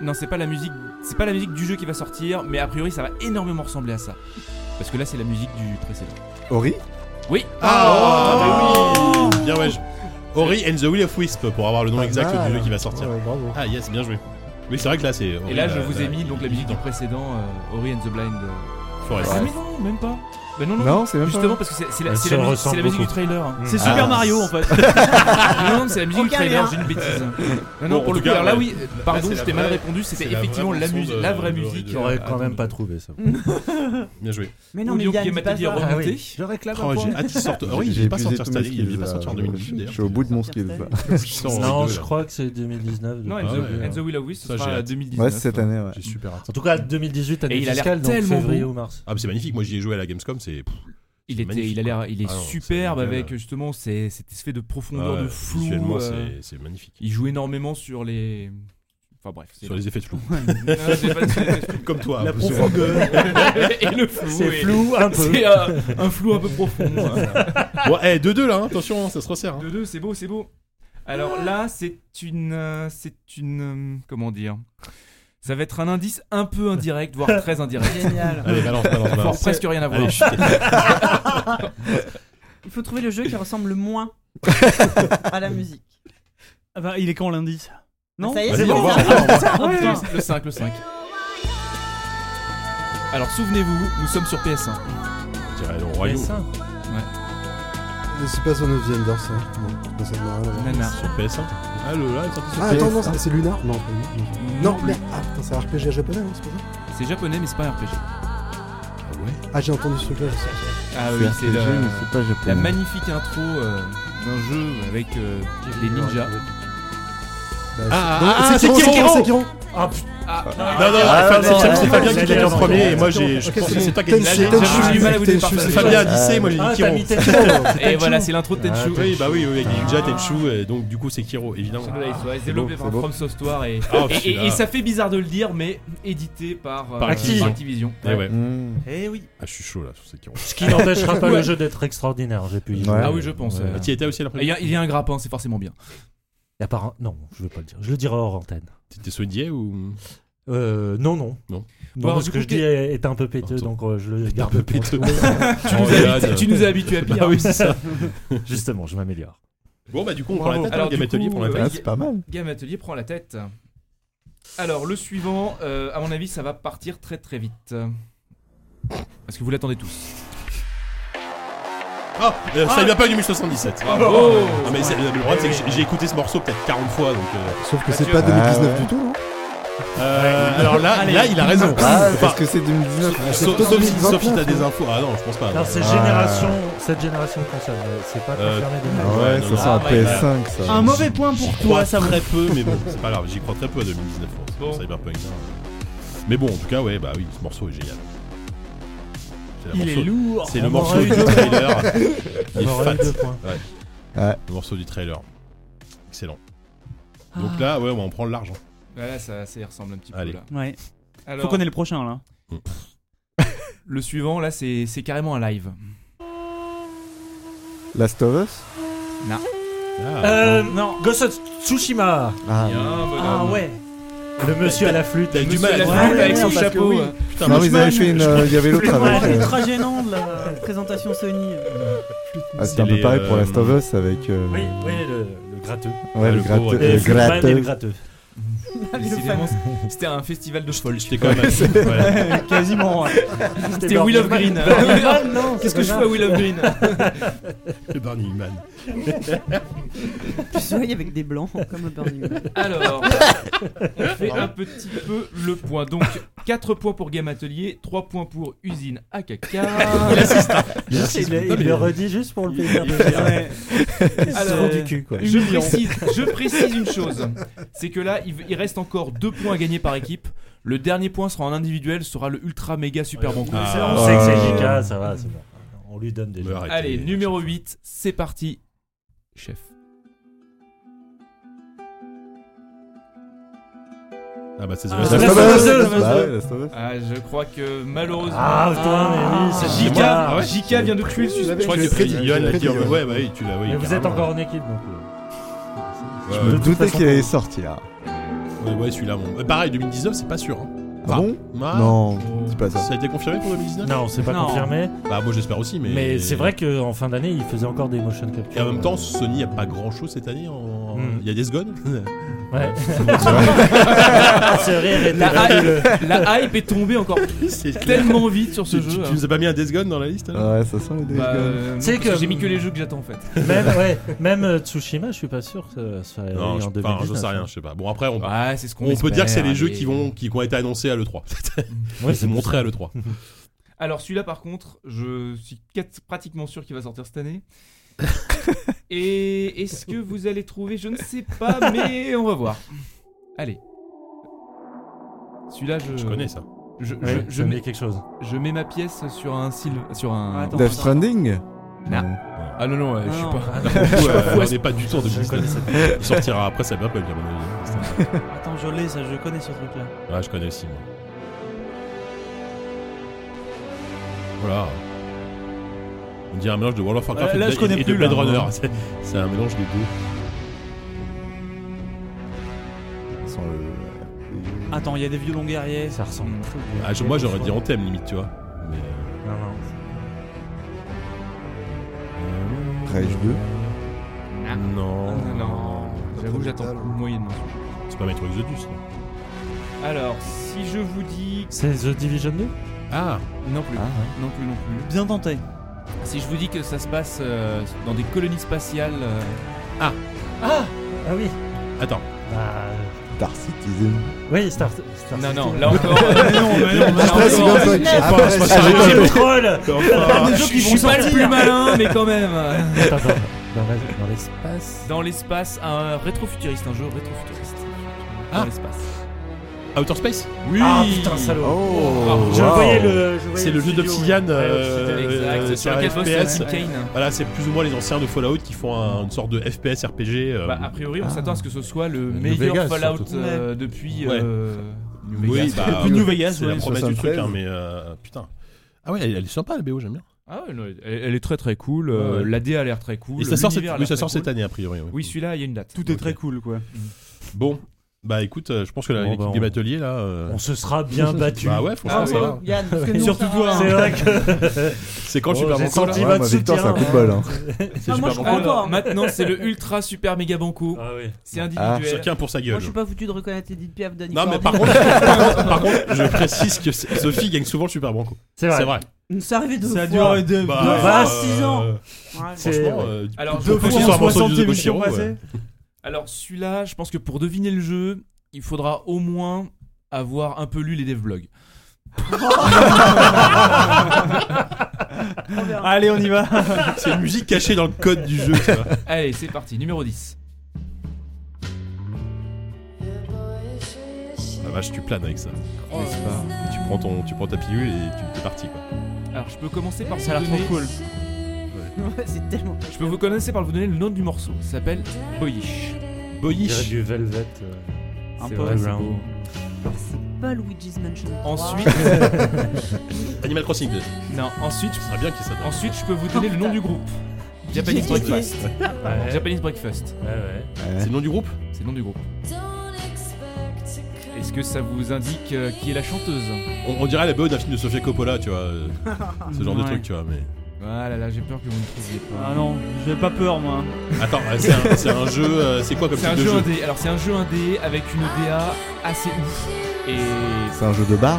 [SPEAKER 7] Non, c'est pas la musique, c'est pas la musique du jeu qui va sortir, mais a priori ça va énormément ressembler à ça. Parce que là c'est la musique du précédent.
[SPEAKER 8] Ori
[SPEAKER 7] Oui. oh,
[SPEAKER 2] Ah bah oui Bien ouais. je- Ori and the Will of Wisp pour avoir le nom
[SPEAKER 4] Pas
[SPEAKER 2] exact
[SPEAKER 4] mal.
[SPEAKER 2] du jeu qui va sortir.
[SPEAKER 4] Ouais, bravo.
[SPEAKER 2] Ah yes, bien joué. Oui, c'est vrai que là c'est. euh,
[SPEAKER 7] Et
[SPEAKER 2] Ori,
[SPEAKER 7] là
[SPEAKER 2] la-
[SPEAKER 7] je vous ai
[SPEAKER 2] la-
[SPEAKER 7] mis donc la musique du précédent euh, Ori and the Blind. euh.
[SPEAKER 2] Forest.
[SPEAKER 7] Ah mais non, même pas. Bah non non.
[SPEAKER 8] Non, c'est même pas-
[SPEAKER 7] Justement parce que c'est- c'est la,
[SPEAKER 5] Elle
[SPEAKER 7] c'est
[SPEAKER 5] se
[SPEAKER 7] la musique, c'est
[SPEAKER 5] ressemble
[SPEAKER 7] la musique du
[SPEAKER 5] beaucoup.
[SPEAKER 7] trailer. hein.
[SPEAKER 6] C'est
[SPEAKER 2] Ah.
[SPEAKER 6] Super Mario en fait.
[SPEAKER 7] non, non, c'est la musique du
[SPEAKER 3] Aucun
[SPEAKER 7] trailer,
[SPEAKER 3] lien.
[SPEAKER 7] j'ai une bêtise. Non, non,
[SPEAKER 2] Bon, en
[SPEAKER 7] pour le coup,
[SPEAKER 2] tout cas,
[SPEAKER 7] alors là
[SPEAKER 2] ouais.
[SPEAKER 7] oui, euh, pardon,
[SPEAKER 2] c'est la
[SPEAKER 7] je t'ai mal
[SPEAKER 2] vraie-
[SPEAKER 7] répondu,
[SPEAKER 2] c'est
[SPEAKER 7] c'était
[SPEAKER 2] la vraie
[SPEAKER 7] effectivement la,
[SPEAKER 2] bande
[SPEAKER 7] musique,
[SPEAKER 2] de-
[SPEAKER 7] la vraie
[SPEAKER 2] de Ori
[SPEAKER 7] musique.
[SPEAKER 2] deux.
[SPEAKER 7] euh,
[SPEAKER 5] J'aurais quand même pas trouvé ça.
[SPEAKER 2] Bien joué.
[SPEAKER 3] Mais non, mais
[SPEAKER 7] Audio
[SPEAKER 3] Yann,
[SPEAKER 7] qui
[SPEAKER 3] dis
[SPEAKER 7] m'a
[SPEAKER 3] pas
[SPEAKER 7] dit
[SPEAKER 3] ça.
[SPEAKER 5] Ah
[SPEAKER 7] remonter.
[SPEAKER 5] oui. Je réclame
[SPEAKER 2] Oh, j'ai hâte qu'il sorte. Ori, il
[SPEAKER 8] J'ai
[SPEAKER 2] est pas sorti
[SPEAKER 8] épuisé tous
[SPEAKER 2] cette
[SPEAKER 8] mes
[SPEAKER 2] année, il est pas
[SPEAKER 8] skills,
[SPEAKER 2] sorti en
[SPEAKER 8] euh,
[SPEAKER 2] 2018
[SPEAKER 8] Je
[SPEAKER 2] d'ailleurs.
[SPEAKER 8] suis au bout de mon skill.
[SPEAKER 3] Sortir
[SPEAKER 2] Je sors en
[SPEAKER 5] Non,
[SPEAKER 2] deux,
[SPEAKER 5] je
[SPEAKER 2] là.
[SPEAKER 5] crois que c'est 2019.
[SPEAKER 7] Non,
[SPEAKER 5] donc.
[SPEAKER 7] and
[SPEAKER 2] Ah
[SPEAKER 7] the,
[SPEAKER 2] ouais.
[SPEAKER 7] and the Will of Wisp,
[SPEAKER 2] Ça,
[SPEAKER 7] ce
[SPEAKER 2] j'ai
[SPEAKER 7] sera
[SPEAKER 2] hâte.
[SPEAKER 7] 2019.
[SPEAKER 8] Ouais, c'est cette année, ouais.
[SPEAKER 2] J'ai super hâte.
[SPEAKER 5] En tout cas, 2018, année
[SPEAKER 7] Et il a l'air
[SPEAKER 5] fiscale, donc
[SPEAKER 7] tellement
[SPEAKER 5] février
[SPEAKER 7] beau.
[SPEAKER 5] ou mars.
[SPEAKER 2] Ah mais c'est magnifique. Moi j'y ai joué à la Gamescom, c'est. pff,
[SPEAKER 7] Il
[SPEAKER 2] c'est
[SPEAKER 7] était,
[SPEAKER 2] magnifique,
[SPEAKER 7] il a l'air,
[SPEAKER 2] quoi.
[SPEAKER 7] il est
[SPEAKER 2] Ah non, c'est
[SPEAKER 7] superbe
[SPEAKER 2] nickel.
[SPEAKER 7] avec justement ces- cet effet de profondeur
[SPEAKER 2] Ah,
[SPEAKER 7] de flou.
[SPEAKER 2] Visuellement,
[SPEAKER 7] euh,
[SPEAKER 2] c'est- c'est magnifique.
[SPEAKER 7] il joue énormément sur les. Enfin bref. c'est-
[SPEAKER 2] Sur les effets de flou.
[SPEAKER 7] Non, non, c'est pas- c'est-
[SPEAKER 2] Comme toi.
[SPEAKER 5] La
[SPEAKER 2] vous-
[SPEAKER 5] profondeur.
[SPEAKER 7] Et le flou.
[SPEAKER 5] C'est
[SPEAKER 7] et-
[SPEAKER 5] flou un peu.
[SPEAKER 7] C'est euh, un flou un peu profond.
[SPEAKER 2] Bon, eh, 2-2 là, hein, attention, hein, ça se resserre. hein.
[SPEAKER 7] De deux, c'est beau, c'est beau.
[SPEAKER 8] Ah.
[SPEAKER 7] Alors là, c'est une, euh, c'est une, euh, comment dire Ça va être un indice un peu indirect, voire très indirect.
[SPEAKER 3] Génial.
[SPEAKER 2] Allez, balance, balance,
[SPEAKER 8] Ah,
[SPEAKER 7] Fort,
[SPEAKER 2] balance.
[SPEAKER 7] presque rien à voir.
[SPEAKER 2] Allez, chut.
[SPEAKER 3] Il faut trouver le jeu qui ressemble le moins à la musique.
[SPEAKER 6] Ah bah, il est quand l'indice Non
[SPEAKER 3] ça y est,
[SPEAKER 2] Vas-y,
[SPEAKER 3] c'est
[SPEAKER 2] au
[SPEAKER 3] bon.
[SPEAKER 2] revoir, au
[SPEAKER 3] ça.
[SPEAKER 2] revoir, au revoir.
[SPEAKER 7] Ah, putain, le 5, le 5. Alors souvenez-vous, nous sommes sur PS1.
[SPEAKER 2] On dirait au royaume. Sur
[SPEAKER 4] Mais C'est pas Son of the Enders, ça. Non, c'est pas ça, non, non.
[SPEAKER 7] Nana.
[SPEAKER 2] PS1. Ah, le là, il est sorti sur
[SPEAKER 4] Ah,
[SPEAKER 2] PS1.
[SPEAKER 4] attends, non, c'est c'est Lunar Non, pas lui. non. merde. Ah, putain, c'est un RPG japonais, hein, c'est pas ça
[SPEAKER 7] C'est japonais, mais c'est pas un RPG.
[SPEAKER 4] Ah, j'ai entendu ce truc-là, je sais.
[SPEAKER 7] Ah
[SPEAKER 8] C'est
[SPEAKER 7] oui, c'est la,
[SPEAKER 8] RPG, mais c'est pas
[SPEAKER 7] la
[SPEAKER 8] japonais.
[SPEAKER 7] magnifique intro euh, d'un jeu avec euh, des ninjas.
[SPEAKER 4] Bah,
[SPEAKER 2] Ah,
[SPEAKER 4] c'est- non,
[SPEAKER 2] ah,
[SPEAKER 4] c'est
[SPEAKER 2] ah, c'est
[SPEAKER 4] Sekiro,
[SPEAKER 2] Sekiro
[SPEAKER 4] c'est Sekiro
[SPEAKER 7] Ah,
[SPEAKER 2] Non, non,
[SPEAKER 8] Ah,
[SPEAKER 2] Fab-
[SPEAKER 8] non,
[SPEAKER 2] c'est- c'est
[SPEAKER 8] non, non,
[SPEAKER 2] Fabien
[SPEAKER 8] non,
[SPEAKER 2] qui dit
[SPEAKER 8] non,
[SPEAKER 2] le
[SPEAKER 8] non,
[SPEAKER 2] premier
[SPEAKER 8] non,
[SPEAKER 2] et moi j'ai. Je
[SPEAKER 4] Ok,
[SPEAKER 2] pense
[SPEAKER 4] c'est
[SPEAKER 2] que
[SPEAKER 4] bon.
[SPEAKER 2] c'est toi qui as dit
[SPEAKER 4] Tenchu,
[SPEAKER 2] Fabien.
[SPEAKER 4] Tenchu,
[SPEAKER 7] j'ai du mal à vous
[SPEAKER 4] Tenchu,
[SPEAKER 7] départager.
[SPEAKER 4] c'est
[SPEAKER 2] Fabien a dit
[SPEAKER 5] Ah,
[SPEAKER 2] C, moi j'ai
[SPEAKER 5] Ah,
[SPEAKER 2] dit
[SPEAKER 5] t'as
[SPEAKER 2] Kiro.
[SPEAKER 5] mis Tetsu. Tetsu.
[SPEAKER 7] Et voilà, c'est l'intro de Tenchu.
[SPEAKER 2] Oui, bah oui, oui, avec Ninja, Tenchu, et donc du coup c'est Kiro, évidemment.
[SPEAKER 7] Celui-là, il soit
[SPEAKER 8] beau,
[SPEAKER 7] développé par
[SPEAKER 8] c'est beau.
[SPEAKER 7] From Software et,
[SPEAKER 2] Oh,
[SPEAKER 7] et- et-
[SPEAKER 2] celui-là.
[SPEAKER 7] et ça fait bizarre de le dire, mais édité par, euh,
[SPEAKER 2] Par Activision.
[SPEAKER 7] Activision.
[SPEAKER 2] Eh ouais.
[SPEAKER 8] Mmh.
[SPEAKER 5] Eh oui.
[SPEAKER 2] Ah, je suis chaud là sur Sekiro.
[SPEAKER 5] Ce qui n'empêchera pas le jeu d'être extraordinaire, j'ai pu y jouer.
[SPEAKER 8] Ouais.
[SPEAKER 7] Ah oui, je pense.
[SPEAKER 5] Ouais.
[SPEAKER 7] euh.
[SPEAKER 2] Ah, t'y étais aussi
[SPEAKER 7] Et Il y,
[SPEAKER 2] l'après-midi
[SPEAKER 7] a- il y a un grappin, c'est forcément bien.
[SPEAKER 5] Y a pas un- Non, je veux pas le dire. Je le dirai hors antenne.
[SPEAKER 2] T'étais soigné ou.
[SPEAKER 5] Euh, non, non.
[SPEAKER 2] Non.
[SPEAKER 5] Non,
[SPEAKER 7] Bon,
[SPEAKER 5] ce
[SPEAKER 7] du
[SPEAKER 5] que
[SPEAKER 7] coup,
[SPEAKER 5] je dis est, est un peu péteux,
[SPEAKER 2] Attends.
[SPEAKER 5] donc euh, je le
[SPEAKER 2] Un
[SPEAKER 5] garde
[SPEAKER 2] peu
[SPEAKER 5] pour
[SPEAKER 2] péteux.
[SPEAKER 5] tout.
[SPEAKER 2] Tu
[SPEAKER 7] nous as habitué- tu nous as habitués
[SPEAKER 5] Bah
[SPEAKER 7] à pire.
[SPEAKER 2] Ah oui, c'est ça.
[SPEAKER 5] Justement, je m'améliore.
[SPEAKER 2] Bon, bah du coup, on prend la
[SPEAKER 7] Bravo.
[SPEAKER 2] tête. hein,
[SPEAKER 7] Alors,
[SPEAKER 2] Game
[SPEAKER 7] du
[SPEAKER 2] Atelier
[SPEAKER 7] coup,
[SPEAKER 2] prend la
[SPEAKER 7] euh,
[SPEAKER 2] tête.
[SPEAKER 8] Ah, c'est pas mal.
[SPEAKER 7] Game Atelier prend la tête. Alors, le suivant, euh, à mon avis, ça va partir très très vite. Parce que vous l'attendez tous.
[SPEAKER 2] Ah, euh, ça vient pas du 1077.
[SPEAKER 7] Bravo
[SPEAKER 2] Ah, mais c'est- le problème, c'est que j'ai- j'ai écouté ce morceau peut-être 40 fois donc. euh,
[SPEAKER 4] Sauf que c'est
[SPEAKER 7] Mathieu.
[SPEAKER 4] pas 2019
[SPEAKER 8] Ah, ouais.
[SPEAKER 4] du tout, hein. non
[SPEAKER 2] Euh, alors là, là, il a raison.
[SPEAKER 8] Ah,
[SPEAKER 2] Enfin,
[SPEAKER 8] parce que c'est 2019.
[SPEAKER 2] sauf,
[SPEAKER 4] plutôt
[SPEAKER 2] sauf si, sauf si
[SPEAKER 4] 2029,
[SPEAKER 2] t'as des infos. Ah non, je pense pas.
[SPEAKER 5] Non, c'est
[SPEAKER 8] Ah.
[SPEAKER 5] génération, cette génération de console. euh, C'est pas
[SPEAKER 2] Euh,
[SPEAKER 5] confirmé
[SPEAKER 8] Ah
[SPEAKER 5] de
[SPEAKER 8] Ouais,
[SPEAKER 2] non,
[SPEAKER 8] ça
[SPEAKER 2] non.
[SPEAKER 8] sent un
[SPEAKER 7] Ah,
[SPEAKER 8] PS5, ça.
[SPEAKER 6] Un mauvais point pour
[SPEAKER 2] J'y
[SPEAKER 6] toi,
[SPEAKER 2] crois
[SPEAKER 6] ça me
[SPEAKER 2] très peu, mais bon, c'est pas grave. J'y crois très peu à 2019. hein,
[SPEAKER 7] Bon.
[SPEAKER 2] Cyberpunk. hein. Mais bon, en tout cas, ouais, bah oui, ce morceau est génial. C'est la
[SPEAKER 6] Il est
[SPEAKER 2] morceau-
[SPEAKER 6] lourd.
[SPEAKER 2] C'est le
[SPEAKER 5] On
[SPEAKER 2] morceau
[SPEAKER 5] aurait
[SPEAKER 2] du
[SPEAKER 5] eu deux points.
[SPEAKER 2] trailer. Il est
[SPEAKER 5] On aurait eu
[SPEAKER 2] fat.
[SPEAKER 5] deux points.
[SPEAKER 2] Le morceau du trailer. Excellent.
[SPEAKER 5] Ah.
[SPEAKER 2] Donc là, ouais, on prend le large. hein.
[SPEAKER 7] Voilà, ça, ça y ressemble un petit
[SPEAKER 2] Allez.
[SPEAKER 7] peu là.
[SPEAKER 6] Ouais.
[SPEAKER 7] Alors,
[SPEAKER 6] Faut qu'on ait le prochain là.
[SPEAKER 7] le suivant, là, c'est c'est carrément un live.
[SPEAKER 8] Last of Us
[SPEAKER 2] Ah,
[SPEAKER 5] Euh, non, Ghost of Tsushima.
[SPEAKER 8] Ah,
[SPEAKER 5] Ah ouais. Ah, Le monsieur à la flûte.
[SPEAKER 2] T'as
[SPEAKER 5] Le
[SPEAKER 2] du
[SPEAKER 5] monsieur
[SPEAKER 2] mal
[SPEAKER 5] à
[SPEAKER 2] à
[SPEAKER 5] la
[SPEAKER 2] faire.
[SPEAKER 5] flûte.
[SPEAKER 7] avec son
[SPEAKER 3] oui, parce que
[SPEAKER 7] chapeau.
[SPEAKER 3] oui.
[SPEAKER 7] euh.
[SPEAKER 2] Putain,
[SPEAKER 8] Non,
[SPEAKER 2] moi,
[SPEAKER 8] ils avaient fait une. euh, Il y avait l'autre
[SPEAKER 3] Ah,
[SPEAKER 8] avec.
[SPEAKER 3] c'est
[SPEAKER 8] euh,
[SPEAKER 3] ultra gênant de la présentation Sony.
[SPEAKER 8] Ah, c'était un
[SPEAKER 2] C'est
[SPEAKER 8] peu
[SPEAKER 2] les,
[SPEAKER 8] pareil pour
[SPEAKER 2] euh,
[SPEAKER 8] Last of Us avec. euh,
[SPEAKER 5] Oui, oui, le, le gratteux.
[SPEAKER 8] Ouais,
[SPEAKER 2] le
[SPEAKER 8] le
[SPEAKER 2] gros, ouais.
[SPEAKER 8] gratteux.
[SPEAKER 5] Et
[SPEAKER 8] Le
[SPEAKER 5] Friedman et le
[SPEAKER 8] gratteux.
[SPEAKER 5] gratteux.
[SPEAKER 7] Ah, Décidément, C'était un festival de folk.
[SPEAKER 2] C'était quand même. assez- ouais.
[SPEAKER 6] Quasiment. ouais.
[SPEAKER 7] C'était Will of Green. Qu'est-ce que je fais à Will of Green
[SPEAKER 2] Le Burning Man.
[SPEAKER 3] Plus oui, avec des blancs, comme le Burning Man.
[SPEAKER 7] Alors, on fait un petit peu le point. Donc, 4 points pour Game Atelier, 3 points pour Usine à caca.
[SPEAKER 5] Il,
[SPEAKER 2] Non, mais-
[SPEAKER 5] le redit juste pour le plaisir de
[SPEAKER 6] Euh,
[SPEAKER 7] Alors,
[SPEAKER 5] du cul, quoi.
[SPEAKER 7] Je précise, je précise une chose, c'est que là, il, il reste encore deux points à gagner par équipe. Le dernier point sera en individuel, sera le ultra méga super bon coup.
[SPEAKER 2] Ah,
[SPEAKER 5] On sait que
[SPEAKER 8] Euh,
[SPEAKER 5] c'est JK, ça va, c'est bon. On lui donne
[SPEAKER 2] mais
[SPEAKER 5] déjà.
[SPEAKER 2] arrêtez.
[SPEAKER 7] Allez, numéro 8, c'est parti. Chef.
[SPEAKER 2] Ah bah c'est
[SPEAKER 3] Ah,
[SPEAKER 2] c'est-
[SPEAKER 8] Last of
[SPEAKER 5] Last
[SPEAKER 8] Us.
[SPEAKER 5] of Us.
[SPEAKER 8] Bah ouais, Last of Us.
[SPEAKER 7] Ah, je crois que malheureusement.
[SPEAKER 5] Ah, putain, mais oui, c'est
[SPEAKER 7] JK,
[SPEAKER 5] JK.
[SPEAKER 2] Ah ouais.
[SPEAKER 7] JK vient de tuer le suspect.
[SPEAKER 2] Je crois que Freddy Yohan l'a dit. Ouais, ouais, bah oui, tu l'as. Oui,
[SPEAKER 5] Mais vous êtes
[SPEAKER 2] carrément.
[SPEAKER 5] encore en équipe, donc. euh.
[SPEAKER 2] Ouais,
[SPEAKER 8] Je me
[SPEAKER 5] toute
[SPEAKER 8] doutais
[SPEAKER 5] façon,
[SPEAKER 8] qu'il allait
[SPEAKER 5] quand-
[SPEAKER 8] sortir.
[SPEAKER 2] Ouais, ouais, celui-là, bon. Euh, Pareil, 2019, c'est pas sûr. hein.
[SPEAKER 8] Ah bon
[SPEAKER 2] Ah,
[SPEAKER 8] Non, dis pas ça.
[SPEAKER 2] Ça a été confirmé pour 2019
[SPEAKER 5] Non, c'est pas
[SPEAKER 6] Non.
[SPEAKER 5] confirmé.
[SPEAKER 2] Bah, moi j'espère aussi, mais.
[SPEAKER 5] Mais c'est vrai qu'en fin d'année, il faisait encore des motion capture.
[SPEAKER 2] Et en même temps, Sony a pas grand chose cette année. En...
[SPEAKER 5] Hmm.
[SPEAKER 2] Il y a Days Gone
[SPEAKER 5] Ouais. Ce rire est
[SPEAKER 7] La hype, la hype est tombée encore
[SPEAKER 2] C'est clair.
[SPEAKER 7] tellement vite sur
[SPEAKER 2] Tu,
[SPEAKER 7] ce
[SPEAKER 2] tu-
[SPEAKER 7] jeu. hein.
[SPEAKER 2] tu nous as pas mis un Days Gone dans la liste là
[SPEAKER 8] Ouais, ça sent les
[SPEAKER 7] Bah,
[SPEAKER 8] dégueux.
[SPEAKER 7] euh,
[SPEAKER 5] C'est
[SPEAKER 7] parce que
[SPEAKER 5] que-
[SPEAKER 7] j'ai mis que les jeux que j'attends en fait.
[SPEAKER 5] Même, ouais, même euh, Tsushima, je suis pas sûr que ça soit
[SPEAKER 8] Euh,
[SPEAKER 2] Non,
[SPEAKER 5] en
[SPEAKER 2] je,
[SPEAKER 5] 2019.
[SPEAKER 2] enfin, je sais
[SPEAKER 8] hein.
[SPEAKER 2] rien, je sais pas. Bon, après,
[SPEAKER 8] Ah,
[SPEAKER 2] on,
[SPEAKER 7] Ouais, c'est ce qu'on
[SPEAKER 2] on peut
[SPEAKER 7] espère,
[SPEAKER 2] dire que c'est les
[SPEAKER 7] mais-
[SPEAKER 2] jeux qui, vont, qui, qui ont été annoncés à l'E3.
[SPEAKER 5] Ouais,
[SPEAKER 2] c'est montré à l'E3.
[SPEAKER 7] Alors celui-là par contre, je suis quat- pratiquement sûr qu'il va sortir cette année. Et est-ce que vous allez trouver Je ne sais pas, mais on va voir. Allez. Celui-là, je,
[SPEAKER 2] Je connais ça.
[SPEAKER 7] Je, je-
[SPEAKER 5] Ouais,
[SPEAKER 7] je
[SPEAKER 5] je mets
[SPEAKER 7] mets,
[SPEAKER 5] quelque chose.
[SPEAKER 7] je mets ma pièce sur un sil- sur un.
[SPEAKER 3] Attends.
[SPEAKER 8] Death Stranding
[SPEAKER 7] Non. Ah non Ah, non, euh, je suis
[SPEAKER 3] Non.
[SPEAKER 7] pas.
[SPEAKER 2] Ouais,
[SPEAKER 7] pas fou à
[SPEAKER 2] on
[SPEAKER 7] ce-
[SPEAKER 2] n'est pas du tout en
[SPEAKER 5] Je
[SPEAKER 2] 2019.
[SPEAKER 5] connais cette
[SPEAKER 2] Il sortira après, ça va pas bien, à mon avis. hein.
[SPEAKER 6] Attends, je l'ai, ça, je connais ce truc-là.
[SPEAKER 2] Ouais, je connais aussi, moi. Voilà. On dirait un mélange de World of Warcraft
[SPEAKER 6] Ouais,
[SPEAKER 2] et,
[SPEAKER 6] là,
[SPEAKER 2] de-
[SPEAKER 6] je connais
[SPEAKER 2] et de
[SPEAKER 6] plus,
[SPEAKER 2] Blade
[SPEAKER 6] là.
[SPEAKER 2] Runner. C'est- C'est un mélange des deux.
[SPEAKER 8] Sans euh, le-
[SPEAKER 6] Attends, il y a des violons guerriers.
[SPEAKER 5] Ça ressemble.
[SPEAKER 2] Ah, je- moi, j'aurais dit en thème, limite, tu vois. Mais, euh,
[SPEAKER 5] Non, non.
[SPEAKER 8] Rage 2.
[SPEAKER 5] Ah.
[SPEAKER 2] Non.
[SPEAKER 7] Non, non, j'avoue, j'attends moyennement.
[SPEAKER 2] C'est pas Metro Exodus, non
[SPEAKER 7] Alors, si je vous dis
[SPEAKER 5] C'est The Division 2
[SPEAKER 2] Ah
[SPEAKER 7] non plus,
[SPEAKER 5] Ah,
[SPEAKER 7] non plus, non plus.
[SPEAKER 6] Bien tenté.
[SPEAKER 7] Si je vous dis que ça se passe euh, dans des colonies spatiales. euh,
[SPEAKER 5] Ah oui.
[SPEAKER 2] Attends.
[SPEAKER 5] Bah,
[SPEAKER 8] Star Citizen.
[SPEAKER 5] oui, Star. Star
[SPEAKER 7] Non, non,
[SPEAKER 5] Citizen.
[SPEAKER 7] là encore. euh, non, mais non, là
[SPEAKER 4] Après, c'est
[SPEAKER 7] encore.
[SPEAKER 4] bien fuck.
[SPEAKER 2] Ah,
[SPEAKER 4] Après,
[SPEAKER 2] c'est pas
[SPEAKER 4] c'est-
[SPEAKER 2] ça.
[SPEAKER 5] Ah, je troll
[SPEAKER 7] Je, je suis pas le plus malin, mais quand même.
[SPEAKER 5] Attends, attends. Dans la- dans l'espace.
[SPEAKER 7] Dans l'espace, un rétrofuturiste, un jeu rétrofuturiste. Dans
[SPEAKER 2] Ah.
[SPEAKER 7] l'espace.
[SPEAKER 2] Outer Space
[SPEAKER 7] Oui.
[SPEAKER 5] Ah putain, salaud.
[SPEAKER 8] Oh,
[SPEAKER 5] Je
[SPEAKER 8] wow.
[SPEAKER 5] voyais le. je voyais
[SPEAKER 2] C'est le jeu
[SPEAKER 5] studio,
[SPEAKER 2] d'Obsidian
[SPEAKER 5] ouais.
[SPEAKER 2] euh,
[SPEAKER 7] Exact.
[SPEAKER 2] euh,
[SPEAKER 7] sur
[SPEAKER 2] sur
[SPEAKER 7] lequel bosse
[SPEAKER 2] FPS.
[SPEAKER 7] Citizen Kane.
[SPEAKER 2] Voilà, c'est plus ou moins les anciens de Fallout qui font un- une sorte de FPS RPG. euh,
[SPEAKER 7] Bah, a priori, on s'attend à ce que ce soit le
[SPEAKER 5] New
[SPEAKER 7] meilleur
[SPEAKER 5] Vegas,
[SPEAKER 7] Fallout
[SPEAKER 5] surtout.
[SPEAKER 7] euh, depuis.
[SPEAKER 2] Ouais.
[SPEAKER 7] euh, New
[SPEAKER 2] oui,
[SPEAKER 7] Vegas.
[SPEAKER 2] bah,
[SPEAKER 6] Depuis New Vegas,
[SPEAKER 2] c'est la
[SPEAKER 6] ouais,
[SPEAKER 2] promesse du truc,
[SPEAKER 8] 73.
[SPEAKER 2] hein, mais euh, putain. Ah ouais, elle, elle est sympa la BO, j'aime bien.
[SPEAKER 7] Ah ouais, non, elle, elle est très très cool. euh,
[SPEAKER 2] Ouais, ouais.
[SPEAKER 7] La D a l'air très cool.
[SPEAKER 2] Et ça sort, cette,
[SPEAKER 7] l'univers a
[SPEAKER 2] oui,
[SPEAKER 7] l'air
[SPEAKER 2] ça
[SPEAKER 7] très
[SPEAKER 2] sort cette
[SPEAKER 7] cool.
[SPEAKER 2] année, a priori.
[SPEAKER 7] Oui, celui-là, il y a une date.
[SPEAKER 6] Tout est très cool, quoi.
[SPEAKER 2] Bon, bah écoute, euh, je pense que la
[SPEAKER 5] Bon,
[SPEAKER 2] l'équipe
[SPEAKER 5] bah,
[SPEAKER 2] des
[SPEAKER 5] on-
[SPEAKER 2] bateliers là. euh,
[SPEAKER 5] On se sera bien battu.
[SPEAKER 2] Bah ouais, franchement,
[SPEAKER 7] Ah
[SPEAKER 2] ça
[SPEAKER 7] oui.
[SPEAKER 2] va. hein.
[SPEAKER 3] Yann, parce que
[SPEAKER 5] Et
[SPEAKER 3] nous, on
[SPEAKER 5] surtout
[SPEAKER 3] sert à
[SPEAKER 5] toi,
[SPEAKER 3] rien.
[SPEAKER 5] c'est vrai que
[SPEAKER 2] C'est quand le
[SPEAKER 5] Oh,
[SPEAKER 2] Super Banco
[SPEAKER 5] j'ai
[SPEAKER 2] là
[SPEAKER 5] senti-
[SPEAKER 8] Ouais,
[SPEAKER 5] votre
[SPEAKER 8] moi, Victor, c'est
[SPEAKER 5] soutien,
[SPEAKER 8] un coup de
[SPEAKER 5] hein.
[SPEAKER 8] bol. Hein.
[SPEAKER 2] C'est
[SPEAKER 3] Ah, moi,
[SPEAKER 2] Super
[SPEAKER 3] je
[SPEAKER 2] Banco.
[SPEAKER 3] comprends
[SPEAKER 7] Alors,
[SPEAKER 3] pas. hein.
[SPEAKER 7] maintenant, c'est le ultra super méga banco.
[SPEAKER 5] Ah oui.
[SPEAKER 7] C'est individuel.
[SPEAKER 2] Chacun pour sa
[SPEAKER 3] Moi,
[SPEAKER 2] gueule.
[SPEAKER 3] je suis pas foutu de reconnaître Edith Piaf, Danny
[SPEAKER 2] Non, mais
[SPEAKER 3] Cordy.
[SPEAKER 2] par contre, par contre, par contre, je précise que c'est- Sophie gagne souvent le Super Banco.
[SPEAKER 5] C'est
[SPEAKER 2] C'est
[SPEAKER 5] vrai.
[SPEAKER 2] vrai.
[SPEAKER 3] C'est arrivé deux
[SPEAKER 6] Ça a
[SPEAKER 3] fois.
[SPEAKER 6] duré deux
[SPEAKER 2] Bah,
[SPEAKER 3] deux fois,
[SPEAKER 2] euh,
[SPEAKER 3] six ans. Ouais.
[SPEAKER 5] C'est-
[SPEAKER 2] Franchement, euh,
[SPEAKER 7] Alors,
[SPEAKER 2] deux
[SPEAKER 7] je
[SPEAKER 2] fois
[SPEAKER 7] pense-
[SPEAKER 2] sur un morceau
[SPEAKER 6] soixante
[SPEAKER 2] de
[SPEAKER 6] émissions
[SPEAKER 2] Koshiro, ouais.
[SPEAKER 6] passées.
[SPEAKER 7] Alors celui-là, je pense que pour deviner le jeu, il faudra au moins avoir un peu lu les devlogs.
[SPEAKER 3] Trop bien.
[SPEAKER 6] Allez, on y va.
[SPEAKER 2] c'est une musique cachée dans le code du jeu. ça.
[SPEAKER 7] Allez, c'est parti, numéro 10.
[SPEAKER 2] La vache, tu planes avec ça.
[SPEAKER 7] N'est-ce pas
[SPEAKER 2] Tu prends ton, tu prends ta pilule et tu t'es parti. Quoi.
[SPEAKER 7] Alors je peux commencer par
[SPEAKER 6] Ça a
[SPEAKER 7] vous
[SPEAKER 6] l'air trop
[SPEAKER 7] donner...
[SPEAKER 6] cool.
[SPEAKER 3] Ouais, c'est tellement.
[SPEAKER 7] Je peux vous commencer par vous donner le nom du morceau. Ça s'appelle Boyish.
[SPEAKER 5] Il y
[SPEAKER 2] Boyish.
[SPEAKER 5] aurait du velvet. euh,
[SPEAKER 7] Un
[SPEAKER 5] c'est
[SPEAKER 7] peu,
[SPEAKER 5] vrai,
[SPEAKER 7] c'est
[SPEAKER 5] c'est
[SPEAKER 7] beau.
[SPEAKER 5] beau.
[SPEAKER 3] C'est pas Luigi's Mansion.
[SPEAKER 7] Ensuite,
[SPEAKER 2] Animal Crossing. peut-être.
[SPEAKER 7] non, ensuite,
[SPEAKER 2] Ça serait bien qu'il s'adapte.
[SPEAKER 7] ensuite je peux vous donner le nom du groupe. Japanese
[SPEAKER 3] Didier
[SPEAKER 7] Breakfast.
[SPEAKER 5] Ouais.
[SPEAKER 7] Japanese Breakfast,
[SPEAKER 5] Ouais, ouais.
[SPEAKER 2] C'est le nom du groupe
[SPEAKER 7] c'est le nom du groupe. Est-ce que ça vous indique euh, qui est la chanteuse
[SPEAKER 2] on, on dirait la BO d'un film de Sofia Coppola, tu vois. euh, ce genre de
[SPEAKER 6] Ouais.
[SPEAKER 2] truc, tu vois. Mais
[SPEAKER 7] Ah là là, j'ai peur que vous ne trouviez pas.
[SPEAKER 6] Ah non, j'ai pas peur moi.
[SPEAKER 2] Attends, euh, c'est un, c'est un jeu. euh, c'est quoi comme
[SPEAKER 7] C'est un
[SPEAKER 2] type de
[SPEAKER 7] jeu
[SPEAKER 2] jeu
[SPEAKER 7] indé. Alors c'est un jeu indé avec une DA assez ouf. Et
[SPEAKER 8] C'est un jeu de bar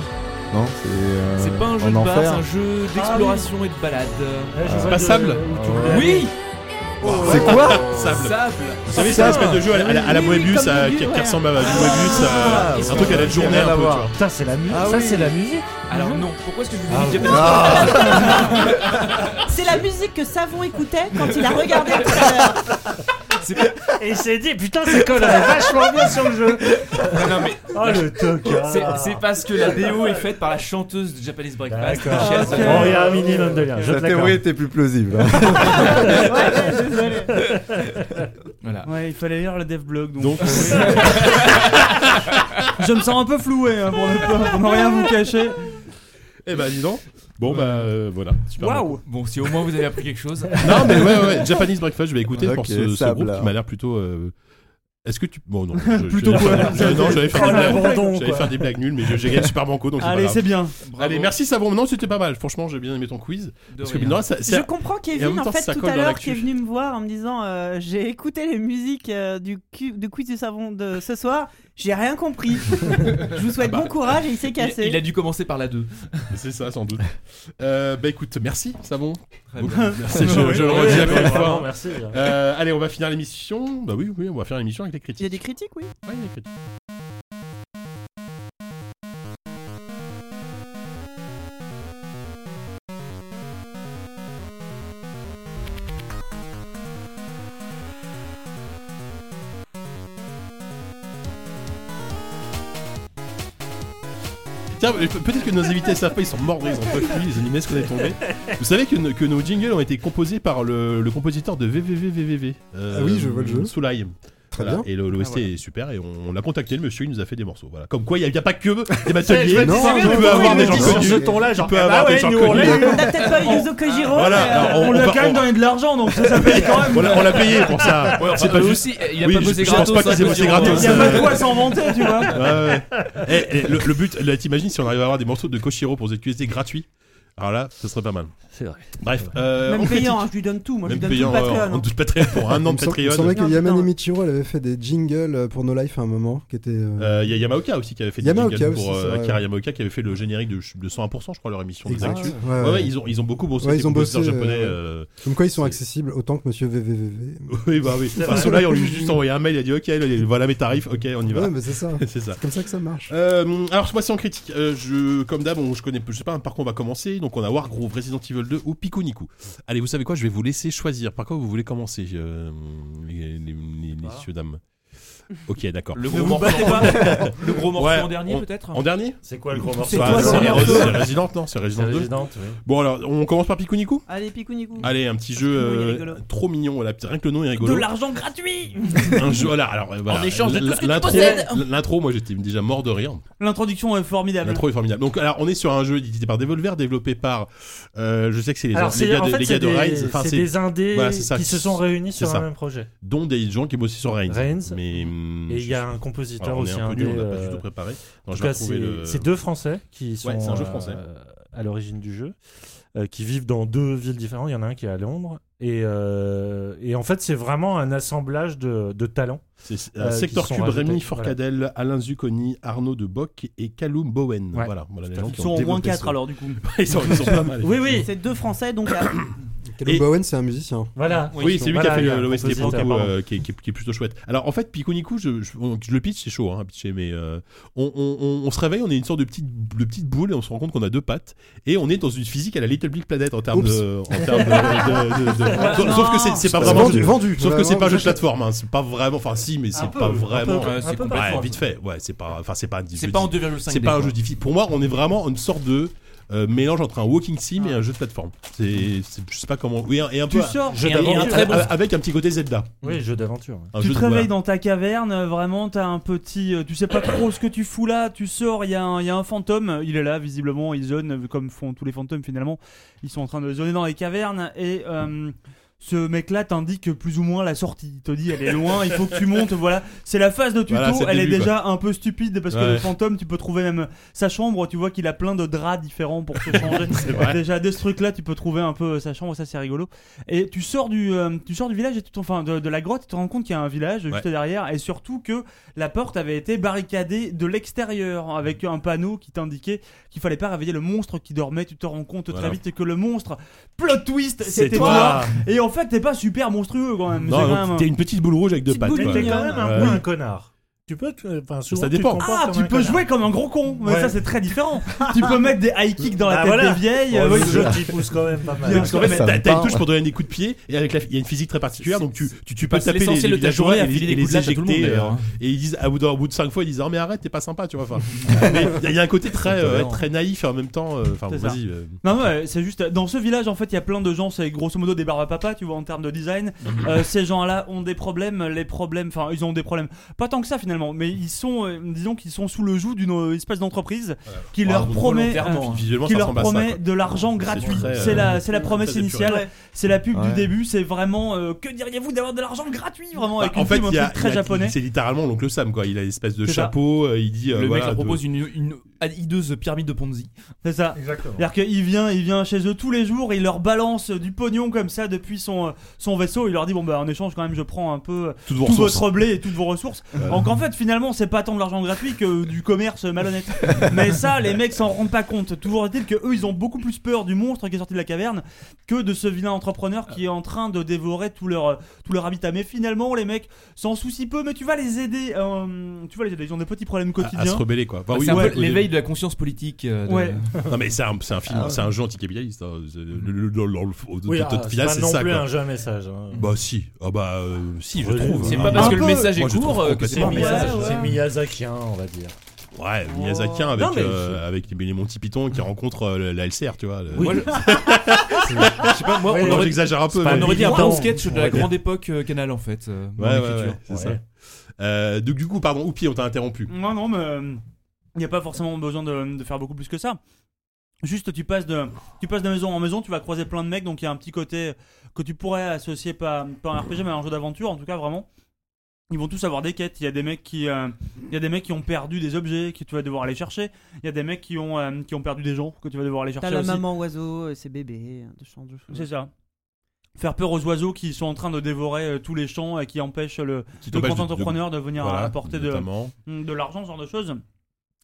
[SPEAKER 8] Non C'est euh,
[SPEAKER 7] c'est pas un jeu
[SPEAKER 8] en
[SPEAKER 7] de bar, c'est
[SPEAKER 8] enfer.
[SPEAKER 7] un jeu d'exploration et de balade.
[SPEAKER 9] Ouais, je vois
[SPEAKER 2] Passable.
[SPEAKER 9] de- où tu
[SPEAKER 8] Ah ouais.
[SPEAKER 9] voulais aller.
[SPEAKER 7] Oui
[SPEAKER 8] C'est quoi
[SPEAKER 2] Sable.
[SPEAKER 7] Sable
[SPEAKER 2] Vous savez, c'est un espèce de jeu à, la- à la- à la
[SPEAKER 7] Oui, oui,
[SPEAKER 2] Moebius,
[SPEAKER 7] comme
[SPEAKER 2] à-
[SPEAKER 7] le
[SPEAKER 2] qui,
[SPEAKER 7] livre,
[SPEAKER 2] qui
[SPEAKER 7] ouais.
[SPEAKER 2] ressemble à du Moebius, à-
[SPEAKER 8] Ah,
[SPEAKER 2] un truc à la journée
[SPEAKER 8] rien
[SPEAKER 2] un
[SPEAKER 8] à
[SPEAKER 2] peu. tu
[SPEAKER 8] voir.
[SPEAKER 2] vois.
[SPEAKER 9] Putain, c'est la musique.
[SPEAKER 8] Ah
[SPEAKER 9] ça,
[SPEAKER 8] oui.
[SPEAKER 9] c'est la musique.
[SPEAKER 7] Alors non, pourquoi est-ce que je vous
[SPEAKER 9] Ah
[SPEAKER 7] dis
[SPEAKER 9] oui.
[SPEAKER 7] Japanese
[SPEAKER 8] Ah,
[SPEAKER 3] C'est la musique que Savon écoutait quand il a regardé tout à l'heure.
[SPEAKER 9] Et il s'est dit, putain, ça colle euh, vachement bien sur le jeu. Oh, le tocard.
[SPEAKER 2] Ah.
[SPEAKER 7] C'est- C'est parce que la BO est faite par la chanteuse de Japanese Breakfast.
[SPEAKER 9] D'accord.
[SPEAKER 7] Michelle
[SPEAKER 9] Bon,
[SPEAKER 2] Oh,
[SPEAKER 7] Zoltan.
[SPEAKER 9] il y a un minimum de lien. Je te
[SPEAKER 8] La théorie
[SPEAKER 9] l'accorde.
[SPEAKER 8] était plus plausible. hein.
[SPEAKER 7] Voilà.
[SPEAKER 6] Ouais, il fallait lire le dev blog donc.
[SPEAKER 2] Donc,
[SPEAKER 6] euh,
[SPEAKER 2] euh,
[SPEAKER 6] je me sens un peu floué hein, pour, ne, pour ne rien vous cacher.
[SPEAKER 2] eh ben, dis donc. Bon, bah euh, voilà. Super.
[SPEAKER 6] Waouh
[SPEAKER 7] Bon, si au moins vous avez appris quelque chose.
[SPEAKER 2] Non, mais ouais, ouais, Japanese Breakfast, je vais écouter
[SPEAKER 8] Ok,
[SPEAKER 2] pour ce, ce
[SPEAKER 8] Sable,
[SPEAKER 2] groupe
[SPEAKER 8] alors.
[SPEAKER 2] qui m'a l'air plutôt. euh, Est-ce que tu. Bon, non. je- je-
[SPEAKER 6] Plutôt
[SPEAKER 2] j'allais
[SPEAKER 6] quoi
[SPEAKER 2] faire- j'allais- Non, j'allais faire,
[SPEAKER 9] Oh,
[SPEAKER 2] des blagues-
[SPEAKER 9] l'abandon,
[SPEAKER 2] j'allais
[SPEAKER 9] quoi.
[SPEAKER 2] faire des blagues nulles, mais je- j'ai gagné le Super Banco, donc c'est pas
[SPEAKER 6] Allez,
[SPEAKER 2] grave.
[SPEAKER 6] c'est bien.
[SPEAKER 7] Bravo.
[SPEAKER 2] Allez, merci Savon. Non, c'était pas mal. Franchement, j'ai bien aimé ton quiz.
[SPEAKER 7] De
[SPEAKER 2] Parce que,
[SPEAKER 7] rien.
[SPEAKER 2] mine de rien, ça-
[SPEAKER 3] Je
[SPEAKER 2] c'est-
[SPEAKER 3] comprends
[SPEAKER 2] Et en
[SPEAKER 3] Kevin
[SPEAKER 2] même
[SPEAKER 3] en,
[SPEAKER 2] temps,
[SPEAKER 3] fait
[SPEAKER 2] ça
[SPEAKER 3] tout
[SPEAKER 2] colle
[SPEAKER 3] à
[SPEAKER 2] dans
[SPEAKER 3] l'heure
[SPEAKER 2] l'actu.
[SPEAKER 3] qui est venu me voir en me disant euh, j'ai écouté les musiques euh, du, cu- du quiz du savon de ce soir, j'ai rien compris. Je vous
[SPEAKER 2] Ah
[SPEAKER 3] souhaite
[SPEAKER 2] bah.
[SPEAKER 3] bon courage et il s'est
[SPEAKER 7] Il,
[SPEAKER 3] cassé.
[SPEAKER 7] il a dû commencer par la 2.
[SPEAKER 2] c'est ça, sans doute. Euh, bah écoute, merci Savon.
[SPEAKER 7] Très
[SPEAKER 2] Beaucoup. Merci, je, je le
[SPEAKER 9] Oui,
[SPEAKER 2] redis
[SPEAKER 9] oui,
[SPEAKER 2] encore une
[SPEAKER 9] vraiment,
[SPEAKER 2] fois.
[SPEAKER 9] Merci.
[SPEAKER 5] hein.
[SPEAKER 2] Euh, allez, on va finir l'émission. Bah oui, oui, on va finir l'émission avec les critiques.
[SPEAKER 3] Il y a des critiques, oui.
[SPEAKER 2] Ouais, il y a des critiques. Tiens, euh, peut-être que nos invités savent pas, ils sont morts, de rire, ils ont pas fini, ils ont dit, mais est-ce qu'on est tombé Vous savez que, nos- que nos jingles ont été composés par le, le compositeur de VVVVVV. euh,
[SPEAKER 4] Ah oui, je vois le jeu.
[SPEAKER 2] Soulaï.
[SPEAKER 4] Très
[SPEAKER 2] Voilà,
[SPEAKER 4] bien.
[SPEAKER 2] Et le- l'OST
[SPEAKER 6] Ah, voilà.
[SPEAKER 2] est super et on, on l'a contacté le monsieur, il nous a fait des morceaux. Voilà. Comme quoi, il n'y a, il y a pas que des bateliers.
[SPEAKER 4] me disais,
[SPEAKER 2] tu
[SPEAKER 4] mais
[SPEAKER 2] peux avoir
[SPEAKER 4] oui,
[SPEAKER 2] des
[SPEAKER 4] mais
[SPEAKER 2] gens
[SPEAKER 4] sur
[SPEAKER 2] connus.
[SPEAKER 4] ce
[SPEAKER 2] ton-là, genre,
[SPEAKER 9] eh
[SPEAKER 2] peux
[SPEAKER 9] bah
[SPEAKER 2] avoir des
[SPEAKER 9] ouais,
[SPEAKER 2] gens
[SPEAKER 9] nous, on
[SPEAKER 2] connus.
[SPEAKER 9] l'a
[SPEAKER 3] On n'a peut-être pas eu Yuzo Kojiro. mais, euh,
[SPEAKER 2] Voilà, alors,
[SPEAKER 6] On, lui a
[SPEAKER 2] va-
[SPEAKER 6] quand même donné de l'argent donc ça, ça paye quand même.
[SPEAKER 2] on l'a- on l'a payé pour ça. C'est pas
[SPEAKER 7] Eux
[SPEAKER 2] juste.
[SPEAKER 7] aussi, il a
[SPEAKER 2] Oui,
[SPEAKER 7] pas
[SPEAKER 2] je-
[SPEAKER 7] bossé
[SPEAKER 2] je pense
[SPEAKER 7] gratos.
[SPEAKER 2] pas qu'ils aient
[SPEAKER 7] hein,
[SPEAKER 2] bossé
[SPEAKER 7] Cosimo.
[SPEAKER 2] gratos.
[SPEAKER 6] Il y a pas de quoi s'en vanter, tu vois.
[SPEAKER 2] Ouais, ouais. Eh, eh, le, le but, là, t'imagines si on arrive à avoir des morceaux de Koshiro pour ZQSD gratuits Alors là, ce serait pas mal.
[SPEAKER 5] C'est vrai.
[SPEAKER 2] Bref, euh, on
[SPEAKER 3] Même
[SPEAKER 2] critique.
[SPEAKER 3] payant, hein, je lui donne tout. Moi, je
[SPEAKER 2] Même
[SPEAKER 3] lui
[SPEAKER 2] payant,
[SPEAKER 3] donne tout le
[SPEAKER 2] ouais,
[SPEAKER 3] Patreon.
[SPEAKER 2] on
[SPEAKER 3] hein.
[SPEAKER 2] doute Patreon pour un an de
[SPEAKER 4] Il me
[SPEAKER 2] Patreon.
[SPEAKER 4] semblait que
[SPEAKER 3] Non,
[SPEAKER 4] Yamane
[SPEAKER 3] putain.
[SPEAKER 4] Michiro elle avait fait des jingles euh, pour No Life à un moment, qui était. euh,
[SPEAKER 2] Euh, Il y a Yamaoka aussi qui avait fait des
[SPEAKER 4] Yamaoka
[SPEAKER 2] jingles
[SPEAKER 4] aussi,
[SPEAKER 2] pour euh,
[SPEAKER 4] c'est vrai.
[SPEAKER 2] Akira Yamaoka qui avait fait le générique de, de 101%, je crois, leur émission des
[SPEAKER 4] exact.
[SPEAKER 2] actus.
[SPEAKER 4] Ouais, ouais.
[SPEAKER 2] Ouais, ouais, ils ont, ils ont beaucoup bossé.
[SPEAKER 4] Ouais,
[SPEAKER 2] les
[SPEAKER 4] ils ont
[SPEAKER 2] compositeurs
[SPEAKER 4] bossé,
[SPEAKER 2] japonais.
[SPEAKER 4] euh,
[SPEAKER 2] euh,
[SPEAKER 4] Comme quoi ils sont
[SPEAKER 2] C'est-
[SPEAKER 4] accessibles autant que Monsieur VVVV.
[SPEAKER 2] Oui, bah oui. De toute façon, là, on lui a juste envoyé un mail, il a dit Ok, allez, voilà mes tarifs, ok, on y va.
[SPEAKER 4] Ouais, mais c'est ça.
[SPEAKER 2] C'est ça.
[SPEAKER 4] C'est comme ça que ça marche.
[SPEAKER 2] Euh, alors, moi, c'est en critique. Euh, je, comme d'hab, on- je connais, je sais pas par quoi on va commencer. Donc, on a Wargrove, Resident Evil 2 ou Pico Niku. Allez, vous savez quoi Je vais vous laisser choisir. Par quoi vous voulez commencer, euh, les, les- les- les messieurs, dames Ok, d'accord.
[SPEAKER 7] Le
[SPEAKER 2] Vous-
[SPEAKER 7] gros morceau Le gros morceau
[SPEAKER 2] Ouais,
[SPEAKER 7] en dernier
[SPEAKER 2] on-
[SPEAKER 7] peut-être
[SPEAKER 2] En dernier
[SPEAKER 9] C'est quoi le gros morceau
[SPEAKER 3] C'est
[SPEAKER 2] Bah,
[SPEAKER 3] toi,
[SPEAKER 2] c'est
[SPEAKER 3] le gros morceau.
[SPEAKER 2] c'est Resident, non C'est
[SPEAKER 9] C'est
[SPEAKER 2] Resident 2.
[SPEAKER 9] Resident, oui.
[SPEAKER 2] Bon, alors, on commence par Pico Niku
[SPEAKER 3] Allez, Picounicou.
[SPEAKER 2] Allez, un petit
[SPEAKER 3] Mm. Parce
[SPEAKER 2] jeu
[SPEAKER 3] que le nom, il est
[SPEAKER 2] euh,
[SPEAKER 3] rigolo.
[SPEAKER 2] trop mignon. Voilà, rien que le nom est rigolo.
[SPEAKER 6] De l'argent gratuit
[SPEAKER 2] un jeu voilà, alors euh, voilà.
[SPEAKER 6] En échange de tout ce que tu
[SPEAKER 2] L'intro-
[SPEAKER 6] possèdes.
[SPEAKER 2] l'intro moi j'étais déjà mort de rire
[SPEAKER 6] L'introduction est
[SPEAKER 9] Ah
[SPEAKER 6] formidable.
[SPEAKER 2] l'intro est formidable donc alors on est sur un jeu édité par Devolver développé par euh, je sais que c'est les,
[SPEAKER 9] Alors,
[SPEAKER 2] les
[SPEAKER 9] c'est
[SPEAKER 2] gars
[SPEAKER 9] en
[SPEAKER 2] de,
[SPEAKER 9] fait,
[SPEAKER 2] les
[SPEAKER 9] c'est
[SPEAKER 2] gars de Rise
[SPEAKER 9] des,
[SPEAKER 2] enfin
[SPEAKER 9] c'est
[SPEAKER 2] c'est
[SPEAKER 9] des indés
[SPEAKER 2] voilà, c'est ça.
[SPEAKER 9] qui se sont réunis
[SPEAKER 2] C'est
[SPEAKER 9] sur
[SPEAKER 2] ça.
[SPEAKER 9] un même projet.
[SPEAKER 2] dont des gens qui bossent sur Reigns
[SPEAKER 9] Reigns.
[SPEAKER 2] mais hum,
[SPEAKER 9] Et il y a un
[SPEAKER 2] je-
[SPEAKER 9] compositeur
[SPEAKER 2] alors, on est
[SPEAKER 9] aussi
[SPEAKER 2] un peu
[SPEAKER 9] indé.
[SPEAKER 2] nul on n'a pas
[SPEAKER 9] euh,
[SPEAKER 2] du tout préparé
[SPEAKER 9] En
[SPEAKER 2] non, je
[SPEAKER 9] tout
[SPEAKER 2] vais
[SPEAKER 9] cas,
[SPEAKER 2] retrouver
[SPEAKER 9] c'est
[SPEAKER 2] le
[SPEAKER 9] c'est deux Français qui sont
[SPEAKER 2] Ouais, c'est un jeu
[SPEAKER 9] euh,
[SPEAKER 2] français.
[SPEAKER 9] à l'origine du jeu, euh, qui vivent dans deux villes différentes. Il y en a un qui est à Londres. Et, euh, et en fait, c'est vraiment un assemblage de, de talents.
[SPEAKER 2] c'est- c'est-
[SPEAKER 9] euh,
[SPEAKER 2] Sector
[SPEAKER 9] qui sont
[SPEAKER 2] Cube
[SPEAKER 9] rajoutés,
[SPEAKER 2] Rémi
[SPEAKER 9] voilà.
[SPEAKER 2] Forcadell Alain Zucconi Arnaud de Bock et Callum Bowen
[SPEAKER 9] Ouais.
[SPEAKER 2] voilà voilà les gens
[SPEAKER 6] Ils
[SPEAKER 2] qui
[SPEAKER 6] sont
[SPEAKER 2] ont
[SPEAKER 6] au moins
[SPEAKER 2] développé
[SPEAKER 6] 4
[SPEAKER 2] ce-
[SPEAKER 6] alors du coup.
[SPEAKER 2] ils sont ils sont pas mal
[SPEAKER 9] Oui, oui,
[SPEAKER 3] C'est deux Français, donc à-
[SPEAKER 4] Caleb
[SPEAKER 2] Et-
[SPEAKER 4] Bowen, c'est un musicien.
[SPEAKER 9] voilà.
[SPEAKER 2] Oui, c'est lui
[SPEAKER 9] Voilà,
[SPEAKER 2] qui a fait
[SPEAKER 9] il y a
[SPEAKER 2] le-
[SPEAKER 9] un
[SPEAKER 2] l'OST pour le
[SPEAKER 9] compositeur,
[SPEAKER 2] coup,
[SPEAKER 9] pardon.
[SPEAKER 2] euh, qui, est- qui est- qui est plutôt chouette. Alors en fait, Piconiku, je, je, on- je le pitch, c'est chaud hein, à pitcher, mais euh, on, on- on- on se réveille, on est une sorte de petite, de petite boule et on se rend compte qu'on a deux pattes et on est dans une physique à la Little Big Planet en termes
[SPEAKER 4] Oups.
[SPEAKER 2] de. en termes de- de- de- de-
[SPEAKER 3] Ah,
[SPEAKER 2] sauf,
[SPEAKER 3] non.
[SPEAKER 2] sauf que c'est- c'est pas vraiment.
[SPEAKER 4] vendu, vendu.
[SPEAKER 2] Sauf que c'est pas un jeu de
[SPEAKER 4] Vraiment,
[SPEAKER 2] plateforme, hein, c'est pas vraiment. Enfin, si, mais c'est
[SPEAKER 9] peu,
[SPEAKER 2] pas
[SPEAKER 9] un peu,
[SPEAKER 2] vraiment.
[SPEAKER 7] Ouais, c'est
[SPEAKER 9] peu hein.
[SPEAKER 2] Ouais,
[SPEAKER 7] complètement.
[SPEAKER 2] vite fait. Ouais, c'est pas. Enfin, c'est pas. un
[SPEAKER 7] C'est
[SPEAKER 2] jeu
[SPEAKER 7] pas en
[SPEAKER 2] difficile.
[SPEAKER 7] 2,5
[SPEAKER 2] C'est pas un
[SPEAKER 7] quoi.
[SPEAKER 2] jeu difficile. Pour moi, on est vraiment une sorte de euh, mélange entre un walking sim et un jeu de plateforme. C'est, c'est- je sais pas comment. Oui, et un peu.
[SPEAKER 6] Tu sors,
[SPEAKER 9] Jeu
[SPEAKER 7] Et un- et un
[SPEAKER 9] d'aventure.
[SPEAKER 7] très bon-
[SPEAKER 2] Avec un petit côté Zelda.
[SPEAKER 9] Oui, jeu d'aventure. ouais.
[SPEAKER 2] Un
[SPEAKER 6] tu
[SPEAKER 2] jeu
[SPEAKER 6] te
[SPEAKER 2] de-
[SPEAKER 6] réveilles
[SPEAKER 2] voilà.
[SPEAKER 6] dans ta caverne, euh, vraiment t'as un petit, euh, tu sais pas trop ce que tu fous là, tu sors, il y, a un- il y a un fantôme, il est là visiblement, il zone euh, comme font tous les fantômes finalement, ils sont en train de zoner dans les cavernes et euh, ce mec-là t'indique plus ou moins la sortie. Il te dit, elle est loin, il faut que tu montes. Voilà, c'est la phase de tuto.
[SPEAKER 2] Voilà, c'est le
[SPEAKER 6] elle
[SPEAKER 2] début,
[SPEAKER 6] est déjà un peu stupide parce que
[SPEAKER 2] Ouais.
[SPEAKER 6] le fantôme, tu peux trouver même sa chambre. Tu vois qu'il a plein de draps différents pour se changer. Déjà, de ce truc-là, tu peux trouver un peu euh, sa chambre. Ça, c'est rigolo. Et tu sors du, euh, tu sors du village et tu t'en- enfin de, de la grotte. Tu te rends compte qu'il y a un village juste
[SPEAKER 2] Ouais.
[SPEAKER 6] derrière et surtout que la porte avait été barricadée de l'extérieur avec un panneau qui t'indiquait qu'il fallait pas réveiller le monstre qui dormait. Tu te rends compte
[SPEAKER 2] Voilà.
[SPEAKER 6] très vite que le monstre, plot twist,
[SPEAKER 5] C'est
[SPEAKER 6] c'était toi.
[SPEAKER 5] toi.
[SPEAKER 6] Et en fait, t'es pas super monstrueux quand même.
[SPEAKER 2] Non,
[SPEAKER 6] C'est
[SPEAKER 2] donc,
[SPEAKER 6] quand même-
[SPEAKER 2] t'es une petite boule rouge avec deux
[SPEAKER 3] Petite
[SPEAKER 2] pattes.
[SPEAKER 3] boule
[SPEAKER 2] quoi.
[SPEAKER 5] Mais t'es
[SPEAKER 3] Ouais.
[SPEAKER 5] quand
[SPEAKER 6] hein.
[SPEAKER 5] même
[SPEAKER 2] Ouais.
[SPEAKER 5] un peu un connard. Tu peux, te-
[SPEAKER 9] euh,
[SPEAKER 5] enfin, souvent,
[SPEAKER 2] Ça
[SPEAKER 5] tu te
[SPEAKER 2] dépend.
[SPEAKER 5] comportes
[SPEAKER 6] Ah,
[SPEAKER 5] comme
[SPEAKER 6] tu
[SPEAKER 5] un
[SPEAKER 6] peux
[SPEAKER 5] connard.
[SPEAKER 6] jouer comme un gros con. Mais
[SPEAKER 5] Ouais.
[SPEAKER 6] ça, c'est très différent. tu peux mettre des high kicks dans la
[SPEAKER 5] Bah
[SPEAKER 6] tête
[SPEAKER 5] voilà.
[SPEAKER 6] des vieilles.
[SPEAKER 5] Oh,
[SPEAKER 6] euh, oui,
[SPEAKER 5] le
[SPEAKER 6] je-
[SPEAKER 5] jeu t'y pousse quand même pas mal.
[SPEAKER 6] Bien
[SPEAKER 2] Parce qu'en fait,
[SPEAKER 8] Ça
[SPEAKER 2] t'as
[SPEAKER 8] me
[SPEAKER 2] t'as une
[SPEAKER 8] parle.
[SPEAKER 2] touche pour donner des coups de pied, et avec la- il y a une physique très particulière, donc tu, tu, tu peux
[SPEAKER 1] passes
[SPEAKER 2] taper les,
[SPEAKER 1] l'essentiel
[SPEAKER 2] les
[SPEAKER 1] de ta
[SPEAKER 2] villages
[SPEAKER 1] journée
[SPEAKER 2] voisins
[SPEAKER 1] à
[SPEAKER 2] et
[SPEAKER 1] filer
[SPEAKER 2] les-
[SPEAKER 1] des
[SPEAKER 2] et
[SPEAKER 1] coups
[SPEAKER 2] les
[SPEAKER 1] de lâche à tout le monde
[SPEAKER 2] éjecter. euh,
[SPEAKER 1] d'ailleurs. hein.
[SPEAKER 2] Et ils disent, à bout de, au bout de 5 fois, ils disent, oh mais arrête, t'es pas sympa, tu vois. Enfin, mais il y a- il y, a un côté très, euh,
[SPEAKER 1] Tolérant.
[SPEAKER 2] très naïf et en même temps, euh, enfin,
[SPEAKER 6] C'est
[SPEAKER 2] bon,
[SPEAKER 6] ça.
[SPEAKER 2] vas-y. euh,
[SPEAKER 6] Non, ouais, c'est juste. Dans ce village, en fait, il y a plein de gens, c'est grosso modo des barbes à papa, tu vois, en termes de design.
[SPEAKER 2] Mhm.
[SPEAKER 6] Euh, ces gens-là ont des problèmes, les problèmes, enfin, ils ont des problèmes. Pas tant que ça, finalement, mais ils sont, euh, disons qu'ils sont sous le joug d'une euh, espèce d'entreprise qui
[SPEAKER 1] Voilà,
[SPEAKER 6] leur
[SPEAKER 2] Ah,
[SPEAKER 1] donc
[SPEAKER 6] promet. euh,
[SPEAKER 1] volontairement, hein.
[SPEAKER 2] Visuellement,
[SPEAKER 6] qui
[SPEAKER 2] ça
[SPEAKER 6] leur
[SPEAKER 2] ressemble à ça.
[SPEAKER 6] promet
[SPEAKER 2] quoi.
[SPEAKER 6] de l'argent
[SPEAKER 2] C'est
[SPEAKER 6] gratuit.
[SPEAKER 2] très,
[SPEAKER 6] C'est
[SPEAKER 2] euh,
[SPEAKER 6] la, c'est la promesse
[SPEAKER 2] phase épurée.
[SPEAKER 6] initiale, c'est la pub du
[SPEAKER 8] Ouais.
[SPEAKER 6] début, c'est vraiment euh, que diriez-vous d'avoir de l'argent gratuit vraiment
[SPEAKER 2] Bah,
[SPEAKER 6] avec
[SPEAKER 2] en
[SPEAKER 6] une
[SPEAKER 2] fait,
[SPEAKER 6] pub, un
[SPEAKER 2] il y a,
[SPEAKER 6] truc très
[SPEAKER 2] il y a-
[SPEAKER 6] japonais.
[SPEAKER 2] c'est littéralement l'oncle Sam, quoi. Il a une espèce de
[SPEAKER 6] C'est ça.
[SPEAKER 2] chapeau, euh, il dit. euh,
[SPEAKER 1] Le mec
[SPEAKER 2] voilà,
[SPEAKER 1] leur
[SPEAKER 2] de-
[SPEAKER 1] propose une, une hideuse pyramide de Ponzi.
[SPEAKER 6] C'est ça.
[SPEAKER 5] Exactement.
[SPEAKER 6] C'est-à-dire qu'il vient, il vient chez eux tous les jours, il leur balance euh, du pognon comme ça depuis son, euh, son vaisseau. Il leur dit bon bah en échange quand même je prends un peu euh,
[SPEAKER 2] toutes vos
[SPEAKER 6] tout
[SPEAKER 2] ressources. Euh.
[SPEAKER 6] votre blé et toutes vos ressources. Donc en fait finalement c'est pas tant de l'argent gratuit que du commerce malhonnête. Mais ça les mecs s'en rendent pas compte. Toujours est-il que eux ils ont beaucoup plus peur du monstre qui est sorti de la caverne que de ce vilain entrepreneur qui est en train de dévorer tout leur euh, tout leur habitat. Mais finalement les mecs s'en soucient peu. Mais tu vas les aider, euh, tu vas les aider. Ils ont des petits problèmes
[SPEAKER 2] À- à se
[SPEAKER 6] quotidiens.
[SPEAKER 2] rebeller quoi. Enfin, Bah oui,
[SPEAKER 1] Bah, c'est un
[SPEAKER 2] ouais,
[SPEAKER 1] peu
[SPEAKER 2] au début.
[SPEAKER 1] l'éveil de la conscience politique. euh, de-
[SPEAKER 6] Ouais.
[SPEAKER 2] Non mais c'est un, c'est un film, c'est un jeu anticapitaliste. hein. C'est- Le, le, le- le- au- au-
[SPEAKER 5] Oui,
[SPEAKER 2] au-
[SPEAKER 5] ah,
[SPEAKER 2] au- au-
[SPEAKER 5] c'est
[SPEAKER 2] final,
[SPEAKER 5] pas
[SPEAKER 2] c'est
[SPEAKER 5] non
[SPEAKER 2] ça.
[SPEAKER 5] plus
[SPEAKER 2] quoi.
[SPEAKER 5] un jeu à message. hein.
[SPEAKER 2] Bah si, ah bah euh, si, je
[SPEAKER 5] Ouais,
[SPEAKER 2] trouve.
[SPEAKER 1] C'est
[SPEAKER 2] hein.
[SPEAKER 1] pas parce que le
[SPEAKER 6] peu.
[SPEAKER 1] message est
[SPEAKER 2] Moi, je trouve
[SPEAKER 1] court euh, que c'est
[SPEAKER 2] complètement
[SPEAKER 1] bien.
[SPEAKER 5] C'est Miyazaki-
[SPEAKER 6] ouais, ouais.
[SPEAKER 5] c'est Miyazakien, on va dire.
[SPEAKER 2] Ouais, Miyazakien avec
[SPEAKER 1] Non, mais
[SPEAKER 2] euh, avec les Monty Python qui rencontre euh, la- la LCR, tu vois. le-
[SPEAKER 1] Moi, je... je sais pas, moi,
[SPEAKER 5] Ouais,
[SPEAKER 1] on
[SPEAKER 2] Non,
[SPEAKER 1] aurait,
[SPEAKER 2] j'exagère un peu.
[SPEAKER 5] pas
[SPEAKER 2] mais-
[SPEAKER 1] on aurait dit un
[SPEAKER 5] Évident.
[SPEAKER 1] bon sketch de
[SPEAKER 5] Ouais,
[SPEAKER 1] la
[SPEAKER 5] bien.
[SPEAKER 1] grande époque euh, Canal en fait. euh, dans
[SPEAKER 2] Ouais, ouais,
[SPEAKER 1] l'écriture.
[SPEAKER 2] ouais, c'est ça. Euh, donc du coup, pardon, Oupi, on t'a interrompu.
[SPEAKER 6] Non, non, mais il n'y a pas forcément besoin de, de faire beaucoup plus que ça. Juste, tu passes de, tu passes de maison en maison, tu vas croiser plein de mecs, donc il y a un petit côté euh, que tu pourrais associer pas, pas à un RPG, mais à un jeu d'aventure, en tout cas vraiment. Ils vont tous avoir des quêtes. Il y a des mecs qui, euh, il y a des mecs qui ont perdu des objets que tu vas devoir aller chercher. Il y a des mecs qui ont, euh, qui ont perdu des gens que tu vas devoir aller chercher
[SPEAKER 3] T'as la
[SPEAKER 6] aussi.
[SPEAKER 3] maman oiseau, et ses bébés, euh, de champ de
[SPEAKER 6] C'est ça. Faire peur aux oiseaux qui sont en train de dévorer euh, tous les champs et qui empêchent le,
[SPEAKER 2] Qui
[SPEAKER 6] le
[SPEAKER 2] t'empêche
[SPEAKER 6] grand entrepreneur de venir
[SPEAKER 2] voilà,
[SPEAKER 6] apporter de,
[SPEAKER 2] notamment.
[SPEAKER 6] de l'argent, ce genre de choses.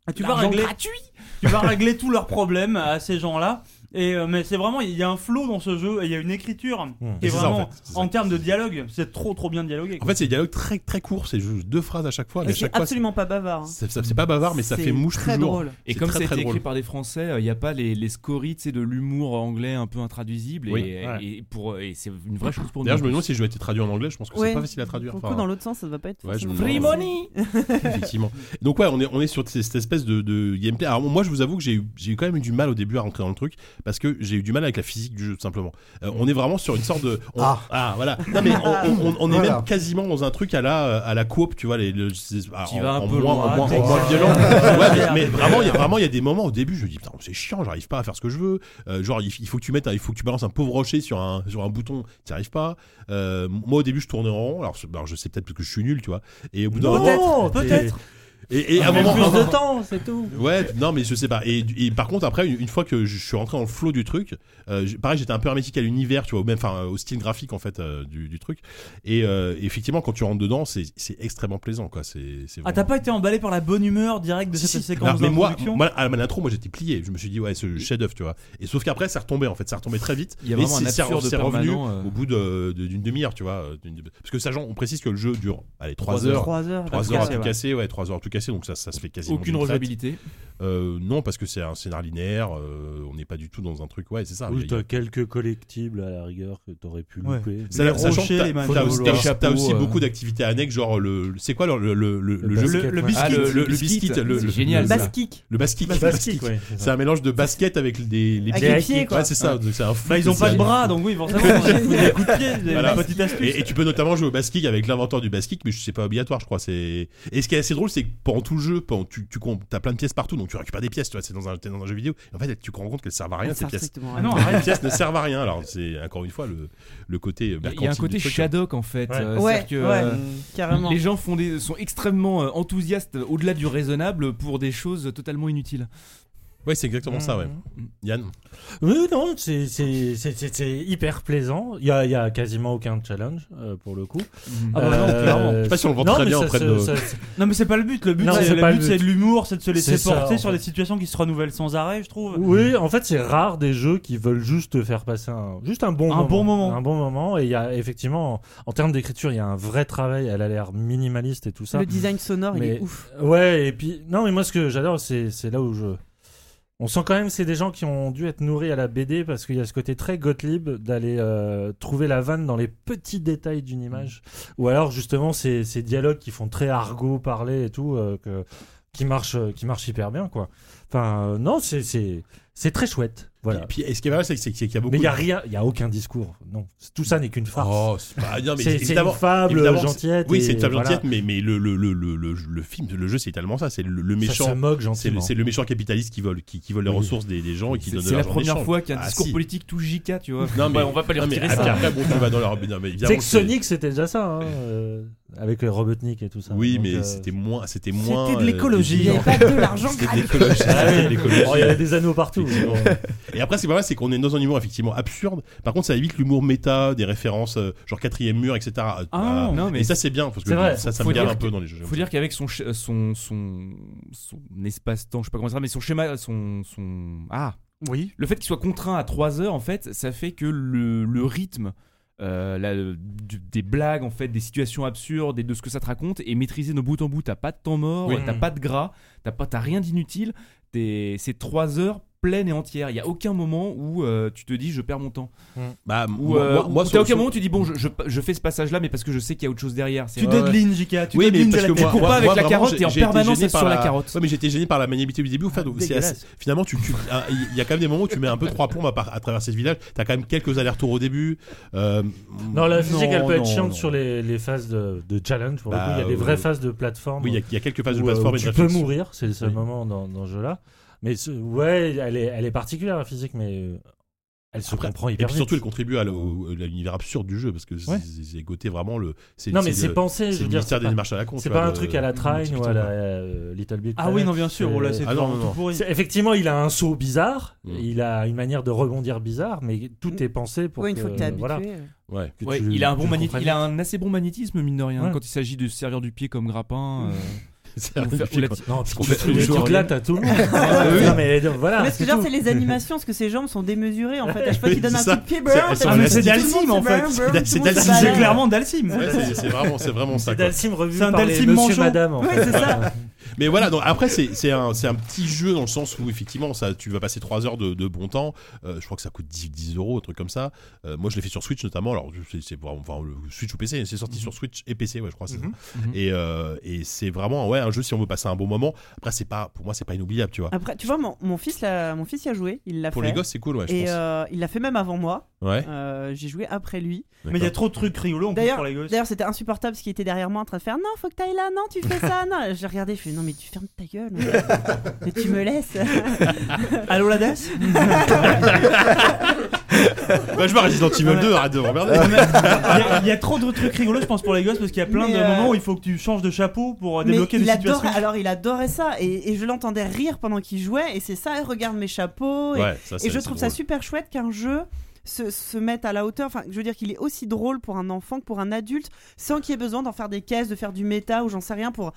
[SPEAKER 2] Ah,
[SPEAKER 6] Et tu vas régler, tu vas régler tous leurs problèmes à ces gens-là. Et euh, mais c'est vraiment, il y a un flow dans ce jeu, et il y a une écriture
[SPEAKER 5] Mmh.
[SPEAKER 6] qui est
[SPEAKER 2] C'est ça, en
[SPEAKER 6] vraiment
[SPEAKER 2] fait, c'est ça.
[SPEAKER 6] en, termes de dialogue, c'est trop trop bien dialogué.
[SPEAKER 2] En
[SPEAKER 6] quoi.
[SPEAKER 2] fait, c'est des dialogues très très courts, c'est juste deux phrases à chaque fois, ah, mais à
[SPEAKER 3] C'est
[SPEAKER 2] chaque fois,
[SPEAKER 3] absolument pas bavard. hein.
[SPEAKER 2] c'est- c'est c'est pas bavard, mais ça
[SPEAKER 3] C'est
[SPEAKER 2] fait mouche
[SPEAKER 3] Très
[SPEAKER 2] toujours.
[SPEAKER 3] drôle.
[SPEAKER 2] C'est
[SPEAKER 7] Et comme
[SPEAKER 2] très,
[SPEAKER 7] ça a
[SPEAKER 2] très
[SPEAKER 7] été
[SPEAKER 2] drôle.
[SPEAKER 7] écrit par des Français, il n'y a pas les, les scories tu sais, de l'humour anglais un peu intraduisible.
[SPEAKER 2] Oui.
[SPEAKER 7] Et,
[SPEAKER 5] Ouais.
[SPEAKER 7] et pour, et c'est une vraie chose pour nous.
[SPEAKER 2] D'ailleurs, je me demande si je vais être traduit en anglais, je pense que
[SPEAKER 3] Ouais.
[SPEAKER 2] c'est pas facile à traduire.
[SPEAKER 3] Pour le
[SPEAKER 2] Enfin,
[SPEAKER 3] coup, dans l'autre sens, ça ne va pas être.
[SPEAKER 2] Ouais, je me
[SPEAKER 3] forcément
[SPEAKER 2] demande.
[SPEAKER 3] facile.
[SPEAKER 2] effectivement. Donc ouais, on est on est sur ces- cette espèce de, de gameplay. Alors moi, je vous avoue que j'ai eu j'ai eu quand même eu du mal au début à rentrer dans le truc parce que j'ai eu du mal avec la physique du jeu tout simplement. Euh, on est vraiment sur une sorte de on-
[SPEAKER 4] Ah.
[SPEAKER 2] voilà. Non mais on, on- on- on est
[SPEAKER 4] Voilà.
[SPEAKER 2] même quasiment dans un truc à la à la coop, tu vois les, le- c'est- ah,
[SPEAKER 7] Tu
[SPEAKER 2] en-
[SPEAKER 7] vas un
[SPEAKER 2] en
[SPEAKER 7] peu
[SPEAKER 2] moins,
[SPEAKER 7] loin,
[SPEAKER 2] en moins- en moins
[SPEAKER 5] t'es-
[SPEAKER 2] violent.
[SPEAKER 5] Ouais.
[SPEAKER 2] Ouais, mais, mais vraiment, il y a- vraiment, il y a des moments au début, je me dis putain, c'est chiant, j'arrive pas à faire ce que je veux. Euh, genre, il, il faut que tu mettes, un- il faut que tu balances un pauvre rocher sur un sur un bouton, t'y arrives pas. Euh, moi, au début, je tournais en rond. Alors, je- alors, je sais peut-être parce que je suis nul, tu vois. Et au bout d'un moment,
[SPEAKER 5] Non,
[SPEAKER 6] peut-être.
[SPEAKER 2] et,
[SPEAKER 6] Ah,
[SPEAKER 2] et à un moment,
[SPEAKER 5] plus de temps, c'est tout.
[SPEAKER 2] Ouais, non, mais je sais pas. Et, et par contre, après, une, une fois que je suis rentré dans le flow du truc, euh, j- pareil, j'étais un peu hermétique à l'univers, tu vois, ou même enfin, au style graphique, en fait, euh, du, du truc. Et euh, effectivement, quand tu rentres dedans, c'est c'est extrêmement plaisant, quoi. C'est c'est
[SPEAKER 6] Ah,
[SPEAKER 2] vraiment-
[SPEAKER 6] t'as pas été emballé par la bonne humeur directe de
[SPEAKER 2] Si,
[SPEAKER 6] cette
[SPEAKER 2] si.
[SPEAKER 6] séquence
[SPEAKER 2] Non, mais moi,
[SPEAKER 6] d'introduction
[SPEAKER 2] moi, à l'intro, moi j'étais plié. Je me suis dit, ouais, ce chef-d'œuvre, tu vois. Et sauf qu'après, ça retombait en fait, ça retombait très vite.
[SPEAKER 7] Il y a
[SPEAKER 2] Mais
[SPEAKER 7] vraiment un
[SPEAKER 2] c'est- c'est-
[SPEAKER 7] absurde
[SPEAKER 2] c'est revenu
[SPEAKER 7] permanent, euh.
[SPEAKER 2] au bout de- de- d'une demi-heure, tu vois. d'une- Parce que sachant, on précise que le jeu dure, allez, 3
[SPEAKER 7] Trois heures.
[SPEAKER 2] heures.
[SPEAKER 3] 3 heures.
[SPEAKER 2] 3
[SPEAKER 6] tout
[SPEAKER 2] heures à
[SPEAKER 6] casser,
[SPEAKER 2] tout
[SPEAKER 6] ouais.
[SPEAKER 2] casser, ouais, 3 heures à tout casser, donc ça, ça se fait quasiment.
[SPEAKER 7] Aucune
[SPEAKER 2] d'une traite.
[SPEAKER 7] rejouabilité.
[SPEAKER 2] Euh, non, parce que c'est un scénar linéaire, euh, on n'est pas du tout dans un truc, ouais, c'est ça.
[SPEAKER 5] Ou
[SPEAKER 2] Il y a-
[SPEAKER 5] Ah, t'as quelques collectibles à la rigueur que t'aurais pu
[SPEAKER 6] Ouais.
[SPEAKER 5] louper.
[SPEAKER 2] ça-
[SPEAKER 6] les
[SPEAKER 2] sachant
[SPEAKER 6] rochers,
[SPEAKER 2] que
[SPEAKER 6] les
[SPEAKER 2] t'as-
[SPEAKER 6] machins,
[SPEAKER 2] t'as
[SPEAKER 6] les
[SPEAKER 2] aussi-
[SPEAKER 6] rouleurs.
[SPEAKER 2] t'as- t'as aussi
[SPEAKER 7] chapeaux, euh.
[SPEAKER 2] beaucoup d'activités annexes, genre le, le- c'est quoi le, le, le, le- le jeu
[SPEAKER 6] Le, le
[SPEAKER 5] ouais.
[SPEAKER 6] biscuit.
[SPEAKER 7] Ah,
[SPEAKER 2] le,
[SPEAKER 7] le-
[SPEAKER 2] le
[SPEAKER 7] le
[SPEAKER 2] biscuit,
[SPEAKER 7] biscuit,
[SPEAKER 2] le,
[SPEAKER 7] c'est
[SPEAKER 2] le-
[SPEAKER 7] génial,
[SPEAKER 2] le-
[SPEAKER 7] ça.
[SPEAKER 3] Basquique.
[SPEAKER 2] le basket,
[SPEAKER 5] Bastique, ouais. c'est
[SPEAKER 2] C'est
[SPEAKER 5] ça.
[SPEAKER 2] un mélange de basket avec les, les
[SPEAKER 3] Avec
[SPEAKER 2] pieds.
[SPEAKER 3] les pieds, quoi.
[SPEAKER 2] Ouais, c'est ça. donc c'est un fou,
[SPEAKER 6] Bah, ils ont
[SPEAKER 2] c'est
[SPEAKER 6] pas de
[SPEAKER 2] ça.
[SPEAKER 6] bras, donc oui, forcément. des coups de pied, des-
[SPEAKER 2] Voilà.
[SPEAKER 6] des petites astuces.
[SPEAKER 2] Et, et tu peux notamment jouer au basket avec l'inventeur du basket, mais c'est pas obligatoire, je crois. C'est et ce qui est assez drôle, c'est que pendant tout le jeu, pendant, tu, tu comptes- t'as plein de pièces partout, donc donc tu récupères des pièces, tu vois, c'est dans un, t'es dans un jeu vidéo. Et en fait, tu te rends compte qu'elles servent à rien, ces
[SPEAKER 3] Ça sert
[SPEAKER 2] pièces.
[SPEAKER 3] strictement
[SPEAKER 6] Ah
[SPEAKER 3] rien.
[SPEAKER 6] non,
[SPEAKER 2] Les
[SPEAKER 6] arrête.
[SPEAKER 2] pièces ne servent à rien. Alors, c'est encore une fois le, le côté.
[SPEAKER 7] Il y a- Il y a un
[SPEAKER 2] mercantile
[SPEAKER 7] côté
[SPEAKER 2] du truc. hein.
[SPEAKER 7] Shadok en fait.
[SPEAKER 5] Ouais.
[SPEAKER 7] euh,
[SPEAKER 3] Ouais,
[SPEAKER 7] c'est-à-dire que,
[SPEAKER 3] ouais,
[SPEAKER 7] euh,
[SPEAKER 3] carrément.
[SPEAKER 7] Les gens font des, sont extrêmement euh, enthousiastes euh, au-delà du raisonnable pour des choses totalement inutiles.
[SPEAKER 2] Ah, Ouais, c'est exactement ça,
[SPEAKER 5] Mmh.
[SPEAKER 2] ouais. Yann
[SPEAKER 5] Hum. Oui, non, c'est- c'est c'est- c'est- c'est hyper plaisant. Il y a, il y a quasiment aucun challenge euh, pour le coup. Euh,
[SPEAKER 6] Ah bah non, clairement.
[SPEAKER 2] Je sais pas si on le vend très
[SPEAKER 5] mais
[SPEAKER 2] bien
[SPEAKER 5] ça
[SPEAKER 2] auprès de
[SPEAKER 5] se-
[SPEAKER 2] nos-
[SPEAKER 5] ça-
[SPEAKER 6] Non, mais c'est pas le but. Le but,
[SPEAKER 5] Non,
[SPEAKER 6] c'est
[SPEAKER 5] c'est
[SPEAKER 6] le
[SPEAKER 5] pas le
[SPEAKER 6] but, c'est
[SPEAKER 5] but.
[SPEAKER 6] de l'humour, c'est de se laisser
[SPEAKER 5] C'est ça,
[SPEAKER 6] porter
[SPEAKER 5] en
[SPEAKER 6] sur
[SPEAKER 5] fait.
[SPEAKER 6] des situations qui se renouvellent sans arrêt, je trouve.
[SPEAKER 5] Oui, en fait, c'est rare des jeux qui veulent juste te faire passer un, juste un bon
[SPEAKER 6] Un
[SPEAKER 5] moment.
[SPEAKER 6] bon moment.
[SPEAKER 5] Un bon moment. Et il y a effectivement, en, en termes d'écriture, il y a un vrai travail. Elle a l'air minimaliste et tout ça.
[SPEAKER 3] Le design sonore, il
[SPEAKER 5] Mais-
[SPEAKER 3] est ouf.
[SPEAKER 5] Ouais, et puis, non, mais moi, ce que j'adore, c'est c'est là où je. On sent quand même que c'est des gens qui ont dû être nourris à la BD parce qu'il y a ce côté très Gottlieb d'aller euh, trouver la vanne dans les petits détails d'une
[SPEAKER 2] Mm.
[SPEAKER 5] image. Ou alors, justement, ces, ces dialogues qui font très argot, parler et tout, euh, que, qui, marchent, euh, qui marchent hyper bien, quoi. Enfin, euh, non, c'est- c'est c'est très chouette. Voilà.
[SPEAKER 2] Puis, puis, et ce qui est mal, c'est que- c'est qu'il y a beaucoup.
[SPEAKER 5] Mais il n'y a
[SPEAKER 2] de-
[SPEAKER 5] rien, il n'y a aucun discours. Non, tout ça n'est qu'une farce.
[SPEAKER 2] Oh, c'est pas. Non, mais
[SPEAKER 5] c'est c'est une
[SPEAKER 2] évidemment.
[SPEAKER 5] fable
[SPEAKER 2] évidemment, c'est-
[SPEAKER 5] gentillette.
[SPEAKER 2] Oui,
[SPEAKER 5] et
[SPEAKER 2] c'est une table
[SPEAKER 5] voilà.
[SPEAKER 2] entière, mais, mais le, le, le, le, le, le film, le jeu, c'est tellement ça. C'est le, le
[SPEAKER 5] Ça se
[SPEAKER 2] méchant.
[SPEAKER 5] moque
[SPEAKER 2] C'est
[SPEAKER 5] gentiment.
[SPEAKER 2] le, c'est le méchant capitaliste qui vole, qui, qui vole les
[SPEAKER 5] Oui.
[SPEAKER 2] ressources des, des gens et qui
[SPEAKER 7] C'est
[SPEAKER 2] donne de
[SPEAKER 7] c'est la
[SPEAKER 2] l'argent en
[SPEAKER 7] première
[SPEAKER 2] échange.
[SPEAKER 7] fois qu'il y a un
[SPEAKER 2] Ah,
[SPEAKER 7] discours
[SPEAKER 2] si.
[SPEAKER 7] politique tout JK, tu vois.
[SPEAKER 2] Non, mais
[SPEAKER 7] Ouais, on va pas les
[SPEAKER 2] Non, mais
[SPEAKER 7] retirer
[SPEAKER 2] après,
[SPEAKER 7] ça.
[SPEAKER 2] après, bon, tu vas dans leur. Non, mais
[SPEAKER 5] C'est
[SPEAKER 2] évidemment,
[SPEAKER 5] que Sonic, c'était déjà ça, hein, euh, avec euh, Robotnik et tout ça.
[SPEAKER 2] Oui,
[SPEAKER 5] Donc,
[SPEAKER 2] mais
[SPEAKER 5] euh,
[SPEAKER 2] c'était moins. C'était moins.
[SPEAKER 3] C'était de
[SPEAKER 2] euh,
[SPEAKER 3] l'écologie, il n'y
[SPEAKER 2] évident.
[SPEAKER 3] avait pas de l'argent
[SPEAKER 2] C'était de
[SPEAKER 3] gratuit.
[SPEAKER 2] l'écologie. c'était de l'écologie.
[SPEAKER 5] Oh, il y avait des anneaux partout.
[SPEAKER 2] Effectivement. Et après, c'est pas mal, c'est qu'on est dans un humour effectivement absurde. Par contre, ça évite l'humour méta, des références euh, genre quatrième mur, etc. à- à-
[SPEAKER 6] non,
[SPEAKER 7] Ah, non, mais
[SPEAKER 2] et ça, c'est bien, parce que
[SPEAKER 5] C'est vrai.
[SPEAKER 2] ça, ça
[SPEAKER 7] Faut
[SPEAKER 2] me gave
[SPEAKER 7] dire
[SPEAKER 2] un
[SPEAKER 7] que-
[SPEAKER 2] peu dans les jeux.
[SPEAKER 7] Faut dire qu'avec son, ch- euh, son, son, son espace-temps, je sais pas comment ça, s'appelle, mais son schéma, son, son, ah,
[SPEAKER 6] Oui.
[SPEAKER 7] le fait qu'il soit contraint à 3 heures, en fait, ça fait que le, le rythme euh, la- du- des blagues, en fait, des situations absurdes et de ce que ça te raconte est maîtrisé de bout en bout. T'as pas de temps mort,
[SPEAKER 5] Oui.
[SPEAKER 7] t'as pas de gras, t'as pas, t'as rien d'inutile. T'es- C'est 3 heures pleines et entières. Il y a aucun moment où euh, tu te dis je perds mon temps.
[SPEAKER 2] Bah,
[SPEAKER 7] Ou
[SPEAKER 2] moi,
[SPEAKER 7] euh,
[SPEAKER 2] moi,
[SPEAKER 7] ou
[SPEAKER 2] moi,
[SPEAKER 7] t'as
[SPEAKER 2] sur-
[SPEAKER 7] aucun
[SPEAKER 2] sur-
[SPEAKER 7] moment où tu dis bon, je, je- je fais ce passage-là, mais parce que je sais qu'il y a autre chose derrière. C'est-
[SPEAKER 6] Tu
[SPEAKER 7] Ouais, ouais.
[SPEAKER 6] deadlines, JK. Tu
[SPEAKER 2] Oui, mais
[SPEAKER 6] deadlines de
[SPEAKER 2] parce
[SPEAKER 6] la
[SPEAKER 2] que
[SPEAKER 6] tête.
[SPEAKER 2] moi,
[SPEAKER 7] cours pas
[SPEAKER 2] moi-
[SPEAKER 7] avec
[SPEAKER 2] moi,
[SPEAKER 7] la
[SPEAKER 2] vraiment,
[SPEAKER 7] carotte,
[SPEAKER 2] j'ai-
[SPEAKER 7] t'es en
[SPEAKER 2] j'ai été
[SPEAKER 7] permanence
[SPEAKER 2] gêné
[SPEAKER 7] sur
[SPEAKER 2] par
[SPEAKER 7] la carotte.
[SPEAKER 2] Ouais, mais j'étais gêné par la maniabilité du début. En fait, donc, c'est
[SPEAKER 6] dégueulasse.
[SPEAKER 2] assez- finalement, tu, tu- ah, il y a quand même des moments où tu mets un peu trois plombs à, par- à traverser ce village. T'as quand même quelques allers-retours au début. Euh,
[SPEAKER 5] Non, la physique, elle peut
[SPEAKER 7] non,
[SPEAKER 5] être chiante
[SPEAKER 7] non.
[SPEAKER 5] sur les, les phases de, de challenge. Pour le
[SPEAKER 2] Bah,
[SPEAKER 5] coup, il y a des
[SPEAKER 2] euh,
[SPEAKER 5] vraies phases de plateforme.
[SPEAKER 2] oui, il y a- il y, a quelques phases de
[SPEAKER 5] où,
[SPEAKER 2] plateforme
[SPEAKER 5] euh,
[SPEAKER 2] et de
[SPEAKER 5] où tu peux
[SPEAKER 2] réflexion.
[SPEAKER 5] mourir, c'est le seul
[SPEAKER 2] Oui.
[SPEAKER 5] moment dans, dans ce jeu-là. Mais ce- ouais, elle est, elle est particulière, la physique, mais euh, elle se
[SPEAKER 2] Après-
[SPEAKER 5] comprend
[SPEAKER 2] Et
[SPEAKER 5] hyper
[SPEAKER 2] puis
[SPEAKER 5] vite.
[SPEAKER 2] surtout, elle contribue à la- au- à l'univers absurde du jeu parce que c'est
[SPEAKER 5] Ouais.
[SPEAKER 2] c'est- c'est côté vraiment le.
[SPEAKER 5] Non, mais
[SPEAKER 2] le-
[SPEAKER 5] c'est pensé, je
[SPEAKER 2] C'est
[SPEAKER 5] veux
[SPEAKER 2] le
[SPEAKER 5] dire.
[SPEAKER 2] ministère
[SPEAKER 5] c'est
[SPEAKER 2] des
[SPEAKER 5] pas-
[SPEAKER 2] démarches à la con.
[SPEAKER 5] C'est
[SPEAKER 2] tu
[SPEAKER 5] pas
[SPEAKER 2] vois,
[SPEAKER 5] un
[SPEAKER 2] le-
[SPEAKER 5] truc à la Trine ou à la euh, Little Big
[SPEAKER 6] Ah oui,
[SPEAKER 5] Planet.
[SPEAKER 6] non, bien sûr.
[SPEAKER 5] C'est-
[SPEAKER 6] Oh là, c'est
[SPEAKER 2] Ah non, non,
[SPEAKER 6] tout
[SPEAKER 2] non.
[SPEAKER 6] pourri.
[SPEAKER 5] C'est- Effectivement, il a un saut bizarre,
[SPEAKER 2] Mm.
[SPEAKER 5] il a une manière de rebondir bizarre, mais tout est pensé pour
[SPEAKER 3] Ouais, une
[SPEAKER 5] que,
[SPEAKER 3] fois que t'es habitué.
[SPEAKER 5] voilà,
[SPEAKER 3] euh,
[SPEAKER 2] Ouais.
[SPEAKER 5] que
[SPEAKER 7] Ouais,
[SPEAKER 5] tu-
[SPEAKER 7] il a un
[SPEAKER 5] tu
[SPEAKER 7] bon magnéti-
[SPEAKER 5] comprennes.
[SPEAKER 7] il a un assez bon magnétisme mine de rien
[SPEAKER 5] Ouais.
[SPEAKER 7] quand il s'agit de se servir du pied comme grappin. euh,
[SPEAKER 2] C'est
[SPEAKER 7] ou faire- ou la petite-
[SPEAKER 5] Non, parce
[SPEAKER 2] qu'on
[SPEAKER 5] qu'on
[SPEAKER 2] fait tous les jours.
[SPEAKER 5] là, t'as tout le monde. Non, mais donc, voilà.
[SPEAKER 3] Mais ce que j'aime, c'est les animations, parce que ses jambes sont démesurées en fait. À chaque fois
[SPEAKER 2] Ah, Oui,
[SPEAKER 3] qu'il donne
[SPEAKER 2] c'est
[SPEAKER 3] un
[SPEAKER 2] ça.
[SPEAKER 3] coup de pied,
[SPEAKER 2] C'est-
[SPEAKER 3] brrr,
[SPEAKER 2] elles sont
[SPEAKER 3] t'as-
[SPEAKER 6] Ah, mais
[SPEAKER 3] tout
[SPEAKER 6] c'est
[SPEAKER 3] le monde se
[SPEAKER 6] d'Alcime, en fait.
[SPEAKER 3] balance, brrr,
[SPEAKER 2] C'est
[SPEAKER 3] tout le monde se
[SPEAKER 2] d'Alcime.
[SPEAKER 6] C'est
[SPEAKER 3] balance.
[SPEAKER 6] clairement d'Alcime.
[SPEAKER 2] Ouais, c'est- c'est vraiment, c'est vraiment ça.
[SPEAKER 5] C'est
[SPEAKER 2] quoi.
[SPEAKER 5] Dalsim revu
[SPEAKER 6] C'est un
[SPEAKER 5] par les
[SPEAKER 6] Dalsim
[SPEAKER 5] monsieur
[SPEAKER 6] manchot.
[SPEAKER 5] madame. en
[SPEAKER 3] Ouais,
[SPEAKER 5] fait.
[SPEAKER 3] c'est ça.
[SPEAKER 2] Mais voilà, donc après c'est c'est un c'est un petit jeu dans le sens où effectivement ça tu vas passer 3 heures de, de bon temps. Euh, je crois que ça coûte 10, 10 euros un truc comme ça. Euh, moi je l'ai fait sur Switch notamment. Alors c'est- c'est vraiment- enfin le Switch ou PC, c'est
[SPEAKER 5] Mhm.
[SPEAKER 2] sorti sur Switch et PC ouais je crois. c'est ça.
[SPEAKER 7] Mhm.
[SPEAKER 2] Et euh, et c'est vraiment ouais un jeu si on veut passer un bon moment. Après c'est pas pour moi c'est pas inoubliable tu vois.
[SPEAKER 3] Après, tu vois, mon, mon fils, l'a- mon fils y a joué, il l'a fait.
[SPEAKER 2] Pour les gosses c'est cool ouais je
[SPEAKER 3] et
[SPEAKER 2] pense.
[SPEAKER 3] euh, il l'a fait même avant moi.
[SPEAKER 2] ouais.
[SPEAKER 3] Euh, J'ai joué après lui.
[SPEAKER 6] Mais il y a trop de trucs rigolos en plus
[SPEAKER 3] D'ailleurs-
[SPEAKER 6] pour les gosses.
[SPEAKER 3] D'ailleurs, c'était insupportable parce qu'il était derrière moi en train de faire Non, faut que t'ailles là, non, tu fais ça, non. J'ai regardé, je fais Non, mais tu fermes ta gueule. mais tu me laisses.
[SPEAKER 6] Allô, la DAS
[SPEAKER 2] Bah, je vois Resident Evil 2 arrête de regarder.
[SPEAKER 6] Non, mais Il y a- il y, a trop de trucs rigolos, je pense, pour les gosses, parce qu'il y a plein
[SPEAKER 3] Mais,
[SPEAKER 6] de
[SPEAKER 3] euh,
[SPEAKER 6] moments où il faut que tu changes de chapeau pour euh,
[SPEAKER 3] mais
[SPEAKER 6] débloquer
[SPEAKER 3] il
[SPEAKER 6] des
[SPEAKER 3] adorait,
[SPEAKER 6] situations.
[SPEAKER 3] alors, il adorait ça. Et, et je l'entendais rire pendant qu'il jouait. Et c'est ça, regarde mes chapeaux. Et,
[SPEAKER 2] Ouais, ça,
[SPEAKER 3] et
[SPEAKER 2] c'est-
[SPEAKER 3] je
[SPEAKER 2] c'est
[SPEAKER 3] trouve ça
[SPEAKER 2] drôle.
[SPEAKER 3] super chouette qu'un jeu. Se, se mette à la hauteur, enfin je veux dire qu'il est aussi drôle pour un enfant que pour un adulte sans qu'il y ait besoin d'en faire des caisses, de faire du méta ou j'en sais rien pour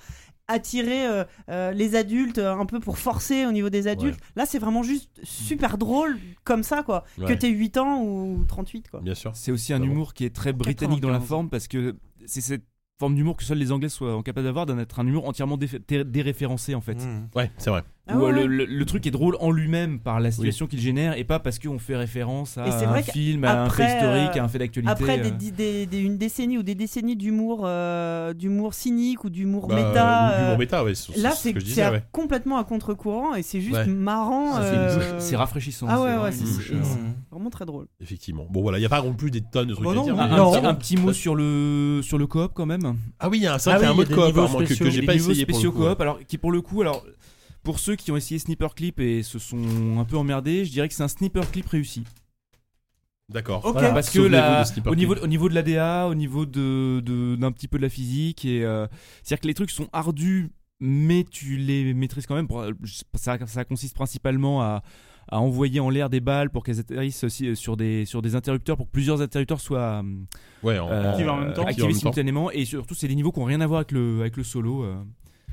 [SPEAKER 3] attirer euh, euh, les adultes euh, un peu pour forcer au niveau des adultes. Là c'est vraiment juste super drôle comme ça quoi, que
[SPEAKER 2] Ouais.
[SPEAKER 3] t'aies 8 ans ou 38 quoi.
[SPEAKER 2] Bien sûr.
[SPEAKER 7] C'est aussi un
[SPEAKER 2] Pardon.
[SPEAKER 7] humour qui est très britannique dans la
[SPEAKER 3] 95.
[SPEAKER 7] forme parce que c'est cette forme d'humour que seuls les Anglais soient en capable d'avoir, d'être un humour entièrement dé- dé- déréférencé en fait.
[SPEAKER 5] Mm.
[SPEAKER 2] Ouais c'est vrai.
[SPEAKER 3] Ah
[SPEAKER 7] Où, euh,
[SPEAKER 3] ouais,
[SPEAKER 7] le,
[SPEAKER 3] ouais.
[SPEAKER 7] le- le truc est drôle en lui-même par la situation qu'il génère et pas parce qu'on fait référence à
[SPEAKER 3] Et c'est
[SPEAKER 7] un
[SPEAKER 3] vrai que
[SPEAKER 7] film, à un fait
[SPEAKER 3] après,
[SPEAKER 7] historique,
[SPEAKER 3] euh,
[SPEAKER 7] à un fait d'actualité.
[SPEAKER 3] Après des,
[SPEAKER 7] euh.
[SPEAKER 3] di- des- des- une décennie ou des décennies d'humour euh, d'humour cynique ou d'humour
[SPEAKER 2] Bah,
[SPEAKER 3] méta.
[SPEAKER 2] ou d'humour
[SPEAKER 3] euh,
[SPEAKER 2] méta ouais. c'est-
[SPEAKER 3] Là,
[SPEAKER 2] c'est ce
[SPEAKER 3] c'est
[SPEAKER 2] que je
[SPEAKER 3] c'est
[SPEAKER 2] disais
[SPEAKER 3] à-
[SPEAKER 2] ouais.
[SPEAKER 3] complètement à contre-courant et c'est juste
[SPEAKER 2] Ouais.
[SPEAKER 3] marrant.
[SPEAKER 7] Ça fait-
[SPEAKER 3] euh,
[SPEAKER 7] Ah, C'est rafraîchissant.
[SPEAKER 3] Ah
[SPEAKER 7] c'est
[SPEAKER 3] ouais, ouais,
[SPEAKER 7] vraiment
[SPEAKER 3] c'est-
[SPEAKER 7] une
[SPEAKER 3] c'est-
[SPEAKER 7] bouche. hein.
[SPEAKER 3] c'est- Vraiment très drôle.
[SPEAKER 2] Effectivement. Bon voilà il y a pas Oh non plus des tonnes de trucs
[SPEAKER 6] Bah
[SPEAKER 2] à
[SPEAKER 6] non,
[SPEAKER 2] dire.
[SPEAKER 7] Un,
[SPEAKER 2] mais-
[SPEAKER 7] un petit, un petit mot sur le sur le coop quand même.
[SPEAKER 2] Ah oui, il y a un- c'est
[SPEAKER 5] Ah
[SPEAKER 2] vrai qu'il y a un
[SPEAKER 5] oui,
[SPEAKER 2] mode
[SPEAKER 5] il y a des
[SPEAKER 2] coop
[SPEAKER 5] niveaux
[SPEAKER 2] apparemment, que, que
[SPEAKER 5] spéciaux,
[SPEAKER 2] j'ai
[SPEAKER 7] Les
[SPEAKER 2] pas
[SPEAKER 7] niveaux
[SPEAKER 2] essayé pour le
[SPEAKER 7] spéciaux
[SPEAKER 2] coup.
[SPEAKER 7] coop, alors qui pour le coup, alors Pour ceux qui ont essayé Sniper Clip et se sont un peu emmerdés, je dirais que c'est un Sniper Clip réussi.
[SPEAKER 2] D'accord.
[SPEAKER 3] Ok.
[SPEAKER 7] Parce que
[SPEAKER 2] Souvenez-vous
[SPEAKER 7] la-
[SPEAKER 2] de Sniper
[SPEAKER 7] au, niveau,
[SPEAKER 2] Clip.
[SPEAKER 7] au niveau de l'ADA, au niveau de, de- d'un petit peu de la physique, et, euh, c'est-à-dire que les trucs sont ardus, mais tu les maîtrises quand même. Pour- ça, ça consiste principalement à, à envoyer en l'air des balles pour qu'elles atterrissent aussi euh, sur des, sur des interrupteurs, pour que plusieurs interrupteurs soient euh,
[SPEAKER 2] Ouais, en-
[SPEAKER 7] euh,
[SPEAKER 6] Activés en même temps.
[SPEAKER 7] activés
[SPEAKER 2] Activés en même temps.
[SPEAKER 7] simultanément. Et surtout, c'est des niveaux qui n'ont rien à voir avec le, avec le solo. euh.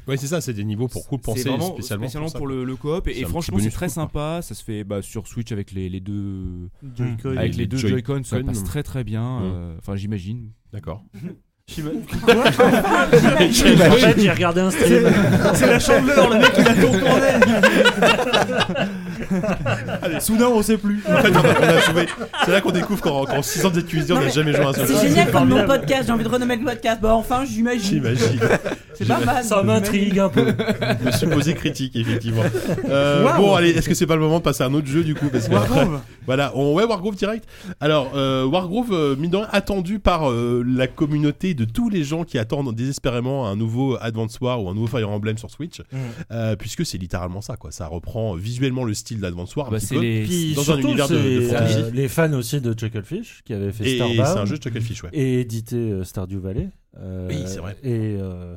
[SPEAKER 2] ouais, c'est ça, c'est des niveaux pour coup
[SPEAKER 7] C'est
[SPEAKER 2] penser
[SPEAKER 7] vraiment
[SPEAKER 2] spécialement,
[SPEAKER 7] pour,
[SPEAKER 2] ça,
[SPEAKER 7] le, le coop.
[SPEAKER 2] C'est
[SPEAKER 7] Et, et
[SPEAKER 2] un petit
[SPEAKER 7] franchement, c'est
[SPEAKER 2] bonus
[SPEAKER 7] très
[SPEAKER 2] cool, quoi.
[SPEAKER 7] sympa. Ça se fait bah, sur Switch avec les, les deux,
[SPEAKER 5] Joy-Con.
[SPEAKER 7] avec
[SPEAKER 2] les
[SPEAKER 7] les deux
[SPEAKER 2] Joy-
[SPEAKER 7] Joy-Con. Ça
[SPEAKER 2] Con.
[SPEAKER 7] passe très très bien.
[SPEAKER 2] Mm.
[SPEAKER 7] euh, Enfin, j'imagine.
[SPEAKER 2] D'accord.
[SPEAKER 6] Shiba-
[SPEAKER 5] En fait, j'ai regardé un stream.
[SPEAKER 6] C'est la chandeleur, le mec il a contourné. Soudain on sait plus.
[SPEAKER 2] En fait, on a- on a joué- C'est là qu'on découvre qu'en qu'en 6 ans de cuisine, on
[SPEAKER 3] Non,
[SPEAKER 2] n'a
[SPEAKER 3] mais
[SPEAKER 2] jamais joué à un seul
[SPEAKER 3] C'est
[SPEAKER 2] jeu.
[SPEAKER 3] génial comme nom de
[SPEAKER 5] formidable.
[SPEAKER 3] podcast, j'ai envie de renommer le podcast. Bah enfin, j'imagine.
[SPEAKER 2] J'imagine.
[SPEAKER 3] C'est pas mal.
[SPEAKER 5] Ça m'intrigue un peu.
[SPEAKER 2] Le supposé critique, effectivement. Euh, Bon, allez, est-ce que c'est pas le moment de passer à un autre jeu du coup parce que après- Voilà, on, ouais, Wargrove direct. Alors, euh, Wargrove, euh, mine de rien, attendu par euh, la communauté de tous les gens qui attendent désespérément un nouveau Advance War ou un nouveau Fire Emblem sur Switch,
[SPEAKER 5] Mm.
[SPEAKER 2] euh, puisque c'est littéralement ça, quoi. Ça reprend visuellement le style d'Advance War. un
[SPEAKER 7] Bah,
[SPEAKER 2] petit
[SPEAKER 7] c'est
[SPEAKER 2] peu.
[SPEAKER 7] les.
[SPEAKER 5] Puis
[SPEAKER 2] dans un
[SPEAKER 5] surtout,
[SPEAKER 2] univers de- de
[SPEAKER 5] c'est,
[SPEAKER 2] fantasy.
[SPEAKER 5] euh, les fans aussi de Chucklefish qui avaient fait
[SPEAKER 2] Et c'est
[SPEAKER 5] Starbound
[SPEAKER 2] un jeu de Chucklefish, ouais.
[SPEAKER 5] et édité euh, Stardew Valley. Euh,
[SPEAKER 2] Oui, c'est vrai.
[SPEAKER 5] Et, euh,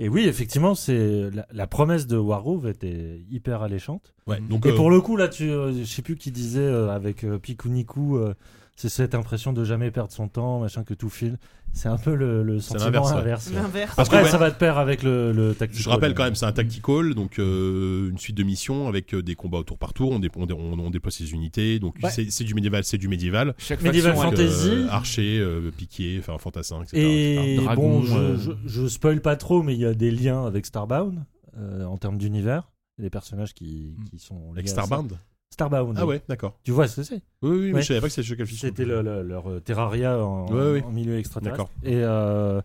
[SPEAKER 5] et oui, effectivement, c'est la, la promesse de Wargrove était hyper alléchante.
[SPEAKER 2] Ouais, donc,
[SPEAKER 5] et
[SPEAKER 2] euh,
[SPEAKER 5] pour le coup, là, tu, euh, je sais plus qui disait euh, avec euh, Pikuniku, euh, c'est cette impression de jamais perdre son temps, machin que tout file. C'est un peu le, le sentiment
[SPEAKER 2] l'inverse,
[SPEAKER 5] inverse.
[SPEAKER 2] ouais.
[SPEAKER 3] L'inverse.
[SPEAKER 2] Parce que,
[SPEAKER 5] Après,
[SPEAKER 2] ouais,
[SPEAKER 5] ça va de pair avec le, le tactical.
[SPEAKER 2] Je rappelle quand même, c'est un tactical, donc euh, une suite de missions avec euh, des combats au tour par tour. On, dé- on, dé- on- on déploie ses unités, donc
[SPEAKER 5] Ouais.
[SPEAKER 2] c'est c'est du médiéval, c'est du médiéval.
[SPEAKER 7] Chaque
[SPEAKER 5] Medieval
[SPEAKER 7] faction a-
[SPEAKER 2] Donc,
[SPEAKER 5] Fantasy.
[SPEAKER 2] archer, euh, piquier, enfin fantassin, etc. etc.
[SPEAKER 5] Et
[SPEAKER 7] Dragon,
[SPEAKER 5] bon, je,
[SPEAKER 7] euh,
[SPEAKER 5] je, je spoil pas trop, mais il y a des liens avec Starbound euh, en termes d'univers. Il y a des personnages qui, qui
[SPEAKER 2] Mm.
[SPEAKER 5] sont. liés
[SPEAKER 2] Avec
[SPEAKER 5] à ça.
[SPEAKER 2] Starbound
[SPEAKER 5] Starbound.
[SPEAKER 2] Ah
[SPEAKER 5] oui.
[SPEAKER 2] ouais, d'accord.
[SPEAKER 5] Tu vois ce que c'est
[SPEAKER 2] Oui, oui, mais
[SPEAKER 5] Ouais.
[SPEAKER 2] je savais pas que c'était Chucklefish.
[SPEAKER 5] C'était le- le- leur euh, terraria en,
[SPEAKER 2] Ouais, ouais.
[SPEAKER 5] en milieu extraterrestre.
[SPEAKER 2] D'accord.
[SPEAKER 5] Et euh,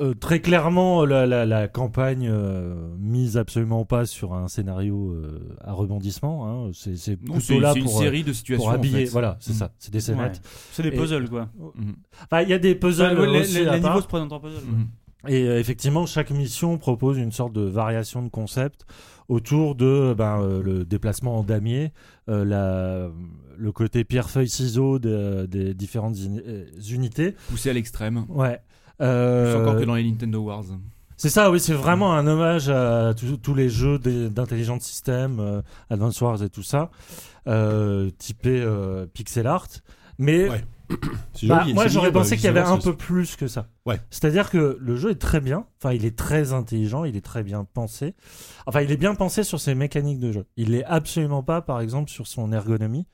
[SPEAKER 5] euh, très clairement, la, la- la campagne euh, mise absolument pas sur un scénario euh, à rebondissement. hein. C'est- C'est
[SPEAKER 7] Non, C'est
[SPEAKER 5] plutôt là
[SPEAKER 7] c'est une
[SPEAKER 5] pour, euh,
[SPEAKER 7] série de situations.
[SPEAKER 5] pour
[SPEAKER 7] en
[SPEAKER 5] habiller.
[SPEAKER 7] fait.
[SPEAKER 5] Voilà, c'est
[SPEAKER 7] Mm.
[SPEAKER 5] ça. C'est des scénettes.
[SPEAKER 6] C'est des
[SPEAKER 5] Et-
[SPEAKER 6] puzzles quoi.
[SPEAKER 7] Mhm.
[SPEAKER 5] Enfin, il y a des puzzles
[SPEAKER 6] Ouais, les,
[SPEAKER 5] aussi
[SPEAKER 6] les-
[SPEAKER 5] à
[SPEAKER 6] les
[SPEAKER 5] part.
[SPEAKER 6] niveaux se présentent en puzzle.
[SPEAKER 7] Mhm.
[SPEAKER 5] Et euh, effectivement, chaque mission propose une sorte de variation de concept autour de ben, euh, le déplacement en damier, euh, la, le côté pierre-feuille-ciseau de- des différentes uni- euh, unités.
[SPEAKER 7] Poussé à l'extrême.
[SPEAKER 5] Ouais.
[SPEAKER 7] Plus
[SPEAKER 5] Euh,
[SPEAKER 7] encore que dans les Nintendo Wars.
[SPEAKER 5] c'est ça, oui, c'est vraiment un hommage à tous- tous les jeux des- d'intelligence système, euh, Advance Wars et tout ça, euh, typé euh, pixel art. Mais
[SPEAKER 2] Ouais.
[SPEAKER 5] bah, moi, j'aurais pensé qu'il y avait un peu plus que ça.
[SPEAKER 2] Ouais.
[SPEAKER 5] C'est-à-dire que le jeu est très bien. Enfin, il est très intelligent. Il est très bien pensé. Enfin, il est bien pensé sur ses mécaniques de jeu. Il l'est absolument pas, par exemple, sur son ergonomie,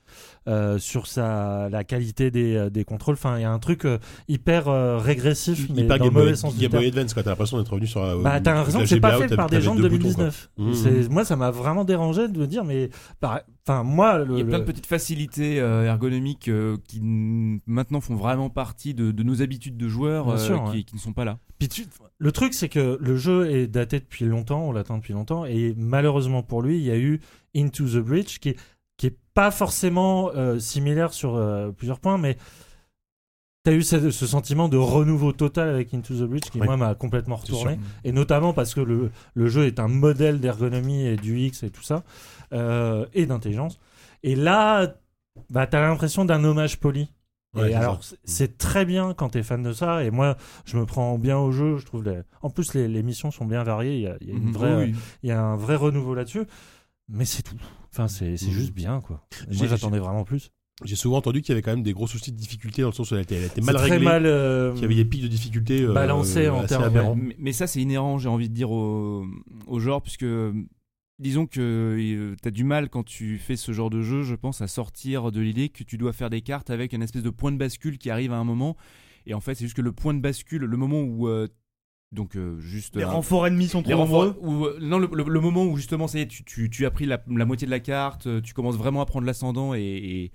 [SPEAKER 5] euh, sur sa la qualité des, euh, des contrôles. Enfin, il y a un truc euh, hyper euh, régressif, mais
[SPEAKER 2] Hyper
[SPEAKER 5] dans le
[SPEAKER 2] Game
[SPEAKER 5] mauvais
[SPEAKER 2] Boy,
[SPEAKER 5] sens du
[SPEAKER 2] Game
[SPEAKER 5] terme.
[SPEAKER 2] Boy Advance, quoi. T'as l'impression d'être revenu sur la.
[SPEAKER 5] Bah, t'as
[SPEAKER 2] Euh, la
[SPEAKER 5] raison, c'est pas
[SPEAKER 2] GBA,
[SPEAKER 5] fait
[SPEAKER 2] t'as-
[SPEAKER 5] par des
[SPEAKER 2] t'avais
[SPEAKER 5] gens de
[SPEAKER 2] deux boutons, quoi.
[SPEAKER 5] 2019.
[SPEAKER 2] Mmh.
[SPEAKER 5] C'est- Moi, ça m'a vraiment dérangé de me dire, mais. par- Enfin, moi, le.
[SPEAKER 7] Il y a plein de
[SPEAKER 5] le-
[SPEAKER 7] petites facilités euh, ergonomiques euh, qui n- maintenant font vraiment partie de, de nos habitudes de joueurs
[SPEAKER 5] Bien
[SPEAKER 7] euh,
[SPEAKER 5] sûr,
[SPEAKER 7] qui,
[SPEAKER 5] ouais.
[SPEAKER 7] qui ne sont pas là.
[SPEAKER 5] Puis tu- Le truc, c'est que le jeu est daté depuis longtemps, on l'attend depuis longtemps, et malheureusement pour lui, il y a eu Into the Breach qui est, qui est pas forcément euh, similaire sur euh, plusieurs points, mais tu as eu ce, ce sentiment de renouveau total avec Into the Breach qui,
[SPEAKER 2] Ouais.
[SPEAKER 5] moi, m'a complètement
[SPEAKER 2] C'est sûr.
[SPEAKER 5] retourné, et notamment parce que le, le jeu est un modèle d'ergonomie et du X et tout ça, euh, et d'intelligence. Et là, bah, tu as l'impression d'un hommage poli.
[SPEAKER 2] Ouais,
[SPEAKER 5] et
[SPEAKER 2] c'est
[SPEAKER 5] alors,
[SPEAKER 2] ça.
[SPEAKER 5] c'est- c'est très bien quand t'es fan de ça. Et moi, je me prends bien au jeu. Je trouve les- En plus, les, les missions sont bien variées. Il y a, il y a une
[SPEAKER 2] Mm-hmm.
[SPEAKER 7] Mhm.
[SPEAKER 5] vraie-
[SPEAKER 7] Oui, oui.
[SPEAKER 5] il y a un vrai renouveau là-dessus. Mais c'est tout. Enfin, c'est c'est
[SPEAKER 2] Mhm.
[SPEAKER 5] juste bien, quoi. Et
[SPEAKER 2] J'ai-
[SPEAKER 5] Moi, j'attendais vraiment plus.
[SPEAKER 2] J'ai souvent entendu qu'il y avait quand même des gros soucis de difficulté dans le sens où elle était, elle était
[SPEAKER 5] C'est
[SPEAKER 2] mal
[SPEAKER 5] très
[SPEAKER 2] réglée.
[SPEAKER 5] mal. euh,
[SPEAKER 2] Qu'il y avait des pics de difficulté. euh,
[SPEAKER 5] balancé en
[SPEAKER 2] assez
[SPEAKER 5] termes-
[SPEAKER 2] aberrants.
[SPEAKER 7] Mais, mais ça, c'est inhérent, j'ai envie de dire, au, au genre, puisque disons que tu as du mal quand tu fais ce genre de jeu, je pense, à sortir de l'idée que tu dois faire des cartes avec une espèce de point de bascule qui arrive à un moment. Et en fait, c'est juste que le point de bascule, le moment où. euh, donc, euh, juste.
[SPEAKER 6] Les
[SPEAKER 7] un-
[SPEAKER 6] renforts ennemis sont trop
[SPEAKER 7] Les renvois-
[SPEAKER 6] nombreux.
[SPEAKER 7] ou, euh, non, le, le- le moment où justement, ça y est, tu, tu- tu as pris la, la moitié de la carte, euh, tu commences vraiment à prendre l'ascendant et, et,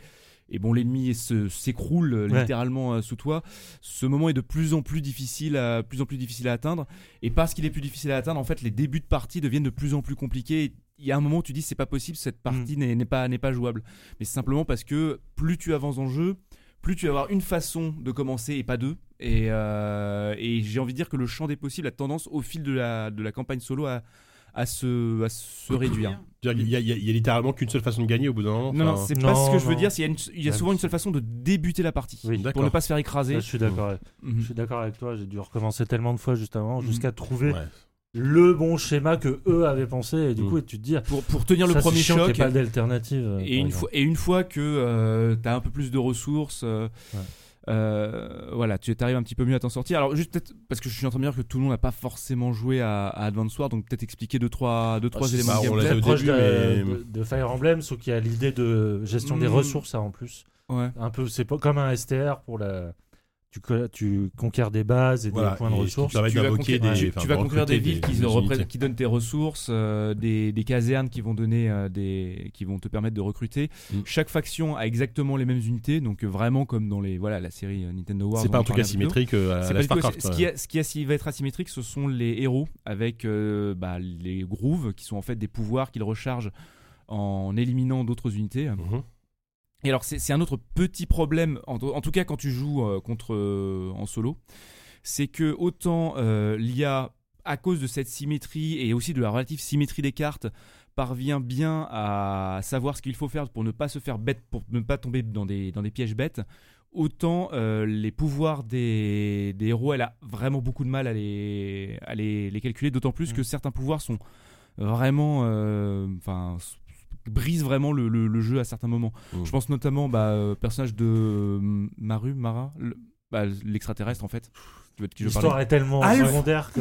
[SPEAKER 7] et bon, l'ennemi se- s'écroule euh,
[SPEAKER 5] Ouais.
[SPEAKER 7] littéralement euh, sous toi. Ce moment est de plus en plus difficile, à, plus en plus difficile à atteindre. Et parce qu'il est plus difficile à atteindre, en fait, les débuts de partie deviennent de plus en plus compliqués. Et Il y a un moment où tu dis c'est pas possible, cette partie
[SPEAKER 5] Mm.
[SPEAKER 7] n'est- n'est pas n'est pas jouable. Mais c'est simplement parce que plus tu avances dans le jeu, plus tu vas avoir une façon de commencer et pas deux. Et, euh, et j'ai envie de dire que le champ des possibles a tendance au fil de la, de la campagne solo à, à à se, à se réduire.
[SPEAKER 2] Il y, a- il y a- il y a littéralement qu'une seule façon de gagner au bout d'un moment.
[SPEAKER 7] Non, non,
[SPEAKER 2] enfin,
[SPEAKER 7] c'est pas
[SPEAKER 5] Non,
[SPEAKER 7] ce que je veux
[SPEAKER 5] non.
[SPEAKER 7] dire. c'est Il y a, une- il y a
[SPEAKER 5] Ouais,
[SPEAKER 7] souvent une seule façon de débuter la partie.
[SPEAKER 5] Oui,
[SPEAKER 7] Pour
[SPEAKER 2] d'accord. Mm-hmm.
[SPEAKER 7] ne pas se faire écraser.
[SPEAKER 5] Ça, je suis d'accord. Je
[SPEAKER 7] Mhm.
[SPEAKER 5] suis d'accord avec toi. J'ai dû recommencer tellement de fois juste avant, jusqu'à trouver
[SPEAKER 2] Ouais.
[SPEAKER 5] le bon schéma que eux avaient pensé. Et du
[SPEAKER 2] Mhm.
[SPEAKER 5] coup, et tu te dis, ah,
[SPEAKER 7] Pour, pour tenir
[SPEAKER 5] ça,
[SPEAKER 7] le
[SPEAKER 5] c'est
[SPEAKER 7] premier
[SPEAKER 5] chiant qu'il y ait
[SPEAKER 7] choc.
[SPEAKER 5] pas d'alternative. euh,
[SPEAKER 7] Et
[SPEAKER 5] par
[SPEAKER 7] une,
[SPEAKER 5] exemple.
[SPEAKER 7] fois, et une fois que tu as un peu plus de ressources, euh,
[SPEAKER 5] Ouais.
[SPEAKER 7] euh, voilà, tu arrives un petit peu mieux à t'en sortir. Alors, juste peut-être, parce que je suis en train de dire que tout le monde n'a pas forcément joué à, à Advance War, donc peut-être expliquer deux, trois, deux, trois
[SPEAKER 2] c'est
[SPEAKER 7] éléments
[SPEAKER 2] ça,
[SPEAKER 7] de
[SPEAKER 2] Ah, on
[SPEAKER 5] Très
[SPEAKER 2] l'a
[SPEAKER 7] gameplay.
[SPEAKER 2] au
[SPEAKER 5] proche
[SPEAKER 2] début,
[SPEAKER 5] de,
[SPEAKER 2] mais-
[SPEAKER 5] de- de Fire Emblem, sauf qu'il y a l'idée de gestion des
[SPEAKER 7] Mhm.
[SPEAKER 5] ressources ça, en plus.
[SPEAKER 7] Ouais.
[SPEAKER 5] Un peu, c'est pas comme un STR pour la. Tu, co- tu conquières des bases et
[SPEAKER 2] Voilà,
[SPEAKER 5] des points de
[SPEAKER 2] et ce qui
[SPEAKER 5] ressources.
[SPEAKER 2] permet
[SPEAKER 7] Tu vas,
[SPEAKER 2] d'invoquer
[SPEAKER 7] conquérir,
[SPEAKER 2] des-
[SPEAKER 7] tu-
[SPEAKER 2] enfin,
[SPEAKER 7] tu vas
[SPEAKER 2] de
[SPEAKER 7] conquérir des
[SPEAKER 2] recruter
[SPEAKER 7] villes
[SPEAKER 2] des-
[SPEAKER 7] qui,
[SPEAKER 2] des
[SPEAKER 7] repré-
[SPEAKER 2] unités.
[SPEAKER 7] qui donnent tes ressources, euh, des, des casernes qui vont donner euh, des, qui vont te permettre de recruter.
[SPEAKER 2] Mm.
[SPEAKER 7] Chaque faction a exactement les mêmes unités, donc euh, vraiment comme dans les voilà la série euh, Nintendo World.
[SPEAKER 2] C'est
[SPEAKER 7] on
[SPEAKER 2] pas
[SPEAKER 7] en
[SPEAKER 2] un truc
[SPEAKER 7] parlait un peu plus tôt.
[SPEAKER 2] asymétrique euh, à
[SPEAKER 7] C'est
[SPEAKER 2] la
[SPEAKER 7] pas du tout
[SPEAKER 2] Starcraft.
[SPEAKER 7] asy- ce,
[SPEAKER 2] ouais.
[SPEAKER 7] qui a- ce qui a- ce qui va être asymétrique, ce sont les héros avec euh, bah, les grooves qui sont en fait des pouvoirs qu'ils rechargent en éliminant d'autres unités.
[SPEAKER 2] Mhm.
[SPEAKER 7] Et alors, c'est c'est un autre petit problème, en, en tout cas quand tu joues euh, contre euh, en solo, c'est que autant euh, l'IA, à cause de cette symétrie et aussi de la relative symétrie des cartes, parvient bien à savoir ce qu'il faut faire pour ne pas se faire bête, pour ne pas tomber dans des, dans des pièges bêtes, autant euh, les pouvoirs des, des héros, elle a vraiment beaucoup de mal à les, à les, les calculer, d'autant
[SPEAKER 2] Mmh.
[SPEAKER 7] plus que certains pouvoirs sont vraiment... euh, Enfin... s- brisent vraiment le- le- le jeu à certains moments.
[SPEAKER 2] Mm.
[SPEAKER 7] Je pense notamment bah, euh, personnage de euh, Maru, Mara, le- bah, l'extraterrestre en fait. Tu veux de qui je
[SPEAKER 5] L'histoire
[SPEAKER 7] parle
[SPEAKER 5] est tellement
[SPEAKER 2] Ah,
[SPEAKER 7] Alf
[SPEAKER 5] secondaire que.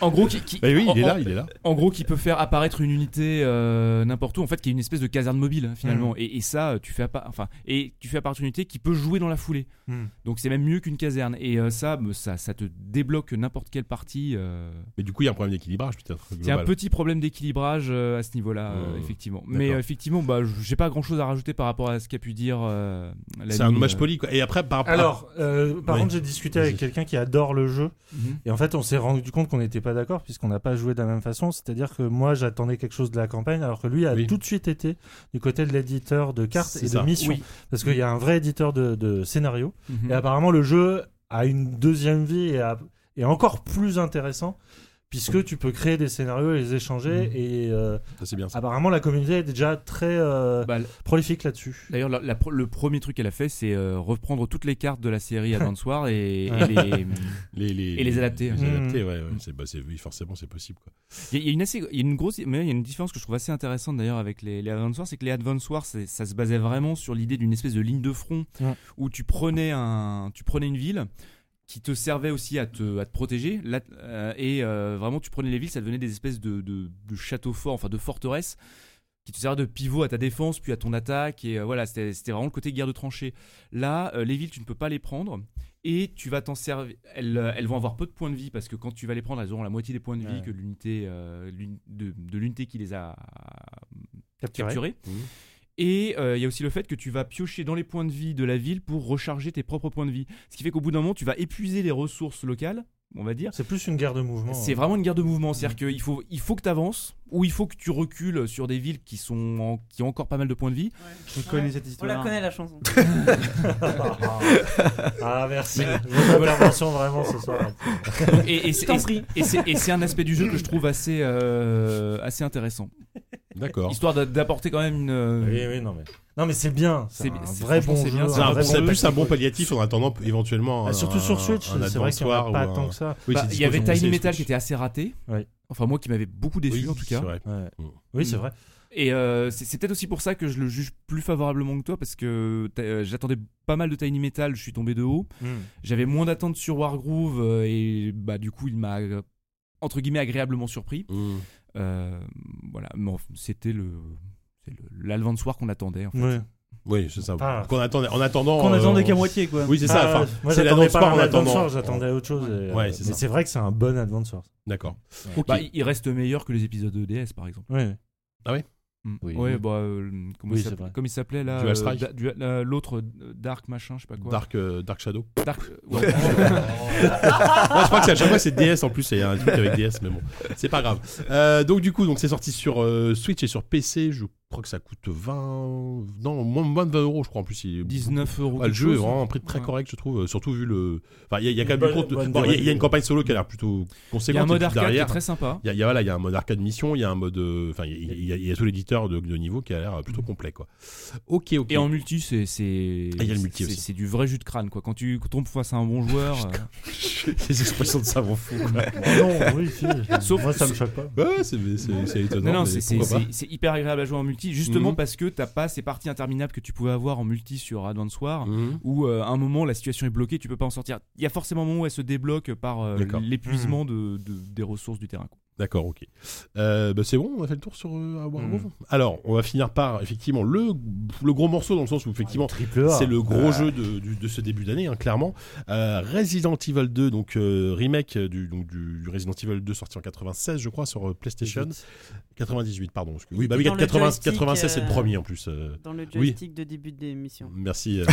[SPEAKER 7] En gros, qui, qui-
[SPEAKER 2] Bah oui,
[SPEAKER 7] en,
[SPEAKER 2] il est
[SPEAKER 7] en-
[SPEAKER 2] là, il est là.
[SPEAKER 7] en gros, qui peut faire apparaître une unité euh, n'importe où en fait, qui est une espèce de caserne mobile hein, finalement.
[SPEAKER 2] Hmm.
[SPEAKER 7] Et, et ça, euh, tu fais appa- enfin, et tu fais apparaître une unité qui peut jouer dans la foulée.
[SPEAKER 2] Hmm.
[SPEAKER 5] Mm.
[SPEAKER 7] Donc c'est même mieux qu'une caserne. Et euh, ça, bah, ça, ça te débloque n'importe quelle partie. euh,
[SPEAKER 2] Mais du coup, il y a un problème d'équilibrage, peut-être.
[SPEAKER 7] C'est un
[SPEAKER 2] global.
[SPEAKER 7] petit problème d'équilibrage euh, à ce niveau-là, euh,
[SPEAKER 2] Euh,
[SPEAKER 7] effectivement. Mais
[SPEAKER 2] d'accord.
[SPEAKER 7] euh, effectivement, bah, j'ai pas grand-chose à rajouter par rapport à ce qu'a pu dire. euh, la
[SPEAKER 2] C'est un
[SPEAKER 7] nuit,
[SPEAKER 2] hommage
[SPEAKER 7] euh.
[SPEAKER 2] poli. quoi. Et après, par rapport.
[SPEAKER 5] Alors, euh, par
[SPEAKER 2] Oui.
[SPEAKER 5] contre, j'ai discuté avec
[SPEAKER 2] Vas-y.
[SPEAKER 5] quelqu'un qui adore le jeu.
[SPEAKER 7] Mhm.
[SPEAKER 5] Et en fait, on s'est rendu compte qu'on n'était pas d'accord puisqu'on n'a pas joué de la même façon. C'est-à-dire que moi, j'attendais quelque chose de la campagne, alors que lui a
[SPEAKER 2] Oui.
[SPEAKER 5] tout de suite été du côté de l'éditeur de cartes
[SPEAKER 2] C'est
[SPEAKER 5] et
[SPEAKER 2] ça.
[SPEAKER 5] de missions. Parce qu'il y a un vrai éditeur de, de scénario.
[SPEAKER 7] Mhm.
[SPEAKER 5] Et apparemment, le jeu a une deuxième vie et a- est encore plus intéressant puisque tu peux créer des scénarios et les échanger. Et euh,
[SPEAKER 2] Ça, Ah, c'est bien ça.
[SPEAKER 5] apparemment, la communauté est déjà très euh,
[SPEAKER 7] Bah, l-
[SPEAKER 5] prolifique là-dessus.
[SPEAKER 7] D'ailleurs, la- la pr- le premier truc qu'elle a fait, c'est euh, reprendre toutes les cartes de la série Advance War et, et
[SPEAKER 5] Ouais.
[SPEAKER 7] les-
[SPEAKER 2] Les, les,
[SPEAKER 7] Et les adapter. hein. Mm.
[SPEAKER 2] Les
[SPEAKER 5] Mhm.
[SPEAKER 2] adapter, ouais. ouais. C'est, bah, c'est- oui, forcément, c'est possible. Quoi.
[SPEAKER 7] Il y, a- il y a une assez, il y a une grosse, mais il y a une différence que je trouve assez intéressante d'ailleurs avec les, les Advance Wars, c'est que les Advance Wars, c'est- ça se basait vraiment sur l'idée d'une espèce de ligne de front
[SPEAKER 5] Ouais.
[SPEAKER 7] où tu prenais un, tu prenais une ville qui te servait aussi à te, à te protéger là, euh, et euh, vraiment tu prenais les villes, ça devenait des espèces de, de, de châteaux forts, enfin de forteresses qui te servaient de pivot à ta défense puis à ton attaque et euh, voilà c'était c'était vraiment le côté guerre de tranchées. Là, euh, les villes tu ne peux pas les prendre et tu vas t'en servir. Elles, euh, elles vont avoir peu de points de vie parce que quand tu vas les prendre, elles auront la moitié des points de vie
[SPEAKER 5] Ouais.
[SPEAKER 7] que l'unité euh, l'un- de, de l'unité qui les a
[SPEAKER 5] Capturé.
[SPEAKER 7] capturés.
[SPEAKER 2] Mhm.
[SPEAKER 7] Et euh, il y a aussi le fait que tu vas piocher dans les points de vie de la ville pour recharger tes propres points de vie. Ce qui fait qu'au bout d'un moment, tu vas épuiser les ressources locales, on va dire.
[SPEAKER 5] C'est plus une guerre de hein. mouvement.
[SPEAKER 7] C'est vraiment une guerre de mouvement, c'est-à-dire qu'il faut, il faut que tu avances ou il faut que tu recules sur des villes qui, sont en- qui ont encore pas mal de points de vie.
[SPEAKER 6] Je connais cette
[SPEAKER 3] On
[SPEAKER 6] histoire.
[SPEAKER 3] la connaît la chanson.
[SPEAKER 5] ah, merci. Vos interventions, vraiment, ce soir.
[SPEAKER 7] Et, et c'est-
[SPEAKER 3] t'en
[SPEAKER 7] et-
[SPEAKER 3] prie.
[SPEAKER 7] et c'est et c'est un aspect du jeu que je trouve assez, euh, assez intéressant.
[SPEAKER 2] D'accord.
[SPEAKER 7] Histoire d'a- d'apporter quand même une.
[SPEAKER 5] Oui, oui, non, mais. Non, mais c'est bien.
[SPEAKER 7] C'est
[SPEAKER 5] C'est
[SPEAKER 7] bi-
[SPEAKER 5] un
[SPEAKER 7] c'est-
[SPEAKER 5] vrai
[SPEAKER 7] franchement,
[SPEAKER 5] bon
[SPEAKER 7] c'est
[SPEAKER 5] jeu.
[SPEAKER 7] bien,
[SPEAKER 2] Euh, C'est
[SPEAKER 7] un
[SPEAKER 2] un-
[SPEAKER 7] vrai
[SPEAKER 2] c'est
[SPEAKER 7] bon
[SPEAKER 2] plus un bon palliatif en attendant éventuellement.
[SPEAKER 5] Ah,
[SPEAKER 2] un-
[SPEAKER 5] surtout sur
[SPEAKER 2] un-
[SPEAKER 5] Switch,
[SPEAKER 2] un
[SPEAKER 5] c'est vrai qu'il n'y en
[SPEAKER 2] advensoir
[SPEAKER 5] a
[SPEAKER 2] ou
[SPEAKER 5] pas
[SPEAKER 2] un-
[SPEAKER 5] tant que ça.
[SPEAKER 2] Oui,
[SPEAKER 7] Bah,
[SPEAKER 2] c'est
[SPEAKER 7] il y avait
[SPEAKER 2] disponible sur
[SPEAKER 7] Tiny
[SPEAKER 2] les
[SPEAKER 7] Metal
[SPEAKER 2] Switch.
[SPEAKER 7] qui était assez raté.
[SPEAKER 5] Ouais.
[SPEAKER 7] Enfin, moi qui m'avait beaucoup déçu
[SPEAKER 2] Oui,
[SPEAKER 7] en tout cas.
[SPEAKER 2] c'est vrai.
[SPEAKER 5] Ouais.
[SPEAKER 2] Mm.
[SPEAKER 5] Oui, c'est
[SPEAKER 7] Mm.
[SPEAKER 5] vrai.
[SPEAKER 7] Et euh, c'est c'est peut-être aussi pour ça que je le juge plus favorablement que toi parce que t'as- euh, j'attendais pas mal de Tiny Metal, je suis tombé de haut.
[SPEAKER 2] Mm.
[SPEAKER 7] J'avais moins d'attentes sur Wargroove euh, et bah du coup il m'a euh, entre guillemets agréablement surpris.
[SPEAKER 2] Mhm.
[SPEAKER 7] Euh, voilà, mais enfin, c'était le c'est le- l'Advance War qu'on attendait. en fait.
[SPEAKER 5] Mm. Ouais.
[SPEAKER 2] Oui, c'est ça.
[SPEAKER 5] Ah.
[SPEAKER 2] Qu'on attendait, en attendant.
[SPEAKER 6] Qu'on
[SPEAKER 5] Oh.
[SPEAKER 2] euh,
[SPEAKER 6] attendait
[SPEAKER 2] on-
[SPEAKER 6] qu'à moitié, quoi.
[SPEAKER 2] Oui, c'est ça.
[SPEAKER 5] Ah,
[SPEAKER 2] enfin,
[SPEAKER 5] moi,
[SPEAKER 2] c'est
[SPEAKER 5] j'attendais
[SPEAKER 2] l'annonce
[SPEAKER 5] pas
[SPEAKER 2] pas en
[SPEAKER 5] un
[SPEAKER 2] attendant.
[SPEAKER 5] adventure, j'attendais autre chose. et, euh,
[SPEAKER 2] Ouais, c'est
[SPEAKER 5] mais
[SPEAKER 2] ça.
[SPEAKER 5] c'est vrai que c'est un bon adventure.
[SPEAKER 2] D'accord.
[SPEAKER 7] Ok,
[SPEAKER 2] Bah,
[SPEAKER 7] il reste meilleur que les épisodes de DS par exemple.
[SPEAKER 5] Ouais.
[SPEAKER 7] Mm.
[SPEAKER 5] Oui.
[SPEAKER 7] Ouais, bah euh, comment
[SPEAKER 5] Oui,
[SPEAKER 7] il
[SPEAKER 5] c'est
[SPEAKER 7] s'appelait-
[SPEAKER 5] vrai.
[SPEAKER 7] comme il s'appelait là
[SPEAKER 2] Dual
[SPEAKER 7] euh,
[SPEAKER 2] Strike.
[SPEAKER 7] Da- Dual- euh, l'autre euh, Dark machin, je sais pas quoi.
[SPEAKER 2] Dark, euh, Dark Shadow.
[SPEAKER 7] Dark- ouais.
[SPEAKER 2] Moi, je crois que c'est à chaque fois c'est DS en plus, il y a un truc avec DS, mais bon, c'est pas grave. Euh, donc du coup, donc c'est sorti sur euh, Switch et sur PC, je crois que ça coûte 20. Non, moins, moins de 20 euros, je crois en plus. Il...
[SPEAKER 1] 19 euros.
[SPEAKER 2] Ouais, Ah, le jeu est
[SPEAKER 1] chose.
[SPEAKER 2] vraiment un prix très
[SPEAKER 1] Ouais.
[SPEAKER 2] correct, je trouve. euh, Surtout vu le. Enfin, il y a, il y a quand
[SPEAKER 5] Une
[SPEAKER 2] même du
[SPEAKER 5] bonne-
[SPEAKER 2] contenu.
[SPEAKER 5] bonne
[SPEAKER 2] Bon, Il y, a- il y a une
[SPEAKER 5] durée.
[SPEAKER 2] campagne solo qui a l'air
[SPEAKER 1] Il
[SPEAKER 2] plutôt
[SPEAKER 1] y a un
[SPEAKER 2] conséquente. et
[SPEAKER 1] mode
[SPEAKER 2] puis
[SPEAKER 1] arcade qui est
[SPEAKER 2] derrière,
[SPEAKER 1] très sympa.
[SPEAKER 2] il y a, il y a- voilà, il y a un mode arcade mission, il y a un mode. euh, Enfin, il y a- il y a, il y a tout l'éditeur de, de niveau qui a l'air plutôt complet, quoi. Ok, ok.
[SPEAKER 1] Mm. Et en multi, c'est c'est
[SPEAKER 2] Ah, il y a le multi
[SPEAKER 1] c'est-
[SPEAKER 2] aussi.
[SPEAKER 1] c'est du vrai jus de crâne quoi. Quand tu tombes face à un bon joueur, euh,
[SPEAKER 2] Les expressions de savant fou, quoi.
[SPEAKER 5] Ah non, oui, si.
[SPEAKER 1] Sauf-
[SPEAKER 5] Moi, ça me choque pas.
[SPEAKER 2] Ouais, ouais, c'est c'est- c'est
[SPEAKER 1] non
[SPEAKER 2] étonnant.
[SPEAKER 1] non,
[SPEAKER 2] mais
[SPEAKER 1] c'est c'est-
[SPEAKER 2] pourquoi pas.
[SPEAKER 1] c'est- c'est hyper agréable à jouer en multi, justement
[SPEAKER 2] Mhm.
[SPEAKER 1] parce que t'as pas ces parties interminables que tu pouvais avoir en multi sur Advance War.
[SPEAKER 2] Mhm.
[SPEAKER 1] Où euh, à un moment la situation est bloquée, tu peux pas en sortir. Il y a forcément un moment où elle se débloque par euh,
[SPEAKER 2] D'accord. Mhm.
[SPEAKER 1] l'épuisement de, de- des ressources du terrain. quoi.
[SPEAKER 2] D'accord, ok. Euh, bah, c'est bon, on a fait le tour sur euh,
[SPEAKER 3] Hmm.
[SPEAKER 2] Wargrove Alors, on va finir par effectivement le, le gros morceau dans le sens où effectivement
[SPEAKER 3] Ah,
[SPEAKER 5] Triple A.
[SPEAKER 2] c'est le
[SPEAKER 3] Euh.
[SPEAKER 2] gros jeu de, du- de ce début d'année, hein, clairement. Euh, Resident Evil 2, donc euh, remake du, donc, du, du Resident Evil 2 sorti en 96, je crois, sur euh, PlayStation 98, pardon. excuse- Oui, bah oui,
[SPEAKER 3] Dans le
[SPEAKER 2] 80
[SPEAKER 3] joystick,
[SPEAKER 2] 96, c'est le
[SPEAKER 3] euh,
[SPEAKER 2] premier en plus. euh.
[SPEAKER 3] Dans le
[SPEAKER 2] Oui.
[SPEAKER 3] joystick de début d'émission.
[SPEAKER 2] Merci. euh,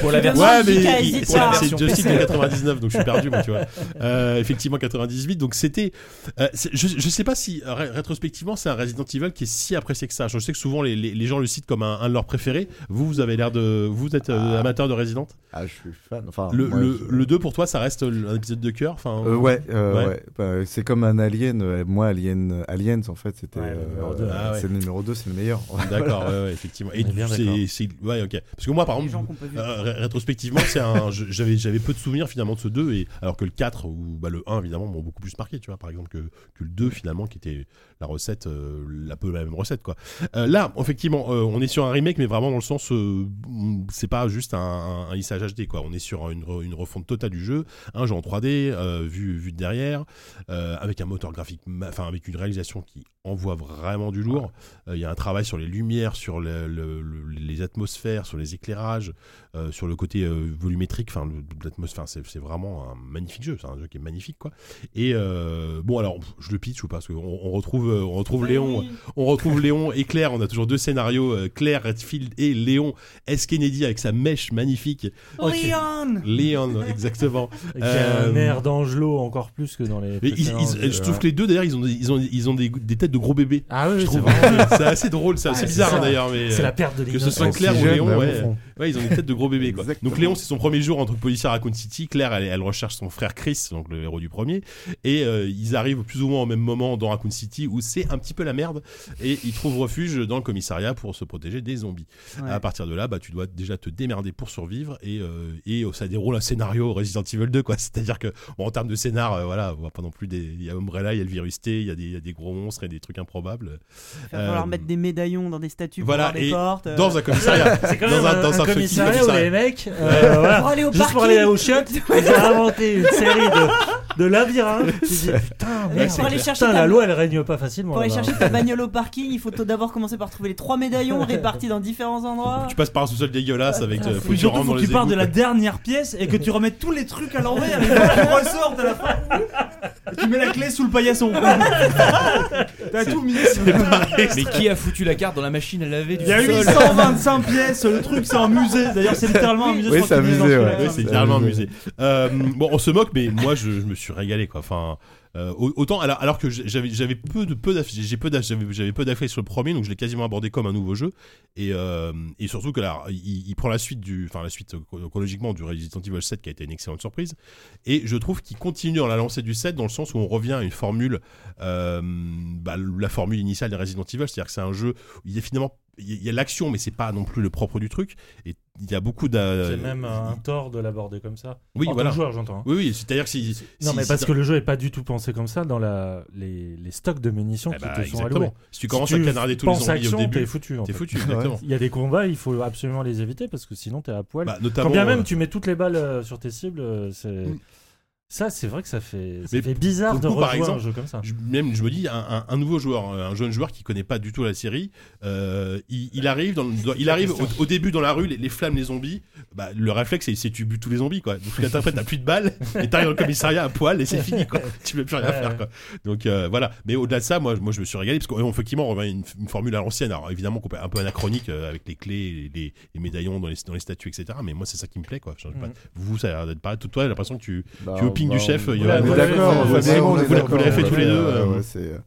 [SPEAKER 1] Pour la version
[SPEAKER 2] Ouais,
[SPEAKER 3] Jessica
[SPEAKER 2] mais
[SPEAKER 3] hésite
[SPEAKER 2] c'est-
[SPEAKER 3] pas.
[SPEAKER 2] c'est Justice de 99, donc je suis perdu, moi, tu vois. Euh, effectivement, 98, donc c'était. euh, c'est- je, je sais pas si, euh, ré- rétrospectivement, c'est un Resident Evil qui est si apprécié que ça. Je sais que souvent, les, les- les gens le citent comme un, un de leurs préférés. Vous, vous avez l'air de. Vous êtes euh,
[SPEAKER 8] Ah.
[SPEAKER 2] amateur de Resident
[SPEAKER 8] Ah, je suis fan. Enfin,
[SPEAKER 2] le,
[SPEAKER 8] moi,
[SPEAKER 2] le,
[SPEAKER 8] je-
[SPEAKER 2] le 2, pour toi, ça reste un épisode de cœur enfin,
[SPEAKER 8] Euh, ouais, euh,
[SPEAKER 2] Ouais.
[SPEAKER 8] ouais. Bah, c'est comme un alien. euh, Moi, alien, euh, aliens, en fait, c'était.
[SPEAKER 5] Ouais, le
[SPEAKER 8] euh,
[SPEAKER 5] numéro deux.
[SPEAKER 2] Ah ouais.
[SPEAKER 8] C'est le numéro 2, c'est le meilleur.
[SPEAKER 2] D'accord, ouais, ouais, effectivement. Et
[SPEAKER 5] On est bien
[SPEAKER 2] c'est-
[SPEAKER 5] d'accord.
[SPEAKER 2] c'est. Ouais, ok. Parce que moi, par
[SPEAKER 3] Les
[SPEAKER 2] exemple,
[SPEAKER 3] gens qu'on peut vu.
[SPEAKER 2] Euh, ré- rétrospectivement, c'est un. je- J'avais j'avais peu de souvenirs finalement de ce 2 et alors que le 4 ou bah, le 1 évidemment m'ont beaucoup plus marqué, tu vois, par exemple que, que le 2 finalement qui était la recette, euh, la peu la même recette quoi. Euh, là, effectivement, euh, on est sur un remake, mais vraiment dans le sens, euh, mm, c'est pas juste un, un, un lissage HD quoi. On est sur une, re- une refonte totale du jeu, un jeu en 3D euh, vu vu de derrière, euh, avec un moteur graphique, ma- enfin avec une réalisation qui envoie vraiment du lourd. Euh, Il y a un travail sur les lumières, sur le- le- le- les atmosphères, sur les éclairages euh, sur le côté euh, volumétrique, enfin le- l'atmosphère, c'est c'est vraiment un magnifique jeu, c'est un jeu qui est magnifique quoi. Et euh, bon alors pff, je le pitch ou pas parce qu'on on retrouve euh, on retrouve Léon, on retrouve Léon et Claire, on a toujours deux scénarios, euh, Claire Redfield et Léon S Kennedy avec sa mèche magnifique.
[SPEAKER 3] Leon
[SPEAKER 2] Léon exactement.
[SPEAKER 5] Et qui a
[SPEAKER 2] Euh,
[SPEAKER 5] un air d'Angelo encore plus que dans les.
[SPEAKER 2] Et ils-
[SPEAKER 5] précédents,
[SPEAKER 2] ils- je
[SPEAKER 5] euh,
[SPEAKER 2] trouve que les deux d'ailleurs ils ont des- ils ont ils ont des, des têtes de gros bébés.
[SPEAKER 5] Ah oui,
[SPEAKER 2] Je
[SPEAKER 5] oui, c'est
[SPEAKER 2] trouve
[SPEAKER 5] vrai.
[SPEAKER 2] c'est assez drôle ça, c'est
[SPEAKER 5] c'est
[SPEAKER 2] bizarre
[SPEAKER 5] ça.
[SPEAKER 2] hein, d'ailleurs mais
[SPEAKER 5] C'est
[SPEAKER 2] euh,
[SPEAKER 5] la perte de
[SPEAKER 2] que ce soit
[SPEAKER 8] Oxygène,
[SPEAKER 2] Claire ou Léon,
[SPEAKER 8] à
[SPEAKER 2] ouais.
[SPEAKER 8] fond.
[SPEAKER 2] Ouais, ils ont une tête de gros bébés quoi.
[SPEAKER 8] Exactement.
[SPEAKER 2] Donc Léon, c'est son premier jour entre policier à Raccoon City. Claire, elle, elle recherche son frère Chris, donc le héros du premier, et euh, ils arrivent plus ou moins au même moment dans Raccoon City où c'est un petit peu la merde et ils trouvent refuge dans le commissariat pour se protéger des zombies. À partir de là, bah tu dois déjà te démerder pour survivre et euh, et euh, ça déroule un scénario Resident Evil 2 quoi. C'est-à-dire que bon, en termes de scénar, euh, voilà, on voit pas non plus des. Il y a Umbrella, il y a le virus T, il y a des, il y a des gros monstres et des trucs improbables.
[SPEAKER 3] Il va falloir
[SPEAKER 2] Euh,
[SPEAKER 3] mettre des médaillons dans des statues
[SPEAKER 2] voilà,
[SPEAKER 3] pour ouvrir les
[SPEAKER 2] et
[SPEAKER 3] portes. euh.
[SPEAKER 2] Dans un commissariat.
[SPEAKER 5] C'est quand
[SPEAKER 2] Dans
[SPEAKER 5] même
[SPEAKER 2] un-
[SPEAKER 5] un,
[SPEAKER 2] dans un fucking
[SPEAKER 5] commissariat où
[SPEAKER 2] commissariat.
[SPEAKER 5] les mecs, euh, voilà,
[SPEAKER 3] Pour aller au
[SPEAKER 5] juste pour aller
[SPEAKER 3] parking.
[SPEAKER 5] aux chiottes, ils ont inventé une série de, de labyrinthes. Tu dis, putain,
[SPEAKER 3] Mais
[SPEAKER 5] merde,
[SPEAKER 3] pour aller chercher
[SPEAKER 5] putain,
[SPEAKER 3] ta-
[SPEAKER 5] la loi elle règne pas facilement.
[SPEAKER 3] Pour
[SPEAKER 2] Oh
[SPEAKER 3] aller
[SPEAKER 5] là-bas.
[SPEAKER 3] chercher ta bagnole au parking, il faut tout d'abord commencer par trouver les trois médaillons répartis dans différents endroits.
[SPEAKER 2] Tu passes par un sous-sol dégueulasse avec.
[SPEAKER 5] Ah,
[SPEAKER 2] euh,
[SPEAKER 6] Faut
[SPEAKER 2] tu
[SPEAKER 6] surtout
[SPEAKER 2] rentres
[SPEAKER 6] faut
[SPEAKER 2] dans
[SPEAKER 6] que
[SPEAKER 2] les
[SPEAKER 6] tu parles
[SPEAKER 2] égouts,
[SPEAKER 6] de la
[SPEAKER 2] quoi.
[SPEAKER 6] dernière pièce et que tu remettes tous les trucs à l'envers et voilà, tu ressortes à la fin. Et tu mets la clé sous le paillasson. T'as tout mis.
[SPEAKER 1] Mais qui a foutu la carte dans la machine à laver du
[SPEAKER 6] Il y a
[SPEAKER 1] sol
[SPEAKER 6] 825 pièces, le truc c'est un musée. D'ailleurs, c'est littéralement un musée.
[SPEAKER 8] Oui,
[SPEAKER 6] je crois
[SPEAKER 8] c'est un
[SPEAKER 6] qu'il est
[SPEAKER 8] musée,
[SPEAKER 6] dans ce
[SPEAKER 8] ouais.
[SPEAKER 6] film-là.
[SPEAKER 2] Ouais, c'est littéralement un musée. Euh, bon, on se moque, mais moi, je, je me suis régalé, quoi. Enfin, euh, au- autant alors, alors que j'avais j'avais peu de peu d'aff- j'ai peu d'aff- j'avais j'avais peu d'affect sur le premier, donc je l'ai quasiment abordé comme un nouveau jeu. Et, euh, et surtout que là, il, il prend la suite du, enfin la suite euh, chronologiquement du Resident Evil 7 qui a été une excellente surprise. Et je trouve qu'il continue dans la lancée du 7 dans le sens où on revient à une formule, euh, bah, la formule initiale des Resident Evil, c'est-à-dire que c'est un jeu où il y a finalement il y a- il y a l'action, mais c'est pas non plus le propre du truc. Et il y a beaucoup d'a-
[SPEAKER 5] C'est même euh, un tort de l'aborder comme ça.
[SPEAKER 2] Euh, Oui,
[SPEAKER 5] en tant
[SPEAKER 2] voilà.
[SPEAKER 5] que joueur, j'entends. hein.
[SPEAKER 2] Oui, oui, c'est-à-dire que si.
[SPEAKER 5] Non,
[SPEAKER 2] si-
[SPEAKER 5] mais
[SPEAKER 2] si
[SPEAKER 5] parce
[SPEAKER 2] t'as-
[SPEAKER 5] que le jeu est pas du tout pensé comme ça dans la, les, les stocks de munitions
[SPEAKER 2] Eh
[SPEAKER 5] qui
[SPEAKER 2] bah,
[SPEAKER 5] te sont
[SPEAKER 2] exactement.
[SPEAKER 5] alloués.
[SPEAKER 2] Si tu commences
[SPEAKER 5] Si tu
[SPEAKER 2] à canarder tous les
[SPEAKER 5] penses
[SPEAKER 2] zombies
[SPEAKER 5] action,
[SPEAKER 2] au début,
[SPEAKER 5] t'es foutu. en
[SPEAKER 2] t'es
[SPEAKER 5] fait.
[SPEAKER 2] foutu, exactement.
[SPEAKER 5] Il y a des combats, il faut absolument les éviter parce que sinon t'es à poil.
[SPEAKER 2] Bah, notamment,
[SPEAKER 5] Quand bien même
[SPEAKER 2] euh, Mm.
[SPEAKER 5] tu mets toutes les balles euh, sur tes cibles, euh, c'est. Ça, c'est vrai que ça fait, ça
[SPEAKER 2] Mais
[SPEAKER 5] fait bizarre
[SPEAKER 2] pour le
[SPEAKER 5] de
[SPEAKER 2] coup, par
[SPEAKER 5] revoir un
[SPEAKER 2] exemple,
[SPEAKER 5] jeu comme ça.
[SPEAKER 2] je- même je me dis un, un- un nouveau joueur, euh, un jeune joueur qui connaît pas du tout la série, euh, il, il arrive dans, le- il arrive au, au début dans la rue, les, les flammes, les zombies, bah, le réflexe c'est c'est tu bues tous les zombies quoi. Donc après t'as plus de balles, et t'arrives dans le commissariat à poil et c'est fini quoi. Tu peux plus rien
[SPEAKER 5] Ouais,
[SPEAKER 2] faire
[SPEAKER 5] ouais.
[SPEAKER 2] quoi. Donc euh, voilà. Mais au-delà de ça, moi, moi je me suis régalé parce qu'effectivement on revient à une, une formule à l'ancienne. Alors évidemment qu'on peut- un peu anachronique euh, avec les clés, les, les médaillons dans les, dans les statues, etc. Mais moi c'est ça qui me plaît quoi. Je sais pas.
[SPEAKER 5] Mhm.
[SPEAKER 2] Vous ça a l'air d'être pas. Toi, j'ai l'impression que tu
[SPEAKER 8] Bah,
[SPEAKER 2] Tu es au ping
[SPEAKER 8] bah,
[SPEAKER 2] du chef,
[SPEAKER 8] on-
[SPEAKER 2] il y
[SPEAKER 8] on
[SPEAKER 2] a-
[SPEAKER 8] est
[SPEAKER 5] Ouais,
[SPEAKER 8] d'accord,
[SPEAKER 5] ouais, ouais,
[SPEAKER 8] Fabien, on
[SPEAKER 5] ouais,
[SPEAKER 8] est
[SPEAKER 5] vous l'avez
[SPEAKER 8] d'accord,
[SPEAKER 2] fait tous les
[SPEAKER 8] ouais,
[SPEAKER 2] deux,
[SPEAKER 8] ouais,
[SPEAKER 2] euh,
[SPEAKER 8] ouais, c'est-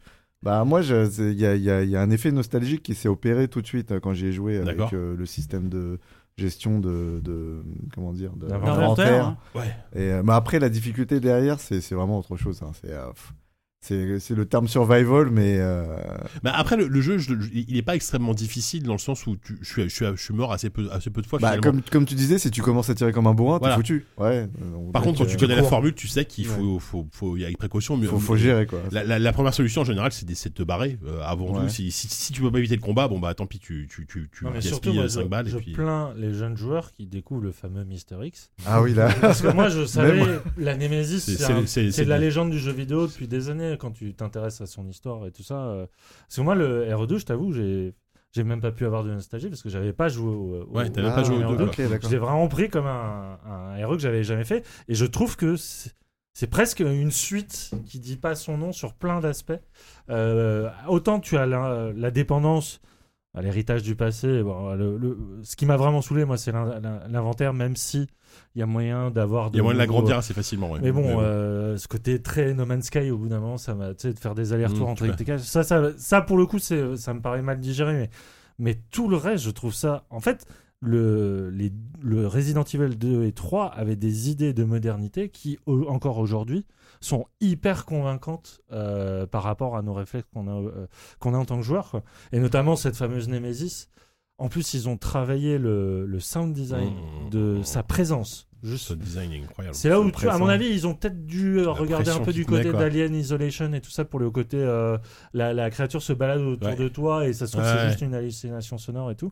[SPEAKER 8] Bah moi, je- c'est- il y a, il y a- il y a un effet nostalgique qui s'est opéré tout de suite hein, quand j'y ai joué
[SPEAKER 2] D'accord.
[SPEAKER 8] avec euh, le système de gestion de, de- comment dire de-
[SPEAKER 5] D'inventaire,
[SPEAKER 8] d'inventaire.
[SPEAKER 6] hein.
[SPEAKER 2] Ouais.
[SPEAKER 8] Et euh, mais après, la difficulté derrière, c'est c'est vraiment autre chose. hein. C'est euh, pff, c'est c'est le terme survival, mais euh,
[SPEAKER 2] Bah, après, le, le jeu, je- je- il n'est pas extrêmement difficile dans le sens où tu- je, suis, je, suis, je suis mort assez peu, assez peu de fois.
[SPEAKER 8] bah,
[SPEAKER 2] finalement.
[SPEAKER 8] comme, comme tu disais, si tu commences à tirer comme un bourrin,
[SPEAKER 2] Voilà.
[SPEAKER 8] t'es foutu. Ouais. Donc,
[SPEAKER 2] Par contre, quand
[SPEAKER 8] euh,
[SPEAKER 2] tu connais la
[SPEAKER 8] cours.
[SPEAKER 2] formule, tu sais qu'il
[SPEAKER 8] Ouais.
[SPEAKER 2] faut, faut, faut, avec précaution, mieux.
[SPEAKER 8] faut, faut gérer quoi.
[SPEAKER 2] La, la- la première solution en général, c'est de, c'est de te barrer. euh, avant
[SPEAKER 8] Ouais.
[SPEAKER 2] tout, si, si, si tu peux pas éviter le combat, bon bah tant pis, tu, tu, tu, tu
[SPEAKER 5] Non, mais
[SPEAKER 2] gaspilles
[SPEAKER 5] surtout, moi,
[SPEAKER 2] 5
[SPEAKER 5] je,
[SPEAKER 2] balles.
[SPEAKER 5] je
[SPEAKER 2] et puis...
[SPEAKER 5] plains les jeunes joueurs qui découvrent le fameux Mister X.
[SPEAKER 8] Ah oui là.
[SPEAKER 5] Parce que moi, je savais,
[SPEAKER 8] moi.
[SPEAKER 5] la Nemesis,
[SPEAKER 2] C'est-
[SPEAKER 5] c'est
[SPEAKER 2] c'est-
[SPEAKER 5] un-
[SPEAKER 2] c'est-
[SPEAKER 5] c'est
[SPEAKER 2] c'est
[SPEAKER 5] de la
[SPEAKER 2] du-
[SPEAKER 5] légende du jeu vidéo depuis des années, quand tu t'intéresses à son histoire et tout ça. euh. Parce que moi, le RE2, je t'avoue, j'ai j'ai même pas pu avoir de nostalgie parce que j'avais pas joué au, au-
[SPEAKER 2] Ouais, t'avais
[SPEAKER 8] Ah,
[SPEAKER 2] pas joué
[SPEAKER 5] au E
[SPEAKER 2] aux
[SPEAKER 5] deux,
[SPEAKER 2] deux.
[SPEAKER 8] ok,
[SPEAKER 2] quoi.
[SPEAKER 8] d'accord.
[SPEAKER 5] Je l'ai vraiment pris comme un, un RE que j'avais jamais fait. Et je trouve que c'est c'est presque une suite qui dit pas son nom sur plein d'aspects. Euh, autant tu as la, la dépendance à l'héritage du passé. bon, le- le- ce qui m'a vraiment saoulé, moi, c'est l'in- l'in- l'inventaire, même si il y a moyen d'avoir.
[SPEAKER 2] Il y a moyen de
[SPEAKER 5] nouveaux-
[SPEAKER 2] l'agrandir assez facilement. Ouais.
[SPEAKER 5] euh, mais bon, euh, ce côté très No Man's Sky, au bout d'un moment, ça m'a, tu sais, de faire des allers-retours
[SPEAKER 2] Mmh,
[SPEAKER 5] entre
[SPEAKER 2] ouais.
[SPEAKER 5] les cages. Ça, ça, ça, pour le coup, c'est, ça me paraît mal digéré, mais, mais tout le reste, je trouve ça. En fait, le, les, le Resident Evil 2 et 3 avaient des idées de modernité qui, au- encore aujourd'hui, sont hyper convaincantes euh, par rapport à nos réflexes qu'on a, euh, qu'on a en tant que joueur, quoi. Et notamment cette fameuse Nemesis. En plus, ils ont travaillé le, le sound design
[SPEAKER 2] Mmh.
[SPEAKER 5] de sa présence. Juste
[SPEAKER 2] ce design est incroyable.
[SPEAKER 5] c'est là où,
[SPEAKER 8] C'est
[SPEAKER 5] tu, à mon
[SPEAKER 8] pressant.
[SPEAKER 5] avis, ils ont peut-être dû euh, regarder un
[SPEAKER 2] pression
[SPEAKER 5] peu
[SPEAKER 2] qui
[SPEAKER 5] du
[SPEAKER 2] te met,
[SPEAKER 5] côté
[SPEAKER 2] quoi.
[SPEAKER 5] d'Alien Isolation et tout ça pour le côté euh, la, la créature se balade autour
[SPEAKER 2] Ouais.
[SPEAKER 5] de toi et ça se trouve
[SPEAKER 2] Ouais.
[SPEAKER 5] c'est juste une hallucination sonore et tout.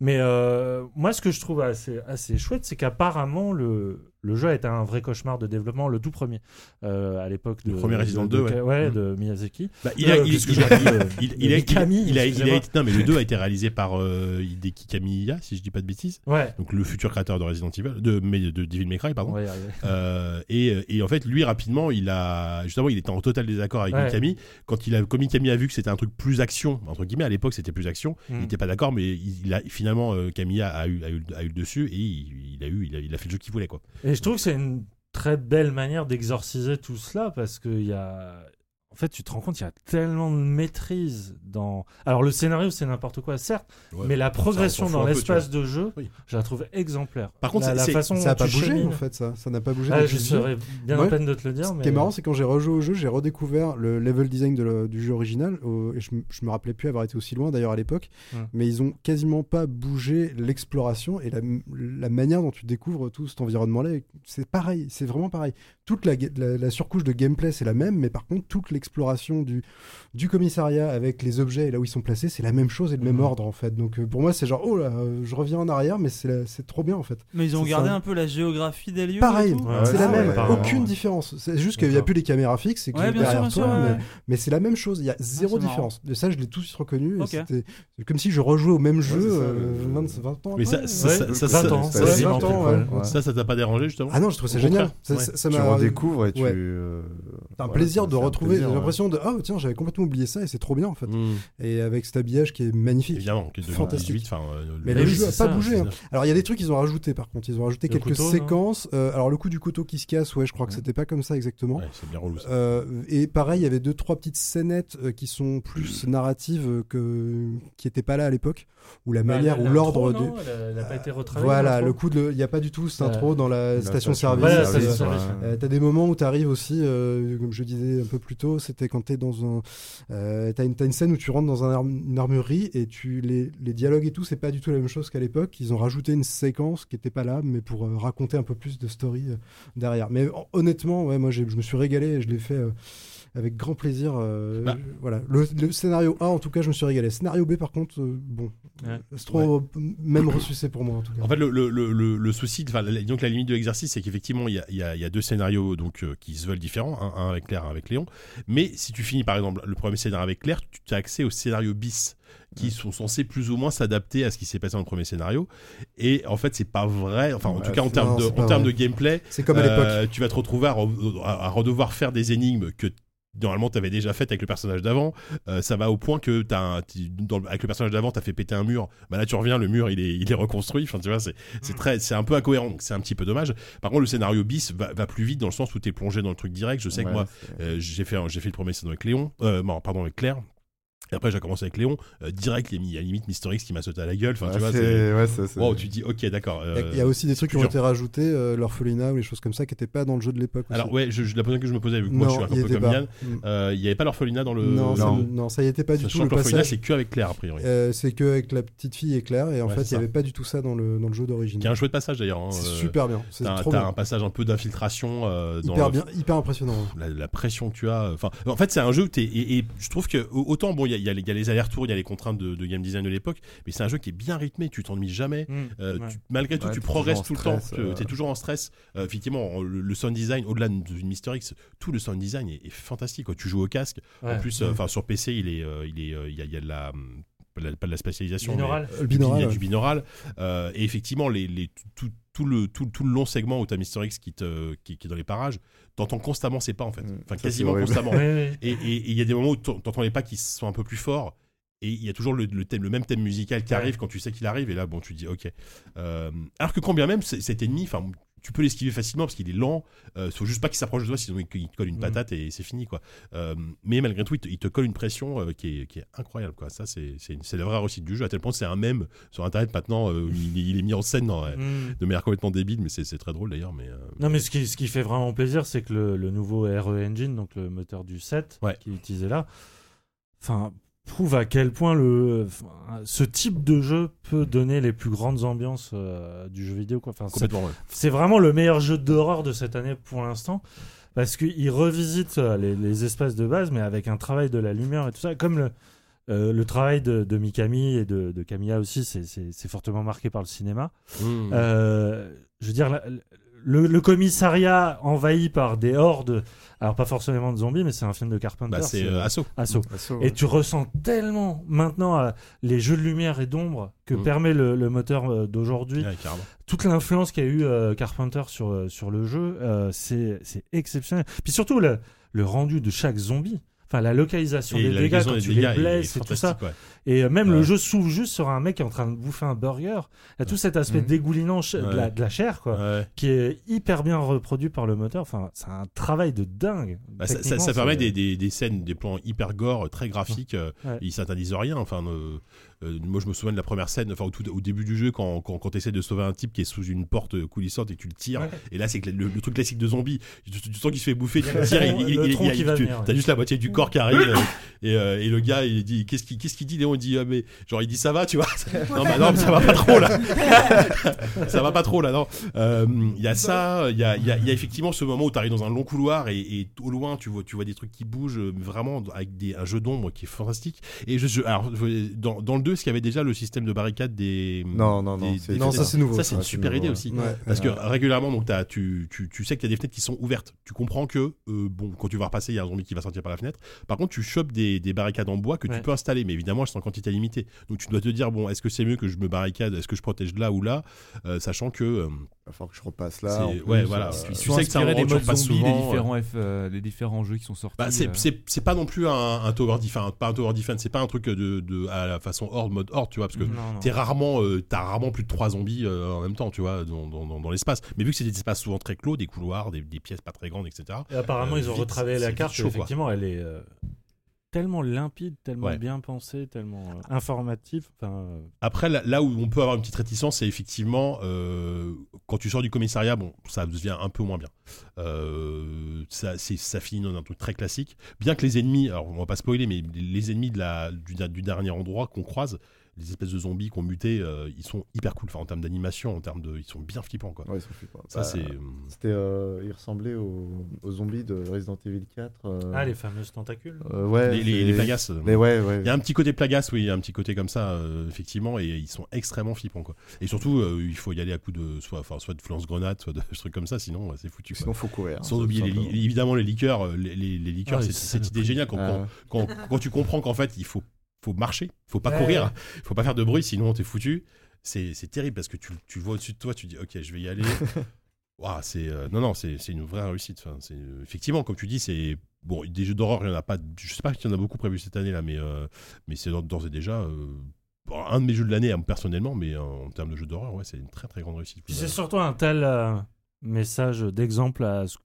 [SPEAKER 5] Mais euh, moi, ce que je trouve assez, assez chouette, c'est qu'apparemment le, le jeu a été un vrai cauchemar de développement, le tout premier euh, à l'époque de
[SPEAKER 2] Le premier Resident
[SPEAKER 5] de, de-
[SPEAKER 2] 2, ouais.
[SPEAKER 5] ouais,
[SPEAKER 2] Mm.
[SPEAKER 5] de Miyazaki.
[SPEAKER 2] Bah, il a,
[SPEAKER 5] Euh,
[SPEAKER 2] il,
[SPEAKER 5] qu'est-ce que
[SPEAKER 2] il, a,
[SPEAKER 5] j'ai dit, euh,
[SPEAKER 2] il,
[SPEAKER 5] il
[SPEAKER 2] il
[SPEAKER 5] a
[SPEAKER 2] a,
[SPEAKER 5] dit Camille,
[SPEAKER 2] il a, il a-
[SPEAKER 5] excusez-moi.
[SPEAKER 2] non mais le 2 a été réalisé par euh, Hideki Kamiya, si je dis pas de bêtises,
[SPEAKER 5] Ouais.
[SPEAKER 2] donc le futur créateur de Resident Evil, de, mais de Devil May Cry, pardon.
[SPEAKER 5] On va y arriver.
[SPEAKER 2] Euh, et, et en fait, lui, rapidement, il a justement, il était en total désaccord avec
[SPEAKER 5] Ouais.
[SPEAKER 2] Mikami. Quand il a, comme Mikami a vu que c'était un truc plus action, entre guillemets, à l'époque, c'était plus action.
[SPEAKER 5] Mm.
[SPEAKER 2] Il n'était pas d'accord, mais il a finalement euh, Camilla a eu, a, eu, a eu le dessus et il, il a eu, il a, il a fait le jeu qu'il voulait quoi.
[SPEAKER 5] Et je trouve que c'est une très belle manière d'exorciser tout cela parce que il y a. En fait, tu te rends compte, il y a tellement de maîtrise dans. Alors, le scénario, c'est n'importe quoi, certes,
[SPEAKER 2] Ouais.
[SPEAKER 5] mais la progression
[SPEAKER 2] fout
[SPEAKER 5] dans
[SPEAKER 2] un peu,
[SPEAKER 5] l'espace
[SPEAKER 2] tu
[SPEAKER 5] de jeu,
[SPEAKER 2] Oui.
[SPEAKER 5] je la trouve exemplaire.
[SPEAKER 2] Par contre,
[SPEAKER 5] la, la
[SPEAKER 2] c'est-
[SPEAKER 5] façon
[SPEAKER 4] Ça
[SPEAKER 5] dont
[SPEAKER 4] n'a pas
[SPEAKER 5] Oh, tu
[SPEAKER 4] bougé
[SPEAKER 5] chemines-
[SPEAKER 4] en fait, ça. Ça n'a pas bougé.
[SPEAKER 5] Ah,
[SPEAKER 4] depuis
[SPEAKER 5] je
[SPEAKER 4] le début.
[SPEAKER 5] serais bien
[SPEAKER 4] Ouais.
[SPEAKER 5] à peine de te le dire.
[SPEAKER 4] Ce
[SPEAKER 5] mais...
[SPEAKER 4] qui est marrant, c'est quand j'ai rejoué au jeu, j'ai redécouvert le level design de le- du jeu original. euh, et je, m- je me rappelais plus avoir été aussi loin d'ailleurs à l'époque.
[SPEAKER 5] Hum.
[SPEAKER 4] Mais ils ont quasiment pas bougé l'exploration et la, m- la manière dont tu découvres tout cet environnement-là. C'est pareil, c'est vraiment pareil. Toute la, ga- la- la surcouche de gameplay, c'est la même. Mais par contre, toute l'exploration du, du commissariat avec les objets et là où ils sont placés, c'est la même chose et le même
[SPEAKER 5] Hum.
[SPEAKER 4] ordre en fait. Donc euh, pour moi, c'est genre, oh là, euh, je reviens en arrière, mais c'est la- c'est trop bien en fait.
[SPEAKER 6] Mais ils ont
[SPEAKER 4] C'est
[SPEAKER 6] gardé
[SPEAKER 4] ça.
[SPEAKER 6] un peu la géographie des lieux.
[SPEAKER 4] Pareil,
[SPEAKER 6] et tout.
[SPEAKER 5] Ouais,
[SPEAKER 4] c'est
[SPEAKER 8] ouais,
[SPEAKER 4] la
[SPEAKER 8] ouais,
[SPEAKER 4] même,
[SPEAKER 8] ouais,
[SPEAKER 4] aucune
[SPEAKER 5] ouais.
[SPEAKER 4] différence. C'est juste qu'il n'y a
[SPEAKER 5] D'accord.
[SPEAKER 4] plus les caméras fixes et que
[SPEAKER 6] Ouais, bien sûr,
[SPEAKER 4] derrière
[SPEAKER 6] bien sûr.
[SPEAKER 4] toi, mais-
[SPEAKER 6] ouais. Ah,
[SPEAKER 4] mais c'est la même chose, il y a zéro
[SPEAKER 6] c'est marrant.
[SPEAKER 4] différence. Et ça, je l'ai tout suite reconnu. et
[SPEAKER 6] Ok.
[SPEAKER 4] C'était c'est comme si je rejouais au même jeu
[SPEAKER 8] c'est ça,
[SPEAKER 4] euh,
[SPEAKER 8] le-
[SPEAKER 4] 20, 20 ans
[SPEAKER 2] Mais ça,
[SPEAKER 4] après.
[SPEAKER 2] ça,
[SPEAKER 5] Ouais,
[SPEAKER 2] ça, ça,
[SPEAKER 5] 20
[SPEAKER 2] ça-
[SPEAKER 5] ans,
[SPEAKER 2] ça,
[SPEAKER 4] ouais,
[SPEAKER 2] ça-
[SPEAKER 4] 20 ans,
[SPEAKER 8] pile
[SPEAKER 4] ouais.
[SPEAKER 8] poil.
[SPEAKER 2] ça, ça t'a pas dérangé justement
[SPEAKER 4] Ah non, je trouve ça
[SPEAKER 2] Au
[SPEAKER 4] génial.
[SPEAKER 2] contraire,
[SPEAKER 4] Ça,
[SPEAKER 2] ouais.
[SPEAKER 4] ça- ça
[SPEAKER 8] tu
[SPEAKER 4] m'a-
[SPEAKER 8] redécouvres et tu.
[SPEAKER 4] Ouais.
[SPEAKER 8] euh,
[SPEAKER 4] C'est un
[SPEAKER 8] voilà,
[SPEAKER 4] plaisir
[SPEAKER 8] c'est
[SPEAKER 4] de retrouver.
[SPEAKER 8] plaisir,
[SPEAKER 4] J'ai
[SPEAKER 8] ouais.
[SPEAKER 4] l'impression de ah tiens, j'avais complètement oublié ça et c'est trop bien en fait.
[SPEAKER 2] Mmh.
[SPEAKER 4] Et avec cet habillage qui est magnifique.
[SPEAKER 2] Évidemment, qui est de
[SPEAKER 4] Fantastique.
[SPEAKER 2] 2018, enfin, euh,
[SPEAKER 4] Mais
[SPEAKER 5] le
[SPEAKER 4] le
[SPEAKER 5] oui,
[SPEAKER 4] jeu a
[SPEAKER 5] c'est ça,
[SPEAKER 4] pas bougé. hein.
[SPEAKER 2] 19.
[SPEAKER 4] Alors il y a des trucs qu'ils ont rajouté par contre. Ils ont rajouté
[SPEAKER 5] Le
[SPEAKER 4] quelques
[SPEAKER 5] couteau, non
[SPEAKER 4] séquences. Euh, alors le coup du couteau qui se casse, ouais, je crois que c'était pas comme ça exactement.
[SPEAKER 2] Ouais, c'est bien relou. ça.
[SPEAKER 4] Euh, et pareil, il y avait deux trois petites scénettes euh, qui sont plus narratives euh, que qui n'étaient pas là à l'époque, ou la
[SPEAKER 5] Bah,
[SPEAKER 4] manière
[SPEAKER 5] la-
[SPEAKER 4] ou
[SPEAKER 5] l'intro,
[SPEAKER 4] l'ordre du,
[SPEAKER 5] non, Elle a- elle a pas été retravaillée.
[SPEAKER 4] Voilà,
[SPEAKER 5] l'intro.
[SPEAKER 4] le coup de. Il n'y a pas du tout cette
[SPEAKER 5] Ouais.
[SPEAKER 4] intro dans la
[SPEAKER 8] La
[SPEAKER 4] station-service.
[SPEAKER 5] Voilà,
[SPEAKER 4] Euh,
[SPEAKER 5] station-service.
[SPEAKER 8] ouais.
[SPEAKER 4] euh, t'as des moments où t'arrives aussi, euh, comme je disais un peu plus tôt, c'était quand t'es dans un, euh, t'as une, t'as une scène où tu rentres dans un arm- une armurerie et tu les, les dialogues et tout, c'est pas du tout la même chose qu'à l'époque. Ils ont rajouté une séquence qui était pas là, mais pour euh, raconter un peu plus de story euh, derrière. Mais hon- honnêtement, ouais, moi j'ai- je me suis régalé, et je l'ai fait. euh, avec grand plaisir, euh,
[SPEAKER 2] Bah.
[SPEAKER 4] je- voilà. Le, le scénario A, en tout cas, je me suis régalé. Scénario B, par contre, euh, bon,
[SPEAKER 5] Ouais.
[SPEAKER 4] c'est trop même ressucé pour moi en tout cas.
[SPEAKER 2] En fait, le, le, le, le- le souci, de- enfin, la- donc la limite de l'exercice, c'est qu'effectivement, il y a, il y a- il y a deux scénarios donc, euh, qui se veulent différents, un, un avec Claire, un avec Léon. Mais si tu finis, par exemple, le premier scénario avec Claire, tu as accès au scénario bis, qui sont censés plus ou moins s'adapter à ce qui s'est passé dans le premier scénario. Et en fait, c'est pas vrai, enfin, en
[SPEAKER 8] Ouais,
[SPEAKER 2] tout cas, en
[SPEAKER 4] c'est-
[SPEAKER 2] termes
[SPEAKER 4] non,
[SPEAKER 2] de,
[SPEAKER 4] c'est pas
[SPEAKER 2] en termes de
[SPEAKER 4] vrai.
[SPEAKER 2] gameplay,
[SPEAKER 4] C'est comme à l'époque.
[SPEAKER 2] euh, tu vas te retrouver à, re- à- à redevoir faire des énigmes que normalement t'avais déjà fait avec le personnage d'avant. Euh, ça va au point que t'as un- tu- dans le- avec le personnage d'avant t'as fait péter un mur. Bah là tu reviens, le mur il est il est reconstruit. Enfin tu vois c'est
[SPEAKER 8] Hmm.
[SPEAKER 2] c'est très c'est un peu incohérent. donc C'est un petit peu dommage. Par contre le scénario bis va, va plus vite dans le sens où t'es plongé dans le truc direct. Je sais que
[SPEAKER 8] Ouais,
[SPEAKER 2] moi
[SPEAKER 8] c'est-
[SPEAKER 2] euh, j'ai fait un- j'ai fait le premier scénario avec Léon. Euh, non, pardon avec Claire. Et après j'ai commencé avec Léon. Euh, direct il y a mis- il y a limite Mister X qui m'a sauté à la gueule. Enfin tu
[SPEAKER 8] ouais,
[SPEAKER 2] vois c'est
[SPEAKER 8] c'est- ouais, ça, c'est-
[SPEAKER 2] wow tu dis ok d'accord.
[SPEAKER 4] Il y a-
[SPEAKER 2] euh,
[SPEAKER 4] il y a aussi des trucs qui ont
[SPEAKER 2] plusieurs.
[SPEAKER 4] été rajoutés, euh, l'orphelinat ou les choses comme ça, qui n'étaient pas dans le jeu de l'époque. aussi.
[SPEAKER 2] Alors ouais je, je- la question que je me posais vu que moi je suis
[SPEAKER 4] non,
[SPEAKER 2] un
[SPEAKER 4] il y
[SPEAKER 2] peu
[SPEAKER 4] était
[SPEAKER 2] comme
[SPEAKER 4] pas.
[SPEAKER 2] Yann.
[SPEAKER 4] Mm.
[SPEAKER 2] Euh, Il y avait pas l'orphelinat dans le.
[SPEAKER 4] non, ça,
[SPEAKER 8] non.
[SPEAKER 4] me- non, ça y était pas du tout
[SPEAKER 2] Sachant
[SPEAKER 4] le
[SPEAKER 2] que l'orphelinat
[SPEAKER 4] passage.
[SPEAKER 2] c'est que avec Claire a priori.
[SPEAKER 4] euh, c'est que avec la petite fille et Claire, et en
[SPEAKER 2] Ouais, c'est
[SPEAKER 4] fait, il n'y
[SPEAKER 2] ça.
[SPEAKER 4] avait pas du tout ça dans le, dans le jeu d'origine.
[SPEAKER 2] Qui a un chouette passage d'ailleurs. hein,
[SPEAKER 4] C'est
[SPEAKER 2] euh,
[SPEAKER 4] super bien, c'est
[SPEAKER 2] T'as
[SPEAKER 4] trop
[SPEAKER 2] t'as un
[SPEAKER 4] bien.
[SPEAKER 2] passage un peu d'infiltration euh, dans
[SPEAKER 4] Hyper
[SPEAKER 2] le-
[SPEAKER 4] bien, hyper impressionnant. ouais.
[SPEAKER 2] La, la pression que tu as. euh, Enfin, en fait, c'est un jeu où t'es. Et, et je trouve que au- autant bon, il y a, il y a les- il y a les allers-retours, il y a les contraintes de, de game design de l'époque, mais c'est un jeu qui est bien rythmé. Tu t'ennuies jamais.
[SPEAKER 5] Hmm.
[SPEAKER 2] Euh, tu- malgré tout,
[SPEAKER 8] Ouais,
[SPEAKER 2] tu
[SPEAKER 8] t'es
[SPEAKER 2] progresses tout
[SPEAKER 8] toujours en
[SPEAKER 2] le temps.
[SPEAKER 8] stress,
[SPEAKER 2] Tu es
[SPEAKER 8] euh.
[SPEAKER 2] toujours en stress. Euh, effectivement, le, le sound design, au-delà de de Mister X, tout le sound design est, est fantastique. Quand tu joues au casque, en
[SPEAKER 5] Ouais.
[SPEAKER 2] plus,
[SPEAKER 8] Mm.
[SPEAKER 2] euh, enfin sur PC, il est, euh, il est, euh, il y, a, il y a de la, hum, pas de la- pas de la spatialisation. mais-
[SPEAKER 5] Binaural.
[SPEAKER 4] Le
[SPEAKER 2] du bina-
[SPEAKER 4] binaural,
[SPEAKER 2] du binaural. Euh, et effectivement, les, les- tout, tout le, tout, tout le long segment où t'as Mister X qui, te, qui, qui est dans les parages, t'entends constamment ses pas en fait.
[SPEAKER 8] Mm.
[SPEAKER 2] Enfin,
[SPEAKER 8] Ça,
[SPEAKER 2] quasiment
[SPEAKER 8] c'est horrible.
[SPEAKER 2] constamment.
[SPEAKER 5] Ouais, ouais.
[SPEAKER 2] Et et- et il y a des moments où t'en- t'entends les pas qui sont un peu plus forts. Et il y a toujours le, le thème, le même thème musical qui arrive quand tu sais qu'il arrive. Et là, bon, tu dis OK. Euh, alors que quand bien même c- cet ennemi, enfin, tu peux l'esquiver facilement parce qu'il est lent. Euh, faut juste pas qu'il s'approche de toi, sinon il, il te colle une
[SPEAKER 5] Mhm.
[SPEAKER 2] patate et c'est fini, quoi. Euh, mais malgré tout, il te, il te colle une pression euh, qui, est, qui est incroyable, quoi. Ça, c'est c'est- c'est la vraie réussite du jeu. À tel point, que c'est un mème sur Internet maintenant. euh, où il, il est mis en scène dans, euh,
[SPEAKER 5] Mm.
[SPEAKER 2] de manière complètement débile, mais c'est c'est très drôle d'ailleurs. Mais euh,
[SPEAKER 5] Non, mais ce qui, ce qui fait vraiment plaisir, c'est que le, le nouveau RE Engine, donc le moteur du 7,
[SPEAKER 2] Ouais.
[SPEAKER 5] qui est utilisé là, enfin, prouve à quel point le, enfin, ce type de jeu peut donner les plus grandes ambiances euh, du jeu vidéo. Quoi. Enfin, c'est-
[SPEAKER 2] complètement. ouais.
[SPEAKER 5] c'est vraiment le meilleur jeu d'horreur de cette année pour l'instant. Parce qu'il revisite euh, les, les espaces de base, mais avec un travail de la lumière et tout ça. Comme le, euh, le travail de, de Mikami et de, de Camilla aussi, c'est- c'est c'est fortement marqué par le cinéma.
[SPEAKER 2] Mhm.
[SPEAKER 5] Euh, je veux dire, la- le, le commissariat envahi par des hordes, alors pas forcément de zombies, mais c'est un film de Carpenter.
[SPEAKER 2] Bah, c'est euh, Assaut.
[SPEAKER 5] Assaut.
[SPEAKER 8] Assaut,
[SPEAKER 5] Et tu ressens tellement maintenant euh, les jeux de lumière et d'ombre que
[SPEAKER 2] Mm.
[SPEAKER 5] permet le, le moteur euh, d'aujourd'hui
[SPEAKER 2] Ouais, carrément.
[SPEAKER 5] toute l'influence qu'a eu euh, Carpenter sur, euh, sur le jeu, euh, c'est c'est exceptionnel. Puis surtout, le, le rendu de chaque zombie. Enfin, la localisation
[SPEAKER 2] Et
[SPEAKER 5] des
[SPEAKER 2] la
[SPEAKER 5] dégâts,
[SPEAKER 2] liaison
[SPEAKER 5] quand
[SPEAKER 2] des
[SPEAKER 5] tu
[SPEAKER 2] dégâts
[SPEAKER 5] les
[SPEAKER 2] est
[SPEAKER 5] blesses et tout ça.
[SPEAKER 2] fantastique, ouais.
[SPEAKER 5] Et euh, même
[SPEAKER 2] Ouais.
[SPEAKER 5] le jeu s'ouvre juste sur un mec qui est en train de bouffer un burger. Il y a tout cet aspect
[SPEAKER 8] Mhm.
[SPEAKER 5] dégoulinant ch- de, la,
[SPEAKER 2] Ouais.
[SPEAKER 5] de la chair, quoi,
[SPEAKER 2] Ouais.
[SPEAKER 5] qui est hyper bien reproduit par le moteur. Enfin, c'est un travail de dingue.
[SPEAKER 2] Bah, ça, ça- ça
[SPEAKER 5] Techniquement,
[SPEAKER 2] permet
[SPEAKER 5] c'est-
[SPEAKER 2] des, des- des scènes, des plans hyper gore, très graphiques. euh,
[SPEAKER 5] Ouais.
[SPEAKER 2] Ils s'interdisent rien. Enfin, euh, euh, moi, je me souviens de la première scène, enfin, au, tout- au début du jeu, quand, quand, tu essaies de sauver un type qui est sous une porte coulissante et que tu le tires.
[SPEAKER 5] Ouais.
[SPEAKER 2] Et là, c'est que le, le truc classique de zombie. Tu, tu- tu sens qu'il se fait bouffer, tu
[SPEAKER 5] Il y a
[SPEAKER 2] le tires,
[SPEAKER 5] le
[SPEAKER 2] et
[SPEAKER 5] tronc-
[SPEAKER 2] il-
[SPEAKER 5] le
[SPEAKER 2] il- il-
[SPEAKER 5] tronc
[SPEAKER 2] il-
[SPEAKER 5] qui va
[SPEAKER 2] tu-
[SPEAKER 5] venir,
[SPEAKER 2] T'as
[SPEAKER 5] ouais.
[SPEAKER 2] juste la moitié du corps qui arrive. euh, et, euh, et le gars, il dit Qu'est-ce qu'il qu'est-ce qu'il dit Léon Il dit ah, mais, Genre, il dit Ça va, tu vois non, bah, non, mais ça va pas trop là. ça va pas trop là, non. Euh, Il y a ça, il y a, il y a- il y a effectivement ce moment où tu arrives dans un long couloir et, et au loin tu vois, tu vois des trucs qui bougent euh, vraiment avec des, un jeu d'ombre qui est fantastique. Et je, je- alors, je- dans, dans le 2, ce qu'il y avait déjà le système de barricade des.
[SPEAKER 8] Non, non, non,
[SPEAKER 2] des-
[SPEAKER 8] c'est-
[SPEAKER 2] des
[SPEAKER 4] Non, ça
[SPEAKER 2] fenêtres.
[SPEAKER 4] c'est nouveau.
[SPEAKER 2] Ça, c'est une
[SPEAKER 8] Ouais, c'est
[SPEAKER 2] super
[SPEAKER 8] nouveau,
[SPEAKER 2] idée
[SPEAKER 8] ouais.
[SPEAKER 2] aussi.
[SPEAKER 4] Ouais.
[SPEAKER 2] Parce que régulièrement, donc, t'as- tu, tu, tu sais que tu as des fenêtres qui sont ouvertes. Tu comprends que, euh, bon, quand tu vas repasser, il y a un zombie qui va sortir par la fenêtre. Par contre, tu chopes des, des barricades en bois que
[SPEAKER 5] Ouais.
[SPEAKER 2] tu peux installer, mais évidemment, elles sont en quantité limitée. Donc, tu dois te dire, bon, est-ce que c'est mieux que je me barricade, est-ce que je protège là ou là, Euh, sachant que. euh,
[SPEAKER 8] Il va falloir que je repasse
[SPEAKER 2] C'est-
[SPEAKER 8] là. en
[SPEAKER 2] ouais,
[SPEAKER 8] plus,
[SPEAKER 2] voilà.
[SPEAKER 8] euh,
[SPEAKER 2] Tu-
[SPEAKER 1] Bah, Ils
[SPEAKER 2] tu
[SPEAKER 1] sont
[SPEAKER 2] sais que ça
[SPEAKER 1] inspirés des
[SPEAKER 2] revient
[SPEAKER 1] modes
[SPEAKER 2] pas
[SPEAKER 1] zombies, des
[SPEAKER 2] souvent,
[SPEAKER 1] différents, F, euh, des différents jeux qui sont sortis.
[SPEAKER 2] bah, c'est-
[SPEAKER 1] euh.
[SPEAKER 2] c'est c'est pas non plus un, un tower defense, pas un tower defense, c'est pas un truc euh, de, de- à la façon horde, mode horde, tu vois,
[SPEAKER 4] Mm-hmm.
[SPEAKER 2] parce que
[SPEAKER 5] Non, non.
[SPEAKER 2] T'es rarement, euh, t'as rarement plus de trois zombies euh, en même temps, tu vois, dans, dans- dans- dans l'espace. Mais vu que c'est des espaces souvent très clos, des couloirs, des, des pièces pas très grandes, etc.
[SPEAKER 5] Et apparemment,
[SPEAKER 2] Euh,
[SPEAKER 5] ils ont
[SPEAKER 2] vite,
[SPEAKER 5] retravaillé
[SPEAKER 2] c'est
[SPEAKER 5] la
[SPEAKER 2] vite
[SPEAKER 5] carte. et
[SPEAKER 2] chaud, quoi.
[SPEAKER 5] effectivement, elle est euh, tellement limpide, tellement
[SPEAKER 2] Ouais.
[SPEAKER 5] bien pensée, tellement euh, informative. Enfin, euh,
[SPEAKER 2] Après, là, là où on peut avoir une petite réticence, c'est effectivement euh, quand tu sors du commissariat, bon, ça devient un peu moins bien. Euh, ça, c'est- ça finit dans un truc très classique. Bien que les ennemis, alors on va pas spoiler, mais les ennemis de la, du, du dernier endroit qu'on croise, les espèces de zombies qu'on muté, euh, ils sont hyper cool. Enfin, en termes d'animation, en termes de, ils sont bien flippants, quoi.
[SPEAKER 8] ouais, ils sont flippants.
[SPEAKER 2] Ça,
[SPEAKER 8] Bah,
[SPEAKER 2] c'est.
[SPEAKER 8] C'était, euh, il ressemblait aux, aux zombies de Resident Evil 4. euh,
[SPEAKER 5] Ah, les fameuses tentacules.
[SPEAKER 8] euh, ouais,
[SPEAKER 2] les, les,
[SPEAKER 8] c'est-
[SPEAKER 2] les plagas, euh,
[SPEAKER 8] Mais ouais, ouais.
[SPEAKER 2] Il y a un petit côté plagas, oui, il y a un petit côté comme ça, euh, effectivement, et ils sont extrêmement flippants, quoi. Et surtout, euh, il faut y aller à coup de soit, enfin, soit de lance-grenade, soit de trucs comme ça, sinon euh, c'est foutu. quoi.
[SPEAKER 8] Sinon, faut courir.
[SPEAKER 2] Sans
[SPEAKER 8] hein,
[SPEAKER 2] oublier les,
[SPEAKER 8] tout
[SPEAKER 2] li- évidemment les liqueurs, euh, les, les- les liqueurs,
[SPEAKER 5] Ah,
[SPEAKER 2] c'est
[SPEAKER 5] oui, ça,
[SPEAKER 2] cette
[SPEAKER 5] le
[SPEAKER 2] idée
[SPEAKER 5] prix.
[SPEAKER 2] géniale quand,
[SPEAKER 8] simplement.
[SPEAKER 2] quand, quand- quand tu comprends qu'en fait il faut faut marcher, faut pas courir, hein. faut pas faire de bruit, sinon t'es foutu. C'est c'est terrible parce que tu, tu vois au-dessus de toi, tu dis ok, je vais y aller. Ouah, c'est euh, non non, c'est c'est une vraie réussite. Enfin, c'est euh, effectivement comme tu dis, c'est Bon, des jeux d'horreur, il n'y en a pas. Je sais pas s'il y en a beaucoup prévu cette année là, mais, euh, mais c'est d'ores et déjà euh, bon, un de mes jeux de l'année hein, personnellement, mais euh, en termes de jeux d'horreur, ouais, c'est une très très grande réussite.
[SPEAKER 5] Puis c'est surtout un tel euh, message d'exemple à ce-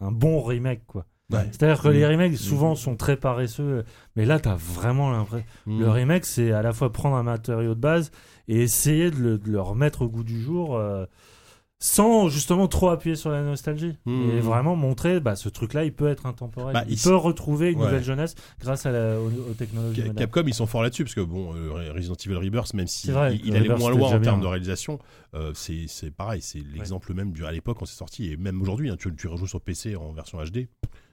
[SPEAKER 5] un bon remake, quoi.
[SPEAKER 2] Ouais.
[SPEAKER 5] C'est-à-dire que les remakes
[SPEAKER 2] Mm.
[SPEAKER 5] souvent sont très paresseux, mais là t'as vraiment l'impression.
[SPEAKER 2] Mm. Mmh.
[SPEAKER 5] Le remake, c'est à la fois prendre un matériau de base et essayer de le, de le remettre au goût du jour euh, sans justement trop appuyer sur la nostalgie.
[SPEAKER 2] Mm.
[SPEAKER 5] Et vraiment montrer, bah, ce truc-là, il peut être intemporel.
[SPEAKER 2] Bah,
[SPEAKER 5] il,
[SPEAKER 2] il-
[SPEAKER 5] peut retrouver une
[SPEAKER 2] Ouais.
[SPEAKER 5] nouvelle jeunesse grâce à la, aux, aux technologies.
[SPEAKER 2] Ca-
[SPEAKER 5] modernes.
[SPEAKER 2] Capcom, ils sont forts là-dessus, parce que bon, euh, Resident Evil Rebirth, même si
[SPEAKER 5] C'est vrai,
[SPEAKER 2] il, il
[SPEAKER 5] le
[SPEAKER 2] allait
[SPEAKER 5] Rebirth,
[SPEAKER 2] moins loin
[SPEAKER 5] c'était
[SPEAKER 2] en
[SPEAKER 5] déjà
[SPEAKER 2] termes
[SPEAKER 5] bien.
[SPEAKER 2] de réalisation, euh, c'est c'est pareil, c'est l'exemple même du, à l'époque quand c'est sorti, et même aujourd'hui, hein, tu, tu rejoues sur PC en version HD,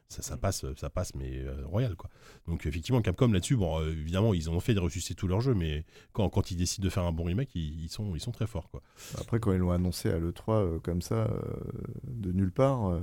[SPEAKER 2] ça,
[SPEAKER 5] Mm.
[SPEAKER 2] ça passe, ça passe, mais euh, royal quoi. Donc effectivement, Capcom là-dessus, bon, euh, évidemment, ils en ont fait de ressusciter tous leurs jeux, mais quand, quand ils décident de faire un bon remake, ils, ils sont, ils sont très forts quoi.
[SPEAKER 8] Après, quand ils l'ont annoncé à l'E3, euh, comme ça, euh, de nulle part. euh,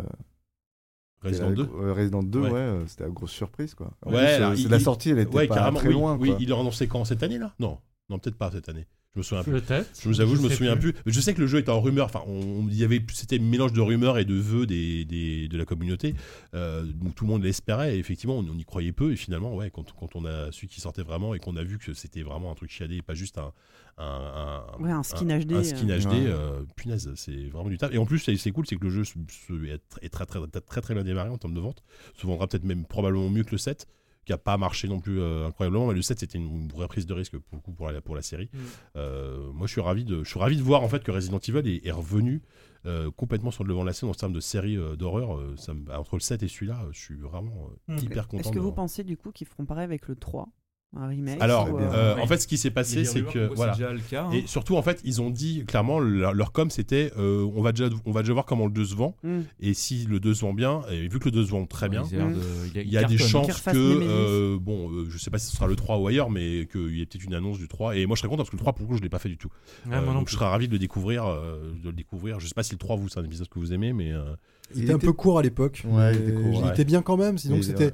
[SPEAKER 2] Resident
[SPEAKER 8] c'était
[SPEAKER 2] 2.
[SPEAKER 8] la- euh, Resident 2,
[SPEAKER 2] Ouais.
[SPEAKER 8] ouais, euh, c'était la grosse surprise, quoi. En
[SPEAKER 2] Ouais,
[SPEAKER 8] plus, euh,
[SPEAKER 2] alors,
[SPEAKER 8] c'est
[SPEAKER 2] il-
[SPEAKER 8] la
[SPEAKER 2] il-
[SPEAKER 8] sortie, elle était
[SPEAKER 2] Ouais,
[SPEAKER 8] pas
[SPEAKER 2] carrément,
[SPEAKER 8] très
[SPEAKER 2] oui,
[SPEAKER 8] loin,
[SPEAKER 2] oui,
[SPEAKER 8] quoi.
[SPEAKER 2] ils l'ont annoncé quand cette année là Non, non, peut-être pas cette année. Je me souviens plus.
[SPEAKER 5] Peut-être.
[SPEAKER 2] Je vous avoue, je, me
[SPEAKER 5] sais
[SPEAKER 2] souviens
[SPEAKER 5] plus.
[SPEAKER 2] plus. Je sais que le jeu était en rumeur. Enfin, on, il y avait, c'était un mélange de rumeurs et de vœux des, des- de la communauté. Euh, donc tout le monde l'espérait. Et effectivement, on, on y croyait peu. Et finalement, ouais, quand, quand on a su qu'il sortait vraiment et qu'on a vu que c'était vraiment un truc chiadé et pas juste un, un, un-
[SPEAKER 3] Ouais, un skin HD,
[SPEAKER 2] un skin
[SPEAKER 8] euh.
[SPEAKER 2] HD,
[SPEAKER 8] Ouais.
[SPEAKER 2] euh, punaise, c'est vraiment du taf. Et en plus, c'est c'est cool, c'est que le jeu se- se- est tr- est très très, très très très bien démarré en termes de vente. Se vendra peut-être même probablement mieux que le 7 qui a pas marché non plus euh, incroyablement mais le 7 c'était une vraie prise de risque pour, le coup, pour, la, pour la série euh, moi, je suis ravi de, je suis ravi de voir en fait que Resident Evil est, est revenu euh, complètement sur le devant de la scène en termes de série euh, d'horreur. euh, ça me- entre le 7 et celui-là, euh, je suis vraiment euh,
[SPEAKER 5] Mm.
[SPEAKER 2] hyper content.
[SPEAKER 3] Est-ce que
[SPEAKER 2] de
[SPEAKER 3] vous
[SPEAKER 2] voir.
[SPEAKER 3] pensez du coup qu'ils feront pareil avec le 3 Un remake
[SPEAKER 2] Alors,
[SPEAKER 3] ou,
[SPEAKER 8] bien.
[SPEAKER 3] euh,
[SPEAKER 2] euh,
[SPEAKER 7] Ouais.
[SPEAKER 2] en fait, ce qui s'est
[SPEAKER 7] Il y a
[SPEAKER 2] passé,
[SPEAKER 7] des
[SPEAKER 2] c'est
[SPEAKER 7] rumeurs
[SPEAKER 2] que
[SPEAKER 7] comme quoi
[SPEAKER 2] voilà.
[SPEAKER 7] C'est déjà le cas. hein.
[SPEAKER 2] Et surtout, en fait, ils ont dit clairement leur, leur com, c'était euh, on va déjà, on va déjà voir comment le 2 se vend.
[SPEAKER 3] hmm.
[SPEAKER 2] Et si le 2 se vend bien, et vu que le 2 se vend très bien, Mhm.
[SPEAKER 7] Ils ont l'air de-
[SPEAKER 2] il y a
[SPEAKER 1] hein.
[SPEAKER 7] cartonnent.
[SPEAKER 2] des
[SPEAKER 3] Qu'ils
[SPEAKER 2] chances
[SPEAKER 3] refassent
[SPEAKER 2] que
[SPEAKER 3] Nemesis.
[SPEAKER 2] euh, bon euh, je sais pas si ce sera le 3 ou ailleurs mais qu'il y ait peut-être une annonce du 3 et moi je serais content parce que le 3 pour le coup je l'ai pas fait du tout
[SPEAKER 5] Ouais,
[SPEAKER 2] Euh,
[SPEAKER 5] Ah, moi non
[SPEAKER 2] donc
[SPEAKER 5] plus.
[SPEAKER 2] je serais ravi de le découvrir euh, de le découvrir je sais pas si le 3 vous c'est un épisode que vous aimez mais euh,
[SPEAKER 8] Il
[SPEAKER 4] Il était un
[SPEAKER 8] était-
[SPEAKER 4] peu court à l'époque.
[SPEAKER 8] Ouais,
[SPEAKER 4] mais
[SPEAKER 8] il était court,
[SPEAKER 4] il
[SPEAKER 2] ouais.
[SPEAKER 4] était bien quand même. Sinon,
[SPEAKER 8] Il-
[SPEAKER 4] c'était.
[SPEAKER 8] ouais.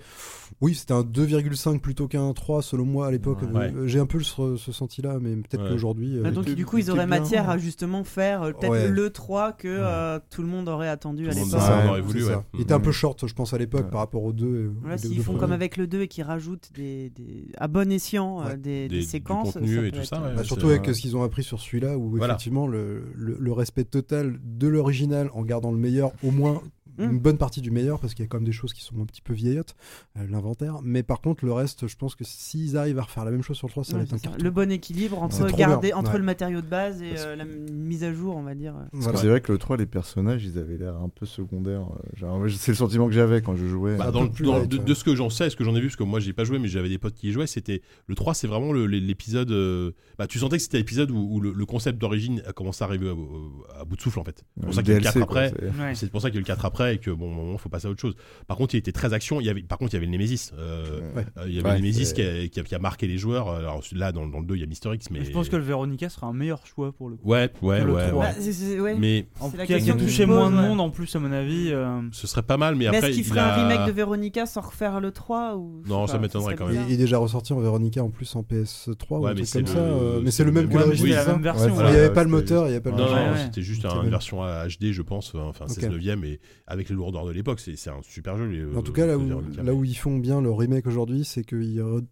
[SPEAKER 4] Oui, c'était un 2,5 plutôt qu'un 3 selon moi à l'époque.
[SPEAKER 2] Ouais.
[SPEAKER 4] Euh, J'ai un peu le- ce, ce senti-là, mais peut-être
[SPEAKER 2] Ouais.
[SPEAKER 4] qu'aujourd'hui. euh,
[SPEAKER 3] Ah, donc
[SPEAKER 4] il-
[SPEAKER 3] du coup ils auraient
[SPEAKER 4] il était bien.
[SPEAKER 3] matière à justement faire euh, peut-être
[SPEAKER 4] Ouais.
[SPEAKER 3] le 3 que euh, tout le monde aurait attendu
[SPEAKER 2] Tout
[SPEAKER 3] à
[SPEAKER 2] le monde
[SPEAKER 3] l'époque.
[SPEAKER 2] Ça, ça
[SPEAKER 8] Ouais,
[SPEAKER 2] aurait voulu,
[SPEAKER 4] C'est ça.
[SPEAKER 2] ouais.
[SPEAKER 4] Il était un peu
[SPEAKER 8] Mm.
[SPEAKER 4] short, je pense, à l'époque
[SPEAKER 8] Ouais.
[SPEAKER 4] par rapport aux deux.
[SPEAKER 3] Voilà,
[SPEAKER 4] aux deux-
[SPEAKER 3] s'ils
[SPEAKER 4] deux
[SPEAKER 3] font
[SPEAKER 4] premiers.
[SPEAKER 3] comme avec le 2 et qu'ils rajoutent des, des- à bon escient euh,
[SPEAKER 4] Ouais.
[SPEAKER 3] des, des
[SPEAKER 2] des, du
[SPEAKER 3] séquences.
[SPEAKER 2] contenu
[SPEAKER 3] ça
[SPEAKER 2] et
[SPEAKER 3] peut
[SPEAKER 2] tout
[SPEAKER 3] être-
[SPEAKER 2] ça
[SPEAKER 3] euh,
[SPEAKER 2] ouais,
[SPEAKER 4] Bah,
[SPEAKER 2] c'est-
[SPEAKER 4] surtout avec euh, ce qu'ils ont appris sur celui-là, où
[SPEAKER 2] Voilà.
[SPEAKER 4] effectivement le, le- le respect total de l'original en gardant le meilleur, au moins
[SPEAKER 3] Mm.
[SPEAKER 4] une bonne partie du meilleur, parce qu'il y a quand même des choses qui sont un petit peu vieillottes, euh, l'inventaire. Mais par contre, le reste, je pense que s'ils arrivent à refaire la même chose sur le 3, ça va
[SPEAKER 3] ouais,
[SPEAKER 4] être un
[SPEAKER 3] c'est ça.
[SPEAKER 4] carton.
[SPEAKER 3] Le bon équilibre
[SPEAKER 4] C'est
[SPEAKER 3] entre,
[SPEAKER 4] trop
[SPEAKER 3] garder,
[SPEAKER 4] bien,
[SPEAKER 3] entre
[SPEAKER 4] ouais.
[SPEAKER 3] le matériau de base et
[SPEAKER 8] Parce
[SPEAKER 3] euh, la mise à jour, on va dire.
[SPEAKER 8] Parce
[SPEAKER 4] Voilà.
[SPEAKER 8] que c'est vrai que le 3, les personnages, ils avaient l'air un peu secondaires. euh, genre, C'est le sentiment que j'avais quand je jouais.
[SPEAKER 2] Bah,
[SPEAKER 4] un
[SPEAKER 2] dans
[SPEAKER 4] peu
[SPEAKER 2] le-
[SPEAKER 4] plus
[SPEAKER 2] dans-
[SPEAKER 4] light,
[SPEAKER 2] de,
[SPEAKER 4] ouais.
[SPEAKER 2] de ce que j'en sais, ce que j'en ai vu, parce que moi j'ai pas joué, mais j'avais des potes qui y jouaient, c'était le 3, c'est vraiment le- l'é- l'épisode. euh, bah, tu sentais que c'était l'épisode où, où le, le concept d'origine a commencé à arriver à, au- à bout de souffle en fait. C'est
[SPEAKER 8] Le
[SPEAKER 2] pour ça qu'il y a le
[SPEAKER 8] DLC,
[SPEAKER 2] 4
[SPEAKER 8] quoi,
[SPEAKER 2] après.
[SPEAKER 8] c'est-
[SPEAKER 6] Ouais.
[SPEAKER 2] C'est pour ça qu'il y a eu le 4 après et que bon, au moment, faut passer à autre chose. Par contre, il était très action. Il y avait, par contre, il y avait le Nemesis. Euh,
[SPEAKER 8] Ouais.
[SPEAKER 4] Ouais.
[SPEAKER 2] euh, il y avait
[SPEAKER 8] Ouais,
[SPEAKER 2] le Nemesis
[SPEAKER 8] c'est-
[SPEAKER 2] qui a, qui a- qui a marqué les joueurs. Alors là, dans, dans le 2, il y a Mister X, mais.
[SPEAKER 6] Je pense que le Veronica sera un meilleur choix pour le coup.
[SPEAKER 2] Ouais, ouais,
[SPEAKER 6] que le
[SPEAKER 2] ouais.
[SPEAKER 6] trois.
[SPEAKER 2] ouais.
[SPEAKER 3] Bah, c'est- c'est- ouais.
[SPEAKER 2] Mais
[SPEAKER 3] C'est la
[SPEAKER 6] Qui a
[SPEAKER 3] question que je
[SPEAKER 6] touché
[SPEAKER 3] pose,
[SPEAKER 6] moins de
[SPEAKER 3] ouais.
[SPEAKER 6] monde en plus, à mon avis. euh,
[SPEAKER 2] ce serait pas mal, mais
[SPEAKER 3] Mais
[SPEAKER 2] après.
[SPEAKER 3] est-ce qu'ils
[SPEAKER 2] il
[SPEAKER 3] feraient un
[SPEAKER 2] a-
[SPEAKER 3] remake de Veronica sans refaire le 3 ou... je sais
[SPEAKER 2] Non, ça
[SPEAKER 3] pas,
[SPEAKER 2] m'étonnerait
[SPEAKER 3] serait
[SPEAKER 2] quand
[SPEAKER 4] Il,
[SPEAKER 2] même.
[SPEAKER 3] bizarre.
[SPEAKER 4] il est déjà ressorti en Veronica en plus en PS3 ou
[SPEAKER 2] Ouais,
[SPEAKER 4] un
[SPEAKER 2] mais
[SPEAKER 4] truc
[SPEAKER 2] c'est
[SPEAKER 4] comme
[SPEAKER 2] le-
[SPEAKER 4] ça, euh, mais
[SPEAKER 2] c'est
[SPEAKER 4] c'est le
[SPEAKER 2] le
[SPEAKER 4] même que
[SPEAKER 2] même.
[SPEAKER 6] Ouais, mais
[SPEAKER 2] Oui,
[SPEAKER 6] c'était
[SPEAKER 2] c'est
[SPEAKER 6] la
[SPEAKER 4] l'original.
[SPEAKER 6] même version.
[SPEAKER 4] Il n'y
[SPEAKER 2] voilà.
[SPEAKER 6] ouais.
[SPEAKER 4] avait pas le
[SPEAKER 8] Ouais,
[SPEAKER 4] moteur, il n'y avait pas le
[SPEAKER 2] Non,
[SPEAKER 4] machin.
[SPEAKER 2] non,
[SPEAKER 6] ouais.
[SPEAKER 2] c'était juste
[SPEAKER 4] C'était
[SPEAKER 2] un-
[SPEAKER 4] bon.
[SPEAKER 2] une version à HD, je pense, euh, enfin
[SPEAKER 4] Ok.
[SPEAKER 2] 16 neuvième, et avec les lourdeurs de l'époque, c'est c'est un super jeu. les-
[SPEAKER 4] En tout cas,
[SPEAKER 2] euh,
[SPEAKER 4] là
[SPEAKER 2] je veux
[SPEAKER 4] où,
[SPEAKER 2] dire,
[SPEAKER 4] là où ils font bien le remake aujourd'hui, c'est qu'ils, re-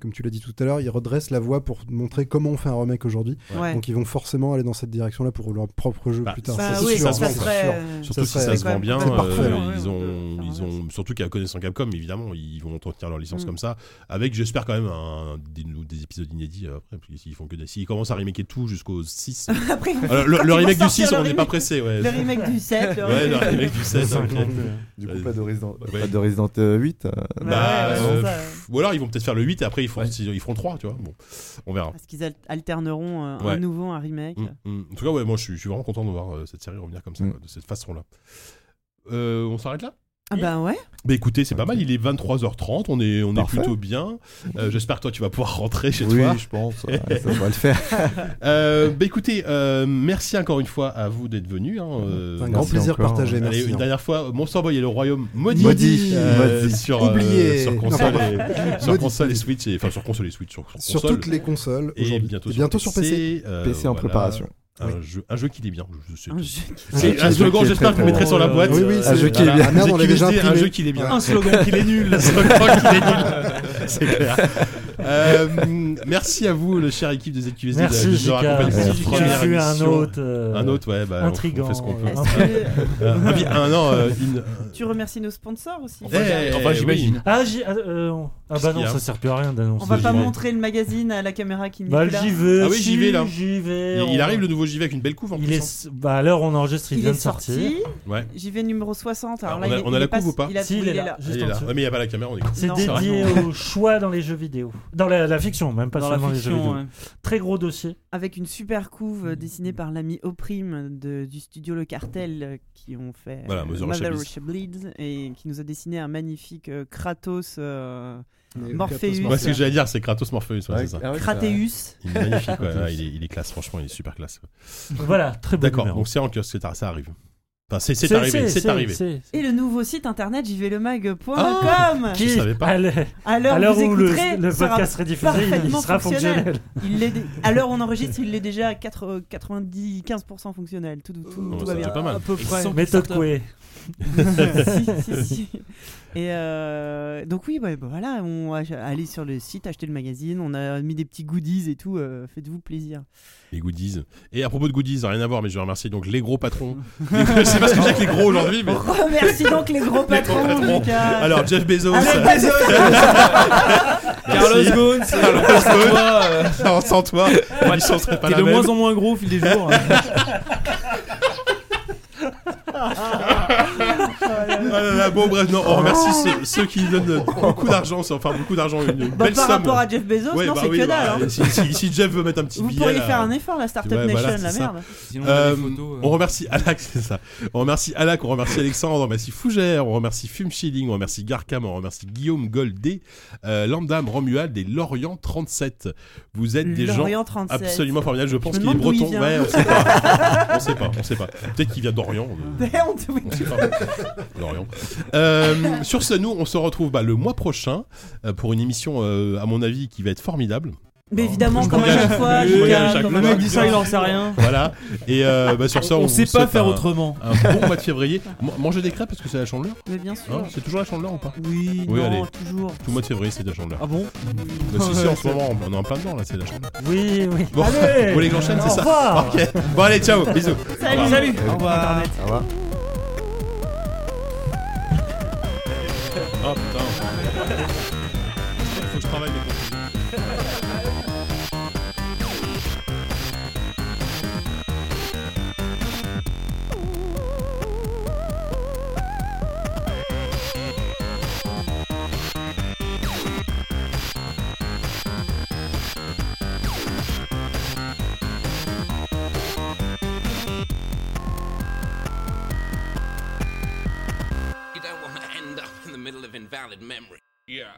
[SPEAKER 4] comme tu l'as dit tout à l'heure, ils redressent la voie pour montrer comment on fait un remake aujourd'hui.
[SPEAKER 3] Ouais.
[SPEAKER 4] Donc ils vont forcément aller dans cette direction-là pour leur propre jeu
[SPEAKER 2] Bah,
[SPEAKER 4] plus tard.
[SPEAKER 2] ça,
[SPEAKER 3] Bah
[SPEAKER 2] c'est
[SPEAKER 3] oui,
[SPEAKER 2] sûr,
[SPEAKER 3] ça
[SPEAKER 2] ça se vend,
[SPEAKER 3] serait,
[SPEAKER 4] sûr.
[SPEAKER 3] euh,
[SPEAKER 2] Surtout
[SPEAKER 4] ça
[SPEAKER 2] si
[SPEAKER 4] serait
[SPEAKER 2] ça se
[SPEAKER 3] quand
[SPEAKER 2] vend
[SPEAKER 3] même
[SPEAKER 2] bien,
[SPEAKER 4] très parfait,
[SPEAKER 2] euh,
[SPEAKER 3] ouais,
[SPEAKER 2] ils
[SPEAKER 3] on
[SPEAKER 2] ont,
[SPEAKER 3] peut faire
[SPEAKER 2] ils ont, surtout qu'à connaissant Capcom, évidemment, ils vont entretenir leur licence
[SPEAKER 3] Mm.
[SPEAKER 2] comme ça, avec, j'espère quand même, un- des, nou- des épisodes inédits euh, après, parce que s'ils font que des, s'ils commencent à remaker tout jusqu'au 6,
[SPEAKER 3] euh, Après,
[SPEAKER 2] Alors, le,
[SPEAKER 3] quand
[SPEAKER 2] le
[SPEAKER 3] ils
[SPEAKER 2] remake
[SPEAKER 3] vont
[SPEAKER 2] du
[SPEAKER 3] sortir
[SPEAKER 2] 6,
[SPEAKER 3] le
[SPEAKER 2] on n'est pas
[SPEAKER 3] remake-
[SPEAKER 2] pressé, ouais.
[SPEAKER 3] Le remake du 7. le
[SPEAKER 2] Ouais, le
[SPEAKER 3] remake-
[SPEAKER 2] remake du 7, ok.
[SPEAKER 8] Du
[SPEAKER 2] Ouais.
[SPEAKER 8] coup, pas de Resident,
[SPEAKER 2] Ouais.
[SPEAKER 8] pas de Resident, euh, 8. euh,
[SPEAKER 3] Ouais,
[SPEAKER 2] Bah,
[SPEAKER 3] ouais, c'est
[SPEAKER 2] euh,
[SPEAKER 3] ça.
[SPEAKER 2] Ou alors ils vont peut-être faire le 8 et après ils feront, ils feront le 3, tu vois. Bon, on verra.
[SPEAKER 3] Parce qu'ils al- alterneront euh,
[SPEAKER 2] Ouais.
[SPEAKER 3] un nouveau, un remake.
[SPEAKER 2] Mm, mm. En tout cas, ouais, moi je suis, je suis vraiment content de voir euh, cette série revenir comme ça,
[SPEAKER 8] Mm.
[SPEAKER 2] quoi, de cette façon-là. Euh, on s'arrête là
[SPEAKER 3] Ah bah ouais.
[SPEAKER 2] Bah écoutez, c'est pas mal, il est 23h30, on est, on est
[SPEAKER 8] Parfait.
[SPEAKER 2] plutôt bien. Euh, J'espère que toi tu vas pouvoir rentrer chez
[SPEAKER 8] oui,
[SPEAKER 2] toi.
[SPEAKER 8] je pense. ouais, ça va le faire.
[SPEAKER 2] Euh, bah écoutez, euh, merci encore une fois à vous d'être venus. hein, euh,
[SPEAKER 4] C'est un grand
[SPEAKER 8] merci
[SPEAKER 4] plaisir
[SPEAKER 8] encore.
[SPEAKER 4] partagé,
[SPEAKER 2] hein. Allez,
[SPEAKER 4] merci. hein.
[SPEAKER 2] une dernière fois, mon sang et le royaume maudit,
[SPEAKER 8] Maudit,
[SPEAKER 2] euh,
[SPEAKER 8] maudit.
[SPEAKER 2] sur, euh,
[SPEAKER 4] Oublié.
[SPEAKER 2] sur console et, sur
[SPEAKER 4] Maudit.
[SPEAKER 2] console et Switch, et, enfin sur console et Switch, sur, sur
[SPEAKER 4] Sur
[SPEAKER 2] console.
[SPEAKER 4] toutes les consoles
[SPEAKER 2] et
[SPEAKER 4] aujourd'hui.
[SPEAKER 2] bientôt,
[SPEAKER 4] Et bientôt sur PC.
[SPEAKER 2] euh,
[SPEAKER 8] PC en
[SPEAKER 2] voilà.
[SPEAKER 8] préparation.
[SPEAKER 2] Un, jeu, un jeu qui lit bien. Je sais
[SPEAKER 3] Un
[SPEAKER 2] pas.
[SPEAKER 3] jeu-
[SPEAKER 2] C'est un
[SPEAKER 8] Un jeu
[SPEAKER 2] slogan,
[SPEAKER 8] qui est
[SPEAKER 2] j'espère
[SPEAKER 8] très
[SPEAKER 2] que vous mettrez
[SPEAKER 6] bon.
[SPEAKER 2] sur la boîte.
[SPEAKER 6] Oui,
[SPEAKER 4] oui,
[SPEAKER 8] Un jeu qui est
[SPEAKER 2] Voilà,
[SPEAKER 8] bien.
[SPEAKER 2] un
[SPEAKER 4] Merde,
[SPEAKER 2] jeu
[SPEAKER 4] on
[SPEAKER 2] qui
[SPEAKER 4] l'avait
[SPEAKER 2] lisait,
[SPEAKER 4] déjà
[SPEAKER 2] Un
[SPEAKER 4] imprimé.
[SPEAKER 2] jeu qui lit bien.
[SPEAKER 6] Un slogan qu'il est nul.
[SPEAKER 2] Je crois qu'il est nul. C'est clair. Euh, merci à vous, le cher équipe de ZQSD.
[SPEAKER 5] Merci,
[SPEAKER 2] de nous avoir
[SPEAKER 5] Jika.
[SPEAKER 2] accompagnés pour
[SPEAKER 5] Merci,
[SPEAKER 2] cette
[SPEAKER 5] Jika.
[SPEAKER 2] première
[SPEAKER 5] Tu es un
[SPEAKER 2] émission.
[SPEAKER 5] autre. euh,
[SPEAKER 2] Un autre, ouais, bah, on-
[SPEAKER 5] intriguant,
[SPEAKER 2] on fait ce qu'on peut.
[SPEAKER 5] euh,
[SPEAKER 3] Est-ce que
[SPEAKER 2] Euh, un vi- un an, euh, une-
[SPEAKER 3] tu remercies nos sponsors aussi
[SPEAKER 2] Eh, enfin, j'imagine.
[SPEAKER 5] Ah, j'ai- ah, euh, on- ah
[SPEAKER 2] Qu'est-ce
[SPEAKER 5] bah
[SPEAKER 2] qu'il
[SPEAKER 5] non,
[SPEAKER 2] y a
[SPEAKER 5] ça sert plus à rien d'annoncer.
[SPEAKER 3] On va pas
[SPEAKER 2] J'y vais.
[SPEAKER 3] montrer le magazine à la caméra qui n'est
[SPEAKER 5] Bah,
[SPEAKER 3] plus là.
[SPEAKER 5] j'y vais.
[SPEAKER 2] Ah oui, j'y
[SPEAKER 5] si,
[SPEAKER 2] vais, là.
[SPEAKER 5] J'y vais.
[SPEAKER 2] Il, il
[SPEAKER 5] on-
[SPEAKER 2] arrive le nouveau JV avec une belle couve en
[SPEAKER 5] Il
[SPEAKER 2] plus. hein.
[SPEAKER 5] est. Bah, à l'heure où on enregistre, il,
[SPEAKER 3] Il
[SPEAKER 5] vient
[SPEAKER 3] est
[SPEAKER 5] de sortir.
[SPEAKER 3] sorti.
[SPEAKER 2] Ouais.
[SPEAKER 3] J'y vais numéro 60. Alors
[SPEAKER 2] Alors,
[SPEAKER 3] là,
[SPEAKER 2] on a-
[SPEAKER 3] il est-
[SPEAKER 2] on a
[SPEAKER 3] il
[SPEAKER 2] la
[SPEAKER 3] est pas-
[SPEAKER 2] coupe ou pas
[SPEAKER 3] il a-
[SPEAKER 5] Si, il est
[SPEAKER 2] Ah,
[SPEAKER 5] là.
[SPEAKER 2] Il
[SPEAKER 5] Juste
[SPEAKER 2] est
[SPEAKER 5] en
[SPEAKER 2] là.
[SPEAKER 5] dessous.
[SPEAKER 2] Ouais, mais il n'y a pas la caméra, on est con.
[SPEAKER 5] C'est
[SPEAKER 3] Non.
[SPEAKER 5] dédié au choix dans les jeux vidéo. Dans la, la fiction, même pas
[SPEAKER 6] Dans la
[SPEAKER 5] seulement les jeux
[SPEAKER 6] fiction,
[SPEAKER 5] vidéo. Très gros dossier.
[SPEAKER 3] Avec une super couve euh, dessinée par l'ami Oprime de, du studio Le Cartel euh, qui ont fait
[SPEAKER 2] Voilà,
[SPEAKER 3] euh,
[SPEAKER 2] Mother
[SPEAKER 3] Mother
[SPEAKER 2] Russia
[SPEAKER 3] Russia Bleeds et qui nous a dessiné un magnifique euh, Kratos euh,
[SPEAKER 4] Mais
[SPEAKER 3] Morpheus.
[SPEAKER 4] Kratos,
[SPEAKER 2] Moi, ce que j'allais dire, c'est Kratos Morpheus. ouais, c'est ça.
[SPEAKER 8] Ah
[SPEAKER 3] Krateus.
[SPEAKER 2] Il est magnifique, ouais, ouais, il, est, il est classe, franchement, il est super classe.
[SPEAKER 5] Voilà, très bon
[SPEAKER 2] D'accord,
[SPEAKER 5] numéro.
[SPEAKER 2] donc c'est en kiosque, c'est ar- ça arrive. Enfin, c'est- c'est arrivé, c'est arrivé.
[SPEAKER 5] c'est-
[SPEAKER 3] Et le nouveau site internet jvlemag.com
[SPEAKER 2] Je savais pas.
[SPEAKER 5] À l'heure-
[SPEAKER 3] À
[SPEAKER 5] à
[SPEAKER 3] l'heure
[SPEAKER 5] l'heure
[SPEAKER 3] où
[SPEAKER 5] où
[SPEAKER 3] vous
[SPEAKER 5] le,
[SPEAKER 3] écouterez,
[SPEAKER 5] le
[SPEAKER 3] sera-
[SPEAKER 5] podcast serait diffusé, il- il
[SPEAKER 3] parfaitement
[SPEAKER 5] sera fonctionnel.
[SPEAKER 3] il l'est dé- à l'heure où on enregistre, il est déjà à euh, 4, 95% fonctionnel. Tout, tout,
[SPEAKER 2] Bon,
[SPEAKER 3] tout
[SPEAKER 2] Oh, ça,
[SPEAKER 3] va bien.
[SPEAKER 2] c'est pas mal.
[SPEAKER 6] À peu près.
[SPEAKER 5] Méthode Coué.
[SPEAKER 3] si, si, si. Et euh, donc oui, ouais, bah voilà, on va aller sur le site, acheter le magazine, on a mis des petits goodies et tout, euh, faites-vous plaisir.
[SPEAKER 2] Les goodies. Et à propos de goodies, rien à voir, mais je vais remercier donc les gros patrons. je sais pas ce que j'ai avec les gros aujourd'hui, mais.
[SPEAKER 3] Remercie Oh, donc les gros patrons,
[SPEAKER 2] patrons.
[SPEAKER 3] Lucas.
[SPEAKER 2] Alors, Jeff Bezos.
[SPEAKER 3] Avec Bezos.
[SPEAKER 2] Carlos Ghosn. Carlos
[SPEAKER 7] euh.
[SPEAKER 2] Ghosn. Alors, euh, sans toi, la mission serait pas
[SPEAKER 6] ah,
[SPEAKER 7] T'es
[SPEAKER 2] la
[SPEAKER 7] de
[SPEAKER 2] même.
[SPEAKER 7] moins en moins gros au fil des jours.
[SPEAKER 6] hein,
[SPEAKER 2] Ah là là, bon, bref, non, on remercie ceux, ceux qui donnent euh, beaucoup d'argent, c'est- enfin beaucoup d'argent, une, une
[SPEAKER 3] Bah,
[SPEAKER 2] belle
[SPEAKER 3] par
[SPEAKER 2] somme.
[SPEAKER 3] rapport à Jeff Bezos,
[SPEAKER 2] Ouais,
[SPEAKER 3] non,
[SPEAKER 2] bah
[SPEAKER 3] c'est
[SPEAKER 2] oui,
[SPEAKER 3] que
[SPEAKER 2] bah,
[SPEAKER 3] dalle. hein.
[SPEAKER 2] si, si- si Jeff veut mettre un petit
[SPEAKER 3] Vous
[SPEAKER 2] billet.
[SPEAKER 3] pourriez
[SPEAKER 2] là,
[SPEAKER 3] faire un effort, la Startup
[SPEAKER 2] Ouais,
[SPEAKER 3] Nation,
[SPEAKER 2] voilà,
[SPEAKER 3] la
[SPEAKER 2] c'est ça.
[SPEAKER 3] merde.
[SPEAKER 7] Sinon, on a
[SPEAKER 2] Euh,
[SPEAKER 7] des photos.
[SPEAKER 2] on remercie Alak, c'est ça. On remercie Alak, on remercie Alexandre, on remercie Fougère, on remercie Fume Schilling, on remercie Garcam, on remercie Guillaume Goldé, euh, Lambdam, Romuald et Lorient 37. Vous êtes des gens
[SPEAKER 3] L'Orient 37.
[SPEAKER 2] absolument formidables. Je pense
[SPEAKER 3] me
[SPEAKER 2] qu'il est
[SPEAKER 3] demande d'où il
[SPEAKER 2] breton.
[SPEAKER 3] vient.
[SPEAKER 2] Ouais, on sait pas. On sait pas, on sait pas. Peut-être qu'il vient d'Orient. on-
[SPEAKER 3] On te- oui.
[SPEAKER 2] on sait pas. Lorient. Euh, sur ce, nous, on se retrouve bah, le mois prochain euh, pour une émission, euh, à mon avis, qui va être formidable.
[SPEAKER 3] Mais évidemment,
[SPEAKER 2] Hein Je
[SPEAKER 3] comme à
[SPEAKER 2] m'engage.
[SPEAKER 3] chaque fois,
[SPEAKER 2] Je m'engage à
[SPEAKER 3] Lucas,
[SPEAKER 2] chaque
[SPEAKER 3] comme
[SPEAKER 6] Le
[SPEAKER 3] à
[SPEAKER 2] fois.
[SPEAKER 3] chaque
[SPEAKER 6] mec dit ça, il
[SPEAKER 3] fois.
[SPEAKER 6] en sait rien.
[SPEAKER 2] Voilà. Et euh, bah, sur ça, on,
[SPEAKER 7] on sait
[SPEAKER 2] vous souhaite
[SPEAKER 7] pas
[SPEAKER 6] Ah.
[SPEAKER 7] faire
[SPEAKER 2] un-
[SPEAKER 7] autrement.
[SPEAKER 2] Un bon mois de février. M- Mangez des crêpes parce que c'est la chandeleur.
[SPEAKER 3] Mais bien
[SPEAKER 2] Hein
[SPEAKER 3] sûr.
[SPEAKER 2] c'est toujours la chandeleur ou pas
[SPEAKER 3] Oui,
[SPEAKER 2] Oui,
[SPEAKER 3] non,
[SPEAKER 2] allez.
[SPEAKER 3] toujours.
[SPEAKER 2] Tout le mois de février, c'est de la chandeleur.
[SPEAKER 6] Ah bon
[SPEAKER 2] Bah, si, si, en ce moment, on est en plein dedans là, c'est de la chandeleur.
[SPEAKER 5] Oui, oui.
[SPEAKER 2] Bon,
[SPEAKER 5] Allez
[SPEAKER 2] vous voulez que j'enchaîne, c'est
[SPEAKER 5] Au
[SPEAKER 2] ça
[SPEAKER 5] revoir.
[SPEAKER 2] Ok. Bon, allez, ciao, bisous. Au revoir.
[SPEAKER 3] salut. Au revoir.
[SPEAKER 8] Au revoir.
[SPEAKER 2] Oh putain. Faut que je travaille mes contenus.
[SPEAKER 10] You don't want to end up in the middle of invalid memory. Yeah.